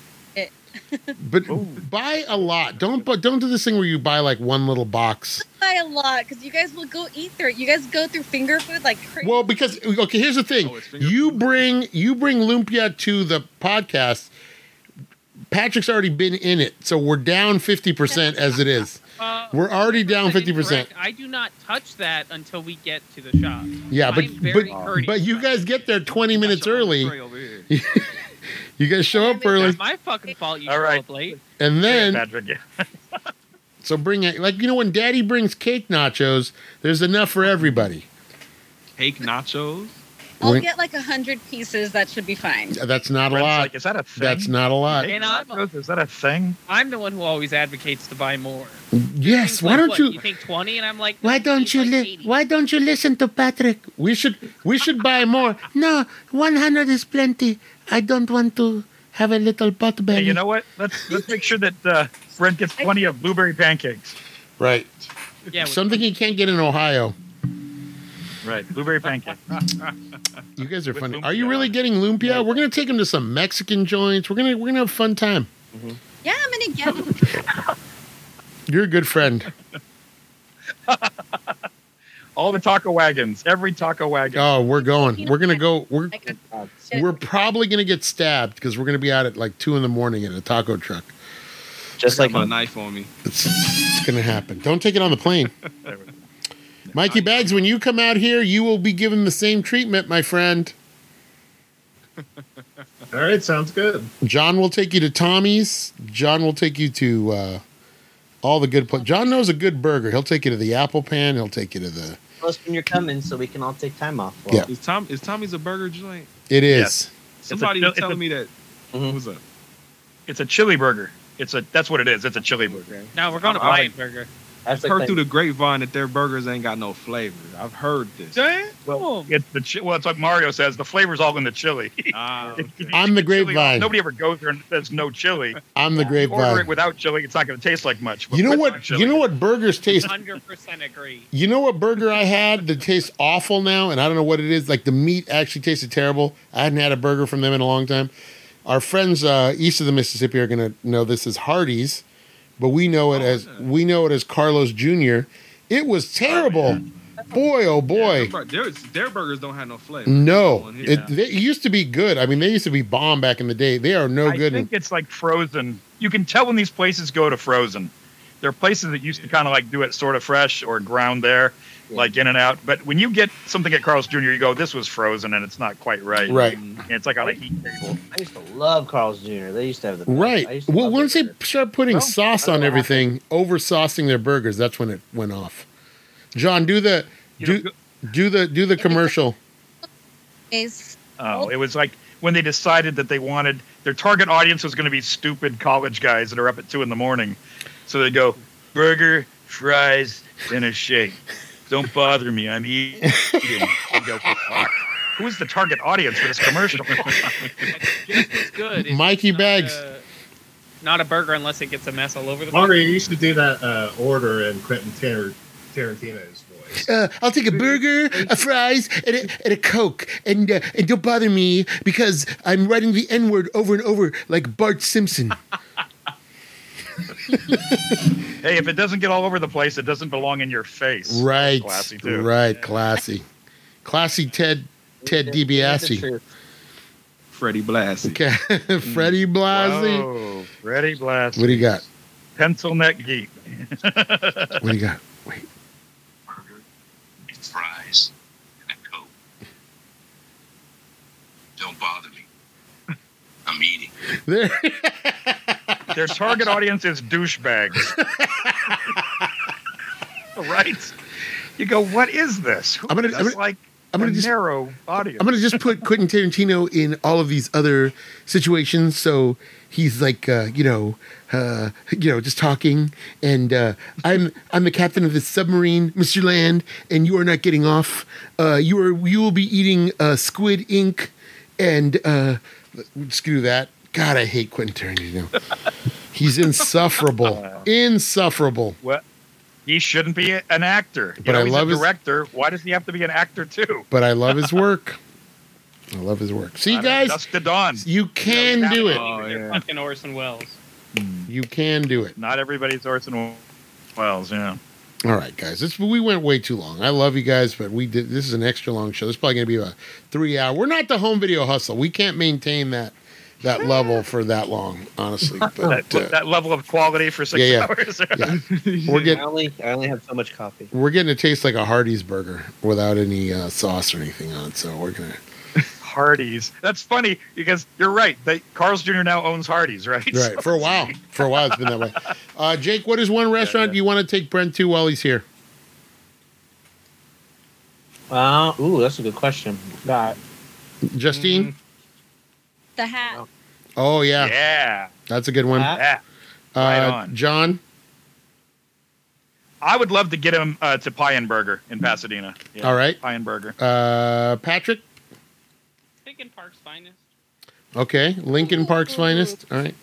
[SPEAKER 1] But buy a lot. Don't bu- don't do this thing where you buy like one little box.
[SPEAKER 2] Buy a lot because you guys will go eat through it. You guys go through finger food like crazy.
[SPEAKER 1] Well, because okay, here's the thing.
[SPEAKER 5] Oh, it's finger
[SPEAKER 1] you
[SPEAKER 5] food.
[SPEAKER 1] bring you bring lumpia to the podcast. Patrick's already been in it, so we're down fifty percent as it is.
[SPEAKER 3] Uh,
[SPEAKER 1] We're already down
[SPEAKER 3] that's
[SPEAKER 1] fifty percent.
[SPEAKER 3] incorrect. I do not touch that until we get to the shop.
[SPEAKER 1] Yeah, but
[SPEAKER 3] I'm very
[SPEAKER 1] but
[SPEAKER 3] courteous
[SPEAKER 1] but you
[SPEAKER 3] about
[SPEAKER 1] guys get there twenty minutes early.
[SPEAKER 5] early.
[SPEAKER 1] You guys show up early,
[SPEAKER 3] It's my fucking fault you
[SPEAKER 6] All
[SPEAKER 3] show
[SPEAKER 6] right.
[SPEAKER 3] up late.
[SPEAKER 1] and then
[SPEAKER 6] Patrick, yeah.
[SPEAKER 1] so bring it like you know when Daddy brings cake nachos. There's enough for everybody.
[SPEAKER 5] Cake nachos.
[SPEAKER 2] I'll
[SPEAKER 1] Wait.
[SPEAKER 2] get like a hundred pieces. That should be fine.
[SPEAKER 1] That's not a
[SPEAKER 6] Brent's
[SPEAKER 1] lot.
[SPEAKER 6] like, is that a thing?
[SPEAKER 1] That's not a lot.
[SPEAKER 6] Hey,
[SPEAKER 3] And I'm-
[SPEAKER 6] nachos, is that a thing?
[SPEAKER 3] I'm the one who always advocates to buy more.
[SPEAKER 1] Yes.
[SPEAKER 3] He's
[SPEAKER 1] Why
[SPEAKER 3] like,
[SPEAKER 1] don't
[SPEAKER 3] what,
[SPEAKER 1] you?
[SPEAKER 3] You think twenty? And I'm like,
[SPEAKER 1] Why
[SPEAKER 3] no,
[SPEAKER 1] don't
[SPEAKER 3] he's
[SPEAKER 1] you
[SPEAKER 3] like
[SPEAKER 1] li-
[SPEAKER 3] 80.
[SPEAKER 1] Why don't you listen to Patrick? We should we should buy more. No, one hundred is plenty. I don't want to have a little pot
[SPEAKER 6] Hey,
[SPEAKER 1] belly.
[SPEAKER 6] you know what? Let's let's make sure that uh, Brent gets plenty of blueberry pancakes.
[SPEAKER 1] right?
[SPEAKER 3] Yeah, with-
[SPEAKER 1] Something you can't get in Ohio.
[SPEAKER 6] Right, blueberry pancakes.
[SPEAKER 1] You guys are
[SPEAKER 6] With
[SPEAKER 1] funny.
[SPEAKER 6] lumpia.
[SPEAKER 1] Are you really getting lumpia? We're gonna take him to some Mexican joints. We're gonna we're gonna have a fun time.
[SPEAKER 2] Yeah, I'm gonna get it.
[SPEAKER 1] You're a good friend.
[SPEAKER 6] All the taco wagons, every taco wagon.
[SPEAKER 1] Oh, we're going. We're gonna go. We're
[SPEAKER 2] I got shit.
[SPEAKER 1] we're probably gonna get stabbed because we're gonna be out at like two in the morning in a taco truck.
[SPEAKER 7] Just
[SPEAKER 5] I
[SPEAKER 7] like
[SPEAKER 5] got my knife on me.
[SPEAKER 1] It's, it's gonna happen. Don't take it on the plane.
[SPEAKER 6] There we go.
[SPEAKER 1] Mikey Bags, when you come out here, you will be given the same treatment, my friend.
[SPEAKER 4] All right, sounds good.
[SPEAKER 1] John will take you to Tommy's. John will take you to uh, all the good. Pla- John knows a good burger. He'll take you to the Apple Pan. He'll take you to the.
[SPEAKER 7] tell us when you're coming, so we can all take time off.
[SPEAKER 1] Yeah.
[SPEAKER 5] Is Tom? Is Tommy's a burger joint?
[SPEAKER 1] It is.
[SPEAKER 6] Yes.
[SPEAKER 5] Somebody
[SPEAKER 6] it's a-
[SPEAKER 5] was telling me that.
[SPEAKER 7] Mhm.
[SPEAKER 5] What's up?
[SPEAKER 6] It's a chili burger. It's a that's what it is. It's a chili burger.
[SPEAKER 3] no, we're going to
[SPEAKER 6] I'm-
[SPEAKER 3] buy a
[SPEAKER 6] I'm-
[SPEAKER 3] burger.
[SPEAKER 7] That's
[SPEAKER 5] I've
[SPEAKER 7] like
[SPEAKER 5] heard
[SPEAKER 7] that-
[SPEAKER 5] through the grapevine that their burgers ain't got no flavor. I've heard this.
[SPEAKER 3] Damn.
[SPEAKER 6] Well, it's the chi- well. It's like Mario says. The flavor's all in the chili.
[SPEAKER 5] Ah, okay.
[SPEAKER 1] I'm the
[SPEAKER 6] Chili-
[SPEAKER 1] grapevine.
[SPEAKER 6] Nobody ever goes there and says no chili.
[SPEAKER 1] I'm the
[SPEAKER 6] Order it
[SPEAKER 1] grapevine.
[SPEAKER 6] without chili. It's not going to taste like much. but
[SPEAKER 1] You know
[SPEAKER 6] with
[SPEAKER 1] what?
[SPEAKER 6] Chili,
[SPEAKER 1] You know what burgers taste.
[SPEAKER 3] Hundred percent agree.
[SPEAKER 1] You know what burger I had that tastes awful now, and I don't know what it is. Like the meat actually tasted terrible. I hadn't had a burger from them in a long time. Our friends uh, east of the Mississippi are going to know this as Hardee's, but we know it
[SPEAKER 5] Oh,
[SPEAKER 1] as
[SPEAKER 5] yeah.
[SPEAKER 1] we know it as Carlos Jr. It was terrible. Boy, oh boy. Mm-hmm.
[SPEAKER 5] Their bur- Their, their burgers don't have no flavor.
[SPEAKER 1] No,
[SPEAKER 5] One here.
[SPEAKER 1] it, they, it used to be good. I mean, they used to be bomb back in the day. They are no
[SPEAKER 6] I
[SPEAKER 1] good.
[SPEAKER 6] think it's like frozen. You can tell when these places go to frozen. there are places that used to kind of like do it sort of fresh or ground there, like in and out. But when you get something at Carl's Jr., you go, this was frozen and it's not quite right.
[SPEAKER 1] Right.
[SPEAKER 6] And it's like on a heat table.
[SPEAKER 7] I used to love Carl's Jr. They used to have the best. I
[SPEAKER 1] Right.
[SPEAKER 7] used to
[SPEAKER 1] Well,
[SPEAKER 7] love
[SPEAKER 1] once
[SPEAKER 7] their
[SPEAKER 1] they
[SPEAKER 7] burgers.
[SPEAKER 1] start putting
[SPEAKER 7] No,
[SPEAKER 1] sauce
[SPEAKER 7] I don't
[SPEAKER 1] on
[SPEAKER 7] know.
[SPEAKER 1] everything, over saucing their burgers, that's when it went off. John, do the do do the do the commercial.
[SPEAKER 10] Is
[SPEAKER 6] Oh, it was like when they decided that they wanted their target audience was going to be stupid college guys that are up at two in the morning. So they go burger, fries, and a shake. Don't bother me. I'm eating. They go, "Fuck, Who's the target audience for this commercial?
[SPEAKER 3] It's good. It's
[SPEAKER 1] Mikey
[SPEAKER 3] not
[SPEAKER 1] Bags.
[SPEAKER 3] a- not a burger unless it gets a mess all over the place.
[SPEAKER 4] Mario, you should do that uh, order in Quentin Tar- Tarantino's voice.
[SPEAKER 1] Uh, I'll take a burger, a fries, and a, and a coke, and uh, and don't bother me because I'm writing the N word over and over like Bart Simpson.
[SPEAKER 6] hey, if it doesn't get all over the place, it doesn't belong in your face.
[SPEAKER 1] Right,
[SPEAKER 6] Classy, too.
[SPEAKER 1] right, classy, classy. Ted Ted
[SPEAKER 7] That's the
[SPEAKER 1] DiBiase,
[SPEAKER 7] truth.
[SPEAKER 5] Freddie Blassie.
[SPEAKER 1] okay. Freddie Blasey.
[SPEAKER 6] Whoa, ready, blast.
[SPEAKER 1] What do you got?
[SPEAKER 6] Pencil neck geek.
[SPEAKER 1] What do you got? Wait,
[SPEAKER 11] burger, and fries, and a coke. Don't bother me. I'm eating.
[SPEAKER 1] there.
[SPEAKER 6] Their target audience is douchebags. right? You go, what is this? Who
[SPEAKER 1] I'm gonna- I'm
[SPEAKER 6] that's
[SPEAKER 1] gonna-
[SPEAKER 6] like
[SPEAKER 1] I'm gonna
[SPEAKER 6] a
[SPEAKER 1] just
[SPEAKER 6] narrow audience.
[SPEAKER 1] I'm gonna just put Quentin Tarantino in all of these other situations, so he's like, uh, you know, uh, you know, just talking. And uh, I'm I'm the captain of this submarine, Mr. Land, and you are not getting off. Uh, you are you will be eating uh, squid ink, and uh, screw that. God, I hate Quentin Tarantino. He's insufferable, insufferable.
[SPEAKER 6] he shouldn't be a- an actor. You
[SPEAKER 1] But
[SPEAKER 6] know,
[SPEAKER 1] I
[SPEAKER 6] he's
[SPEAKER 1] love
[SPEAKER 6] a
[SPEAKER 1] his-
[SPEAKER 6] director. Why does he have to be an actor too?
[SPEAKER 1] But I love his work. I love his work. See,
[SPEAKER 6] I don't know,
[SPEAKER 1] guys,
[SPEAKER 6] dusk to dawn.
[SPEAKER 1] you can do it.
[SPEAKER 5] Oh, yeah.
[SPEAKER 3] Fucking Orson Welles.
[SPEAKER 1] You can do it.
[SPEAKER 6] Not everybody's Orson Welles. Yeah,
[SPEAKER 1] All right, guys. This we went way too long. I love you guys, but we did. This is an extra long show. This is probably going to be a three hour. We're not the home video hustle. We can't maintain that that level for that long, honestly. But
[SPEAKER 6] that,
[SPEAKER 1] uh,
[SPEAKER 6] that level of quality for six
[SPEAKER 1] yeah, yeah.
[SPEAKER 6] hours.
[SPEAKER 1] yeah, we're
[SPEAKER 7] I
[SPEAKER 1] getting
[SPEAKER 7] only I only have so much coffee.
[SPEAKER 1] we're getting to taste like a Hardee's burger without any uh, sauce or anything on it. So we're gonna
[SPEAKER 6] Hardee's. That's funny because you're right. They, Carl's Jr. now owns Hardee's, right?
[SPEAKER 1] right for a while. For a while, it's been that way. Uh, Jake, what is one restaurant you want to take Brent to while he's here?
[SPEAKER 7] Wow. ooh, that's a good question. God.
[SPEAKER 1] Justine.
[SPEAKER 10] the hat?
[SPEAKER 1] Oh yeah,
[SPEAKER 6] Yeah.
[SPEAKER 1] that's a good one.
[SPEAKER 7] Uh,
[SPEAKER 6] yeah.
[SPEAKER 1] Uh,
[SPEAKER 6] right on.
[SPEAKER 1] John.
[SPEAKER 6] I would love to get him uh, to Pie and Burger in Pasadena. Yeah,
[SPEAKER 1] All right.
[SPEAKER 6] Pie and Burger.
[SPEAKER 1] Uh, Patrick.
[SPEAKER 3] Thinking Park's finest.
[SPEAKER 1] Okay, Lincoln Park's finest. All right.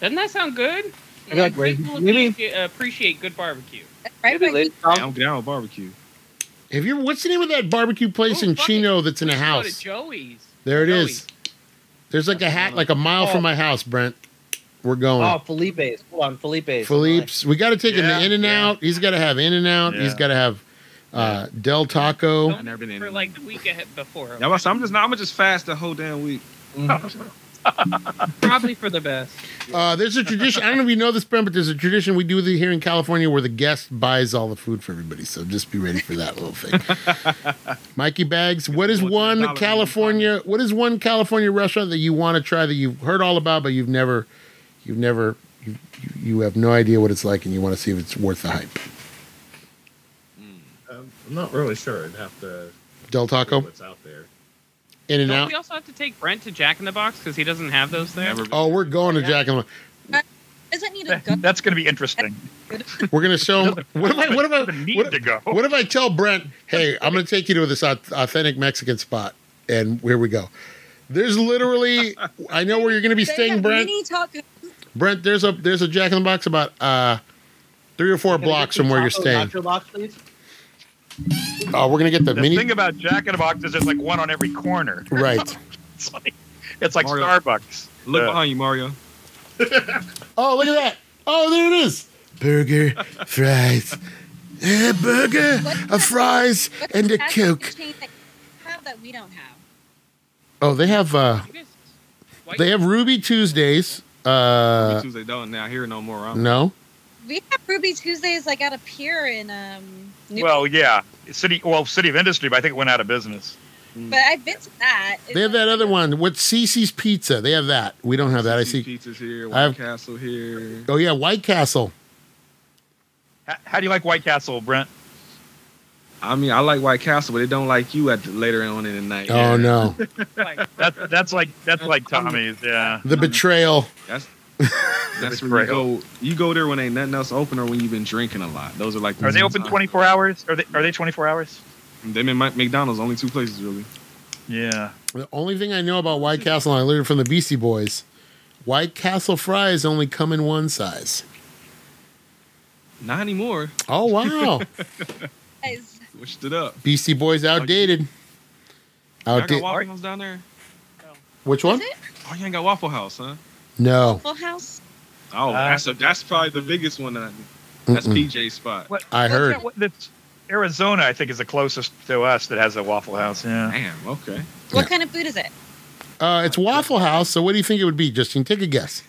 [SPEAKER 3] Doesn't that sound good?
[SPEAKER 7] I feel like we're-
[SPEAKER 3] people
[SPEAKER 7] maybe-
[SPEAKER 3] appreciate, appreciate good barbecue.
[SPEAKER 10] Right
[SPEAKER 7] Maybe
[SPEAKER 10] where
[SPEAKER 7] later
[SPEAKER 10] you-
[SPEAKER 7] on.
[SPEAKER 5] Down, down with barbecue.
[SPEAKER 1] Have you? What's the name of that barbecue place
[SPEAKER 3] Oh,
[SPEAKER 1] in
[SPEAKER 3] fuck
[SPEAKER 1] Chino that's in a
[SPEAKER 3] We should Go to
[SPEAKER 1] house?
[SPEAKER 3] Joey's.
[SPEAKER 1] There it
[SPEAKER 3] Joey.
[SPEAKER 1] is. There's like a
[SPEAKER 3] Oh.
[SPEAKER 1] hat, like a mile from my house, Brent. We're
[SPEAKER 7] Oh,
[SPEAKER 1] going.
[SPEAKER 7] Felipe's. Hold on, Felipe's.
[SPEAKER 1] Philippe's. We got to take him
[SPEAKER 6] Yeah,
[SPEAKER 1] to In and
[SPEAKER 6] yeah.
[SPEAKER 1] Out. He's got to have In and Out. He's
[SPEAKER 6] Yeah.
[SPEAKER 1] got to have uh, Del Taco.
[SPEAKER 3] Don't
[SPEAKER 5] never been in
[SPEAKER 3] for
[SPEAKER 5] it.
[SPEAKER 3] like the week ahead before.
[SPEAKER 5] Yeah, I'm just, I'm just I'm gonna just fast the whole damn week.
[SPEAKER 3] Probably for the best.
[SPEAKER 1] Uh, there's a tradition. I don't know if you know this, Brent, but there's a tradition we do with it here in California where the guest buys all the food for everybody. So just be ready for that little thing. Mikey Bags, what is
[SPEAKER 5] What's the
[SPEAKER 1] one
[SPEAKER 5] dollar
[SPEAKER 1] California? What is one California restaurant that you want to try that you've heard all about, but you've never, you've never, you, you- you have no idea what it's like, and you want to see if it's worth the hype?
[SPEAKER 4] Um, I'm not really sure. I'd have to
[SPEAKER 1] Del
[SPEAKER 4] see
[SPEAKER 1] Taco,
[SPEAKER 4] what's out there.
[SPEAKER 1] In and
[SPEAKER 3] Don't
[SPEAKER 1] Out.
[SPEAKER 3] we also have to take Brent to Jack in the Box because he doesn't have those there?
[SPEAKER 5] Never been.
[SPEAKER 1] Oh, we're going to Jack and
[SPEAKER 10] Doesn't need a gun.
[SPEAKER 6] Eh, That's going to be interesting.
[SPEAKER 1] we're going to show him. What if I? What if
[SPEAKER 6] The
[SPEAKER 1] I?
[SPEAKER 6] need
[SPEAKER 1] What,
[SPEAKER 6] to go.
[SPEAKER 1] What if I tell Brent, hey, I'm going to take you to this au- authentic Mexican spot, and here we go. There's literally, I know where you're going to be
[SPEAKER 10] They
[SPEAKER 1] staying,
[SPEAKER 10] have
[SPEAKER 1] Brent.
[SPEAKER 10] Mini tacos.
[SPEAKER 1] Brent, there's a there's a Jack in the Box about uh, three or four
[SPEAKER 7] Can I get
[SPEAKER 1] blocks
[SPEAKER 7] some
[SPEAKER 1] from where you're
[SPEAKER 7] taco
[SPEAKER 1] staying.
[SPEAKER 7] Nacho box, please?
[SPEAKER 1] Oh, we're going to get the,
[SPEAKER 6] The
[SPEAKER 1] mini.
[SPEAKER 6] thing about Jack in the Box is there's like one on every corner.
[SPEAKER 1] right.
[SPEAKER 6] It's like, it's like
[SPEAKER 5] Mario.
[SPEAKER 6] Starbucks. Uh,
[SPEAKER 5] Look
[SPEAKER 6] Yeah.
[SPEAKER 5] behind you, Mario.
[SPEAKER 1] Uh, Oh, look at that. Oh, there it is. Burger, fries. A burger, a fries,
[SPEAKER 10] What's
[SPEAKER 1] and
[SPEAKER 10] the
[SPEAKER 1] a
[SPEAKER 10] fast food
[SPEAKER 1] Coke.
[SPEAKER 10] chain that you have that we don't have?
[SPEAKER 1] Oh, they have uh,
[SPEAKER 3] You guys- why-
[SPEAKER 1] they have Ruby Tuesdays.
[SPEAKER 5] Uh,
[SPEAKER 1] Uh, Mm,
[SPEAKER 5] Tuesday don't now hear no more. I'm
[SPEAKER 1] no,
[SPEAKER 2] we have Ruby Tuesdays like at a pier in um. New-
[SPEAKER 6] Well, yeah, city. Well, City of Industry, but I think it went out of business.
[SPEAKER 2] but I've been to that. It's
[SPEAKER 1] They have
[SPEAKER 2] like-
[SPEAKER 1] that other one. What's CC's Pizza? They have that. We don't have that. I see.
[SPEAKER 5] Pizza's here,
[SPEAKER 1] I
[SPEAKER 5] White
[SPEAKER 1] have-
[SPEAKER 5] Castle here.
[SPEAKER 1] Oh yeah, White Castle.
[SPEAKER 6] How, how do you like White Castle, Brent?
[SPEAKER 5] I mean, I like White Castle, but they don't like you at later on in the night.
[SPEAKER 1] Oh no,
[SPEAKER 6] That's that's like that's like Tommy's. Yeah.
[SPEAKER 1] the betrayal.
[SPEAKER 5] That's that's when you go. You go there when ain't nothing else open, or when you've been drinking a lot. Those are like. the
[SPEAKER 6] Are they
[SPEAKER 5] two
[SPEAKER 6] open
[SPEAKER 5] times.
[SPEAKER 6] 24 hours? Are they are they 24 hours?
[SPEAKER 5] Them and Mc- McDonald's only two places really.
[SPEAKER 6] Yeah.
[SPEAKER 1] The only thing I know about White Castle, and I learned it from the Beastie Boys. White Castle fries only come in one size.
[SPEAKER 5] Not anymore.
[SPEAKER 1] Oh wow,
[SPEAKER 2] Guys,
[SPEAKER 5] Switched it up.
[SPEAKER 1] Beastie Boys outdated.
[SPEAKER 5] Y'all got
[SPEAKER 1] Outdated.
[SPEAKER 5] Waffle House down there?
[SPEAKER 1] Which one?
[SPEAKER 2] Is it
[SPEAKER 5] Oh, you ain't got Waffle House, huh?
[SPEAKER 1] No.
[SPEAKER 2] Full House?
[SPEAKER 5] Oh,
[SPEAKER 6] Uh,
[SPEAKER 5] that's a, that's probably the biggest one. That I, that's
[SPEAKER 1] Mm-mm.
[SPEAKER 5] PJ's spot.
[SPEAKER 6] What?
[SPEAKER 1] I
[SPEAKER 6] what's
[SPEAKER 1] heard.
[SPEAKER 6] that- what- that's- Arizona, I think, is the closest to us that has a Waffle House. Yeah.
[SPEAKER 5] Damn. Okay.
[SPEAKER 2] What
[SPEAKER 1] Yeah.
[SPEAKER 2] kind of food is it?
[SPEAKER 1] Uh, it's Waffle House. So what do you think it would be, Justin? Take a guess.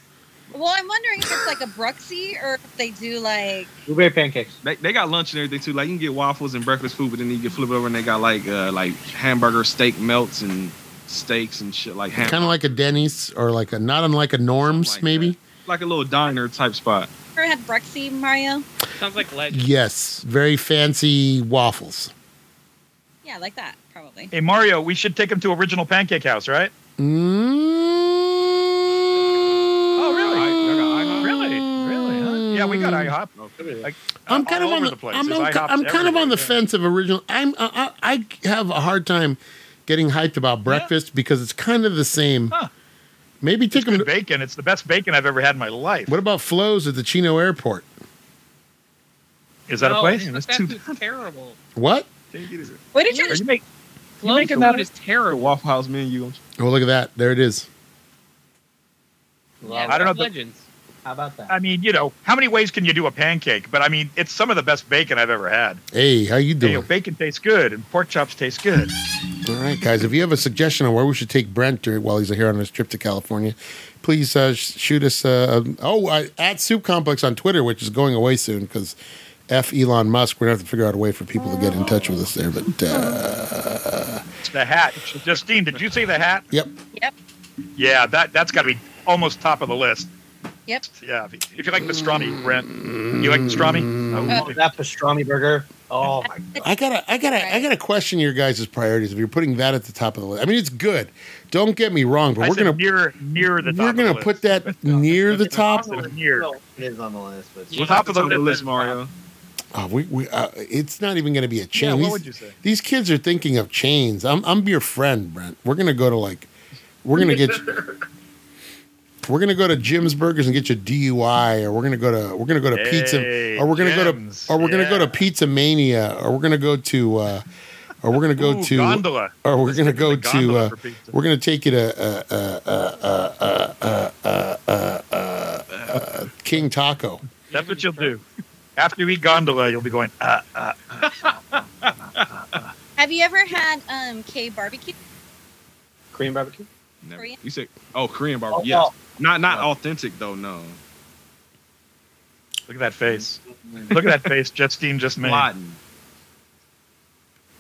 [SPEAKER 2] Well, I'm wondering if it's like a Bruxy or if they do like
[SPEAKER 7] Blueberry pancakes.
[SPEAKER 5] They, they got lunch and everything too. Like you can get waffles and breakfast food, but then you can flip it over and they got like uh, like hamburger steak melts and steaks and shit like ham-
[SPEAKER 1] Kind of like a Denny's or like a not unlike a Norm's,
[SPEAKER 5] Something like
[SPEAKER 1] maybe.
[SPEAKER 5] like a little diner type spot.
[SPEAKER 2] ever had Bruxy, Mario?
[SPEAKER 3] Sounds like legend.
[SPEAKER 1] Yes, very fancy waffles.
[SPEAKER 2] Yeah, like that probably.
[SPEAKER 6] Hey, Mario, we should take him to Original Pancake House, right?
[SPEAKER 1] Mm. Oh,
[SPEAKER 6] Really? Really? Huh? Yeah, we got IHOP. Like,
[SPEAKER 1] Mm. I'm
[SPEAKER 6] uh,
[SPEAKER 1] kind of
[SPEAKER 6] all
[SPEAKER 1] on
[SPEAKER 6] over
[SPEAKER 1] the,
[SPEAKER 6] place.
[SPEAKER 1] I'm,
[SPEAKER 6] There's
[SPEAKER 1] on-
[SPEAKER 6] IHOPs
[SPEAKER 1] I'm kind of on the
[SPEAKER 6] everywhere.
[SPEAKER 1] fence of original. I'm I, I I have a hard time getting hyped about breakfast because it's kind of the same.
[SPEAKER 6] Huh.
[SPEAKER 1] Maybe take them.
[SPEAKER 6] Good
[SPEAKER 1] To,
[SPEAKER 6] bacon. It's the best bacon I've ever had in my life.
[SPEAKER 1] what
[SPEAKER 6] Is
[SPEAKER 1] about Flo's at the Chino Airport?
[SPEAKER 6] that a
[SPEAKER 3] No,
[SPEAKER 6] place?
[SPEAKER 3] but
[SPEAKER 6] That's
[SPEAKER 3] that
[SPEAKER 6] too-
[SPEAKER 3] food's terrible.
[SPEAKER 2] What
[SPEAKER 1] What?
[SPEAKER 2] did you?
[SPEAKER 6] Are you make-
[SPEAKER 3] Flo's
[SPEAKER 6] making
[SPEAKER 3] food
[SPEAKER 6] that-
[SPEAKER 3] is terrible.
[SPEAKER 5] Waffle House menu.
[SPEAKER 1] Oh, look at that! There it is.
[SPEAKER 3] Yeah,
[SPEAKER 6] I don't know
[SPEAKER 3] it's
[SPEAKER 6] the-
[SPEAKER 3] Legends.
[SPEAKER 7] How about that?
[SPEAKER 6] I mean, you know, how many ways can you do a pancake? But I mean, it's some of the best bacon I've ever had.
[SPEAKER 1] Hey, how you
[SPEAKER 6] You know,
[SPEAKER 1] doing?
[SPEAKER 6] bacon tastes good, and pork chops taste good.
[SPEAKER 1] All right, guys. If you have a suggestion on where we should take Brent to, while he's here on his trip to California, please uh, sh- shoot us. Uh, a- oh, uh, at Soup Complex on Twitter, which is going away soon because f Elon Musk. We're gonna have to figure out a way for people to get in touch with us there. But uh,
[SPEAKER 6] The hat, Justine. Did you see the hat?
[SPEAKER 1] yep,
[SPEAKER 2] Yep.
[SPEAKER 6] Yeah, that that's got to be almost top of the list.
[SPEAKER 2] Yep.
[SPEAKER 6] Yeah, if you, if you like pastrami, Brent, you like pastrami?
[SPEAKER 7] Oh, that pastrami burger. Oh my god.
[SPEAKER 1] I gotta, I gotta, I gotta question your guys' priorities if you're putting that at the top of the list. I mean, it's good. Don't get me wrong, but
[SPEAKER 6] I
[SPEAKER 1] we're
[SPEAKER 6] said
[SPEAKER 1] gonna
[SPEAKER 6] near near the top.
[SPEAKER 1] we're
[SPEAKER 6] of the
[SPEAKER 1] gonna
[SPEAKER 6] list.
[SPEAKER 1] put that near the top.
[SPEAKER 6] Top of the near.
[SPEAKER 7] It is on the list, but
[SPEAKER 3] Yeah.
[SPEAKER 6] Top of the
[SPEAKER 5] Top of the
[SPEAKER 6] list.
[SPEAKER 5] list, Mario.
[SPEAKER 1] Oh, we, we, uh, it's not even gonna be a chain.
[SPEAKER 6] Yeah, what
[SPEAKER 1] These-
[SPEAKER 6] would you say?
[SPEAKER 1] These kids are thinking of chains. I'm I'm your friend, Brent. We're gonna go to like we're gonna get we're gonna go to Jim's Burgers and get you DUI, or we're gonna go to we're gonna go to
[SPEAKER 6] Hey,
[SPEAKER 1] pizza, or we're gonna
[SPEAKER 6] Jim's,
[SPEAKER 1] go to or we're gonna go to
[SPEAKER 6] yeah.
[SPEAKER 1] Pizza Mania, or we're gonna go to uh, or we're gonna go
[SPEAKER 6] Ooh,
[SPEAKER 1] to
[SPEAKER 6] gondola.
[SPEAKER 1] or we're gonna go
[SPEAKER 6] the
[SPEAKER 1] to
[SPEAKER 6] gondola
[SPEAKER 1] uh,
[SPEAKER 6] for pizza.
[SPEAKER 1] we're gonna take you to uh, uh, uh, uh, uh, uh, uh, uh, uh, uh, King Taco.
[SPEAKER 6] That's what you'll do. After you eat gondola, you'll be going. Uh, uh.
[SPEAKER 2] Have you ever had um K barbecue?
[SPEAKER 7] Korean barbecue.
[SPEAKER 5] Never.
[SPEAKER 2] Korean?
[SPEAKER 5] You said oh Korean
[SPEAKER 7] Oh,
[SPEAKER 5] barbecue. Yes.
[SPEAKER 7] oh,
[SPEAKER 5] Not not
[SPEAKER 7] Oh.
[SPEAKER 5] authentic though. No.
[SPEAKER 6] Look at that face. Look at that face Justine just made.
[SPEAKER 5] Plotting.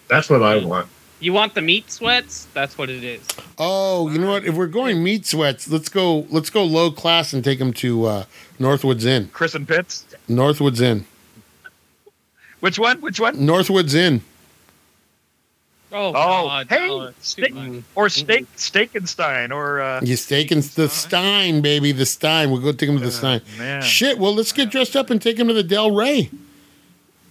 [SPEAKER 4] That's what I want.
[SPEAKER 3] You want the meat sweats? That's what it is.
[SPEAKER 1] Oh, you know what? If we're going meat sweats, let's go. Let's go low class and take them to uh, Northwoods Inn.
[SPEAKER 6] Chris and Pitts.
[SPEAKER 1] Northwoods Inn.
[SPEAKER 6] Which one? Which one?
[SPEAKER 1] Northwoods Inn.
[SPEAKER 3] Oh,
[SPEAKER 6] Oh,
[SPEAKER 3] God.
[SPEAKER 6] hey,
[SPEAKER 3] Oh, it's too
[SPEAKER 6] steak
[SPEAKER 3] much.
[SPEAKER 6] or steak, Steakenstein, or uh,
[SPEAKER 1] You staking the Stein, baby. The Stein. We'll go take him to the Stein.
[SPEAKER 6] uh, man.
[SPEAKER 1] Shit. Well, let's get dressed up and take him to the Del Rey.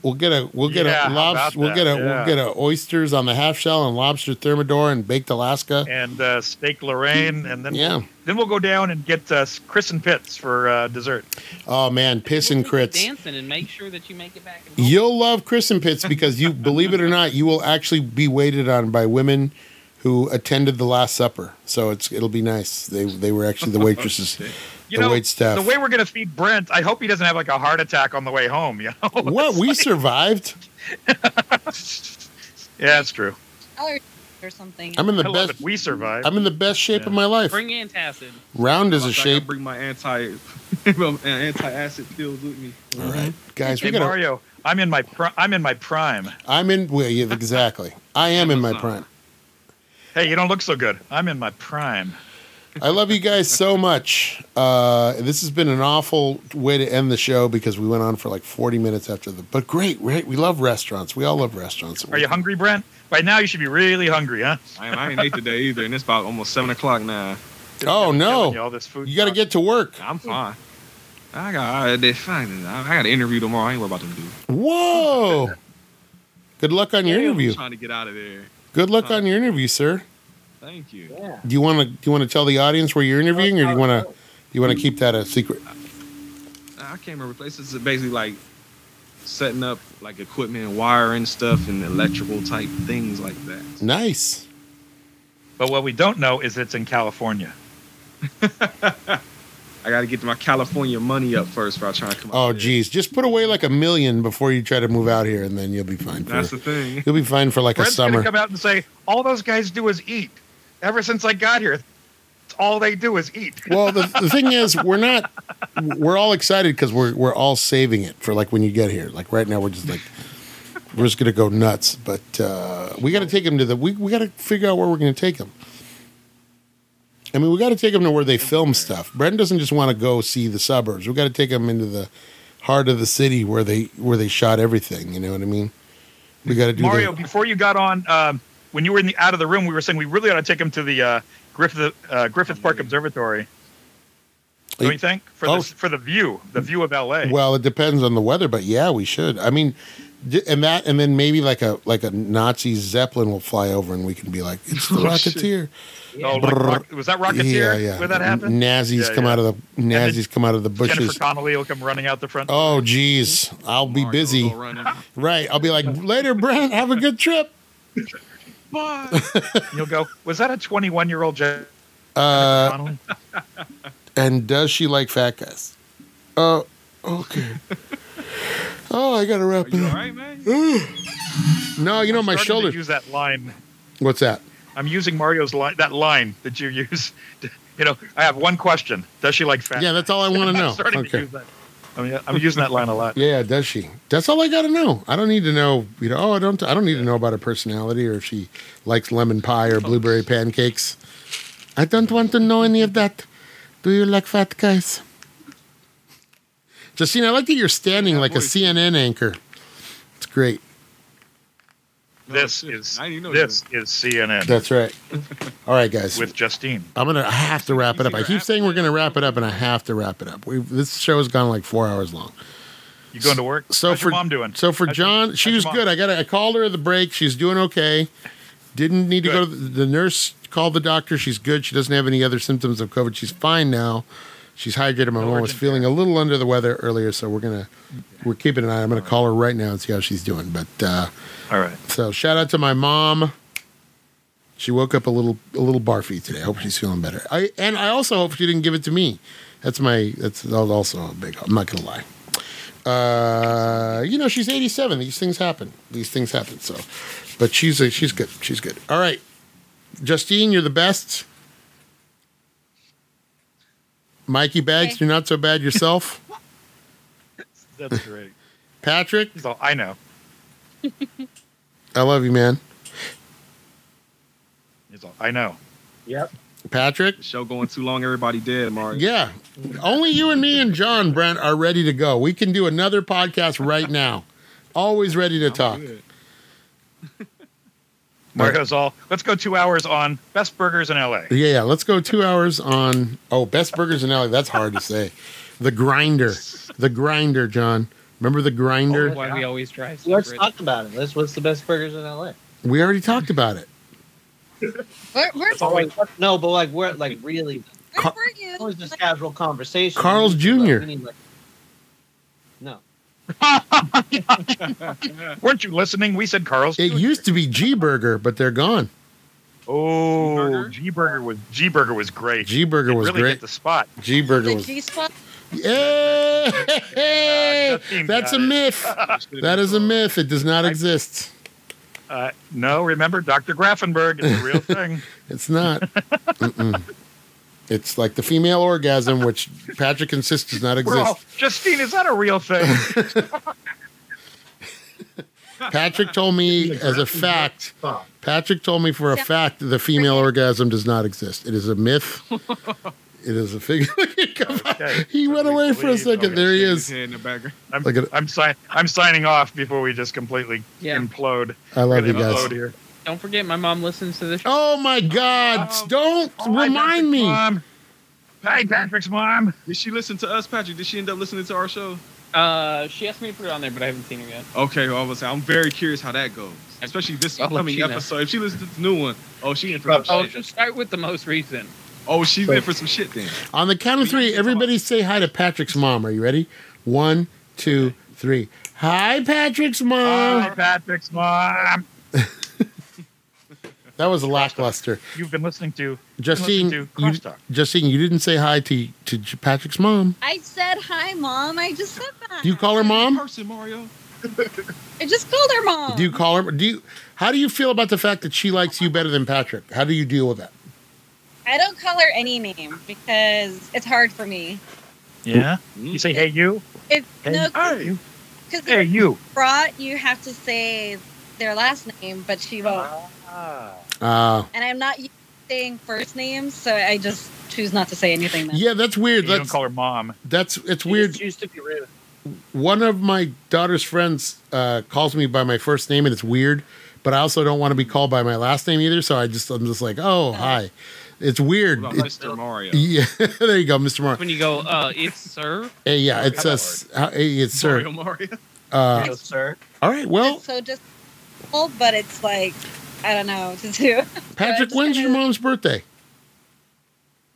[SPEAKER 1] We'll get a we'll get
[SPEAKER 6] Yeah,
[SPEAKER 1] a
[SPEAKER 6] how about
[SPEAKER 1] lobster. We'll get a
[SPEAKER 6] that?
[SPEAKER 1] we'll
[SPEAKER 6] Yeah.
[SPEAKER 1] get a oysters on the half shell and lobster thermidor and baked Alaska.
[SPEAKER 6] and uh, steak Lorraine, and then
[SPEAKER 1] Yeah.
[SPEAKER 6] then we'll go down and get uh, Chris and Pitts for uh, dessert.
[SPEAKER 1] Oh man, piss and
[SPEAKER 3] We'll take
[SPEAKER 1] crits.
[SPEAKER 3] you Dancing and make sure that you make it back. and home.
[SPEAKER 1] You'll love Kristen Pitts because you believe it or not, you will actually be waited on by women who attended the Last Supper. So it's it'll be nice. They they were actually the waitresses,
[SPEAKER 6] You
[SPEAKER 1] the
[SPEAKER 6] know,
[SPEAKER 1] wait staff.
[SPEAKER 6] the way we're gonna feed Brent, I hope he doesn't have like a heart attack on the way home. You know?
[SPEAKER 1] what we survived.
[SPEAKER 6] yeah, that's true.
[SPEAKER 2] Allergies
[SPEAKER 10] or something.
[SPEAKER 1] I'm in the
[SPEAKER 6] I love
[SPEAKER 1] best.
[SPEAKER 6] it. We survived.
[SPEAKER 1] I'm in the best shape of my life.
[SPEAKER 3] Bring antacid.
[SPEAKER 1] Round is a
[SPEAKER 5] I
[SPEAKER 1] shape.
[SPEAKER 5] gotta bring my anti anti acid pills with me.
[SPEAKER 1] All right, guys,
[SPEAKER 6] Hey,
[SPEAKER 1] we got. to
[SPEAKER 6] Mario, I'm in my pri- I'm in my prime.
[SPEAKER 1] I'm in. Well, yeah, exactly. I am in my prime.
[SPEAKER 6] Hey, you don't look so good. I'm in my prime.
[SPEAKER 1] I love you guys so much. Uh, this has been an awful way to end the show because we went on for like 40 minutes after the. But great, right? We love restaurants. We all love restaurants.
[SPEAKER 6] Are you hungry, Brent? Right now, you should be really hungry, huh?
[SPEAKER 5] I, ain't- I ain't ate today either, and it's about almost seven o'clock now.
[SPEAKER 1] Oh
[SPEAKER 6] Giving you
[SPEAKER 1] no!
[SPEAKER 6] all this food.
[SPEAKER 1] You got to get to work.
[SPEAKER 5] I'm fine. I got I, they fine. I, I got an interview tomorrow. I ain't worried about them dude.
[SPEAKER 1] Whoa! Good luck on your interview.
[SPEAKER 5] I'm trying to get out of there.
[SPEAKER 1] Good luck on your interview, sir.
[SPEAKER 5] Thank you.
[SPEAKER 1] Do you want to? Do you want to tell the audience where you're interviewing, or do you want to? You want to keep that a secret?
[SPEAKER 5] I can't remember places. It's basically like setting up like equipment and wiring stuff and electrical type things like that.
[SPEAKER 1] Nice.
[SPEAKER 6] But what we don't know is it's in California.
[SPEAKER 5] I got to get my California money up first before I try to come.
[SPEAKER 1] Oh,
[SPEAKER 5] out there.
[SPEAKER 1] geez, just put away like a million before you try to move out here, and then you'll be fine. For,
[SPEAKER 5] That's the thing.
[SPEAKER 1] you'll be fine for like a
[SPEAKER 6] Brent's
[SPEAKER 1] summer.
[SPEAKER 6] gonna come out and say all those guys do is eat. Ever since I got here, it's all they do is eat.
[SPEAKER 1] well, the, the thing is, we're not. We're all excited because we're we're all saving it for like when you get here. Like right now, we're just like we're just gonna go nuts. But uh, we got to take them to the. We we got to figure out where we're gonna take them. I mean, we got to take them to where they film stuff. Brent doesn't just want to go see the suburbs. We got to take them into the heart of the city where they where they shot everything. You know what I mean? We got to do
[SPEAKER 6] Mario,
[SPEAKER 1] the-
[SPEAKER 6] before you got on, um, when you were in the out of the room, we were saying we really ought to take him to the uh, Griffith uh, Griffith Park Observatory. Don't you think for
[SPEAKER 1] Oh.
[SPEAKER 6] the for the view, the view of LA?
[SPEAKER 1] Well, it depends on the weather, but yeah, we should. I mean, d- and that, and then maybe like a like a Nazi zeppelin will fly over, and we can be like, "It's the
[SPEAKER 5] Oh, shit.
[SPEAKER 1] Rocketeer."
[SPEAKER 6] oh, like, Rock- was that Rocketeer? Where that happened?
[SPEAKER 1] Nazis
[SPEAKER 6] Yeah,
[SPEAKER 1] come
[SPEAKER 6] yeah.
[SPEAKER 1] out of the Nazis come out of the
[SPEAKER 6] Jennifer
[SPEAKER 1] bushes.
[SPEAKER 6] Connelly will come running out the front.
[SPEAKER 1] Oh, geez, I'll be
[SPEAKER 5] Mario
[SPEAKER 1] busy.
[SPEAKER 5] go running. Bye.
[SPEAKER 1] Right, I'll be like, "Later, Brent. Have a good trip."
[SPEAKER 6] And you'll go. Was that a 21 year old Jennifer
[SPEAKER 1] Uh,
[SPEAKER 6] Connelly?
[SPEAKER 1] and does she like fat guys? Oh, okay. Oh, I gotta wrap
[SPEAKER 5] Are
[SPEAKER 1] it
[SPEAKER 5] you all
[SPEAKER 1] up.
[SPEAKER 5] right, man?
[SPEAKER 1] No, you know my
[SPEAKER 6] Starting to
[SPEAKER 1] shoulder.
[SPEAKER 6] Use that line.
[SPEAKER 1] What's that?
[SPEAKER 6] I'm using Mario's line. That line that you use. You know, I have one question. Does she like fat?
[SPEAKER 1] Yeah, that's all I want to know.
[SPEAKER 6] I'm starting to
[SPEAKER 1] Okay.
[SPEAKER 6] use that. I mean, I'm using that line a lot.
[SPEAKER 1] Yeah, does she? That's all I got to know. I don't need to know, you know. Oh, I don't. I don't need to know about her personality or if she likes lemon pie or blueberry pancakes. I don't want to know any of that. Do you like fat guys? Justine, I like that you're standing like a
[SPEAKER 5] voice.
[SPEAKER 1] CNN anchor. It's great.
[SPEAKER 6] This
[SPEAKER 5] Oh, shit.
[SPEAKER 6] is
[SPEAKER 5] I didn't know
[SPEAKER 6] this is CNN
[SPEAKER 1] That's right. All right, guys.
[SPEAKER 6] with Justine.
[SPEAKER 1] I'm gonna. I have to wrap it up. I keep saying we're gonna wrap it up, and I have to wrap it up. We this show has gone like four hours long.
[SPEAKER 6] You going to work?
[SPEAKER 1] So
[SPEAKER 6] How's
[SPEAKER 1] for
[SPEAKER 6] your mom doing?
[SPEAKER 1] So for
[SPEAKER 6] How's your-
[SPEAKER 1] John, she
[SPEAKER 6] how's your
[SPEAKER 1] was
[SPEAKER 6] mom?
[SPEAKER 1] good. I got. I called her at the break. She's doing okay. Didn't need to go.
[SPEAKER 6] Good.
[SPEAKER 1] to the, the nurse called the doctor. She's good. She doesn't have any other symptoms of COVID. She's fine now. She's hydrated. My mom was
[SPEAKER 6] urgent
[SPEAKER 1] feeling a little under the weather earlier, so we're gonna we're keeping an eye. I'm gonna call her right now and see how she's doing. But uh,
[SPEAKER 6] All right.
[SPEAKER 1] so shout out to my mom. She woke up a little a little barfy today. I hope she's feeling better. I and I also hope she didn't give it to me. That's my that's also a big. I'm not gonna lie. Uh, you know she's 87. These things happen. These things happen. So, but she's a, she's good. She's good. All right, Justine, you're the best. Mikey Bags,
[SPEAKER 10] Okay.
[SPEAKER 1] you're not so bad yourself.
[SPEAKER 6] That's great.
[SPEAKER 1] Patrick,
[SPEAKER 6] He's all, I know.
[SPEAKER 1] I love you, man.
[SPEAKER 6] He's all, I know.
[SPEAKER 1] Patrick,
[SPEAKER 5] The show going too long. Everybody dead, Mario.
[SPEAKER 1] Yeah. Only you and me and John, Brent, are ready to go. We can do another podcast right now. Always ready to
[SPEAKER 5] I'm
[SPEAKER 1] talk.
[SPEAKER 5] good.
[SPEAKER 6] Mario's all, let's go two hours on best burgers in LA.
[SPEAKER 1] Yeah, yeah. Let's go two hours on. Oh, best burgers in LA. That's hard to say. The grinder. The grinder, John. Remember the
[SPEAKER 6] Oh,
[SPEAKER 1] grinder?
[SPEAKER 3] Why we always drive.
[SPEAKER 7] We already
[SPEAKER 3] separate.
[SPEAKER 7] talked about it. That's what's the best burgers in LA.
[SPEAKER 1] We already talked about it.
[SPEAKER 10] Where, where,
[SPEAKER 7] But like, what- no, but like we're like really
[SPEAKER 10] where
[SPEAKER 1] Car-
[SPEAKER 10] were you?
[SPEAKER 7] it was just
[SPEAKER 10] Like,
[SPEAKER 7] casual conversation.
[SPEAKER 1] Carl's
[SPEAKER 7] We need, like,
[SPEAKER 1] Jr..
[SPEAKER 7] we need, like- no,
[SPEAKER 6] Weren't you listening? We said Carl's.
[SPEAKER 1] It
[SPEAKER 6] Jr.
[SPEAKER 1] used to be G Burger, but they're gone.
[SPEAKER 6] Oh,
[SPEAKER 5] G-Burger?
[SPEAKER 6] G Burger was G Burger was great.
[SPEAKER 1] G Burger
[SPEAKER 6] It
[SPEAKER 1] was
[SPEAKER 6] really
[SPEAKER 1] great.
[SPEAKER 6] hit the spot.
[SPEAKER 1] G Burger
[SPEAKER 10] the
[SPEAKER 1] was.
[SPEAKER 10] G spot.
[SPEAKER 1] Hey!
[SPEAKER 6] Justine
[SPEAKER 1] That's a
[SPEAKER 6] got it.
[SPEAKER 1] myth. That is a myth. It does not exist.
[SPEAKER 6] Uh, no, remember Dr. Graffenberg is a real thing.
[SPEAKER 1] It's not. Mm-mm. It's like the female orgasm, which Patrick insists does not
[SPEAKER 6] We're all,
[SPEAKER 1] exist.
[SPEAKER 6] Justine, is that a real thing?
[SPEAKER 1] Patrick told me as a fact. Patrick told me for a fact that the female orgasm does not exist. It is a myth. It is a figure.
[SPEAKER 6] Okay.
[SPEAKER 1] he went away for a second. There he is.
[SPEAKER 5] in the background.
[SPEAKER 6] I'm,
[SPEAKER 1] Look at it.
[SPEAKER 6] I'm, si- I'm signing off before we just completely
[SPEAKER 3] Yeah.
[SPEAKER 6] implode.
[SPEAKER 1] I love you
[SPEAKER 6] Gonna
[SPEAKER 1] guys.
[SPEAKER 6] implode here.
[SPEAKER 3] Don't forget, my mom listens to this.
[SPEAKER 1] Oh my God! Don't
[SPEAKER 6] oh,
[SPEAKER 1] remind me.
[SPEAKER 6] Mom. Hey, Patrick's mom.
[SPEAKER 5] Did she listen to us, Patrick? Did she end up listening to our show?
[SPEAKER 3] Uh, she asked me to put it on there, but I haven't seen it yet.
[SPEAKER 5] Okay, well, I was, I'm very curious how that goes, especially this
[SPEAKER 3] I'll let
[SPEAKER 5] coming
[SPEAKER 3] you know.
[SPEAKER 5] episode. If she listens to the new one, oh, she in for
[SPEAKER 3] Oh,
[SPEAKER 5] some shit.
[SPEAKER 3] just start with the most recent.
[SPEAKER 5] Oh, she's in for some shit then.
[SPEAKER 1] On the count of three, everybody say hi to Patrick's mom. Are you ready? One, two, three. Hi, Patrick's mom.
[SPEAKER 5] Uh,
[SPEAKER 6] Hi, Patrick's mom.
[SPEAKER 1] That was lackluster.
[SPEAKER 6] You've been listening to
[SPEAKER 1] Justine,
[SPEAKER 6] Listen to
[SPEAKER 1] you,
[SPEAKER 6] Crosstalk.
[SPEAKER 1] Justine, you didn't say hi to to J- Patrick's mom.
[SPEAKER 2] I said hi, mom. I just said that.
[SPEAKER 1] Do you call her
[SPEAKER 5] In
[SPEAKER 1] mom?
[SPEAKER 5] person, Mario.
[SPEAKER 2] I just called her mom.
[SPEAKER 1] Do you call her? Do you? How do you feel about the fact that she likes you better than Patrick? How do you deal with that?
[SPEAKER 2] I don't call her any name because it's hard for me.
[SPEAKER 6] Yeah.
[SPEAKER 5] Mm.
[SPEAKER 6] You say, hey, you.
[SPEAKER 2] It's
[SPEAKER 6] Hey,
[SPEAKER 2] no,
[SPEAKER 6] hey,
[SPEAKER 2] because
[SPEAKER 6] hey, you.
[SPEAKER 2] brought you have to say their last name, but she won't.
[SPEAKER 10] Uh-huh.
[SPEAKER 6] Ah.
[SPEAKER 1] Uh,
[SPEAKER 2] And I'm not used to saying first names, so I just choose not to say anything. Then.
[SPEAKER 1] yeah, that's weird.
[SPEAKER 6] You don't
[SPEAKER 1] That's
[SPEAKER 6] call her mom.
[SPEAKER 1] that's it's weird.
[SPEAKER 7] Choose to be rude.
[SPEAKER 1] One of my daughter's friends uh, calls me by my first name, and it's weird. But I also don't want to be called by my last name either. So I just I'm just like, oh hi, it's
[SPEAKER 5] What
[SPEAKER 1] weird.
[SPEAKER 5] about
[SPEAKER 1] It-
[SPEAKER 5] Mr. Mario?
[SPEAKER 1] yeah, there you go, Mr. Mark.
[SPEAKER 3] When you go, uh, it's sir.
[SPEAKER 1] Hey, yeah, it's us. Uh, hey, it's sir.
[SPEAKER 5] Mario, Mario.
[SPEAKER 1] Uh,
[SPEAKER 7] No, sir.
[SPEAKER 1] all right, well,
[SPEAKER 2] It's so just, well, but it's like I don't know what to do.
[SPEAKER 1] Patrick,
[SPEAKER 2] it's
[SPEAKER 1] when's
[SPEAKER 2] kinda-
[SPEAKER 1] your mom's birthday?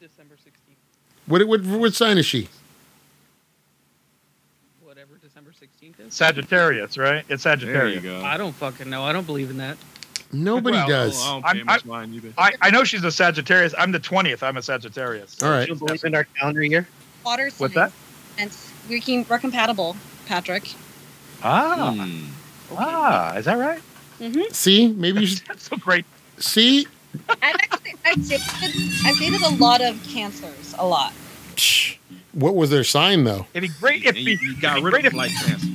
[SPEAKER 3] December 16th.
[SPEAKER 1] What what what sign is she?
[SPEAKER 3] Whatever December 16th is.
[SPEAKER 6] Sagittarius, right? It's
[SPEAKER 5] There you
[SPEAKER 6] Sagittarius.
[SPEAKER 5] go.
[SPEAKER 3] I don't fucking know. I don't believe in that.
[SPEAKER 1] Nobody
[SPEAKER 6] Well,
[SPEAKER 1] does.
[SPEAKER 5] Oh, I don't pay
[SPEAKER 6] I'm-
[SPEAKER 5] much mind either.
[SPEAKER 6] I, I know she's a Sagittarius. I'm the 20th. I'm a Sagittarius.
[SPEAKER 1] All right.
[SPEAKER 7] You don't believe in our calendar year?
[SPEAKER 2] Water signs.
[SPEAKER 6] What's that?
[SPEAKER 2] And we can, we're compatible, Patrick.
[SPEAKER 6] Ah.
[SPEAKER 5] Mm.
[SPEAKER 6] Ah, is that right?
[SPEAKER 2] Mm-hmm.
[SPEAKER 1] See, maybe you should
[SPEAKER 6] That's so great.
[SPEAKER 1] see.
[SPEAKER 2] I've actually I've dated, I've dated a lot of cancers, a lot.
[SPEAKER 1] Psh, What was their sign though?
[SPEAKER 6] It'd be great if
[SPEAKER 5] And
[SPEAKER 6] be,
[SPEAKER 5] you, you got
[SPEAKER 6] it'd be
[SPEAKER 5] rid
[SPEAKER 6] great
[SPEAKER 5] of
[SPEAKER 6] if,
[SPEAKER 5] flight cancer.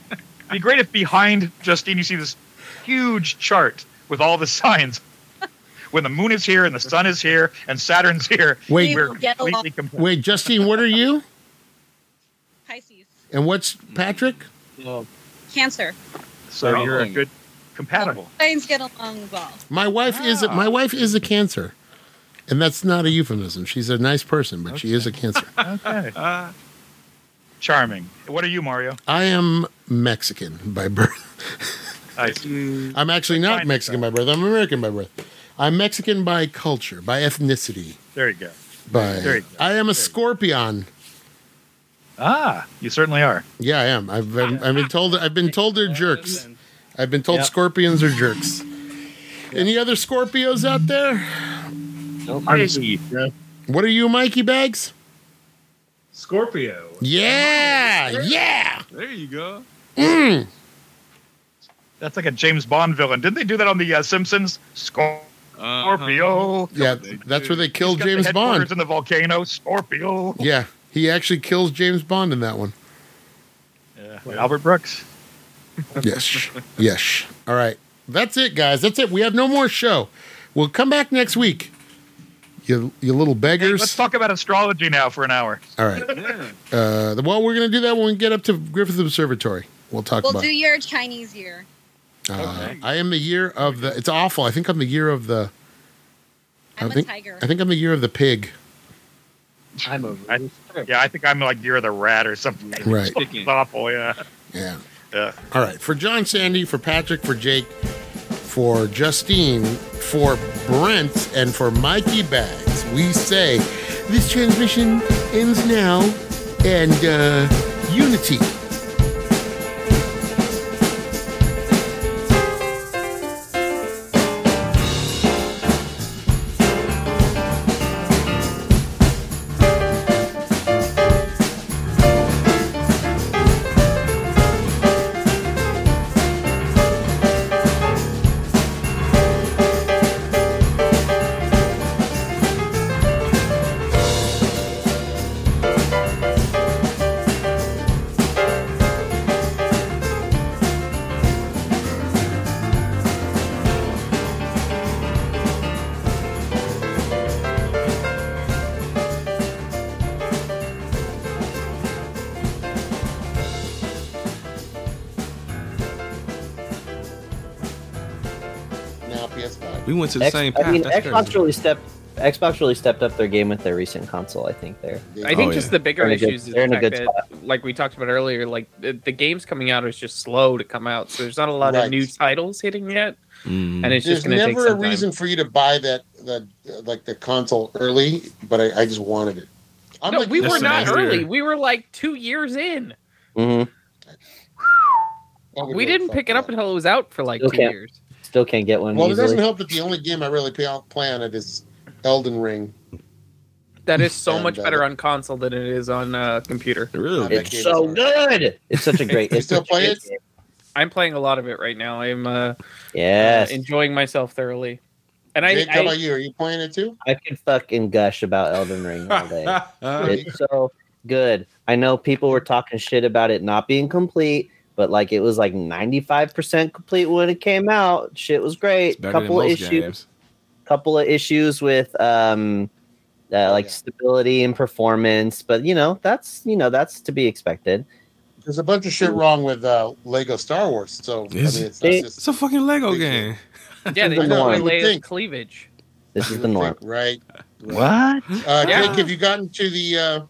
[SPEAKER 6] it'd be great if behind Justine you see this huge chart with all the signs. when the moon is here and the sun is here and Saturn's here,
[SPEAKER 1] Wait.
[SPEAKER 6] we're
[SPEAKER 2] We'll get along.
[SPEAKER 6] completely complete.
[SPEAKER 1] Wait, Justine, what are you?
[SPEAKER 2] Pisces,
[SPEAKER 1] And what's Patrick?
[SPEAKER 2] cancer.
[SPEAKER 6] So
[SPEAKER 5] Oh.
[SPEAKER 6] you're a good compatible.
[SPEAKER 2] Signs get along well.
[SPEAKER 1] My wife is
[SPEAKER 6] Ah.
[SPEAKER 1] my wife is a cancer, and that's not a euphemism. She's a nice person, but she is a cancer.
[SPEAKER 6] Okay.
[SPEAKER 5] Ah,
[SPEAKER 6] Charming. What are you, Mario?
[SPEAKER 1] I am Mexican by birth.
[SPEAKER 6] I
[SPEAKER 1] I'm actually not
[SPEAKER 6] Fine.
[SPEAKER 1] Mexican by birth. I'm American by birth. I'm Mexican by culture, by ethnicity.
[SPEAKER 6] There you go.
[SPEAKER 1] By
[SPEAKER 6] There you go.
[SPEAKER 1] I am a
[SPEAKER 6] There you go.
[SPEAKER 1] scorpion.
[SPEAKER 6] Ah, you certainly are.
[SPEAKER 1] Yeah, I am. I've, I've, I've been told I've been told they're jerks. I've been told
[SPEAKER 7] Yep.
[SPEAKER 1] scorpions are jerks. Any other Scorpios out there?
[SPEAKER 6] Hey,
[SPEAKER 1] What are you, Mikey Bags?
[SPEAKER 4] Scorpio.
[SPEAKER 1] Yeah, yeah.
[SPEAKER 5] there you go.
[SPEAKER 1] Mm.
[SPEAKER 6] That's like a James Bond villain. Didn't they do that on the uh, Simpsons? Scorpio.
[SPEAKER 5] Uh-huh.
[SPEAKER 1] Yeah, that's where they killed
[SPEAKER 6] He's got the
[SPEAKER 1] James
[SPEAKER 6] headquarters
[SPEAKER 1] Bond.
[SPEAKER 6] in the volcano. Scorpio.
[SPEAKER 1] Yeah, he actually kills James Bond in that one.
[SPEAKER 6] Yeah. Albert Brooks.
[SPEAKER 1] Yes, yes. All right, that's it, guys. That's it. We have no more show. We'll come back next week. You, you little
[SPEAKER 6] Hey,
[SPEAKER 1] beggars.
[SPEAKER 6] let's talk about astrology now for an hour.
[SPEAKER 1] All right.
[SPEAKER 5] Yeah.
[SPEAKER 1] Uh, well, we're gonna do that when we get up to Griffith Observatory. We'll talk
[SPEAKER 2] We'll
[SPEAKER 1] about.
[SPEAKER 2] do
[SPEAKER 1] it.
[SPEAKER 2] your Chinese year.
[SPEAKER 1] Uh,
[SPEAKER 5] Okay.
[SPEAKER 1] I am the year of the. It's awful. I think I'm the year of the.
[SPEAKER 2] I'm
[SPEAKER 1] I think-
[SPEAKER 2] a tiger.
[SPEAKER 1] I think I'm the year of the pig.
[SPEAKER 7] I'm a
[SPEAKER 6] I-
[SPEAKER 7] rude sir.
[SPEAKER 6] Yeah, I think I'm like you're the rat or something.
[SPEAKER 1] Right.
[SPEAKER 6] It's awful. Yeah.
[SPEAKER 1] Yeah.
[SPEAKER 6] yeah.
[SPEAKER 1] All right. For John Sandy, for Patrick, for Jake, for Justine, for Brent, and for Mikey Bags, we say this transmission ends now and uh, unity. No, PS5.
[SPEAKER 5] We went to the
[SPEAKER 7] X-
[SPEAKER 5] same
[SPEAKER 7] I
[SPEAKER 5] path.
[SPEAKER 7] mean,
[SPEAKER 5] That's
[SPEAKER 7] Xbox
[SPEAKER 5] crazy.
[SPEAKER 7] really stepped. Xbox really stepped up their game with their recent console. I think there.
[SPEAKER 3] I think
[SPEAKER 5] Oh,
[SPEAKER 3] just
[SPEAKER 5] yeah.
[SPEAKER 3] the bigger
[SPEAKER 7] They're in a good-
[SPEAKER 3] issues
[SPEAKER 7] they're
[SPEAKER 3] is
[SPEAKER 7] in
[SPEAKER 3] the
[SPEAKER 7] a
[SPEAKER 3] fact
[SPEAKER 7] good
[SPEAKER 3] that, like we talked about earlier, like the, the games coming out is just slow to come out, so there's not a lot
[SPEAKER 1] Right.
[SPEAKER 3] of new titles hitting yet,
[SPEAKER 5] Mm.
[SPEAKER 3] and it's
[SPEAKER 1] There's
[SPEAKER 3] just going to take
[SPEAKER 1] never a
[SPEAKER 3] some time.
[SPEAKER 1] reason for you to buy that, that uh, like the console early, but I, I just wanted it. I'm
[SPEAKER 3] no,
[SPEAKER 1] like
[SPEAKER 3] we
[SPEAKER 1] you,
[SPEAKER 3] were
[SPEAKER 5] That's
[SPEAKER 3] not
[SPEAKER 5] another-
[SPEAKER 3] early. We were like two years in.
[SPEAKER 1] I
[SPEAKER 7] Mhm.
[SPEAKER 1] would
[SPEAKER 3] We
[SPEAKER 1] really
[SPEAKER 3] didn't
[SPEAKER 1] fuck
[SPEAKER 3] pick it up
[SPEAKER 1] that.
[SPEAKER 3] until it was out for like
[SPEAKER 7] Okay.
[SPEAKER 3] two years.
[SPEAKER 7] Still can't get one
[SPEAKER 1] Well, it
[SPEAKER 7] easily.
[SPEAKER 1] doesn't help that the only game I really play on play on it is Elden Ring.
[SPEAKER 3] That is so
[SPEAKER 1] And,
[SPEAKER 3] much
[SPEAKER 1] uh,
[SPEAKER 3] better on console than it is on uh, computer.
[SPEAKER 5] It really
[SPEAKER 1] It's-
[SPEAKER 5] is.
[SPEAKER 1] that game
[SPEAKER 7] it's so
[SPEAKER 1] is
[SPEAKER 7] good. It's such a great.
[SPEAKER 1] You
[SPEAKER 7] it's
[SPEAKER 1] still
[SPEAKER 7] such a
[SPEAKER 1] play
[SPEAKER 7] good
[SPEAKER 1] it?
[SPEAKER 7] game.
[SPEAKER 3] I'm playing a lot of it right now. I'm uh,
[SPEAKER 7] Yes,
[SPEAKER 3] uh, enjoying myself thoroughly, and I,
[SPEAKER 1] Jake, how
[SPEAKER 3] I
[SPEAKER 1] about you? Are you playing it too?
[SPEAKER 7] I could fucking gush about Elden Ring all day. it's so good. I know people were talking shit about it not being complete, but like it was like 95% complete when it came out. Shit was
[SPEAKER 5] It's
[SPEAKER 7] great.
[SPEAKER 5] better than
[SPEAKER 7] Couple
[SPEAKER 5] most
[SPEAKER 7] issues,
[SPEAKER 5] games.
[SPEAKER 7] couple of issues with um uh, like
[SPEAKER 1] yeah.
[SPEAKER 7] stability and performance, but you know, that's you know, that's to be expected.
[SPEAKER 1] There's a bunch of shit wrong with uh, Lego Star Wars. So I mean,
[SPEAKER 5] Is it?
[SPEAKER 1] it's not
[SPEAKER 7] It-
[SPEAKER 1] just
[SPEAKER 5] It's a fucking Lego
[SPEAKER 1] Big
[SPEAKER 5] game.
[SPEAKER 3] yeah, they
[SPEAKER 1] I
[SPEAKER 3] just
[SPEAKER 1] know, I would
[SPEAKER 3] lay
[SPEAKER 1] think.
[SPEAKER 3] cleavage.
[SPEAKER 7] This
[SPEAKER 1] you
[SPEAKER 7] is the
[SPEAKER 1] would
[SPEAKER 7] norm.
[SPEAKER 1] think, right?
[SPEAKER 6] What?
[SPEAKER 1] Uh,
[SPEAKER 3] Yeah.
[SPEAKER 1] Jake, have you gotten to the uh,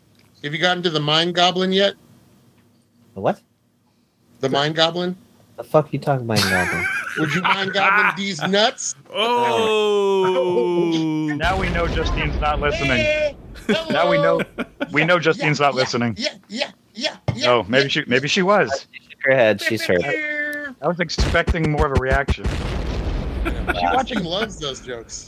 [SPEAKER 1] have you gotten to the Mind Goblin yet?
[SPEAKER 7] What
[SPEAKER 1] The Mind Goblin?
[SPEAKER 7] the fuck you talking about? Malcolm?
[SPEAKER 1] Would you Mind Goblin these nuts?
[SPEAKER 5] Oh.
[SPEAKER 6] Now we know Justine's not listening.
[SPEAKER 1] Eh, hello.
[SPEAKER 6] Now we know we know Justine's not
[SPEAKER 1] Yeah,
[SPEAKER 6] listening.
[SPEAKER 1] Yeah, yeah, yeah. yeah
[SPEAKER 6] No, maybe she maybe she was.
[SPEAKER 7] Shook her head. She's heard.
[SPEAKER 6] I was expecting more of a reaction.
[SPEAKER 1] She watching loves those jokes.